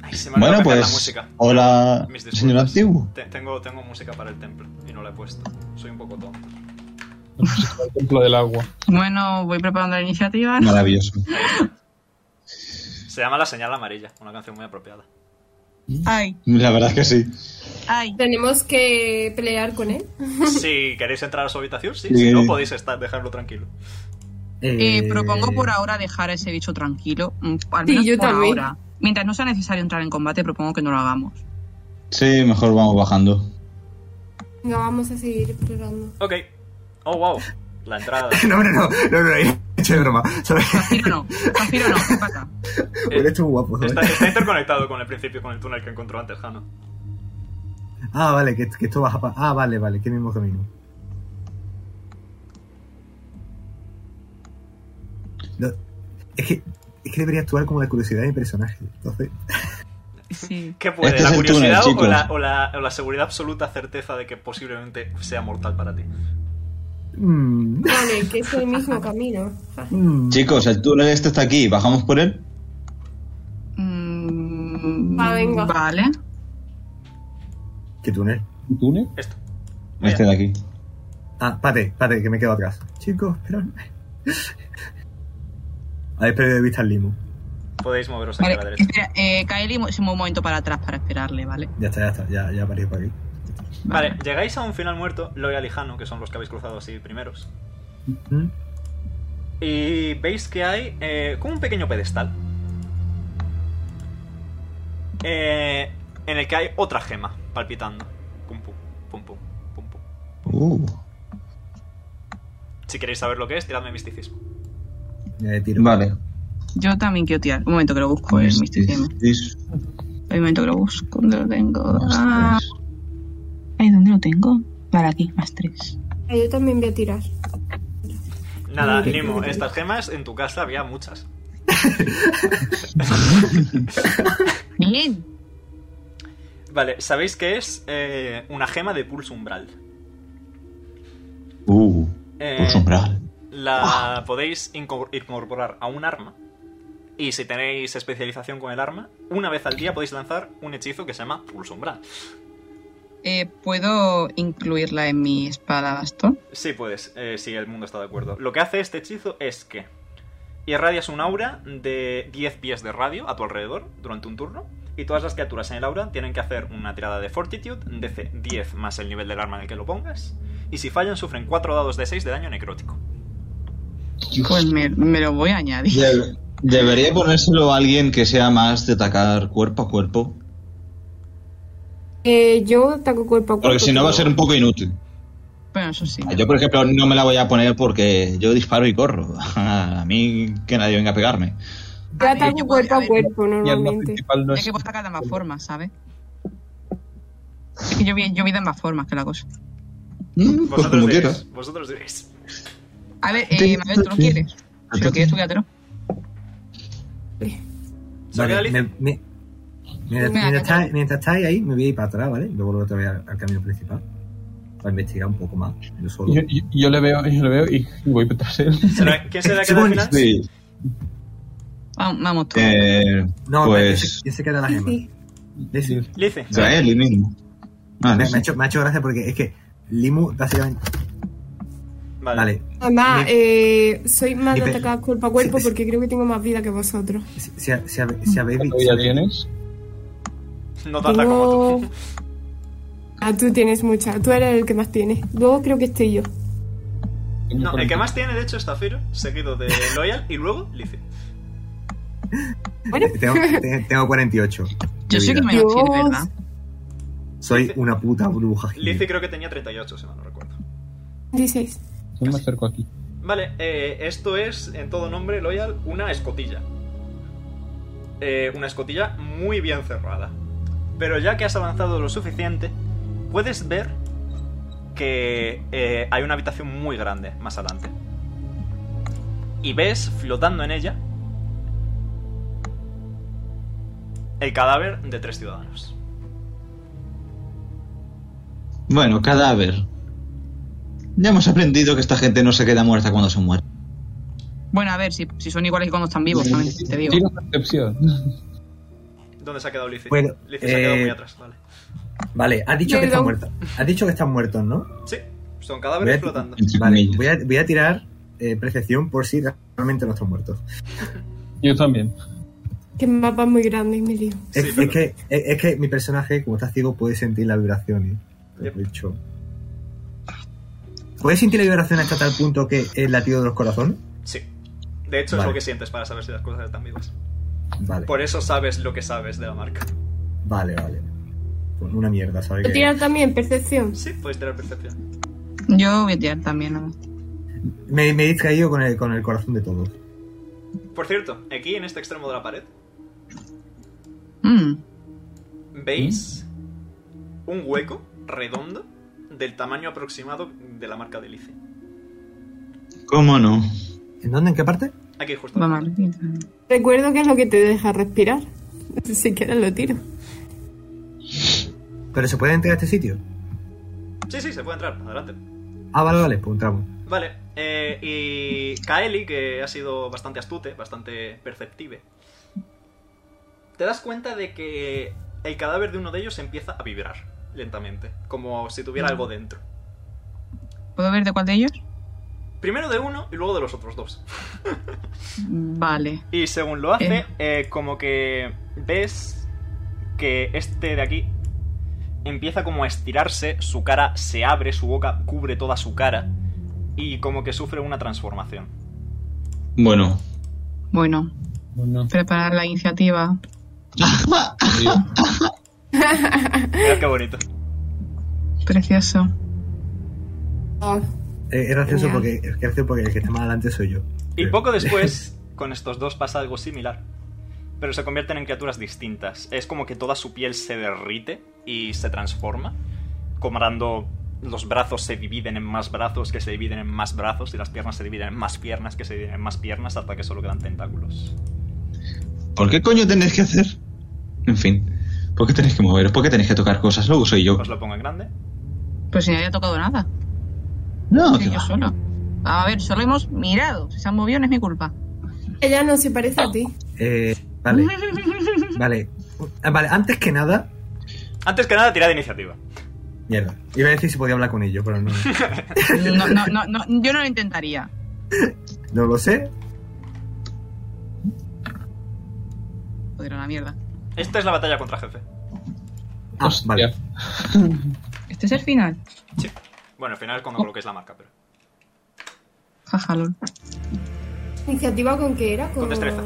Speaker 2: Ay, se me ha olvidado
Speaker 8: Bueno,
Speaker 2: cambiar la
Speaker 8: pues.
Speaker 2: música.
Speaker 8: Hola,
Speaker 2: Mis disculpas.
Speaker 8: señor antiguo.
Speaker 2: Te- tengo, tengo música para el templo y no la he puesto. Soy un poco tonto.
Speaker 7: El templo del agua.
Speaker 6: Bueno, voy preparando la iniciativa.
Speaker 8: Maravilloso.
Speaker 2: Se llama La Señal Amarilla, una canción muy apropiada.
Speaker 6: Ay,
Speaker 8: La verdad es que sí.
Speaker 6: ay.
Speaker 12: Tenemos que pelear con él.
Speaker 2: Si queréis entrar a su habitación, sí.
Speaker 8: Sí.
Speaker 2: Si no, podéis estar, dejarlo tranquilo.
Speaker 6: Eh, propongo por ahora dejar a ese bicho tranquilo. mm, Al
Speaker 12: Sí,
Speaker 6: menos
Speaker 12: yo
Speaker 6: por
Speaker 12: también.
Speaker 6: ahora. Mientras no sea necesario entrar en combate, propongo que no lo hagamos.
Speaker 8: Sí, mejor vamos bajando.
Speaker 12: No, vamos a seguir explorando.
Speaker 2: Ok. Oh, wow. La entrada.
Speaker 4: [LAUGHS] No, no, no, no, no, no, [LAUGHS] esto es broma, ¿sabes?
Speaker 6: Zafiro
Speaker 4: [LAUGHS]
Speaker 6: no, Zafiro no, ¿qué pasa?
Speaker 4: Huele esto muy guapo, ¿sabes?
Speaker 2: Está, está interconectado con el principio, con el túnel que encontró antes, Jano.
Speaker 4: Ah, vale, que, que esto baja para... Ah, vale, vale, que mismo camino. No, es, que, es que debería actuar como la curiosidad de mi personaje. Entonces,
Speaker 6: Sí.
Speaker 2: ¿Qué puede?
Speaker 8: Este
Speaker 2: ¿La
Speaker 8: es el
Speaker 2: curiosidad
Speaker 8: túnel,
Speaker 2: o,
Speaker 8: chicos.
Speaker 2: la, o la- o la seguridad absoluta certeza de que posiblemente sea mortal para ti?
Speaker 4: mm,
Speaker 12: Vale, que es el mismo camino. Ja.
Speaker 4: mm.
Speaker 8: Chicos, el túnel este está aquí, bajamos por él.
Speaker 6: Mm,
Speaker 12: Ah, venga.
Speaker 6: Vale.
Speaker 4: ¿Qué túnel?
Speaker 7: ¿Un túnel?
Speaker 2: Esto.
Speaker 8: Este de aquí.
Speaker 4: Ah, pate, pate, que me quedo atrás. Chicos, esperadme. Habéis perdido de vista el limo.
Speaker 2: Podéis moveros aquí
Speaker 6: Vale,
Speaker 2: a la derecha.
Speaker 6: espera, eh, Kaeli mu- se mueve un momento para atrás para esperarle, ¿vale?
Speaker 4: Ya está, ya está, ya, ya apareció por aquí.
Speaker 2: Vale, llegáis a un final muerto, Loyal y Jano, que son los que habéis cruzado así primeros.
Speaker 4: Mm.
Speaker 2: Y veis que hay eh, como un pequeño pedestal. Eh, en el que hay otra gema palpitando. Pum, pum, pum, pum, pum, pum.
Speaker 8: Uh,
Speaker 2: Si queréis saber lo que es, tiradme misticismo.
Speaker 4: Ya de tiro.
Speaker 8: vale. Este
Speaker 6: Yo también quiero tirar. Un momento que lo busco,
Speaker 8: Pues
Speaker 6: el misticismo.
Speaker 8: This,
Speaker 6: Un momento que lo busco. ¿Dónde lo tengo?
Speaker 8: más
Speaker 6: Ah,
Speaker 8: tres.
Speaker 6: ay, ¿dónde lo tengo? Vale, aquí, más tres.
Speaker 12: Ah, Yo también voy a tirar.
Speaker 2: Nada, Nimo, estas gemas en tu casa había muchas.
Speaker 6: Bien.
Speaker 2: Vale, sabéis que es eh, una gema de pulso umbral.
Speaker 8: Uh,
Speaker 2: Eh,
Speaker 8: un umbral.
Speaker 2: La podéis inco- incorporar a un arma. Y si tenéis especialización con el arma, una vez al día podéis lanzar un hechizo que se llama Pulso Umbral.
Speaker 6: Eh, ¿Puedo incluirla en mi espada bastón?
Speaker 2: Sí, puedes, eh, si el mundo está de acuerdo. Lo que hace este hechizo es que irradias un aura de 10 pies de radio a tu alrededor durante un turno Y todas las criaturas en el aura tienen que hacer una tirada de Fortitude, DC 10 más el nivel del arma en el que lo pongas. Y si fallan, sufren 4 dados de 6 de daño necrótico.
Speaker 6: Pues me, me lo voy a añadir.
Speaker 8: De- debería ponérselo a alguien que sea más de atacar cuerpo a cuerpo.
Speaker 12: Eh, yo ataco cuerpo a cuerpo.
Speaker 8: Porque si no va a ser un poco inútil.
Speaker 6: Bueno, eso sí.
Speaker 8: Yo, por ejemplo, no me la voy a poner porque yo disparo y corro. [LAUGHS] A mí que nadie venga a pegarme.
Speaker 12: Yo ataco
Speaker 6: yo
Speaker 12: cuerpo
Speaker 6: podría
Speaker 12: a
Speaker 6: ver.
Speaker 12: cuerpo
Speaker 7: Y arma
Speaker 12: normalmente.
Speaker 7: principal no
Speaker 6: Es
Speaker 7: es
Speaker 6: que puedo atacar de más formas, ¿sabes? Es que yo vi, yo vi de más formas que la cosa.
Speaker 8: Mm, Pues
Speaker 2: Vosotros
Speaker 8: [LAUGHS] como quieras.
Speaker 2: diréis. Vosotros diréis.
Speaker 6: A ver, eh, Mabel, ¿tú lo quieres? Si lo quieres, tú quédatelo.
Speaker 2: ¿Sale
Speaker 4: Vale,
Speaker 2: Alice?
Speaker 4: me- me- mientras,
Speaker 6: Venga,
Speaker 4: mientras
Speaker 6: Cata.
Speaker 4: estáis, mientras estáis ahí, me voy a ir para atrás, ¿vale? Luego vuelvo otra vez al, al camino principal. Para investigar un poco más. Yo solo.
Speaker 7: Yo, yo- yo le veo, yo le veo y, y voy detrás de él.
Speaker 2: ¿Será- ¿Quién será que da al final?
Speaker 8: Sí.
Speaker 6: Vamos, vamos tú.
Speaker 8: Eh,
Speaker 4: no,
Speaker 8: pues-
Speaker 4: ya se- ya se queda la gema. Lizy.
Speaker 2: Lice.
Speaker 8: ya ¿eh? él mismo. Ah,
Speaker 4: Me,
Speaker 8: sí.
Speaker 4: me ha hecho, me ha hecho gracia porque es que Limu, básicamente.
Speaker 2: Vale.
Speaker 4: Vale,
Speaker 12: Mamá, eh, soy más de
Speaker 4: Dime.
Speaker 12: atacar cuerpo a cuerpo
Speaker 4: Sí, sí.
Speaker 12: porque creo que tengo más vida que vosotros.
Speaker 4: si, si, si habe- si habéis visto.
Speaker 7: ¿Cuánto vida tienes?
Speaker 2: No tanta como
Speaker 12: Tengo...
Speaker 2: tú.
Speaker 12: Ah, tú tienes mucha. Tú eres el que más tienes. Luego creo que estoy yo.
Speaker 2: No, el que más tiene, de hecho, es Zafiro, seguido de Loyal y luego Lice.
Speaker 12: Bueno,
Speaker 4: Tengo,
Speaker 12: [LAUGHS]
Speaker 4: te- tengo 48. de
Speaker 6: Yo soy
Speaker 4: vida.
Speaker 6: que me lo tiene,
Speaker 12: Dios.
Speaker 6: ¿verdad?
Speaker 4: Soy una puta burbuja.
Speaker 2: Lice
Speaker 4: gigante.
Speaker 2: creo que tenía 38, si mal no recuerdo.
Speaker 12: 16.
Speaker 7: Yo me acerco aquí.
Speaker 2: Vale, eh, esto es, en todo nombre, Loyal, una escotilla. Eh, una escotilla muy bien cerrada. Pero ya que has avanzado lo suficiente, puedes ver que eh, hay una habitación muy grande más adelante. Y ves flotando en ella el cadáver de tres ciudadanos.
Speaker 8: Bueno, cadáver. Ya hemos aprendido que esta gente no se queda muerta cuando se muere.
Speaker 6: Bueno, a ver, si, si son iguales que cuando están vivos, también te digo.
Speaker 7: Tiro percepción.
Speaker 2: ¿Dónde se ha quedado Lice?
Speaker 4: Bueno,
Speaker 2: Lice se ha quedado
Speaker 4: eh,
Speaker 2: muy atrás, vale.
Speaker 4: Vale, has dicho que
Speaker 12: Perdón.
Speaker 4: están muertos. Has dicho que están muertos, ¿no?
Speaker 2: Sí, son cadáveres
Speaker 4: Voy a-
Speaker 2: flotando.
Speaker 8: Entre
Speaker 4: Vale,
Speaker 8: comillas.
Speaker 4: voy a, voy a tirar eh, percepción por si realmente no están muertos.
Speaker 7: Yo también.
Speaker 12: Que mapa muy grande, me lío.
Speaker 4: Es,
Speaker 2: Sí,
Speaker 4: es
Speaker 2: pero-
Speaker 4: que, es, es que mi personaje, como está ciego, puede sentir las vibraciones. Lo he
Speaker 2: Yep.
Speaker 4: dicho. ¿Puedes sentir la vibración hasta tal punto que el latido de los corazones?
Speaker 2: Sí. De hecho, es
Speaker 4: Vale.
Speaker 2: lo que sientes para saber si las cosas están vivas.
Speaker 4: Vale,
Speaker 2: Por eso sabes lo que sabes de la marca.
Speaker 4: vale, vale. Pues una mierda, ¿sabes?
Speaker 12: ¿Puedo
Speaker 4: qué?
Speaker 12: tirar también percepción?
Speaker 2: Sí, puedes tirar percepción.
Speaker 6: Yo voy a tirar también. ¿no?
Speaker 4: Me, me he distraído con el, con el corazón de todos.
Speaker 2: Por cierto, aquí en este extremo de la pared
Speaker 6: Mm,
Speaker 2: veis un hueco redondo del tamaño aproximado de la marca de Lice.
Speaker 8: ¿Cómo no?
Speaker 4: ¿En dónde? ¿En qué parte?
Speaker 2: Aquí justo.
Speaker 6: va mal.
Speaker 12: Recuerdo que es lo que te deja respirar. [LAUGHS] Si quieres lo tiro.
Speaker 4: ¿Pero se puede entrar a este sitio?
Speaker 2: Sí, sí, se puede entrar. Adelante.
Speaker 4: Ah, vale, vale, pues entramos.
Speaker 2: Vale. eh, y Kaeli, que ha sido bastante astute, bastante perceptive, te das cuenta de que el cadáver de uno de ellos empieza a vibrar lentamente, como si tuviera algo dentro.
Speaker 6: ¿Puedo ver de cuál de ellos?
Speaker 2: Primero de uno y luego de los otros dos.
Speaker 6: Mm, Vale.
Speaker 2: Y según lo hace,
Speaker 6: Eh.
Speaker 2: eh, como que ves que este de aquí empieza como a estirarse, su cara se abre, su boca cubre toda su cara y como que sufre una transformación.
Speaker 8: Bueno.
Speaker 6: Bueno,
Speaker 7: Bueno,
Speaker 6: preparar la iniciativa.
Speaker 7: tío.
Speaker 2: Mirad qué bonito.
Speaker 6: Precioso.
Speaker 12: Ah,
Speaker 4: Eh, es gracioso
Speaker 12: Ya.
Speaker 4: porque, es gracioso porque el que está más adelante soy yo. Eh,
Speaker 2: Y
Speaker 4: Creo.
Speaker 2: poco después, con estos dos pasa algo similar, pero se convierten en criaturas distintas. Es como que toda su piel se derrite y se transforma, cobrando los brazos se dividen en más brazos, que se dividen en más brazos, y las piernas se dividen en más piernas, que se dividen en más piernas, hasta que solo quedan tentáculos.
Speaker 8: ¿Por qué coño tenéis que hacer? En fin. ¿Por qué tenéis que moveros? ¿Por qué tenéis que tocar cosas? Luego soy yo.
Speaker 2: Os lo pongo en grande.
Speaker 6: Pues si no había tocado nada.
Speaker 8: No,
Speaker 6: Sí,
Speaker 8: que
Speaker 6: yo
Speaker 8: va.
Speaker 6: solo. A ver, solo hemos mirado. Si se han movido no es mi culpa.
Speaker 12: Ella no se parece a ti.
Speaker 4: Eh, vale, vale. Ah, Vale, antes que nada,
Speaker 2: Antes que nada, tirad iniciativa.
Speaker 4: Mierda. Iba a decir si podía hablar con ellos, pero no.
Speaker 6: [LAUGHS] No, no, no, no, yo no lo intentaría.
Speaker 4: No lo sé.
Speaker 6: Joder, a la mierda.
Speaker 2: Esta es la batalla contra jefe.
Speaker 4: Ah, vale.
Speaker 6: Este es el final.
Speaker 2: Sí. Bueno, al final es cuando coloques la marca, pero.
Speaker 6: Jaja, lol.
Speaker 12: ¿Iniciativa con qué era? Con,
Speaker 2: Con destreza.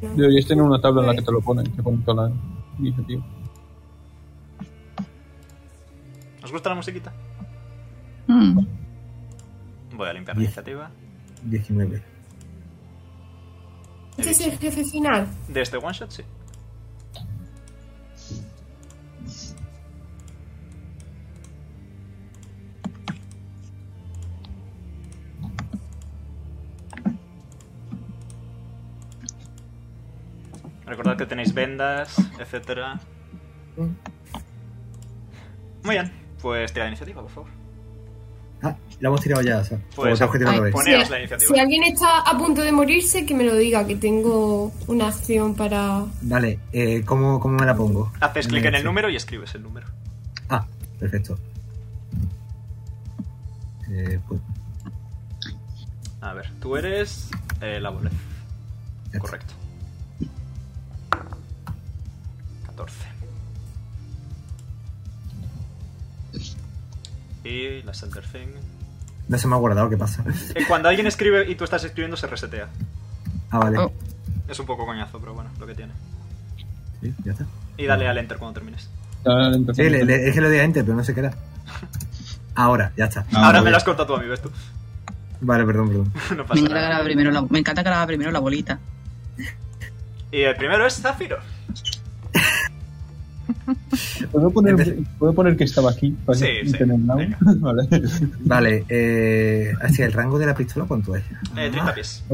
Speaker 7: Deberías tener una tabla este en la que te lo ponen, que pone toda la iniciativa.
Speaker 2: ¿Os gusta la musiquita?
Speaker 6: Mm.
Speaker 2: Voy a limpiar la
Speaker 9: Diez.
Speaker 2: iniciativa.
Speaker 9: 19.
Speaker 12: Este es el jefe final.
Speaker 2: De este one shot, sí. Recordad que tenéis vendas, etcétera. Muy bien, pues tira la iniciativa, por favor.
Speaker 9: Ah, la hemos tirado ya, o sea,
Speaker 2: Pues,
Speaker 9: o sea, objetivo
Speaker 2: ay,
Speaker 9: no lo es.
Speaker 2: pone- Poneos la iniciativa.
Speaker 12: si alguien está a punto de morirse, que me lo diga, que tengo una acción para.
Speaker 4: Vale, eh, ¿cómo, ¿cómo me la pongo?
Speaker 2: Haces clic en el
Speaker 4: Sí.
Speaker 2: número y escribes el número.
Speaker 4: Ah, perfecto. Eh, pues,
Speaker 2: A ver, tú eres eh, la boleta.
Speaker 4: ya está.
Speaker 2: Correcto. 14. Y la Center Thing.
Speaker 4: No se me ha guardado, ¿qué pasa?
Speaker 2: Eh, cuando alguien escribe y tú estás escribiendo, se resetea.
Speaker 4: Ah, vale.
Speaker 6: Oh.
Speaker 2: Es un poco coñazo, pero bueno, lo que tiene.
Speaker 4: Sí, ya está.
Speaker 2: Y dale al enter cuando termines.
Speaker 7: Ah, entonces-
Speaker 4: Sí, le- le- es que lo di a enter, pero no sé qué era. Ahora, ya está.
Speaker 8: Ah,
Speaker 2: Ahora
Speaker 8: muy
Speaker 2: me
Speaker 8: bien.
Speaker 2: lo has cortado tú a mí, ¿ves tú? [LAUGHS]
Speaker 4: Vale, perdón, perdón.
Speaker 2: no
Speaker 6: Me
Speaker 2: pasa
Speaker 6: encanta, que
Speaker 2: nada.
Speaker 6: la primero la, me encanta que la haga primero la bolita.
Speaker 2: Y el primero es Zafiro. eh,
Speaker 7: ¿Puedo poner, ¿Puedo poner que estaba aquí para
Speaker 2: Sí,
Speaker 7: no
Speaker 2: sí,
Speaker 7: tener nada?
Speaker 2: venga.
Speaker 7: [LAUGHS] Vale.
Speaker 4: Vale, eh, hacia el rango de la pistola, ¿cuánto es?
Speaker 8: Ah.
Speaker 2: Eh, 30 pies.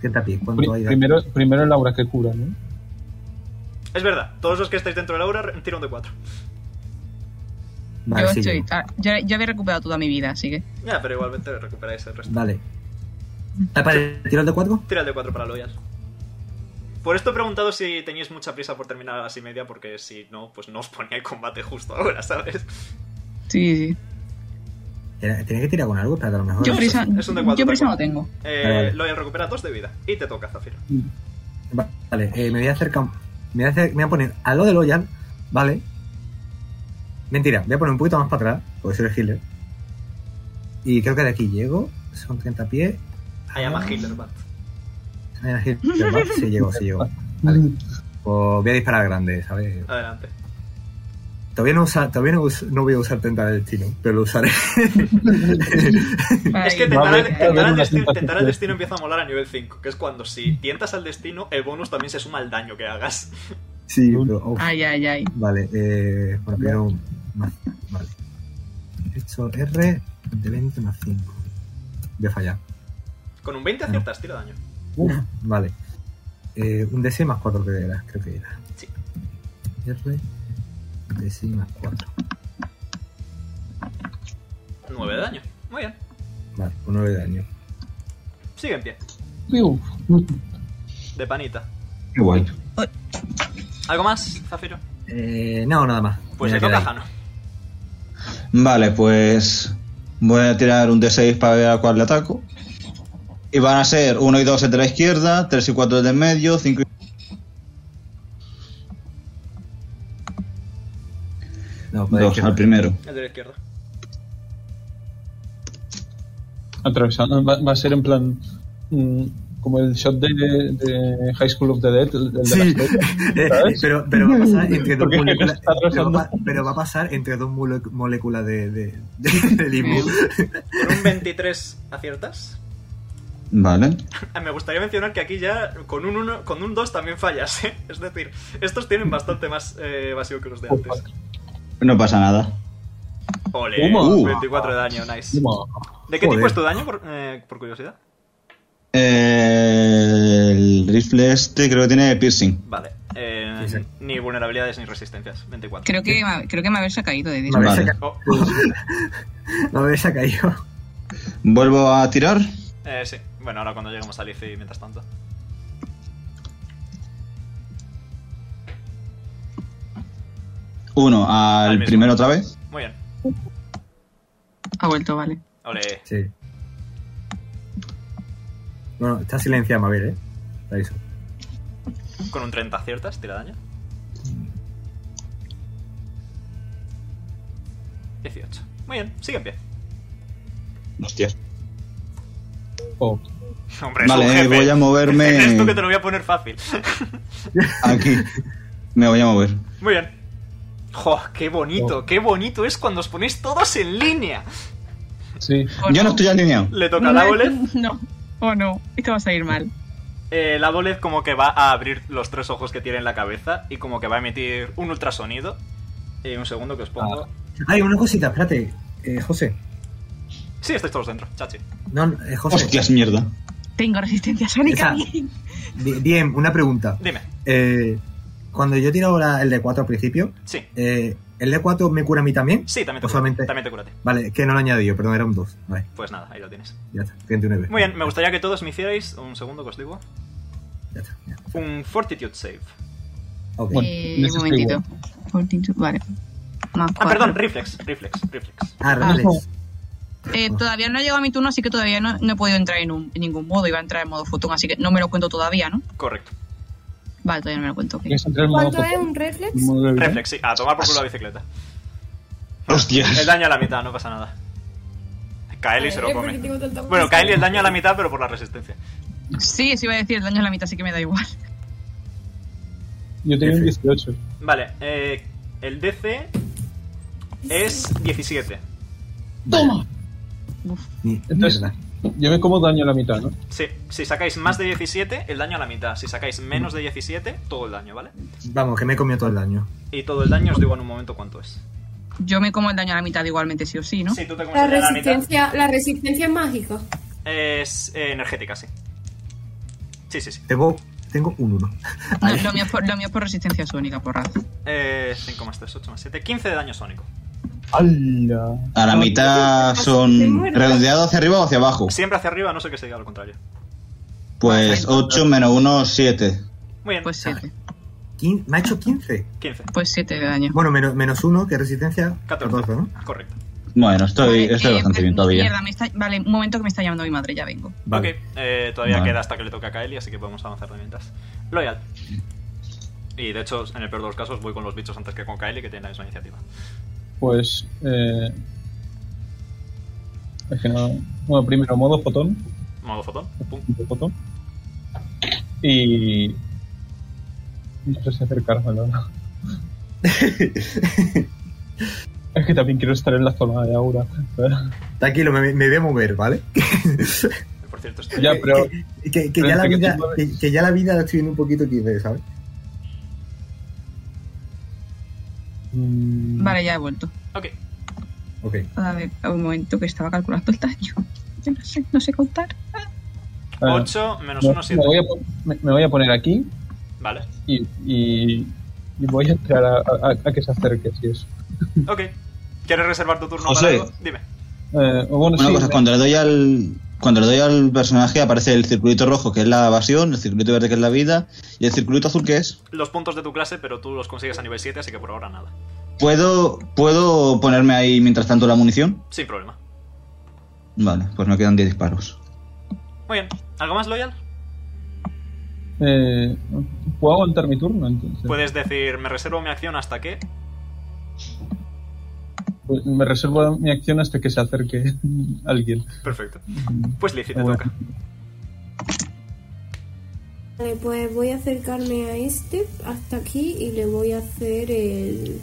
Speaker 4: 30 pies,
Speaker 7: Pri-
Speaker 4: ¿cuánto hay?
Speaker 7: primero, primero el aura que cura, ¿no?
Speaker 2: Es verdad, todos los que estáis dentro del aura re- tira un de 4.
Speaker 4: Vale,
Speaker 6: yo
Speaker 4: sí,
Speaker 6: estoy.
Speaker 4: llego.
Speaker 6: ah, ya, ya había recuperado toda mi vida, así que.
Speaker 2: Ya, pero igualmente recuperáis el resto.
Speaker 4: Vale. Ah, ¿Para tirar de cuatro?
Speaker 2: Tira el de 4 para Loyal. Por esto he preguntado si teníais mucha prisa por terminar a las y media, porque si no, pues no os ponía el combate justo ahora, ¿sabes?
Speaker 6: Sí, sí.
Speaker 4: Era- Tenía que tirar con algo, pero a lo mejor.
Speaker 6: Yo prisa,
Speaker 2: es un de cuatro,
Speaker 6: yo prisa
Speaker 2: pero-
Speaker 6: no tengo.
Speaker 2: Eh,
Speaker 4: Vale, vale.
Speaker 2: Loyal recupera 2 de vida y te toca, Zafiro.
Speaker 4: Va- Vale, eh, me voy a acercar. Me voy a, hacer- me voy a poner a lo de Loyal, ¿vale? Mentira, voy a poner un poquito más para atrás, porque soy el healer. Y creo que de aquí llego, son 30 pies.
Speaker 2: I
Speaker 4: Ah.
Speaker 2: am a healer, but.
Speaker 4: I am a healer, ¿vale? Sí, llego, sí, llego. Pues voy a disparar grande, ¿sabes?
Speaker 2: Adelante.
Speaker 4: Todavía no, usa, todavía no, us- no voy a usar tenta de destino, pero lo usaré. [LAUGHS]
Speaker 2: es que
Speaker 6: Ay,
Speaker 2: tentar,
Speaker 7: vale,
Speaker 2: al- tentar
Speaker 7: vale,
Speaker 2: al
Speaker 7: una
Speaker 2: destino,
Speaker 7: tentativa.
Speaker 2: tentar al destino empieza a molar a nivel 5, que es cuando si tientas al destino, el bonus también se suma al daño que hagas.
Speaker 4: sí, pero. oh,
Speaker 6: Ay, ay, ay.
Speaker 4: Vale, eh, bueno, primero un- más. Vale. Esto R de 20 más 5. Voy a fallar.
Speaker 2: Con un 20 aciertas, tira daño.
Speaker 4: Vale. Eh, un DC más 4 que era, creo que era.
Speaker 2: Sí.
Speaker 4: R, DC más 4.
Speaker 2: 9 de daño. Muy bien.
Speaker 4: Vale, con 9 de daño.
Speaker 2: Sigue en pie.
Speaker 7: Piu.
Speaker 2: De panita.
Speaker 8: Qué guay.
Speaker 2: ¿Algo más, Zafiro?
Speaker 4: Eh, no, nada más.
Speaker 2: Pues
Speaker 4: Me
Speaker 2: le
Speaker 4: voy
Speaker 2: toca
Speaker 4: a
Speaker 2: a
Speaker 4: quedar ahí.
Speaker 2: Jano.
Speaker 8: Vale, pues voy a tirar un D6 para ver a cuál le ataco. Y van a ser 1 y 2 desde la izquierda, 3 y 4 desde el medio, 5 y...
Speaker 4: No, pues,
Speaker 8: 2
Speaker 4: que-
Speaker 8: al primero.
Speaker 2: El de la izquierda.
Speaker 7: Atravesando. Va, va a ser en plan. mm, como el shot de, de High School of the Dead. El, el de
Speaker 4: Sí,
Speaker 7: las-
Speaker 4: [LAUGHS] Eh,
Speaker 7: ¿Sabes?
Speaker 4: pero, pero va a pasar entre dos
Speaker 7: Porque
Speaker 4: moléculas.
Speaker 7: está
Speaker 4: Pero
Speaker 7: rozando.
Speaker 4: va, pero va a pasar entre dos mole- moléculas de, de, de, de limbo.
Speaker 2: Con un 23 aciertas.
Speaker 8: Vale.
Speaker 2: Ah, Me gustaría mencionar que aquí ya con un 1, con un 2 también fallas, ¿eh? [LAUGHS] Es decir, estos tienen bastante más eh, evasión que los de antes.
Speaker 8: No pasa nada.
Speaker 2: Ole,
Speaker 7: Toma.
Speaker 2: 24 de daño, nice.
Speaker 7: Como-
Speaker 2: ¿De qué tipo
Speaker 4: Joder.
Speaker 2: es tu daño, por, eh, por curiosidad?
Speaker 8: Eh, el rifle este creo que tiene piercing.
Speaker 2: Vale. eh,
Speaker 4: Sí, sí.
Speaker 2: Ni vulnerabilidades ni resistencias. 24.
Speaker 6: Creo que, me- creo que me haberse caído de
Speaker 4: Me
Speaker 6: disco.
Speaker 4: habéis
Speaker 8: Vale.
Speaker 4: saca-
Speaker 2: Oh,
Speaker 4: me habéis sacado yo.
Speaker 8: Vuelvo a tirar.
Speaker 2: eh, sí. Bueno, ahora cuando lleguemos al ICI, mientras tanto.
Speaker 8: Uno
Speaker 2: Al
Speaker 8: al,
Speaker 2: mismo.
Speaker 8: primero otra vez.
Speaker 2: Muy bien.
Speaker 6: Ha vuelto, vale.
Speaker 2: Ole.
Speaker 4: Sí. Bueno, está silenciado, Mabel, ¿eh? Te aviso.
Speaker 2: Con un 30 aciertas, tira daño. 18. Muy bien, sigue en pie. [LAUGHS]
Speaker 8: Hostias.
Speaker 7: Oh,
Speaker 2: Hombre, es
Speaker 8: Vale,
Speaker 2: un jefe.
Speaker 8: voy a moverme-
Speaker 2: [LAUGHS] Eres tú que te lo voy a poner fácil.
Speaker 8: Aquí. Me voy a mover.
Speaker 2: Muy bien. ¡Jo, qué bonito! ¡Qué bonito es cuando os ponéis todos en línea!
Speaker 7: sí.
Speaker 8: Yo no estoy alineado.
Speaker 2: Le toca a
Speaker 6: [LAUGHS]
Speaker 2: Daboleth.
Speaker 6: No, oh no, esto va a salir mal.
Speaker 2: Eh, Daboleth como que va a abrir los tres ojos que tiene en la cabeza y como que va a emitir un ultrasonido. Eh, un segundo que os pongo.
Speaker 4: Ay, una cosita, espérate. Eh, José.
Speaker 2: Sí, estáis todos dentro, chachi.
Speaker 4: No, no, eh, José.
Speaker 8: Hostias, mierda.
Speaker 6: Tengo resistencia sónica.
Speaker 4: Esa-
Speaker 6: bien.
Speaker 4: Bi- Bien, una pregunta.
Speaker 2: Dime.
Speaker 4: Eh, cuando yo tiro ahora el D4 al principio,
Speaker 2: Sí.
Speaker 4: eh, ¿el D4 me cura a mí también?
Speaker 2: Sí, también te curate.
Speaker 4: Pues solamente-
Speaker 2: También te curate.
Speaker 4: Vale, que no lo añadí yo, perdón, era un 2. Vale,
Speaker 2: Pues nada, ahí lo tienes.
Speaker 4: ya está, 109.
Speaker 2: Muy bien, me gustaría que todos me hicierais, un segundo que os digo,
Speaker 4: Ya está, ya.
Speaker 2: un Fortitude Save.
Speaker 4: Ok.
Speaker 7: Bueno,
Speaker 6: Eh,
Speaker 7: les
Speaker 6: un momentito.
Speaker 7: escribo.
Speaker 6: 14, vale. Más
Speaker 2: Ah,
Speaker 6: cuatro.
Speaker 2: perdón, Reflex, Reflex, Reflex.
Speaker 4: Ah, Reflex.
Speaker 6: Eh, todavía no ha llegado mi turno, así que todavía no, no he podido entrar en, un- en ningún modo. Iba a entrar en modo fotón, así que no me lo cuento todavía, ¿no?
Speaker 2: Correcto.
Speaker 6: Vale, todavía no me lo cuento. ok.
Speaker 7: Es entrar en modo
Speaker 12: ¿Cuánto es
Speaker 7: fotón.
Speaker 12: un reflex?
Speaker 7: Modo de vida.
Speaker 2: Reflex, sí. A tomar por culo la bicicleta. El
Speaker 8: Hostias.
Speaker 2: daño a la mitad, no pasa nada. Kaeli se lo
Speaker 12: Eh, porque
Speaker 2: come.
Speaker 12: tengo tanta-
Speaker 2: Bueno, Kaeli el daño a la mitad, pero por la resistencia.
Speaker 6: Sí, eso iba a decir, el daño es la mitad, así que me da igual.
Speaker 7: Yo tenía un 18.
Speaker 2: Vale, eh, el DC es 17.
Speaker 7: ¡Toma!
Speaker 4: Ni-
Speaker 7: Entonces-
Speaker 4: mierda.
Speaker 7: Yo me como daño a la mitad, ¿no?
Speaker 2: Sí, si sacáis más de 17, el daño a la mitad. Si sacáis menos de 17, todo el daño, ¿vale?
Speaker 4: Vamos, que me he comido todo el daño.
Speaker 2: Y todo el daño os digo en un momento cuánto es.
Speaker 6: Yo me como el daño a la mitad igualmente, sí o sí, ¿no?
Speaker 2: Sí, tú te comes
Speaker 12: La
Speaker 2: el daño a la mitad.
Speaker 12: resistencia, la resistencia es mágica.
Speaker 2: Es eh, energética, sí. Sí, sí, sí.
Speaker 4: Tengo, tengo un 1.
Speaker 6: No, [LAUGHS] lo, mío es por, lo mío es por resistencia sónica, por raza.
Speaker 2: Eh, 5 más 3, 8 más 7. 15 de daño sónico.
Speaker 7: ¡Hala!
Speaker 8: A la mitad son redondeado hacia arriba o hacia abajo.
Speaker 2: Siempre hacia arriba, a no sé que se diga lo contrario.
Speaker 8: Pues 8 menos 1, 7.
Speaker 2: Muy bien,
Speaker 6: Pues 7.
Speaker 4: Me ha hecho 15.
Speaker 2: 15.
Speaker 6: Pues 7 de daño.
Speaker 4: Bueno, menos, menos 1, que resistencia
Speaker 2: 14.
Speaker 4: 14, ¿no?
Speaker 2: Correcto.
Speaker 8: Bueno, estoy,
Speaker 6: Vale,
Speaker 8: estoy
Speaker 6: eh,
Speaker 8: bastante bien
Speaker 6: mierda,
Speaker 8: todavía.
Speaker 6: me está- vale, un momento que me está llamando mi madre, ya vengo.
Speaker 4: Vale.
Speaker 2: Ok, eh, todavía
Speaker 8: Vale.
Speaker 2: queda hasta que le toque a Kaeli, así que podemos avanzar de mientras. Loyal. Y de hecho, en el peor de los casos, voy con los bichos antes que con Kaeli, que tiene la misma iniciativa.
Speaker 7: Pues. Eh, es que no. Bueno, primero modo fotón.
Speaker 2: Modo fotón. Pum.
Speaker 7: modo fotón. Y. No sé si acercarme, la verdad. es que también quiero estar en la zona de aura.
Speaker 4: Tranquilo, me, me voy a mover, ¿vale?
Speaker 2: Por cierto, estoy...
Speaker 7: ya, pero.
Speaker 4: Que, que- que
Speaker 7: Pero
Speaker 4: ya la
Speaker 7: entre que
Speaker 4: vida,
Speaker 7: tú mueves-
Speaker 4: que, que ya la vida la estoy viendo un poquito XD, ¿sabes?
Speaker 7: mm,
Speaker 6: Vale, ya he vuelto.
Speaker 2: Ok,
Speaker 4: Ok.
Speaker 6: A ver, un momento que estaba calculando el daño. [LAUGHS] Yo no sé, no sé contar.
Speaker 7: eh,
Speaker 2: 8 menos
Speaker 7: me-
Speaker 2: 1, 7.
Speaker 7: me voy a pon- me- me voy a poner aquí
Speaker 2: Vale.
Speaker 7: y, y, y voy a entrar a, a- a que se acerque, si es.
Speaker 2: Ok. ¿Quieres reservar tu turno
Speaker 8: José.
Speaker 2: para algo? Dime.
Speaker 7: Eh, o
Speaker 8: Una
Speaker 7: bueno,
Speaker 6: Pues
Speaker 7: sí,
Speaker 8: cosa,
Speaker 7: me-
Speaker 8: cuando le doy al. Cuando le doy al personaje aparece el circulito rojo que es la evasión, el circulito verde que es la vida y el circulito azul que es.
Speaker 2: Los puntos de tu clase, pero tú los consigues a nivel 7, así que por ahora nada.
Speaker 8: ¿Puedo, ¿Puedo ponerme ahí mientras tanto la munición?
Speaker 2: Sin problema.
Speaker 8: Vale, pues me quedan 10 disparos.
Speaker 2: Muy bien. ¿Algo más, Loyal?
Speaker 7: eh, ¿Puedo aguantar mi turno entonces?
Speaker 2: Puedes decir, me reservo mi acción hasta que...
Speaker 7: Pues Me reservo mi acción hasta que se acerque [LAUGHS] alguien.
Speaker 2: Perfecto. Pues Lizzie, te
Speaker 7: Bueno.
Speaker 2: toca.
Speaker 12: Vale, pues voy a acercarme a este hasta aquí y le voy a hacer el,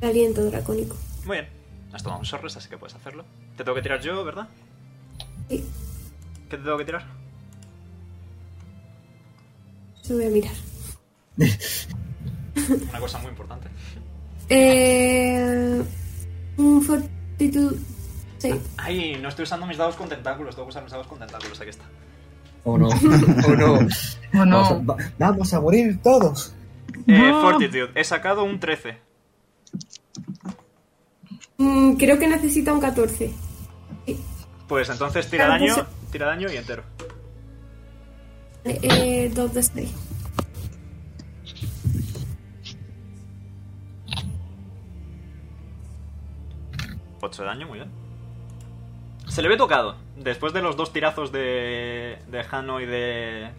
Speaker 12: el aliento dracónico.
Speaker 2: Muy bien. Has tomado un sorres, así que puedes hacerlo. Te tengo que tirar yo, ¿verdad?
Speaker 12: Sí.
Speaker 2: ¿Qué te tengo que tirar?
Speaker 12: Se lo voy a mirar.
Speaker 2: Una cosa muy importante.
Speaker 12: Eh, un fortitud save.
Speaker 2: Ay, no estoy usando mis dados con tentáculos. Tengo que usar mis dados con tentáculos. Aquí está.
Speaker 4: O no. o no.
Speaker 6: O
Speaker 4: Vamos, a,
Speaker 6: no.
Speaker 4: va- vamos a morir todos.
Speaker 2: Eh,
Speaker 6: No.
Speaker 2: Fortitude. He sacado un 13.
Speaker 12: Mm, creo que necesita un 14.
Speaker 2: Pues entonces tira
Speaker 12: Claro,
Speaker 2: daño,
Speaker 12: pues-
Speaker 2: tira daño y entero.
Speaker 12: Eh, 2 de 6.
Speaker 2: Ocho de daño, muy bien. Se le ve tocado. Después de los dos tirazos de, de Hano y de,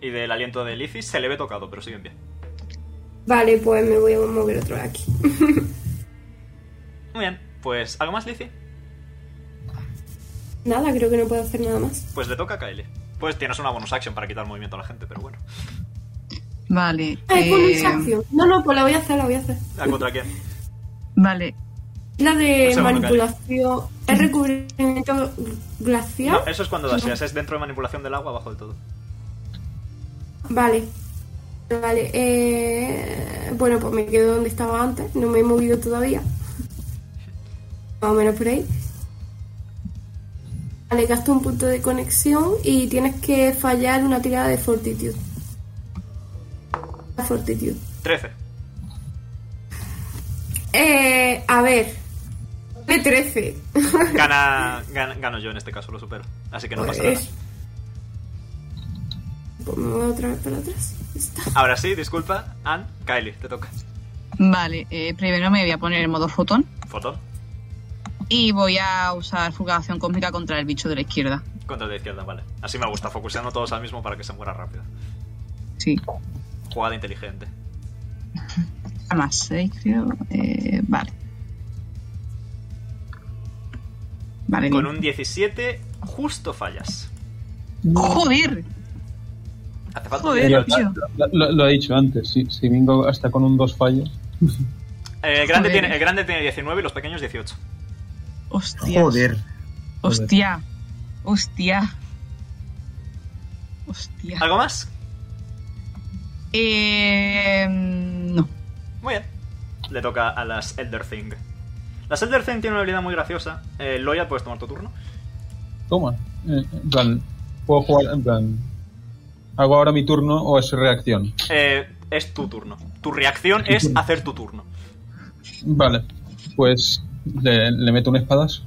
Speaker 2: y del aliento de Lizzie se le ve tocado, pero sigue en pie.
Speaker 5: Vale, pues me voy a mover otro de aquí.
Speaker 2: Muy bien, pues ¿algo más, Lizzie?
Speaker 5: Nada, creo que no puedo hacer nada más.
Speaker 2: Pues le toca a Kylie. Pues tienes una bonus action para quitar movimiento a la gente, pero bueno.
Speaker 6: Vale.
Speaker 5: Ay, con
Speaker 6: eh,
Speaker 5: un sacio. No, no, pues la voy a hacer, la voy a hacer.
Speaker 2: ¿A contra quién?
Speaker 6: Vale.
Speaker 5: La de
Speaker 2: Un segundo,
Speaker 5: manipulación. Es recubrimiento glacial.
Speaker 2: No, eso es cuando dasheas, es dentro de manipulación del agua, abajo del todo.
Speaker 5: Vale. Vale. eh, Bueno, pues me quedo donde estaba antes. No me he movido todavía. Más o menos por ahí. Vale, gasto un punto de conexión y tienes que fallar una tirada de fortitude. La fortitude.
Speaker 2: 13.
Speaker 5: Eh, a ver. De 13.
Speaker 2: Gana, gana- gano yo en este caso, lo supero. Así que no pasa nada.
Speaker 5: Pues- Pues me voy otra vez para atrás. Ya Está.
Speaker 2: Ahora sí, disculpa. Ann, Kylie, te toca.
Speaker 6: Vale, eh, primero me voy a poner en modo fotón
Speaker 2: Fotón
Speaker 6: y voy a usar fugación cósmica contra el bicho de la izquierda.
Speaker 2: contra la izquierda, vale. Así me gusta, focuseando todos al mismo para que se muera rápido.
Speaker 6: Sí.
Speaker 2: Jugada inteligente.
Speaker 6: A más 6, creo. Eh, vale. Vale,
Speaker 2: Con
Speaker 6: bien.
Speaker 2: un 17, justo fallas.
Speaker 6: ¡Joder!
Speaker 2: Hace falta un
Speaker 6: Joder,
Speaker 2: 18.
Speaker 6: tío.
Speaker 7: Lo, lo- lo he dicho antes, si, si Bingo hasta con un dos fallos.
Speaker 2: El grande,
Speaker 6: Joder.
Speaker 2: tiene, el grande tiene 19 y los pequeños 18.
Speaker 6: Hostia.
Speaker 4: Joder.
Speaker 6: Hostia. Hostia. Hostia.
Speaker 2: ¿Algo más?
Speaker 6: Eh, no.
Speaker 2: Muy bien. Le toca a las Elder Thing. Las Elder Thing tienen una habilidad muy graciosa. Eh, Loyal, puedes tomar tu turno.
Speaker 7: Toma. Eh, en plan, puedo jugar. En plan, ¿Hago ahora mi turno o es reacción?
Speaker 2: Eh, es tu turno. Tu reacción es hacer tu turno.
Speaker 7: Vale. Pues le, le meto un espadazo.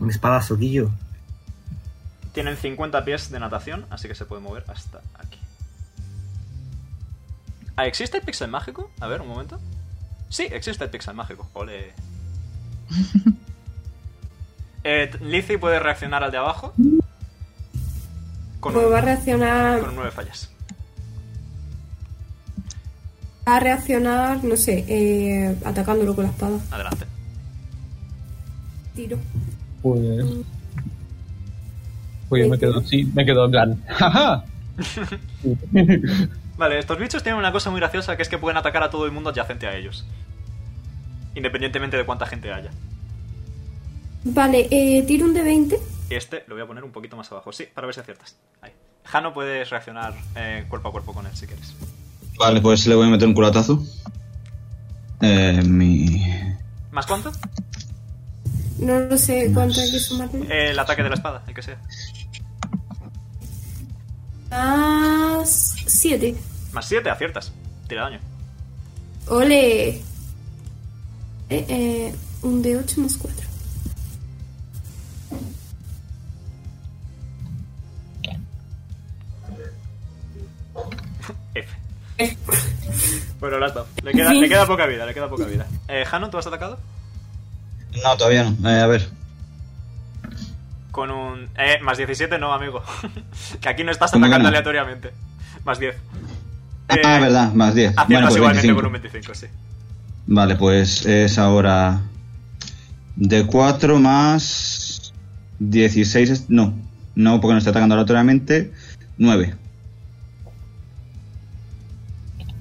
Speaker 4: Un espadazo, Guillo.
Speaker 2: Tienen 50 pies de natación, así que se puede mover hasta aquí. Ah, ¿Existe el pixel mágico? A ver, un momento. Sí, existe el pixel mágico. [LAUGHS] Ole. Eh, Lizzie puede reaccionar al de abajo. Con
Speaker 5: Pues va a
Speaker 2: un,
Speaker 5: reaccionar.
Speaker 2: con 9 fallas.
Speaker 5: Va a reaccionar, no sé, eh, atacándolo con la espada.
Speaker 2: Adelante.
Speaker 5: Tiro.
Speaker 7: Pues. Pues yo me quedo así, me quedo en plan. ¡Jaja!
Speaker 2: Vale, estos bichos tienen una cosa muy graciosa que es que pueden atacar a todo el mundo adyacente a ellos. Independientemente de cuánta gente haya.
Speaker 5: Vale, eh, tiro un de 20.
Speaker 2: Y este lo voy a poner un poquito más abajo, sí, para ver si aciertas. Ahí. Jano puedes reaccionar eh, cuerpo a cuerpo con él si quieres.
Speaker 8: Vale, pues le voy a meter un culatazo. Eh, mi...
Speaker 2: ¿Más cuánto?
Speaker 5: No lo sé cuánto hay que sumarle.
Speaker 2: Eh, el ataque de la espada, el que sea.
Speaker 5: Más 7.
Speaker 2: Más 7, aciertas. Tira daño.
Speaker 5: Ole. Eh, eh, un de 8 más 4.
Speaker 2: F. Bueno, lo has dado. Le queda, le queda poca vida, le queda poca vida. Eh, Jano, ¿tú has atacado?
Speaker 8: No, todavía no. Eh, a ver.
Speaker 2: Con un... Eh, más 17 no, amigo. [LAUGHS] que aquí no estás
Speaker 8: ¿Cómo que
Speaker 2: atacando
Speaker 8: no?
Speaker 2: aleatoriamente. Más 10.
Speaker 8: ah,
Speaker 2: Eh,
Speaker 8: verdad, más 10.
Speaker 2: Aciertas
Speaker 8: Bueno, pues
Speaker 2: igualmente
Speaker 8: 25.
Speaker 2: con un 25, sí.
Speaker 8: Vale, pues es ahora de 4 más 16. es- No, no, porque no está atacando aleatoriamente. 9.
Speaker 2: Ujú.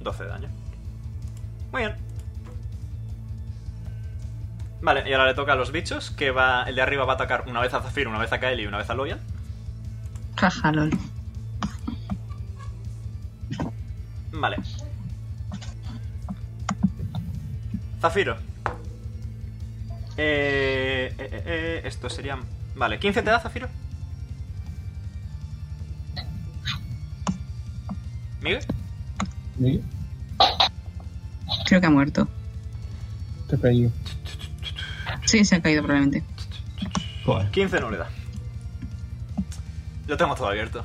Speaker 2: 12 de daño. Muy bien. Vale, y ahora le toca a los bichos, que va el de arriba va a atacar una vez a Zafir, una vez a Kaeli y una vez a Loyal.
Speaker 6: Jaja, lol.
Speaker 2: Vale. Zafiro. Eh, eh, eh, eh, esto sería... Vale, ¿15 te da, Zafiro? ¿Miguel?
Speaker 7: Y
Speaker 6: Creo que ha muerto.
Speaker 7: Te he caído.
Speaker 6: Sí, se ha caído probablemente.
Speaker 2: 15 no le da. Lo tengo todo abierto.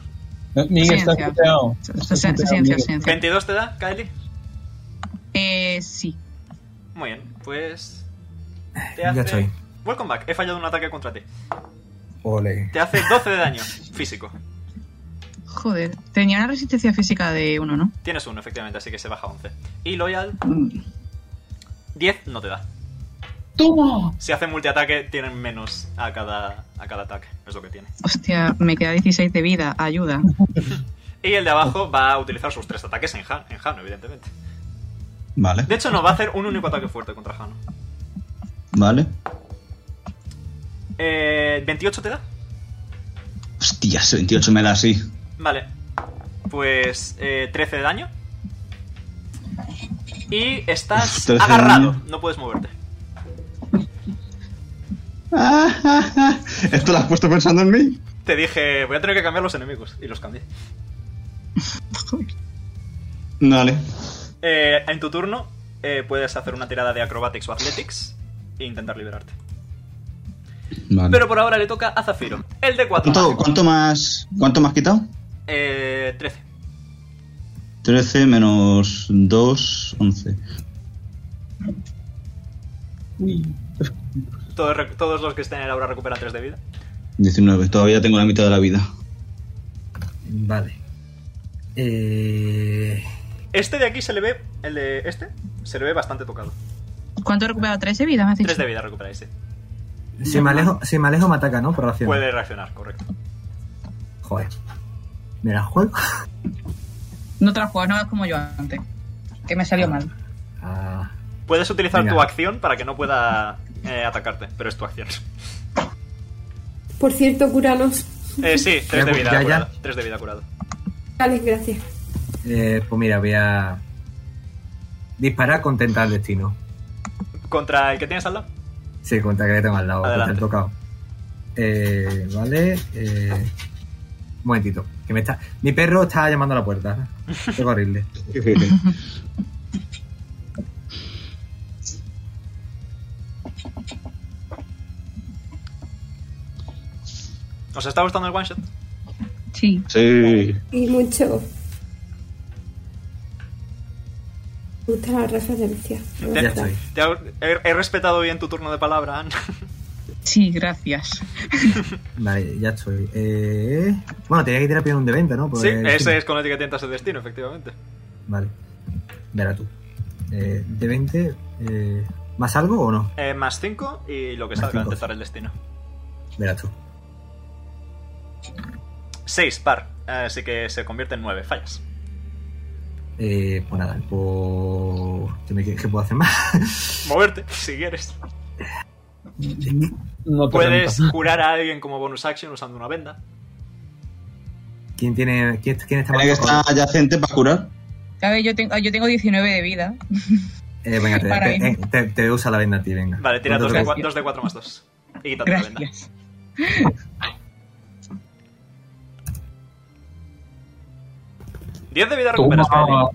Speaker 7: Eh, Miguel, estás
Speaker 6: Ciencia.
Speaker 7: muteado.
Speaker 6: Esto es
Speaker 7: muteado,
Speaker 6: ciencia,
Speaker 7: Miguel.
Speaker 6: ciencia.
Speaker 2: ¿22 te da, Kylie?
Speaker 6: Eh, sí.
Speaker 2: Muy bien, pues... Te
Speaker 4: Ya estoy.
Speaker 2: Welcome back, he fallado un ataque contra ti.
Speaker 4: Ole.
Speaker 2: Te hace 12 de
Speaker 4: [LAUGHS]
Speaker 2: daño físico.
Speaker 6: Joder, tenía una resistencia física de uno, ¿no? Mm,
Speaker 2: Tienes uno, efectivamente, así que se baja a 11. Y Loyal, 10 no te da.
Speaker 11: ¡Toma!
Speaker 2: Si hace multiataque, tienen menos a cada, a cada ataque. Es lo que tiene.
Speaker 6: Hostia, me queda 16 de vida, ayuda.
Speaker 2: Y el de abajo va a utilizar sus tres ataques en, Han- en Hano, evidentemente.
Speaker 8: Vale,
Speaker 2: De hecho, no, va a hacer un único ataque fuerte contra Hano.
Speaker 8: vale.
Speaker 2: Eh, ¿28 te da?
Speaker 8: Hostias, 28 me da así. [LAUGHS]
Speaker 2: Vale. Pues eh, 13 de daño. Y
Speaker 8: [LAUGHS]
Speaker 2: estás
Speaker 8: 13 de
Speaker 2: agarrado,
Speaker 8: daño.
Speaker 2: no puedes moverte.
Speaker 8: ¿Esto lo has puesto pensando en mí?
Speaker 2: Te dije, voy a tener que cambiar los enemigos. Y los cambié.
Speaker 8: Vale.
Speaker 2: Eh, en tu turno, eh, puedes hacer una tirada de acrobatics o athletics e intentar liberarte.
Speaker 8: vale.
Speaker 2: Pero por ahora le toca a Zafiro. El de 4.
Speaker 8: ¿Cuánto, cuánto más cuánto más quitado?
Speaker 2: Eh, 13.
Speaker 8: 13 menos 2, 11.
Speaker 2: Todos, rec- todos los que estén en el aura recuperan 3 de vida.
Speaker 8: 19. Todavía tengo la mitad de la vida.
Speaker 4: Vale. Eh,
Speaker 2: Este de aquí se le ve, el de este, se le ve bastante tocado.
Speaker 6: ¿Cuánto he recuperado? ¿Tres de vida? Me has dicho?
Speaker 2: 3 de vida recuperáis, sí.
Speaker 4: si, me alejo, si me alejo, me ataca, ¿no? Por acción.
Speaker 2: Puede reaccionar, correcto.
Speaker 4: Joder. Me la juego.
Speaker 6: No te la juegas, no hagas como yo antes. Que me salió mal.
Speaker 4: Ah,
Speaker 2: Puedes utilizar
Speaker 4: Venga.
Speaker 2: tu acción para que no pueda eh, atacarte, pero es tu
Speaker 4: [LAUGHS]
Speaker 2: acción.
Speaker 12: Por cierto, curanos.
Speaker 2: Eh, sí, 3 de
Speaker 4: Ya,
Speaker 2: vida
Speaker 4: ya, ya.
Speaker 2: curado. 3 de vida curado.
Speaker 12: Vale, gracias.
Speaker 4: eh, pues mira, voy a. Disparar con tentar destino.
Speaker 2: Contra el que tienes al lado.
Speaker 4: Sí, contra que le tengo al lado, que
Speaker 2: Adelante.
Speaker 4: te han tocado. Eh, vale. eh, un momentito. Que me está... Mi perro está llamando a
Speaker 2: [LAUGHS]
Speaker 4: la puerta. Qué horrible.
Speaker 2: ¿Os está gustando el one shot?
Speaker 6: Sí.
Speaker 8: Sí.
Speaker 12: Y mucho. Me gusta la referencia. Me
Speaker 2: Ya
Speaker 4: Ya
Speaker 12: gusta.
Speaker 4: estoy.
Speaker 2: Te ha- he, he respetado bien tu turno de palabra,
Speaker 4: [LAUGHS]
Speaker 2: Anne.
Speaker 6: Sí, gracias.
Speaker 4: Vale, ya estoy. Eh, bueno, tenía que tirar primero un de 20, ¿no? Pues,
Speaker 2: sí, ese es con el que tientas el destino, efectivamente.
Speaker 4: Vale. Verá tú. Eh, de 20. eh, ¿Más algo o no?
Speaker 2: Eh, más 5 y lo que
Speaker 4: Más
Speaker 2: salga,
Speaker 4: cinco.
Speaker 2: intentar el destino.
Speaker 4: Verás tú.
Speaker 2: 6, par. Así que se convierte en 9. Fallas.
Speaker 4: Eh, pues nada, pues. ¿Qué, me- qué puedo hacer más? [LAUGHS]
Speaker 2: Moverte, [LAUGHS] si quieres.
Speaker 7: No te
Speaker 2: Puedes
Speaker 7: renta.
Speaker 2: curar a alguien como bonus action usando una venda.
Speaker 4: ¿Quién, tiene, quién, quién está
Speaker 8: Tiene que estar adyacente para curar.
Speaker 6: A ver, yo tengo, ah, yo tengo 19 de vida.
Speaker 4: Eh, venga, te,
Speaker 6: Para
Speaker 4: te,
Speaker 6: mí.
Speaker 4: eh, te- te usa la venda a ti, venga.
Speaker 2: Vale, tira
Speaker 4: No te
Speaker 2: 2 de,
Speaker 4: preocupes.
Speaker 2: 4 más 2. Y quítate la venda.
Speaker 6: Gracias.
Speaker 2: Diez de vida recuperas, Kaeli.
Speaker 7: Toma.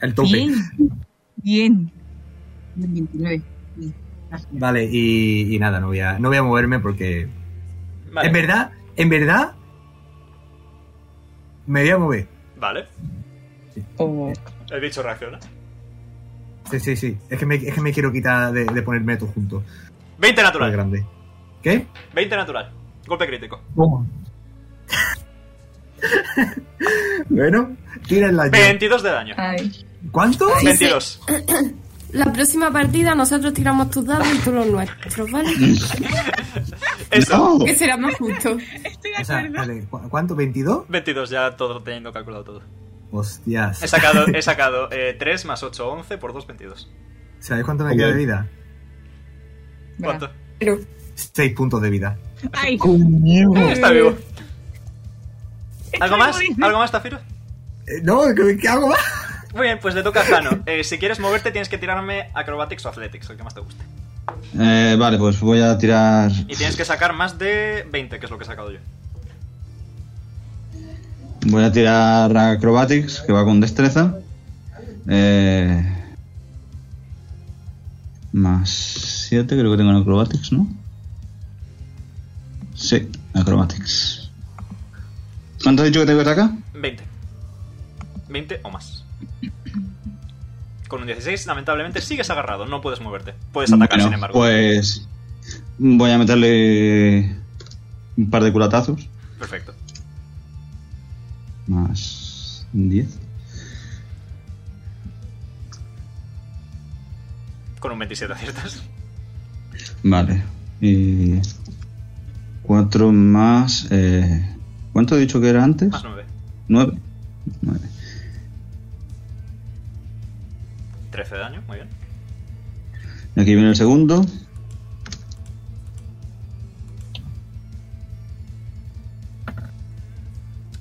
Speaker 4: El tope.
Speaker 6: Bien. Bien. 29. Gracias.
Speaker 4: Vale, y, y nada, no voy, a, no voy a moverme porque.
Speaker 2: Vale.
Speaker 4: En verdad, en verdad. Me voy a mover.
Speaker 2: Vale.
Speaker 6: O-
Speaker 2: El bicho reacciona.
Speaker 4: Sí, sí, sí. Es que me, es que me quiero quitar de, de ponerme todo junto.
Speaker 2: 20
Speaker 4: Más
Speaker 2: natural.
Speaker 4: grande. ¿Qué?
Speaker 2: 20 natural. Golpe crítico.
Speaker 7: Toma.
Speaker 4: Bueno, tírenla ya.
Speaker 2: 22 de daño.
Speaker 6: Ay.
Speaker 4: ¿Cuánto?
Speaker 2: 22.
Speaker 12: La próxima partida nosotros tiramos tus dados y tú los nuestros, ¿vale?
Speaker 2: Eso.
Speaker 8: No.
Speaker 12: que será más justo.
Speaker 4: O sea, vale, ¿cu- ¿cuánto? ¿22?
Speaker 2: 22, ya todo teniendo calculado todo.
Speaker 4: Hostias.
Speaker 2: He sacado, he sacado 3 más 8, 11 por 2, 22.
Speaker 4: ¿Sabéis cuánto me queda de vida?
Speaker 2: ¿Cuánto?
Speaker 12: Pero
Speaker 4: 6 puntos de vida.
Speaker 6: Ay.
Speaker 2: Eh, Está vivo. ¿Algo
Speaker 6: Estoy
Speaker 2: más?
Speaker 6: morirme.
Speaker 2: ¿Algo más, Tafiro?
Speaker 4: Eh, no, ¿qué, qué hago más? [LAUGHS]
Speaker 2: Muy bien, pues le toca a Jano. Eh, si quieres moverte, tienes que tirarme acrobatics o athletics, el que más te guste.
Speaker 8: Eh, vale, pues voy a tirar.
Speaker 2: Y tienes que sacar más de 20, que es lo que he sacado yo.
Speaker 8: Voy a tirar acrobatics, que va con destreza. Eh, más 7, creo que tengo en acrobatics, ¿no? Sí, acrobatics. ¿Cuánto has dicho que tengo que sacar?
Speaker 2: 20. 20 o más. Con un 16, lamentablemente, sigues agarrado, no
Speaker 8: pues-
Speaker 2: puedes moverte. Puedes atacar,
Speaker 8: Bueno,
Speaker 2: sin embargo.
Speaker 8: Pues voy a meterle un par de culatazos.
Speaker 2: Perfecto.
Speaker 8: Más 10.
Speaker 2: Con un 27 aciertas.
Speaker 8: Vale. Y 4 más... eh, ¿Cuánto he dicho que era antes?
Speaker 2: Más 9.
Speaker 8: 9. 9.
Speaker 2: 13 de daño, muy bien.
Speaker 8: Y Aquí viene el segundo.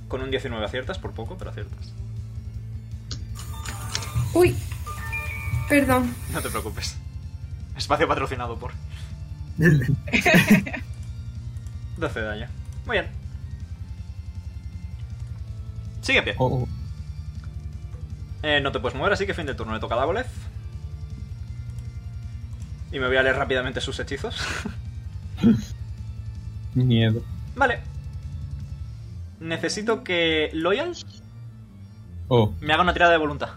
Speaker 2: Con un 19 aciertas, por poco, pero aciertas.
Speaker 12: Uy, perdón.
Speaker 2: No te preocupes. Espacio patrocinado por 12 de daño. Muy bien. Sigue a pie.
Speaker 7: Oh,
Speaker 2: Eh, no te puedes mover, así que fin del turno le toca a Davolez. Y me voy a leer rápidamente sus hechizos.
Speaker 7: miedo.
Speaker 2: vale. Necesito que Loyal
Speaker 7: Oh,
Speaker 2: me haga una tirada de voluntad.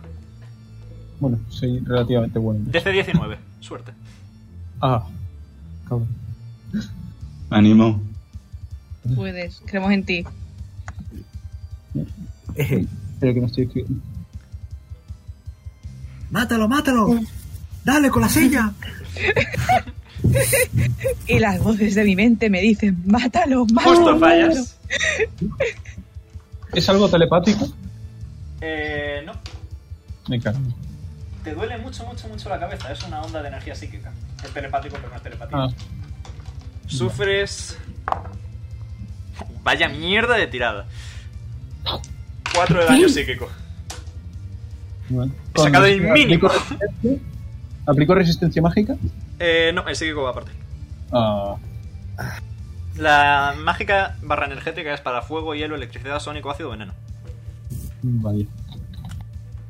Speaker 7: bueno, soy relativamente bueno.
Speaker 2: DC 19. Suerte.
Speaker 7: Ah, cabrón.
Speaker 8: Ánimo.
Speaker 1: Puedes, creemos en ti.
Speaker 7: Creo que no estoy escribiendo.
Speaker 4: ¡Mátalo, mátalo! ¡Dale con la silla!
Speaker 1: Y las voces de mi mente me dicen, mátalo, mátalo.
Speaker 2: Justo fallas.
Speaker 7: ¿Es algo telepático?
Speaker 2: Eh, no.
Speaker 7: Me cago.
Speaker 2: Te duele mucho, mucho, mucho la cabeza. Es una onda de energía psíquica. Es telepático, pero no es telepático.
Speaker 7: Ah,
Speaker 2: Sufres. Vaya mierda de tirada. 4 de daño psíquico.
Speaker 7: bueno.
Speaker 2: He sacado el
Speaker 7: Aplico
Speaker 2: mínimo.
Speaker 7: resistencia. ¿Aplico resistencia mágica?
Speaker 2: Eh, no, el psíquico va aparte.
Speaker 7: Ah,
Speaker 2: La mágica barra energética es para fuego, hielo, electricidad, sónico, ácido, veneno.
Speaker 7: vaya.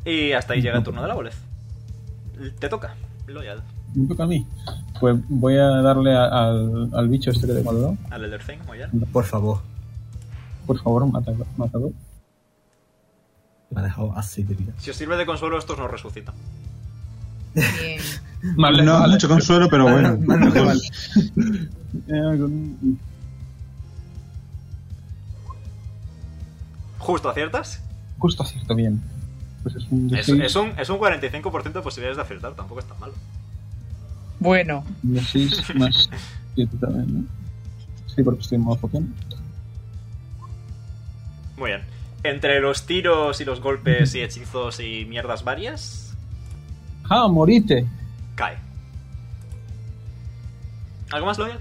Speaker 2: Y hasta ahí llega el turno de la bolez. Te toca, Loyal,
Speaker 7: Me toca a mí. Pues voy a darle a- al, al bicho este que tengo al lado.
Speaker 2: al Elder Thing, muy bien.
Speaker 4: Por favor.
Speaker 7: Por favor, mátalo. mátalo.
Speaker 4: Me ha dejado así de vida.
Speaker 2: Si os sirve de consuelo, estos no resucitan.
Speaker 1: Bien.
Speaker 7: Vale,
Speaker 8: no
Speaker 7: vale.
Speaker 8: mucho consuelo, pero bueno.
Speaker 4: Más no te
Speaker 8: mejor.
Speaker 4: vale.
Speaker 7: Eh, con-
Speaker 2: Justo aciertas.
Speaker 7: Justo acierto bien. Pues es un
Speaker 2: Es,
Speaker 7: 16,
Speaker 2: es un, es un 45% de posibilidades de acertar, tampoco es tan malo.
Speaker 1: Bueno,
Speaker 7: un 16 más 7 también, ¿no? Sí, porque estoy en modo Pokémon.
Speaker 2: Muy bien. Entre los tiros y los golpes y hechizos y mierdas varias,
Speaker 7: ¡Ah, morite!
Speaker 2: cae. ¿Algo más, Loyal?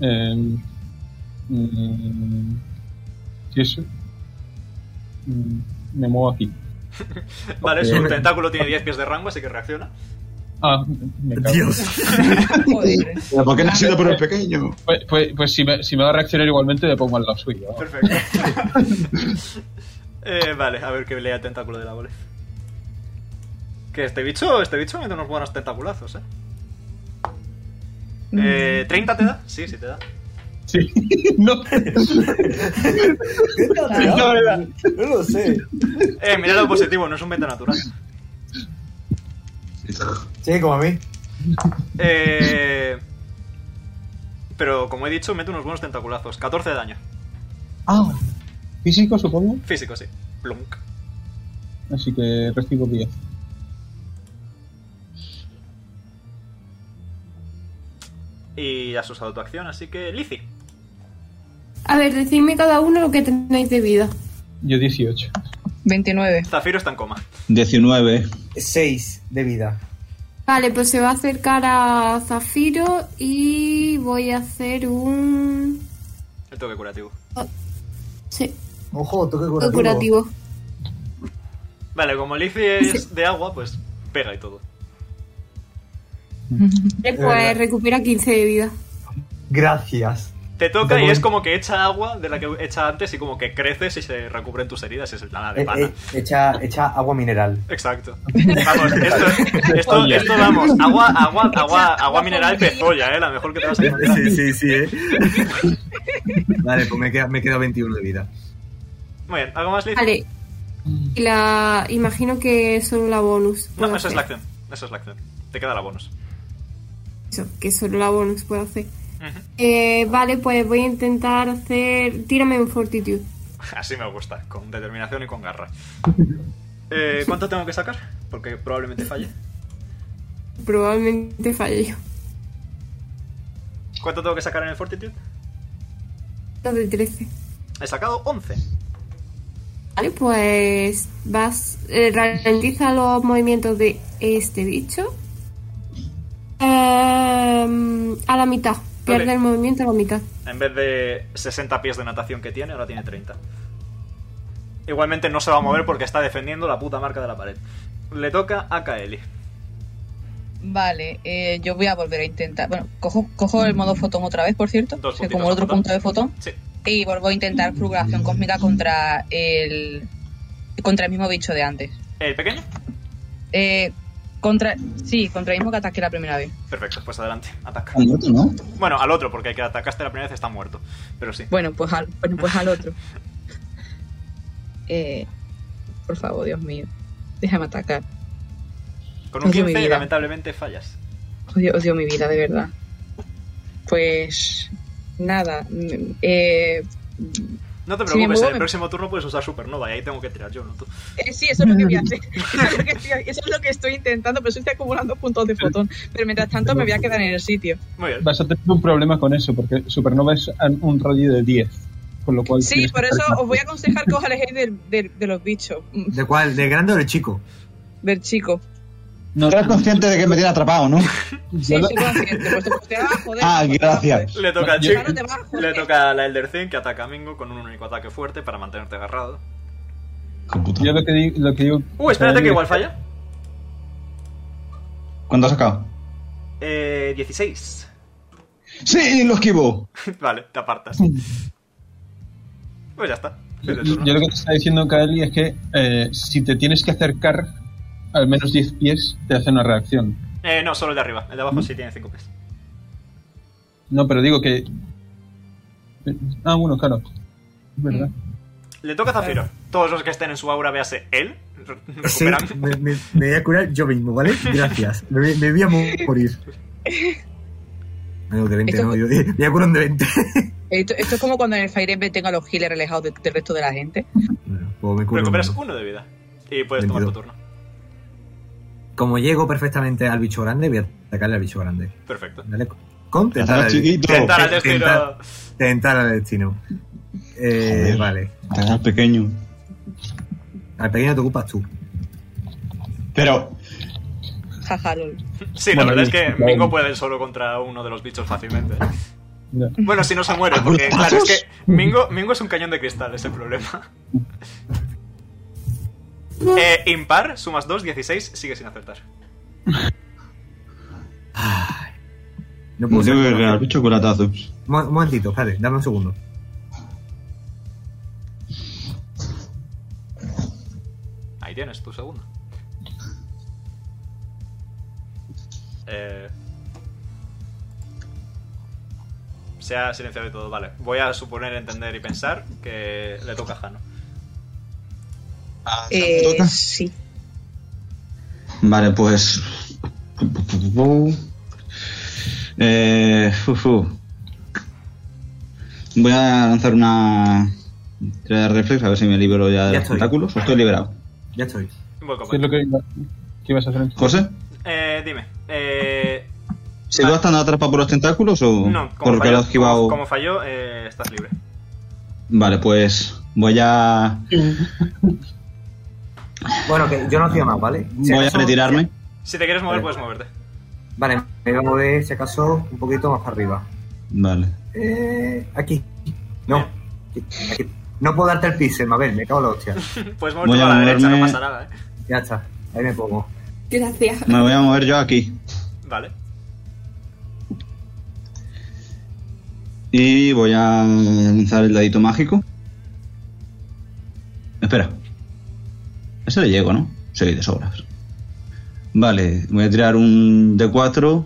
Speaker 7: Eh, mm, ¿Y eso? Mm, me muevo aquí.
Speaker 2: Vale, su
Speaker 4: Bien.
Speaker 2: tentáculo tiene 10 pies de rango, así que reacciona.
Speaker 7: Ah, me cago.
Speaker 4: Dios.
Speaker 1: joder.
Speaker 8: Pues, Pero ¿Por qué no ha sido por el pequeño?
Speaker 7: Pues, pues, pues si, me, si me va a reaccionar igualmente, le pongo al lado suyo. ¿no?
Speaker 2: Perfecto. Eh, vale, a ver que lea el tentáculo de la bola. Que este bicho, este bicho mete unos buenos tentaculazos, eh. Eh, ¿30 te da? Sí, sí te da.
Speaker 7: Sí. [LAUGHS] no. No, era-
Speaker 9: [LAUGHS] No lo sé.
Speaker 2: Eh, mira lo positivo, no es un 20 natural.
Speaker 9: Sí, como a mí.
Speaker 2: Eh, pero como he dicho, mete unos buenos tentaculazos. 14 de daño.
Speaker 7: Ah, físico, supongo.
Speaker 2: Físico, sí. Plunk.
Speaker 7: Así que recibo 10.
Speaker 2: Y has usado tu acción, así que. Lizzy.
Speaker 12: A ver, decidme cada uno lo que tenéis de vida.
Speaker 7: Yo 18.
Speaker 1: 29.
Speaker 2: Zafiro está en coma.
Speaker 8: 19.
Speaker 9: 6 de vida.
Speaker 12: Vale, pues se va a acercar a Zafiro y voy a hacer un...
Speaker 2: El toque curativo.
Speaker 12: Sí,
Speaker 9: Ojo, toque
Speaker 12: un
Speaker 9: curativo.
Speaker 12: curativo. Eh,
Speaker 2: Vale, como Lizzy es de agua, pues pega y todo.
Speaker 12: Eh, Pues recupera 15 de vida.
Speaker 9: Gracias.
Speaker 2: Te toca
Speaker 9: Como-
Speaker 2: y es como que echa agua de la que echa antes y como que creces y se recubren tus heridas. Es la de
Speaker 9: Eh,
Speaker 2: pana.
Speaker 9: eh, echa, echa agua mineral.
Speaker 2: Exacto. Vamos,
Speaker 4: [LAUGHS]
Speaker 2: esto, esto, esto, vamos, agua, agua, agua, agua mineral pezoya, eh, la mejor que te vas a encontrar.
Speaker 4: Sí, sí, sí, eh. [LAUGHS] Vale, pues me queda, me queda 21 de vida.
Speaker 2: Muy bien, ¿algo más, Liz?
Speaker 12: Vale. Y la... Imagino que solo la bonus.
Speaker 2: No,
Speaker 12: puedo
Speaker 2: esa es
Speaker 12: hacer.
Speaker 2: la acción, esa es la acción. Te queda la bonus.
Speaker 12: Eso, que solo la bonus puedo hacer.
Speaker 2: Ujú. [LAUGHS]
Speaker 5: Eh, vale, pues voy a intentar hacer. Tírame un fortitude.
Speaker 2: Así me gusta, con determinación y con garra. Eh, ¿Cuánto tengo que sacar? Porque probablemente falle.
Speaker 5: Probablemente falle yo.
Speaker 2: ¿Cuánto tengo que sacar en el Fortitude?
Speaker 5: Los de 13.
Speaker 2: He sacado 11.
Speaker 5: Vale, pues vas. eh, ralentiza los movimientos de este bicho. Em, a la mitad. Pierde
Speaker 2: Vale.
Speaker 5: el movimiento a la mitad.
Speaker 2: En vez de 60 pies de natación que tiene, ahora tiene 30. Igualmente no se va a mover porque está defendiendo la puta marca de la pared. Le toca a Kaeli.
Speaker 6: Vale, eh, yo voy a volver a intentar. Bueno, cojo, cojo el modo fotón otra vez, por cierto.
Speaker 2: Dos
Speaker 6: que
Speaker 2: puntitos
Speaker 6: como el otro
Speaker 2: fotón.
Speaker 6: punto de fotón.
Speaker 2: Sí.
Speaker 6: Y vuelvo a intentar fulguración cósmica contra el. contra el mismo bicho de antes.
Speaker 2: ¿El pequeño?
Speaker 6: Eh, contra. Sí, contra el mismo que ataqué la primera vez.
Speaker 2: Perfecto, pues adelante, ataca.
Speaker 8: Al otro, ¿no?
Speaker 2: Bueno, al otro, porque el que atacaste la primera vez está muerto. Pero sí.
Speaker 6: Bueno, pues al, bueno, pues al otro. Eh, por favor, Dios mío. Déjame atacar.
Speaker 2: Con un
Speaker 6: Odio mi
Speaker 2: 15,
Speaker 6: vida.
Speaker 2: lamentablemente fallas.
Speaker 6: Odio, odio mi vida, de verdad. Pues. Nada. mm, Eh,
Speaker 2: No te
Speaker 6: Si me
Speaker 2: preocupes,
Speaker 6: muevo,
Speaker 2: en el
Speaker 6: me-
Speaker 2: próximo turno puedes usar Supernova y ahí tengo que tirar yo, no tú.
Speaker 6: Eh, sí, eso es lo que voy a hacer. [LAUGHS] Eso es lo que estoy, eso es lo que estoy intentando, pero estoy acumulando puntos de fotón. Pero mientras tanto me voy a quedar en el sitio.
Speaker 2: Muy bien.
Speaker 7: Vas a tener un problema con eso, porque Supernova es an- un radio de 10. Con lo cual
Speaker 6: Sí,
Speaker 7: tienes
Speaker 6: por
Speaker 7: que
Speaker 6: eso
Speaker 7: estar-
Speaker 6: os voy a aconsejar que os alejéis del- del- de los bichos, mm,
Speaker 4: ¿De cuál? ¿De grande o de chico?
Speaker 6: del chico.
Speaker 7: No,
Speaker 8: Estás consciente de que me tiene atrapado, ¿no?
Speaker 6: Sí,
Speaker 7: yo la-
Speaker 6: soy consciente, pues te, pues te vas a joder.
Speaker 8: Ah,
Speaker 6: pues te vas a joder.
Speaker 8: gracias.
Speaker 2: Le toca a
Speaker 7: Yo-
Speaker 2: Chico.
Speaker 6: Claro, te ¿eh? vas a joder.
Speaker 2: Le toca a la Elder Thing que ataca a Mingo con un único ataque fuerte para mantenerte agarrado.
Speaker 8: Qué puta.
Speaker 7: yo lo que digo... Lo que digo
Speaker 2: Uh, espérate que igual falla.
Speaker 8: ¿Cuánto has sacado?
Speaker 2: Eh, 16.
Speaker 8: Sí, lo esquivo.
Speaker 2: [LAUGHS] vale, te apartas. Pues ya está. Fin de turno.
Speaker 7: Yo lo que te está diciendo, Kaeli, es que eh, si te tienes que acercar al menos 10 pies, te hace una reacción.
Speaker 2: Eh, no, solo el de arriba. El de abajo sí tiene 5 pies.
Speaker 7: No, pero digo que. Ah, bueno, claro. Es verdad.
Speaker 2: Le toca a Zafiro. Todos los que estén en su aura, véase él. re-
Speaker 4: Sí,
Speaker 2: Recuperan.
Speaker 4: me, me- me voy a curar yo mismo, ¿vale? Gracias. Me, voy- me voy a mo- morir. No, de 20 no, yo me voy a curar un de 20.
Speaker 6: Esto, esto es como cuando en el Fire Emblem tengo a los healers alejados de- del resto de la gente.
Speaker 4: [LAUGHS] Bueno, pues me curo
Speaker 2: Recuperas
Speaker 4: uno.
Speaker 2: uno de vida. Y puedes tomar tu
Speaker 4: 22.
Speaker 2: turno.
Speaker 4: Como llego perfectamente al bicho grande, voy a atacarle al bicho grande.
Speaker 2: Perfecto.
Speaker 4: ¿Vale? Con tentar
Speaker 8: Hazlo
Speaker 4: al,
Speaker 8: chiquito.
Speaker 2: Tentar al
Speaker 4: Tentar.
Speaker 2: destino.
Speaker 4: tentar al destino. Eh,
Speaker 8: Joder.
Speaker 4: vale.
Speaker 8: Hazlo pequeño.
Speaker 4: Al pequeño te ocupas tú.
Speaker 8: Pero,
Speaker 6: Jaja, lol.
Speaker 2: Sí, la
Speaker 7: Bueno,
Speaker 2: verdad es que
Speaker 7: bien.
Speaker 2: Mingo puede solo contra uno de los bichos fácilmente.
Speaker 7: Ya.
Speaker 2: Bueno, si no se muere, porque claro, es que Mingo, Mingo es un cañón de cristal, es el problema. Eh, impar, sumas 2, 16, sigue sin acertar.
Speaker 4: No
Speaker 8: no
Speaker 4: puedo
Speaker 8: tengo que
Speaker 4: ser-
Speaker 8: regalar chocolatazos.
Speaker 4: Mo- Un momentito, espérate, dame un segundo.
Speaker 2: Ahí tienes, tu segundo. Eh... Se ha silenciado y todo, vale. Voy a suponer, entender y pensar que le toca a Jano.
Speaker 8: Ah,
Speaker 6: Eh, sí.
Speaker 8: Vale, pues. Eh, uf, uf. Voy a lanzar una. Tirada de reflex, a ver si me libero ya de
Speaker 4: Ya
Speaker 8: los
Speaker 4: estoy.
Speaker 8: tentáculos. Estoy liberado.
Speaker 4: Ya estoy.
Speaker 2: Buen
Speaker 7: ¿Qué es
Speaker 2: combate.
Speaker 7: lo que, iba- que ibas a hacer?
Speaker 8: José,
Speaker 2: Eh, dime. Eh,
Speaker 8: ¿se
Speaker 2: Vale.
Speaker 8: va estando atrapado por los tentáculos o.?
Speaker 2: no, como
Speaker 8: porque lo
Speaker 2: falló,
Speaker 8: he esquivado.
Speaker 2: como, como falló, eh, estás libre.
Speaker 8: Vale, pues. Voy a.
Speaker 4: Bueno, que yo no hacía más, ¿vale? Si
Speaker 8: voy a
Speaker 4: acaso-
Speaker 8: retirarme.
Speaker 2: Si te quieres mover,
Speaker 4: Vale.
Speaker 2: puedes moverte. [LAUGHS]
Speaker 4: Vale, me voy a mover, si acaso, un poquito más para arriba.
Speaker 8: Vale.
Speaker 4: Eh, aquí. No. Aquí. aquí. No puedo darte el píxel, Mabel, me cago en la hostia.
Speaker 2: Puedes moverte
Speaker 8: Voy a
Speaker 2: para la derecha, no
Speaker 8: moverme.
Speaker 2: pasa nada, eh.
Speaker 4: Ya está, ahí me pongo.
Speaker 5: Gracias.
Speaker 8: Me voy a mover yo aquí.
Speaker 2: Vale. [LAUGHS]
Speaker 8: Y voy a lanzar el dadito mágico. Espera. Ese le llego, ¿no? Sí, de sobras. Vale, voy a tirar un D4.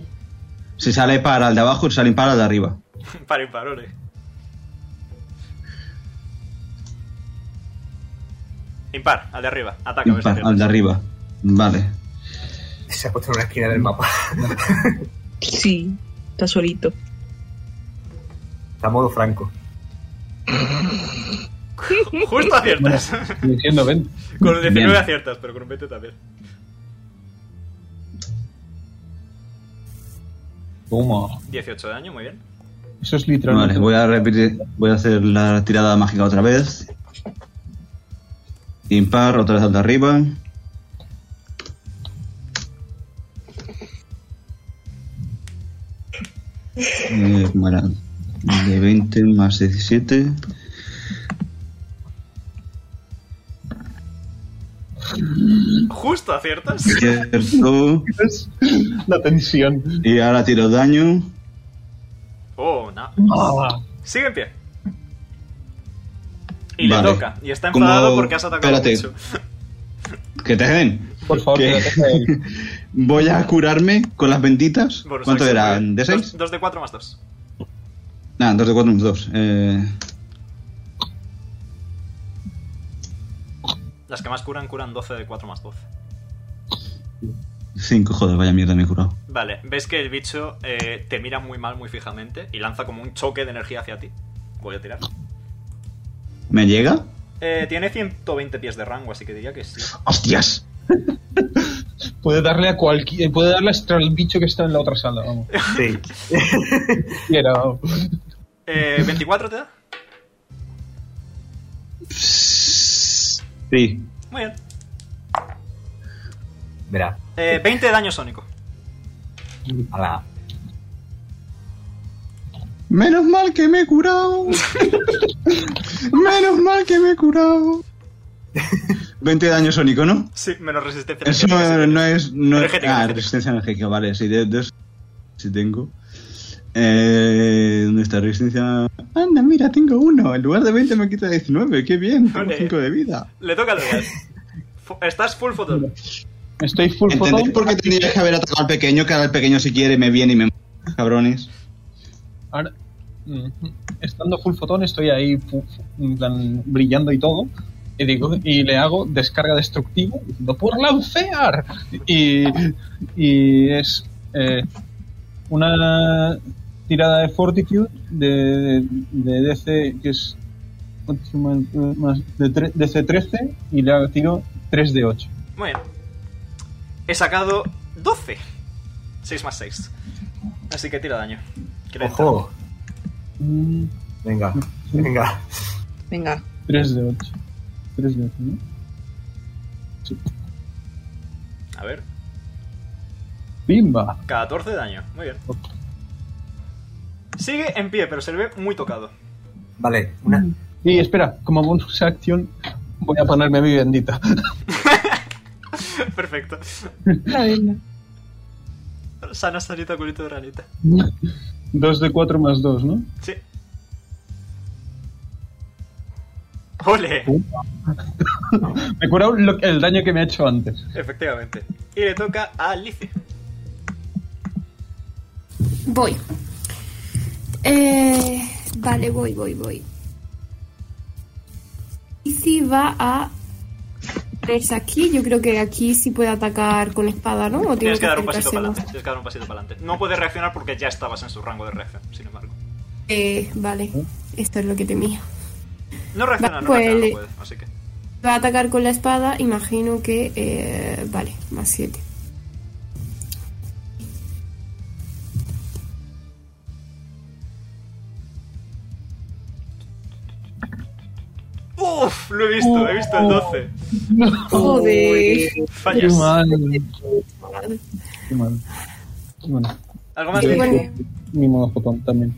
Speaker 8: Si sale para el de abajo, si sale impar al de arriba.
Speaker 2: Para impar, ole. Impar, al de arriba. Ataca, a ver si
Speaker 8: Impar,
Speaker 2: aciertas.
Speaker 8: al de arriba. Vale.
Speaker 4: Se ha puesto en una esquina del mapa.
Speaker 6: Sí, está solito.
Speaker 4: A modo franco.
Speaker 2: Justo aciertas.
Speaker 7: Diciendo 20.
Speaker 2: [LAUGHS] Con el 19
Speaker 8: Bien.
Speaker 2: aciertas, pero con un 20 también.
Speaker 7: Toma.
Speaker 2: 18 de daño, muy bien.
Speaker 7: Eso es literalmente.
Speaker 8: Vale, voy a repetir, voy a hacer la tirada mágica otra vez. Impar, otra vez alta arriba. Eh, ¿cómo era? De 20 más 17.
Speaker 2: Justo aciertas.
Speaker 8: Cierto.
Speaker 7: Es La tensión.
Speaker 8: Y ahora tiro daño.
Speaker 2: Oh, no.
Speaker 7: Ah,
Speaker 2: Sigue en pie. Y
Speaker 8: Vale.
Speaker 2: le toca. Y está
Speaker 8: Como-
Speaker 2: enfadado porque has atacado
Speaker 8: espérate.
Speaker 2: mucho.
Speaker 8: Que te den.
Speaker 7: por favor,
Speaker 8: ¿Qué?
Speaker 7: que dejes a él.
Speaker 8: Voy a curarme con las benditas.
Speaker 2: Bonus
Speaker 8: ¿Cuánto
Speaker 2: action,
Speaker 8: eran? ¿De
Speaker 2: muy bien.
Speaker 8: 6?
Speaker 2: Dos- dos de 4 más 2.
Speaker 8: Nada, 2 de 4 más 2. Eh,
Speaker 2: Las que más curan, curan 12 de 4 más 12.
Speaker 8: 5, joder, vaya mierda, me he curado.
Speaker 2: Vale, ves que el bicho eh, te mira muy mal, muy fijamente y lanza como un choque de energía hacia ti. Voy a tirar.
Speaker 8: ¿Me llega?
Speaker 2: Eh, tiene 120 pies de rango, así que diría que sí.
Speaker 8: ¡Hostias!
Speaker 7: Puede darle a cualquier. Puede darle hasta al bicho que está en la otra sala, vamos.
Speaker 4: Sí.
Speaker 7: Quiera, vamos.
Speaker 2: Eh, ¿24 te da?
Speaker 8: Sí.
Speaker 2: Muy bien.
Speaker 4: Verá.
Speaker 2: Eh, 20 de daño sónico.
Speaker 4: A la.
Speaker 8: Menos mal que me he [LAUGHS] curado. Menos mal que me he [LAUGHS] curado. 20 de daño sónico, ¿no?
Speaker 2: Sí, menos resistencia.
Speaker 8: Eso no, no es. No
Speaker 2: Energética,
Speaker 8: es ah,
Speaker 2: energética.
Speaker 8: resistencia energética, vale. Sí, de, de eso sí tengo. Eh, ¿Dónde está resistencia? Anda, mira, tengo uno. En lugar de 20 me quita 19. ¡Qué bien! Tengo
Speaker 2: Ole.
Speaker 8: 5 de vida.
Speaker 2: Le toca al Douglas. Fu- Estás full photo.
Speaker 7: Estoy full
Speaker 8: ¿Entendéis
Speaker 7: photo.
Speaker 8: por qué tendría que haber atacado al pequeño? Que ahora el pequeño, si quiere, me viene y me mata, cabrones.
Speaker 7: Ahora, mm, estando full fotón, estoy ahí pu- en plan, brillando y todo. Y, digo, y le hago descarga destructiva diciendo por lancear. Y, y es eh, una tirada de fortitude de, de DC que es fortitude más- más de tre- DC 13 y le tiro 3 de 8.
Speaker 2: Muy bien. He sacado 12. 6 más 6. Así que tira daño. Creo.
Speaker 4: Ojo.
Speaker 7: Mm,
Speaker 4: Venga. Venga.
Speaker 1: Venga,
Speaker 7: 3 de 8. 3 de 8, ¿no?
Speaker 2: A ver.
Speaker 7: ¡Bimba!
Speaker 2: 14 de daño. Muy bien. Sigue en pie, pero se le ve muy tocado.
Speaker 4: Vale. Una.
Speaker 7: Y espera, como bonus acción voy a ponerme mi bendita. [LAUGHS]
Speaker 2: Perfecto. Sana sanita, culito de ranita.
Speaker 7: 2 de 4 más 2, ¿no?
Speaker 2: Sí. ¡Ole!
Speaker 7: Me he curado lo- el daño que me ha hecho antes.
Speaker 2: Efectivamente. Y le toca a Alice.
Speaker 12: Voy. Eh, vale, voy, voy, voy. Y si va a ponerse aquí, yo creo que aquí sí puede atacar con espada, ¿no? O tiene
Speaker 2: Tienes que dar un pasito
Speaker 12: acercarse
Speaker 2: para adelante.
Speaker 12: más?
Speaker 2: Tienes que dar un pasito para adelante. No puedes reaccionar porque ya estabas en su rango de reacción, sin embargo.
Speaker 12: Eh, vale, esto es lo que temía.
Speaker 2: No reacciona, no
Speaker 12: Pues
Speaker 2: reacciona, no
Speaker 12: le-
Speaker 2: puede. Así que.
Speaker 12: Va a atacar con la espada, imagino que... eh, vale, más 7.
Speaker 2: ¡Uf! Lo he visto, he visto el 12.
Speaker 12: Joder.
Speaker 7: Qué
Speaker 2: Fallas.
Speaker 7: mal. Qué mal. Qué mal.
Speaker 2: ¿Algo más?
Speaker 12: Sí,
Speaker 2: Lee?
Speaker 12: bueno.
Speaker 7: Mi modo fotón también.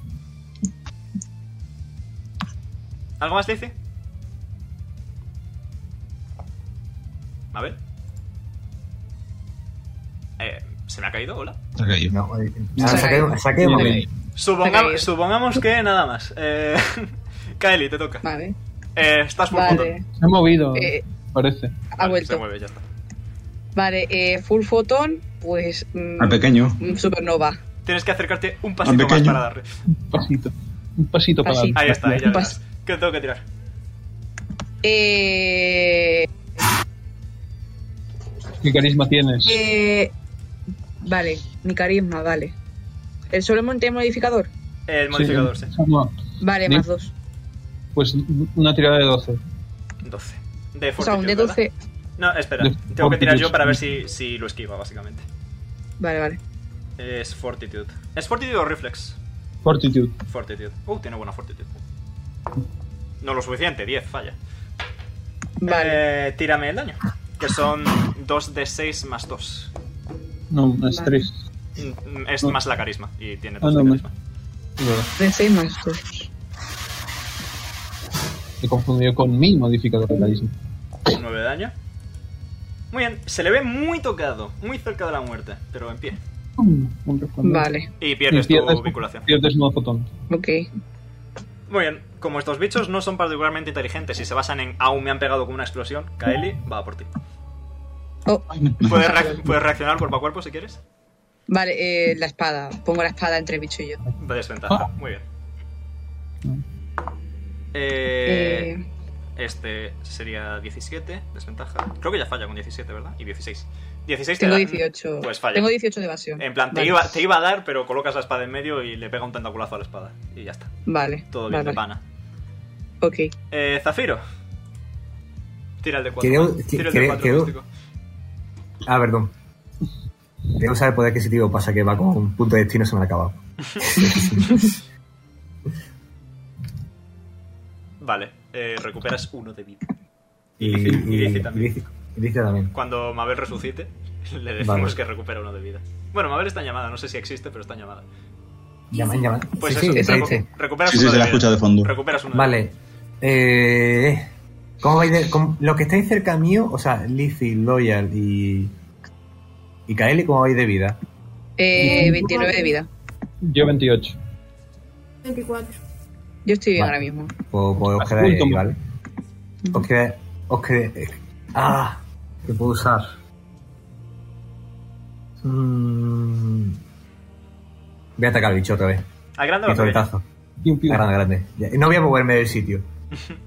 Speaker 2: ¿Algo más, Lizzie? A ver. Eh, ¿Se me ha caído? Hola.
Speaker 4: No, eh, ah, saqué, saqué un
Speaker 7: Vale.
Speaker 2: Suponga-
Speaker 1: Se ha caído.
Speaker 2: supongamos que nada más. Eh, [LAUGHS] Kaeli, te toca.
Speaker 1: vale.
Speaker 2: Eh, estás full
Speaker 1: Vale.
Speaker 7: Se ha movido,
Speaker 1: Eh,
Speaker 7: parece.
Speaker 1: ha
Speaker 2: Vale, Se
Speaker 1: vuelto.
Speaker 2: mueve, ya está.
Speaker 1: Vale, eh, full fotón, pues. mm,
Speaker 8: Al pequeño.
Speaker 1: mm, supernova.
Speaker 2: Tienes que acercarte un pasito más
Speaker 8: pequeño.
Speaker 2: para darle.
Speaker 7: Un pasito. Un pasito para
Speaker 1: Pasito.
Speaker 2: Ahí está, ahí ya
Speaker 1: Un
Speaker 2: verás. ¿Qué tengo que tirar?
Speaker 1: Eh,
Speaker 7: ¿Qué carisma tienes?
Speaker 1: eh, vale, mi carisma, vale. ¿El solo monte modificador?
Speaker 2: El modificador, sí.
Speaker 7: Sí. No,
Speaker 1: Vale,
Speaker 7: Dim.
Speaker 1: más dos.
Speaker 7: Pues una tirada de 12.
Speaker 2: 12. De
Speaker 1: O sea, un de
Speaker 2: fortitude,
Speaker 1: 12.
Speaker 2: ¿verdad? No, espera.
Speaker 7: De
Speaker 2: Tengo que tirar yo
Speaker 7: fortitude.
Speaker 2: para ver si, si lo esquiva, básicamente.
Speaker 1: Vale, vale.
Speaker 2: Es Fortitude. ¿Es Fortitude o Reflex?
Speaker 7: Fortitude.
Speaker 2: Fortitude. Uh, tiene buena Fortitude. No lo suficiente, 10, falla.
Speaker 1: Vale.
Speaker 2: Eh, tírame el daño. Que son 2 de 6 más 2.
Speaker 7: No, es 3.
Speaker 2: Es
Speaker 7: No.
Speaker 2: más la carisma. Y tiene
Speaker 7: Ah,
Speaker 2: 2
Speaker 7: no,
Speaker 2: de
Speaker 7: me.
Speaker 2: carisma.
Speaker 1: De 6 más dos.
Speaker 7: He confundido con mi modificador de carisma.
Speaker 2: 9 de daño. Muy bien, se le ve muy tocado, muy cerca de la muerte, pero en pie.
Speaker 7: Un resplandor.
Speaker 1: Vale.
Speaker 2: Y
Speaker 7: Y
Speaker 2: pierdes tu
Speaker 7: pierdes-
Speaker 2: vinculación.
Speaker 7: Pierdes un fotón.
Speaker 1: Ok.
Speaker 2: Muy bien, como estos bichos no son particularmente inteligentes y se basan en aún me han pegado con una explosión, Kaeli va a por
Speaker 7: [LAUGHS]
Speaker 2: ti.
Speaker 1: Oh,
Speaker 2: Puedes, reac- puedes reaccionar cuerpo a cuerpo si quieres.
Speaker 1: vale, eh, la espada. Pongo la espada entre el bicho y yo.
Speaker 2: De desventaja, muy bien. Eh,
Speaker 1: Eh,
Speaker 2: Este sería 17, desventaja. Creo que ya falla con 17, ¿verdad? Y 16. 16 te
Speaker 1: tengo
Speaker 2: da-
Speaker 1: 18.
Speaker 2: Pues falla.
Speaker 1: Tengo 18 de evasión.
Speaker 2: En plan, te,
Speaker 1: Vale.
Speaker 2: iba, te iba a dar, pero colocas la espada en medio y le pega un tentaculazo a la espada. Y ya está.
Speaker 1: Vale.
Speaker 2: Todo bien
Speaker 1: vale, vale.
Speaker 2: de pana.
Speaker 1: Ok.
Speaker 2: Eh, Zafiro. Tira el de 4.
Speaker 4: Creo-
Speaker 2: Tira el de
Speaker 4: creo-
Speaker 2: 4
Speaker 4: creo-
Speaker 2: místico.
Speaker 4: Ah, perdón. Debo saber poder adquisitivo, pasa que va con un punto de destino, se me ha acabado.
Speaker 2: Vale, eh, recuperas uno de vida.
Speaker 4: Y,
Speaker 2: Y- y dice
Speaker 4: y
Speaker 2: también.
Speaker 4: dice- y dice también.
Speaker 2: Cuando Mabel resucite, [LAUGHS] le decimos que recupera uno de vida. Bueno, Mabel está en llamada, no sé si existe, pero está en llamada.
Speaker 4: Llaman, llaman.
Speaker 2: Pues
Speaker 4: sí,
Speaker 2: eso,
Speaker 4: sí,
Speaker 2: recu-
Speaker 4: sí, sí.
Speaker 2: recuperas
Speaker 8: Sí, sí,
Speaker 2: uno
Speaker 8: se
Speaker 2: de
Speaker 8: la
Speaker 2: vida.
Speaker 8: escucha de fondo.
Speaker 2: Recuperas uno de vida.
Speaker 4: Vale. Eh, ¿Cómo vais de, cómo- los que estáis cerca mío, o sea, Lizzie, Loyal y. Y Kaeli, ¿cómo vais de vida?
Speaker 1: Eh, 29 de vida.
Speaker 7: Yo 28.
Speaker 12: 24.
Speaker 1: Yo estoy bien
Speaker 4: Vale.
Speaker 1: ahora mismo.
Speaker 4: Pues, pues os
Speaker 7: Ah,
Speaker 4: quedáis
Speaker 7: uy,
Speaker 4: ahí,
Speaker 7: toma.
Speaker 4: ¿vale? Os quedáis. Os quedáis. ¡Ah! ¿Qué puedo usar? Mm. Voy a atacar al bicho otra vez.
Speaker 2: ¿Al grande o al pequeño?
Speaker 4: Pistoletazo.
Speaker 7: Y un piu.
Speaker 4: Grande, grande. Ya, No voy a moverme del sitio.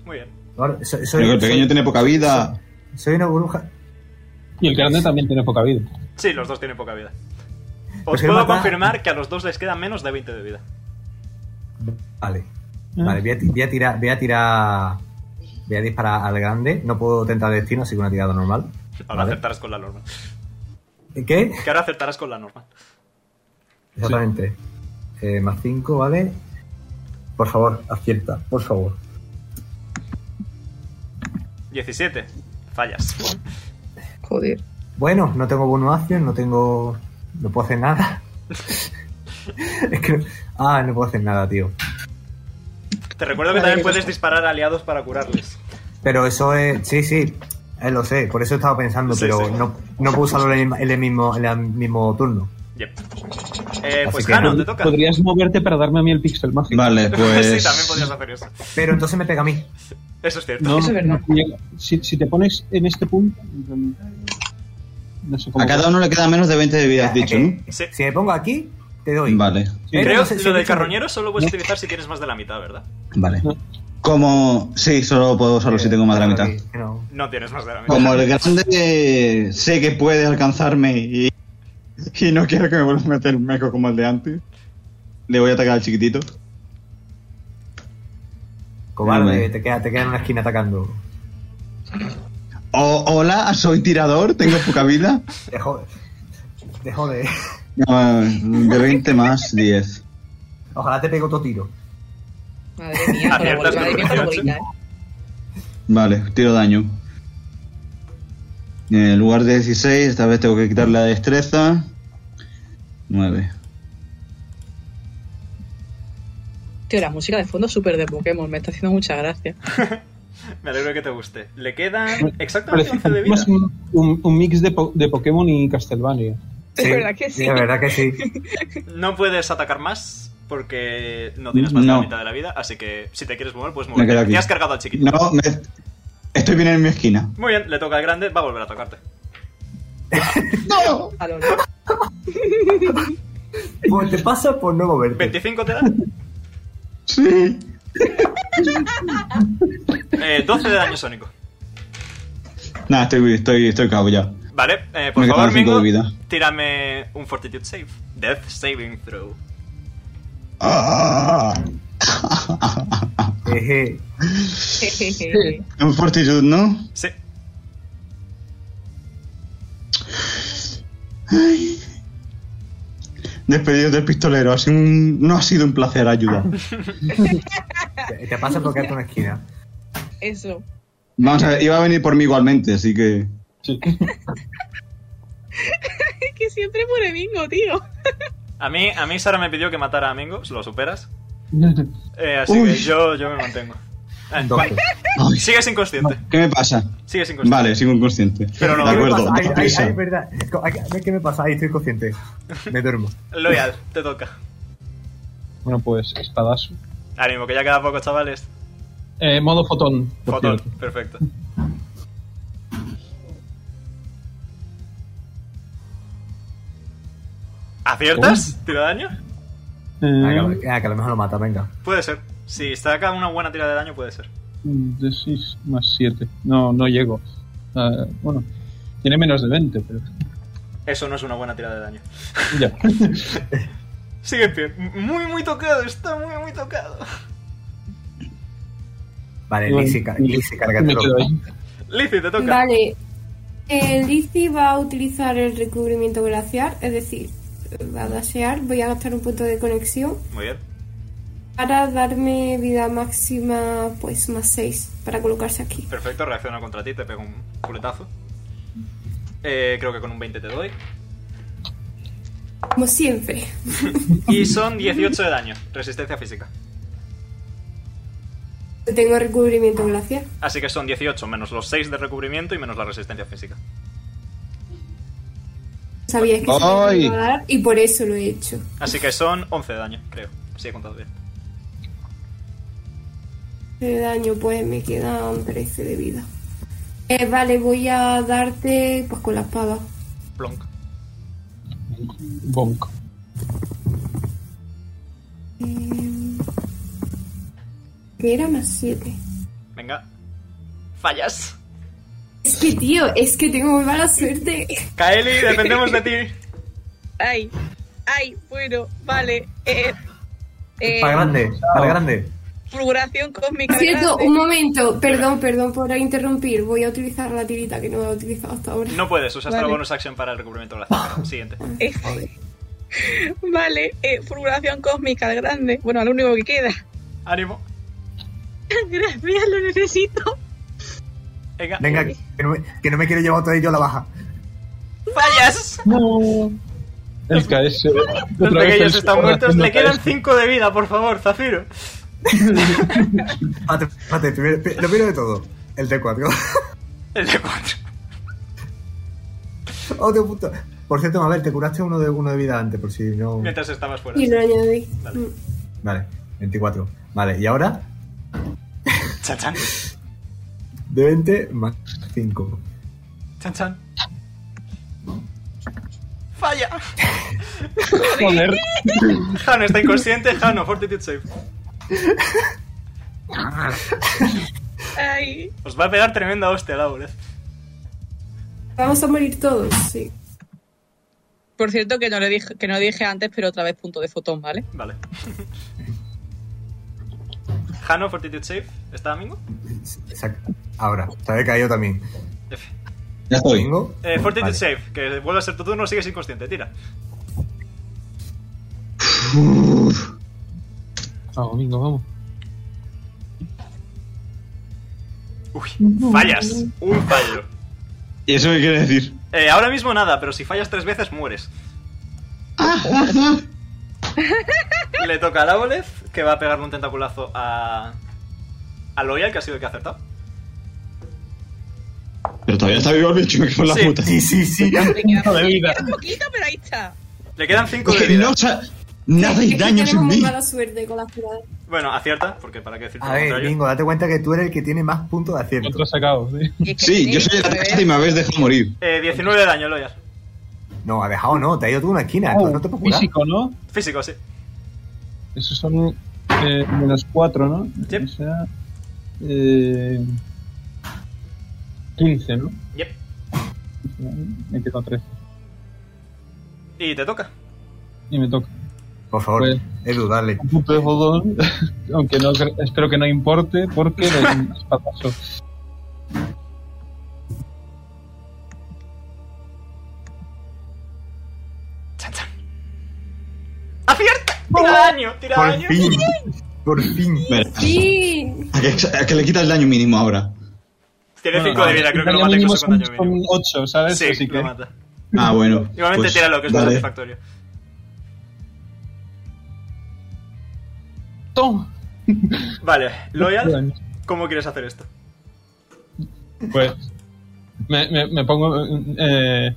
Speaker 2: Muy bien.
Speaker 4: Ahora, soy, soy-
Speaker 8: Pero que el pequeño
Speaker 4: soy-
Speaker 8: tiene poca vida.
Speaker 4: soy una burbuja.
Speaker 7: Y el grande también tiene poca vida.
Speaker 2: Sí, los dos tienen poca vida. Os
Speaker 4: Pues él
Speaker 2: puedo
Speaker 4: mata-
Speaker 2: confirmar que a los dos les quedan menos de 20 de vida.
Speaker 4: Vale.
Speaker 7: Ah.
Speaker 4: Vale, voy a, ti- voy a tirar. Voy a tirar. Voy a disparar al grande. No puedo tentar destino, así que una tirada normal.
Speaker 2: Ahora
Speaker 4: Vale.
Speaker 2: acertarás con la norma.
Speaker 4: ¿Qué?
Speaker 2: Que ahora acertarás con la norma.
Speaker 4: Exactamente. Eh, más 5, ¿vale? Por favor, acierta, por favor.
Speaker 2: 17. Fallas.
Speaker 1: Joder.
Speaker 4: Bueno, no tengo bonus action, no tengo. No puedo hacer nada. [LAUGHS] es que. no- Ah, no puedo hacer nada, tío.
Speaker 2: Te recuerdo que
Speaker 1: Vale,
Speaker 2: también
Speaker 1: que
Speaker 2: puedes disparar a aliados para curarles.
Speaker 4: Pero eso es. Sí, sí. eh, lo sé, por eso estaba pensando,
Speaker 2: Sí,
Speaker 4: pero
Speaker 2: sí.
Speaker 4: No, no puedo usarlo en el, en el mismo, en el mismo turno.
Speaker 2: Yep. Eh,
Speaker 4: Así
Speaker 2: pues
Speaker 4: que-
Speaker 2: Jano,
Speaker 4: ¿Dónde
Speaker 2: te toca.
Speaker 7: Ah. Podrías moverte para darme a mí el pixel mágico.
Speaker 8: Vale, pues.
Speaker 2: [LAUGHS] sí, también podrías hacer eso.
Speaker 4: Pero entonces me pega a mí.
Speaker 2: Eso es cierto.
Speaker 7: No,
Speaker 1: Eso es verdad.
Speaker 7: no llega. si, si te pones en este punto. No sé cómo.
Speaker 8: A cada uno le queda menos de 20 de vida, has dicho, ¿no?
Speaker 2: Sí.
Speaker 4: Si me pongo aquí, te doy.
Speaker 8: Vale,
Speaker 7: Sí.
Speaker 4: Pero
Speaker 2: Creo
Speaker 4: Eh, no sé
Speaker 2: que
Speaker 4: si
Speaker 2: lo
Speaker 4: he
Speaker 2: del
Speaker 4: dicho-
Speaker 2: carroñero solo puedes utilizar si tienes más de la mitad, ¿verdad?
Speaker 8: vale. Como. Sí, solo puedo usarlo si tengo más de la mitad.
Speaker 4: Que no.
Speaker 2: No tienes más de la mitad.
Speaker 8: Como el grande sé que puede alcanzarme y, y no quiero que me vuelva a meter un meco como el de antes, le voy a atacar al chiquitito.
Speaker 4: Cobarde,
Speaker 8: Vale.
Speaker 4: te queda, te queda en una esquina atacando.
Speaker 8: O- hola, soy tirador, tengo poca vida.
Speaker 4: Te jode. Te jode.
Speaker 8: Ah, de 20 más 10.
Speaker 4: Ojalá te pegue otro tiro.
Speaker 1: Madre
Speaker 2: [LAUGHS]
Speaker 1: mía, con la
Speaker 2: Aciertas
Speaker 1: bolita. Madre mía, con la
Speaker 2: con
Speaker 1: bolita, eh.
Speaker 8: Vale, tiro daño. En el lugar de 16, esta vez tengo que quitar la destreza. 9.
Speaker 1: Tío, la música de fondo es súper de Pokémon. Me está haciendo mucha gracia.
Speaker 2: Me alegro que te guste. Le quedan exactamente 11 de vida.
Speaker 7: Más un, un- un mix de, po- de Pokémon y Castlevania.
Speaker 1: Es verdad que sí.
Speaker 4: Es verdad que sí.
Speaker 2: No puedes atacar más porque no tienes más de
Speaker 8: No.
Speaker 2: la mitad de la vida, así que si te quieres mover, puedes
Speaker 8: Me quedo
Speaker 2: moverte.
Speaker 8: aquí.
Speaker 2: Te has cargado al chiquito.
Speaker 8: No, me- estoy bien en mi esquina.
Speaker 2: Muy bien, le toca al grande, va a volver a tocarte.
Speaker 8: ¡No!
Speaker 1: A lo-
Speaker 2: [LAUGHS]
Speaker 4: Pues te pasa por no moverte.
Speaker 2: 25 te da,
Speaker 8: [LAUGHS] Sí.
Speaker 2: [LAUGHS] eh, 12 de daño sónico.
Speaker 8: Nada, estoy, estoy, estoy cabo ya.
Speaker 2: Vale, eh, por
Speaker 8: Me quedan
Speaker 2: favor,
Speaker 8: cinco
Speaker 2: Mingo,
Speaker 8: de vida.
Speaker 2: tírame un Fortitude Save. Death Saving Throw.
Speaker 8: Ah.
Speaker 4: Eje.
Speaker 8: En fortitud, ¿no?
Speaker 2: Sí.
Speaker 8: Ay. Despedido del pistolero. Ha sido un- No ha sido un placer ayudar.
Speaker 4: Te- Te pasa porque es una esquina.
Speaker 6: Eso.
Speaker 8: Vamos a ver, iba a venir por mí igualmente, así que.
Speaker 7: [LAUGHS] Sí.
Speaker 6: Es que siempre pone bingo, tío.
Speaker 2: A mí, a mí Sara me pidió que matara a Mingo, ¿lo superas? Eh, así
Speaker 8: Uy.
Speaker 2: que yo, yo me mantengo. Eh,
Speaker 4: Doce.
Speaker 8: Ay,
Speaker 2: sigues inconsciente,
Speaker 8: ¿Qué me pasa?
Speaker 2: sigues inconsciente.
Speaker 8: Vale, sigo inconsciente.
Speaker 2: Pues Pero no,
Speaker 8: de
Speaker 4: ¿Qué me
Speaker 8: acuerdo,
Speaker 4: pasa? Ay,
Speaker 8: da
Speaker 4: ay,
Speaker 8: prisa.
Speaker 4: ay, verdad. Co- ay, ay, ¿Qué me pasa? Ahí estoy consciente. Me duermo.
Speaker 2: Loyal, te toca.
Speaker 7: Bueno, pues espadazo.
Speaker 2: Ahora mismo, que ya queda poco, chavales.
Speaker 7: Eh, modo fotón. por
Speaker 2: Fotón,
Speaker 7: cierto.
Speaker 2: perfecto. ¿Aciertas? ¿Tira daño?
Speaker 4: Ah,
Speaker 7: Eh,
Speaker 4: que- ah, que a lo mejor lo mata, venga.
Speaker 2: Puede ser. Si saca una buena tira de daño, puede ser.
Speaker 7: de 6 más 7. No, no llego. Ah, bueno, tiene menos de 20, pero.
Speaker 2: Eso no es una buena tira de daño.
Speaker 7: [LAUGHS] Ya.
Speaker 2: Sigue en pie. Muy, muy tocado, está muy, muy tocado.
Speaker 4: Vale,
Speaker 7: Bueno,
Speaker 4: Lizzie, ca- Lizzie,
Speaker 7: me
Speaker 4: cárgatelo.
Speaker 7: quedo ahí.
Speaker 2: Lizzie, te toca.
Speaker 5: Vale. El Lizzie va a utilizar el recubrimiento glaciar, es decir, va a dasear. Voy a gastar un punto de conexión
Speaker 2: Muy bien.
Speaker 5: para darme vida máxima, pues más 6, para colocarse aquí.
Speaker 2: Perfecto, reacciona contra ti, te pego un culetazo. Eh, creo que con un 20 te doy.
Speaker 5: Como siempre.
Speaker 2: Y son 18 de daño, resistencia física.
Speaker 5: Tengo recubrimiento glaciar.
Speaker 2: Así que son 18 menos los 6 de recubrimiento y menos la resistencia física.
Speaker 5: Sabía que se
Speaker 8: ¡Ay!
Speaker 5: me iba a dar y por eso lo he hecho.
Speaker 2: Así que son 11 de daño, creo. Si he contado bien.
Speaker 5: De daño, pues me quedan 13 de vida. Eh, vale, voy a darte pues con la espada.
Speaker 2: Plonk.
Speaker 7: Bonk.
Speaker 5: Eh, que era más 7.
Speaker 2: Venga. Fallas.
Speaker 5: Es que, tío, es que tengo muy mala [LAUGHS] suerte.
Speaker 2: Kaeli, dependemos de ti.
Speaker 6: Ay, ay, bueno, vale. Eh, eh,
Speaker 4: Para grande, para grande.
Speaker 6: fulguración cósmica.
Speaker 5: Por Cierto,
Speaker 6: grande.
Speaker 5: un momento, perdón, perdón por interrumpir. Voy a utilizar la tirita que no he utilizado hasta ahora.
Speaker 2: No puedes, usaste la
Speaker 6: Vale.
Speaker 2: bonus action para el recubrimiento de la Siguiente.
Speaker 6: Eh, vale, eh, fulguración cósmica al grande. Bueno, al único que queda. [LAUGHS]
Speaker 2: Ánimo.
Speaker 6: Gracias, lo necesito.
Speaker 2: Venga.
Speaker 4: Venga, que no, me, que no me quiero llevar otra vez yo a la baja.
Speaker 2: ¡Fallas!
Speaker 7: No. El KS.
Speaker 2: Los
Speaker 7: otra vez
Speaker 2: pequeños
Speaker 7: el
Speaker 2: están muertos.
Speaker 7: haciendo
Speaker 2: Le
Speaker 7: [LAUGHS]
Speaker 2: quedan
Speaker 7: KS.
Speaker 2: 5 de vida, por favor, Zafiro.
Speaker 4: Espérate, espérate, primero- pri- lo primero de todo. El T4.
Speaker 2: El de 4.
Speaker 4: [LAUGHS] Otro punto. Por cierto, Mabel, te curaste uno de, uno de vida antes, por si no.
Speaker 2: Mientras estabas fuera.
Speaker 5: Y lo añadí.
Speaker 2: Vale.
Speaker 5: Mm.
Speaker 4: Vale, 24. Vale, y ahora,
Speaker 2: Chan chan.
Speaker 4: de 20 más 5.
Speaker 2: Chan chan. Falla.
Speaker 7: Joder.
Speaker 2: Jano está inconsciente. Jano, fortitude save.
Speaker 6: Ay,
Speaker 2: Os va a pegar tremenda hostia, la verdad.
Speaker 5: Vamos a morir todos, sí.
Speaker 6: por cierto, que no le dije, que no dije antes, pero otra vez punto de fotón, ¿vale?
Speaker 2: Vale. Jano, fortitude save. ¿Está Domingo?
Speaker 4: Saca. Ahora, te había caído también.
Speaker 2: F.
Speaker 8: Ya estoy.
Speaker 4: Domingo.
Speaker 2: Eh, fortitude
Speaker 4: Vale.
Speaker 2: save. Que vuelve a ser tu turno, sigues inconsciente. Tira.
Speaker 7: Ah, domingo, vamos.
Speaker 2: Uy, fallas. Un fallo.
Speaker 8: ¿Y eso qué quiere decir?
Speaker 2: Eh, ahora mismo nada, pero si fallas tres veces mueres. Le toca a Davolez, que va a pegarle un tentaculazo a. a Loyal, que ha sido el que ha acertado.
Speaker 8: Pero todavía está vivo el bicho, me cago en la
Speaker 2: Sí.
Speaker 8: puta.
Speaker 4: Sí, sí,
Speaker 6: Le
Speaker 4: sí.
Speaker 6: queda,
Speaker 7: de vida.
Speaker 6: le queda poquito, pero ahí está.
Speaker 2: Le quedan cinco
Speaker 8: Es
Speaker 2: de
Speaker 8: que
Speaker 2: vida.
Speaker 8: [LAUGHS] no, o sea, no
Speaker 5: Es
Speaker 8: hacéis
Speaker 5: que
Speaker 8: daño sin
Speaker 5: tenemos
Speaker 8: mí.
Speaker 5: mala suerte con las curadas.
Speaker 2: Bueno, acierta, porque para qué decir lo
Speaker 4: A ver,
Speaker 2: contrario.
Speaker 4: Bingo, date cuenta que tú eres el que tiene más puntos de acierto.
Speaker 7: Otro sacado, sí.
Speaker 6: Y es que
Speaker 8: Sí, yo soy el
Speaker 6: a ver,
Speaker 8: atacante y me habéis dejado morir.
Speaker 2: Eh, 19 de daño, Loyal.
Speaker 4: No, ha dejado no, te ha ido tú una esquina, Ah, entonces no te puedo curar.
Speaker 7: Oh, físico, ¿no?
Speaker 2: Físico, sí.
Speaker 7: Esos son eh, menos 4, ¿no?
Speaker 2: Sí.
Speaker 7: O sea. Eh, 15, ¿no?
Speaker 2: Yep.
Speaker 7: Me quedo 13.
Speaker 2: Y te toca.
Speaker 7: Y me toca.
Speaker 4: Por favor,
Speaker 7: Pues-
Speaker 4: Edu, dale.
Speaker 7: Punto de jodón, [LAUGHS] aunque no cre- espero que no importe, porque le
Speaker 2: [LAUGHS]
Speaker 7: doy un espadazo.
Speaker 2: Chan, chan. ¡Acierta! ¡Tira daño! ¡Tira daño!
Speaker 4: Por fin.
Speaker 5: Sí.
Speaker 8: ¿A que, a que le quitas el daño mínimo ahora.
Speaker 2: Tiene 5 de vida, creo que lo mata incluso con daño mínimo.
Speaker 7: 8, ¿sabes?
Speaker 2: Sí,
Speaker 7: Así
Speaker 2: lo
Speaker 7: que
Speaker 2: mata.
Speaker 8: Ah, bueno.
Speaker 2: Igualmente
Speaker 8: pues,
Speaker 2: tira lo que es más
Speaker 8: dale.
Speaker 2: satisfactorio.
Speaker 7: ¡Toma!
Speaker 2: Vale, Loyal,
Speaker 8: Pues,
Speaker 7: Bueno,
Speaker 2: ¿cómo quieres hacer esto?
Speaker 7: Pues me, me- me pongo. eh,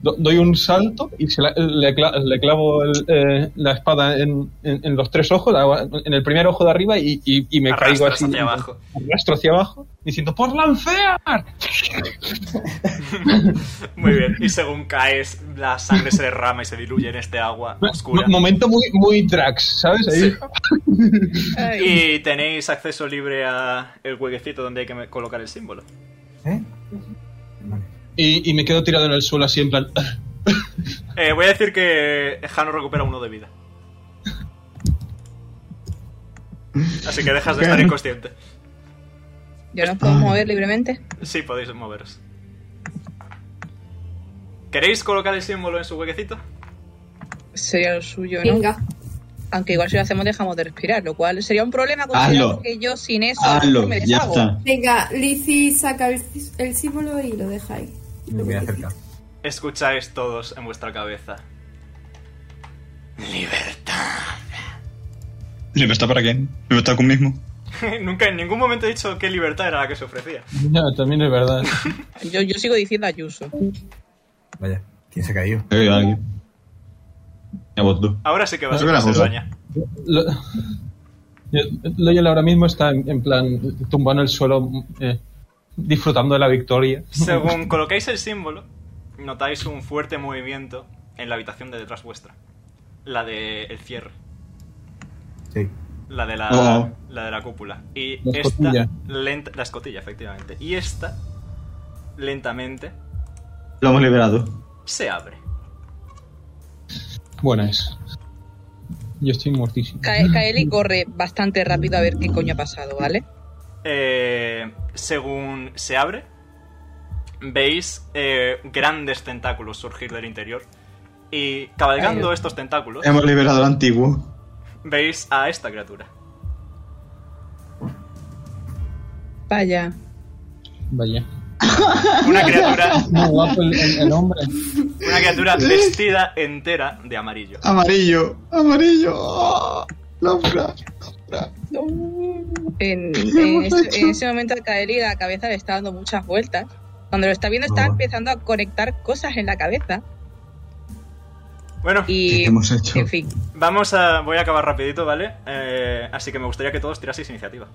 Speaker 7: do- doy un salto y se la- le, cla- le clavo el, eh, la espada en, en- en los tres ojos, la- en el primer ojo de arriba y, y- y me caigo
Speaker 2: Arrastras
Speaker 7: así.
Speaker 2: hacia abajo.
Speaker 7: Arrastro hacia abajo diciendo ¡Por lancear!
Speaker 2: [LAUGHS] Muy bien, y según caes, la sangre se derrama y se diluye en este agua oscura.
Speaker 7: Mo- Momento muy, muy tracks, ¿sabes? Ahí.
Speaker 2: Y tenéis acceso libre a el huequecito donde hay que me- colocar el símbolo.
Speaker 4: ¿Eh? Vale.
Speaker 7: Y, y me quedo tirado en el suelo así en plan. "Ah,
Speaker 2: Eh, voy a decir que Jano recupera uno de vida. Así que dejas de estar inconsciente.
Speaker 6: Yo nos puedo mover libremente.
Speaker 2: Sí, podéis moveros. ¿Queréis colocar el símbolo en su huequecito?
Speaker 6: Sería lo suyo, ¿no?
Speaker 5: Venga.
Speaker 6: Aunque igual si lo hacemos dejamos de respirar, lo cual sería un problema considerando
Speaker 8: Hazlo.
Speaker 6: que yo sin eso
Speaker 8: Hazlo,
Speaker 6: me
Speaker 8: ya
Speaker 6: deshago.
Speaker 8: está.
Speaker 5: Venga, Lizzie saca el, el símbolo y lo deja ahí.
Speaker 4: Me voy a acercar.
Speaker 2: Escucháis todos en vuestra cabeza. [LAUGHS] Libertad.
Speaker 8: ¿Libertad para quién? ¿Libertad conmigo mismo?
Speaker 2: Nunca en ningún momento he dicho qué libertad era la que se ofrecía.
Speaker 7: Ya, también es verdad.
Speaker 6: Yo, yo sigo diciendo Ayuso.
Speaker 4: Vaya, ¿quién se ha caído?
Speaker 8: Eh, alguien. Ya vos tú.
Speaker 2: Ahora sí que vas
Speaker 8: Yo
Speaker 2: a
Speaker 8: la
Speaker 2: hacer
Speaker 8: uso.
Speaker 2: daño.
Speaker 7: Lo- Loyal ahora mismo está en, en plan tumbado en el suelo, eh, disfrutando de la victoria.
Speaker 2: Según colocáis el símbolo, notáis un fuerte movimiento en la habitación de detrás vuestra. La del el cierre.
Speaker 4: Sí.
Speaker 2: La de la,
Speaker 8: Oh.
Speaker 2: la de la cúpula. Y
Speaker 7: La
Speaker 2: esta
Speaker 7: escotilla.
Speaker 2: lenta, la escotilla, efectivamente. Y esta lentamente
Speaker 8: Lo hemos liberado.
Speaker 2: se abre.
Speaker 7: Buena es. Yo estoy muertísimo.
Speaker 6: Kae- Kaeli corre bastante rápido a ver qué coño ha pasado, ¿vale?
Speaker 2: Eh, según se abre, veis eh, grandes tentáculos surgir del interior. Y cabalgando
Speaker 6: Ay.
Speaker 2: estos tentáculos,
Speaker 8: Hemos liberado al antiguo.
Speaker 2: veis a esta criatura.
Speaker 6: Vaya.
Speaker 7: Vaya.
Speaker 2: Una criatura
Speaker 7: Muy guapo el, el- el hombre.
Speaker 2: Una criatura vestida entera de amarillo.
Speaker 8: Amarillo, amarillo. ¡Ah! Laura.
Speaker 6: En,
Speaker 8: ¿Qué
Speaker 6: en
Speaker 8: hemos
Speaker 6: ese,
Speaker 8: hecho?
Speaker 6: en ese momento a Kaeli la cabeza le está dando muchas vueltas. Cuando lo está viendo está
Speaker 4: Ah.
Speaker 6: empezando a conectar cosas en la cabeza.
Speaker 2: Bueno,
Speaker 6: Y,
Speaker 8: ¿Qué hemos hecho?
Speaker 6: en fin,
Speaker 2: vamos a. Voy a acabar rapidito, ¿vale? Eh, así que me gustaría que todos tiraseis iniciativa.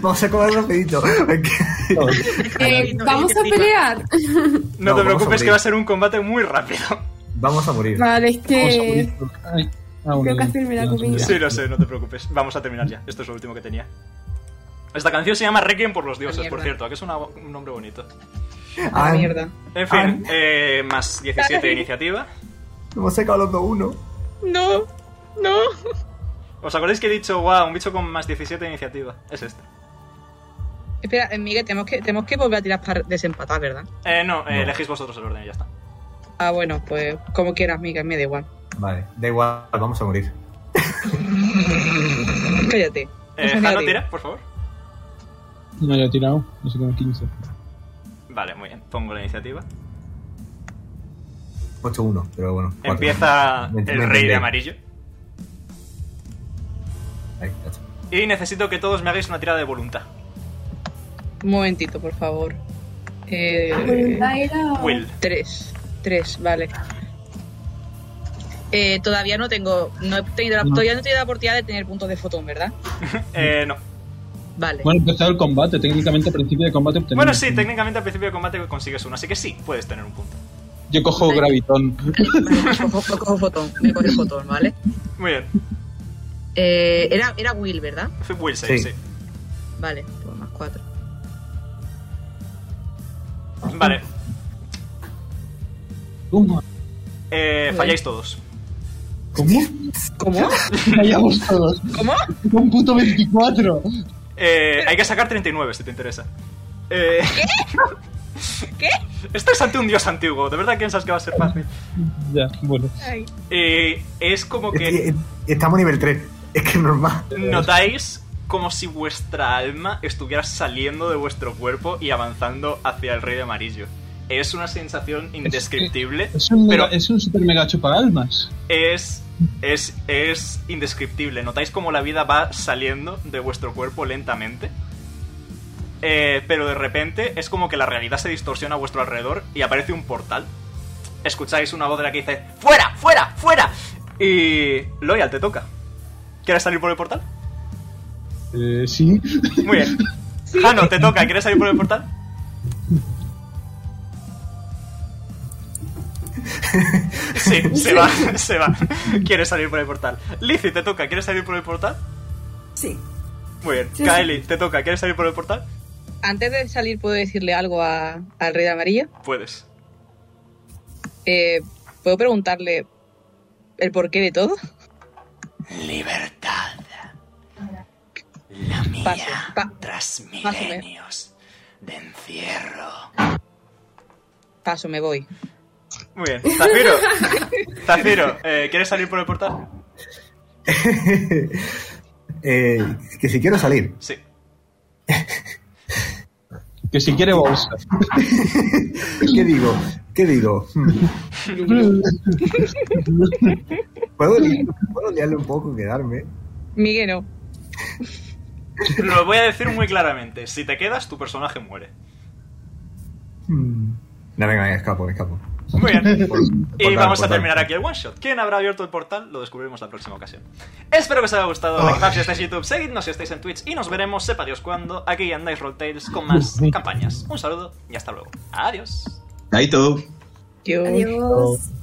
Speaker 4: Vamos a comer rapidito.
Speaker 5: Eh,
Speaker 6: este
Speaker 5: vamos a pelear.
Speaker 2: No,
Speaker 4: No,
Speaker 2: te
Speaker 4: vamos a
Speaker 2: preocupes
Speaker 4: morir.
Speaker 2: que va a ser un combate muy
Speaker 4: [LAUGHS]
Speaker 2: rápido.
Speaker 4: [LAUGHS] Vamos a morir.
Speaker 5: Vale, es que.
Speaker 7: Ay, ah, bueno,
Speaker 5: Creo que hace el
Speaker 7: ya,
Speaker 5: milagro.
Speaker 7: ya.
Speaker 2: Sí, lo sé, no te preocupes. Vamos a terminar ya. Esto es lo último que tenía. Esta canción se llama Requiem por los dioses, por
Speaker 6: mierda.
Speaker 2: cierto, que es una- un nombre bonito.
Speaker 6: a la
Speaker 4: Ah,
Speaker 6: mierda.
Speaker 2: En fin,
Speaker 4: Ay.
Speaker 2: eh, más 17 de iniciativa.
Speaker 4: Hemos sacado los dos uno.
Speaker 6: No, no.
Speaker 2: ¿Os acordáis que he dicho, wow, un bicho con más 17 de iniciativa? Es este.
Speaker 6: Espera, eh, Miguel, tenemos que, tenemos que volver a tirar para desempatar, ¿verdad?
Speaker 2: Eh, no, eh,
Speaker 4: No.
Speaker 2: elegís vosotros el orden y ya está.
Speaker 6: Ah, bueno, pues como quieras, Miguel, me da igual. [LAUGHS]
Speaker 4: Vale, da igual, vamos a morir.
Speaker 6: Cállate.
Speaker 2: Eh,
Speaker 6: Eso es
Speaker 2: Jano,
Speaker 6: negativo.
Speaker 2: tira, por favor.
Speaker 7: No, ya he tirado. No sé cómo 15.
Speaker 2: Vale, muy bien. Pongo la iniciativa.
Speaker 4: 8-1, pero bueno. cuatro.
Speaker 2: Empieza
Speaker 4: Me- me
Speaker 2: el rey de
Speaker 4: entendéis.
Speaker 2: amarillo.
Speaker 4: Ahí, ya está.
Speaker 2: Y necesito que todos me hagáis una tirada de voluntad.
Speaker 6: Un momentito, por favor. Eh,
Speaker 5: Voluntad era-
Speaker 2: Will.
Speaker 6: tres. Tres, vale. Eh, todavía no tengo. No he tenido la, Todavía no he tenido la oportunidad de tener puntos de fotón, ¿verdad?
Speaker 2: Eh, no.
Speaker 6: Vale.
Speaker 7: Bueno, empezado el combate. Técnicamente, al principio de combate obtenemos
Speaker 2: Bueno, sí,
Speaker 7: uno.
Speaker 2: técnicamente al principio de combate consigues uno, así que sí, puedes tener un punto.
Speaker 7: Yo cojo
Speaker 6: Vale.
Speaker 5: [LAUGHS]
Speaker 7: gravitón.
Speaker 6: Vale, [LAUGHS] cojo, cojo- cojo fotón. Me coge fotón, ¿vale?
Speaker 2: Muy bien.
Speaker 6: Eh, era, era Will, ¿verdad?
Speaker 2: Fue Will save, sí.
Speaker 4: Sí.
Speaker 6: Vale, pues más cuatro.
Speaker 2: Vale.
Speaker 7: Toma.
Speaker 2: Eh,
Speaker 6: Muy
Speaker 2: falláis eh, todos.
Speaker 11: ¿Cómo?
Speaker 1: ¿Cómo?
Speaker 11: Vayamos todos.
Speaker 1: ¿Cómo?
Speaker 11: Un puto 24.
Speaker 2: Eh, hay que sacar 39 si te interesa. Eh, [LAUGHS]
Speaker 1: ¿Qué?
Speaker 2: esto es ante un dios antiguo. ¿De verdad piensas que va a ser fácil?
Speaker 7: Ya, bueno.
Speaker 1: Ay.
Speaker 2: Eh, es como que...
Speaker 4: Es que, eh, Estamos nivel 3. Es que es normal.
Speaker 2: Notáis como si vuestra alma estuviera saliendo de vuestro cuerpo y avanzando hacia el rey de amarillo. Es una sensación indescriptible,
Speaker 7: Es un,
Speaker 2: pero
Speaker 7: mega- es un super mega chupa almas.
Speaker 2: es, es, es indescriptible. Notáis como la vida va saliendo de vuestro cuerpo lentamente. Eh, pero de repente es como que la realidad se distorsiona a vuestro alrededor y aparece un portal. Escucháis una voz de la que dice, ¡Fuera! ¡Fuera! ¡Fuera! Y... Loyal, te toca. ¿Quieres salir por el portal?
Speaker 7: Eh, sí.
Speaker 2: Muy bien. Jano, te toca. ¿Quieres salir por el portal? Sí, se va, se va. Quieres salir por el portal. Lizzie, te toca. ¿Quieres salir por el portal?
Speaker 12: Sí.
Speaker 2: Muy bien.
Speaker 12: Sí, sí.
Speaker 2: Kylie, te toca. ¿Quieres salir por el portal?
Speaker 1: Antes de salir, ¿puedo decirle algo a- al Rey de Amarillo?
Speaker 2: Puedes.
Speaker 1: Eh, ¿Puedo preguntarle el porqué de todo?
Speaker 2: Libertad. La
Speaker 1: Paso, pa-
Speaker 2: tras
Speaker 1: paso, me-
Speaker 2: de encierro.
Speaker 1: Paso, me voy.
Speaker 2: Muy bien. Zafiro. Zafiro, eh, ¿quieres salir por el portal?
Speaker 4: Eh, que si quiero salir.
Speaker 2: Sí.
Speaker 7: Que si quiere bolsa.
Speaker 4: ¿Qué digo? ¿Qué digo? Hmm. ¿Puedo, ¿Puedo liarle un poco, quedarme?
Speaker 1: Miguel, no.
Speaker 2: Lo voy a decir muy claramente. Si te quedas, tu personaje muere.
Speaker 4: Hmm. No, venga, venga, escapo, escapo.
Speaker 2: Muy bien. Y
Speaker 4: Portal,
Speaker 2: vamos a
Speaker 4: portal.
Speaker 2: terminar aquí el one shot. ¿Quién habrá abierto el portal? Lo descubriremos la próxima ocasión. Espero que os haya gustado. Recordad si estáis en YouTube, seguidnos si estáis en Twitch y nos veremos, sepa Dios cuándo, aquí en Dice Roll Tales con más campañas. Un saludo y hasta luego. Adiós.
Speaker 8: Naito.
Speaker 1: Yo...
Speaker 12: Adiós.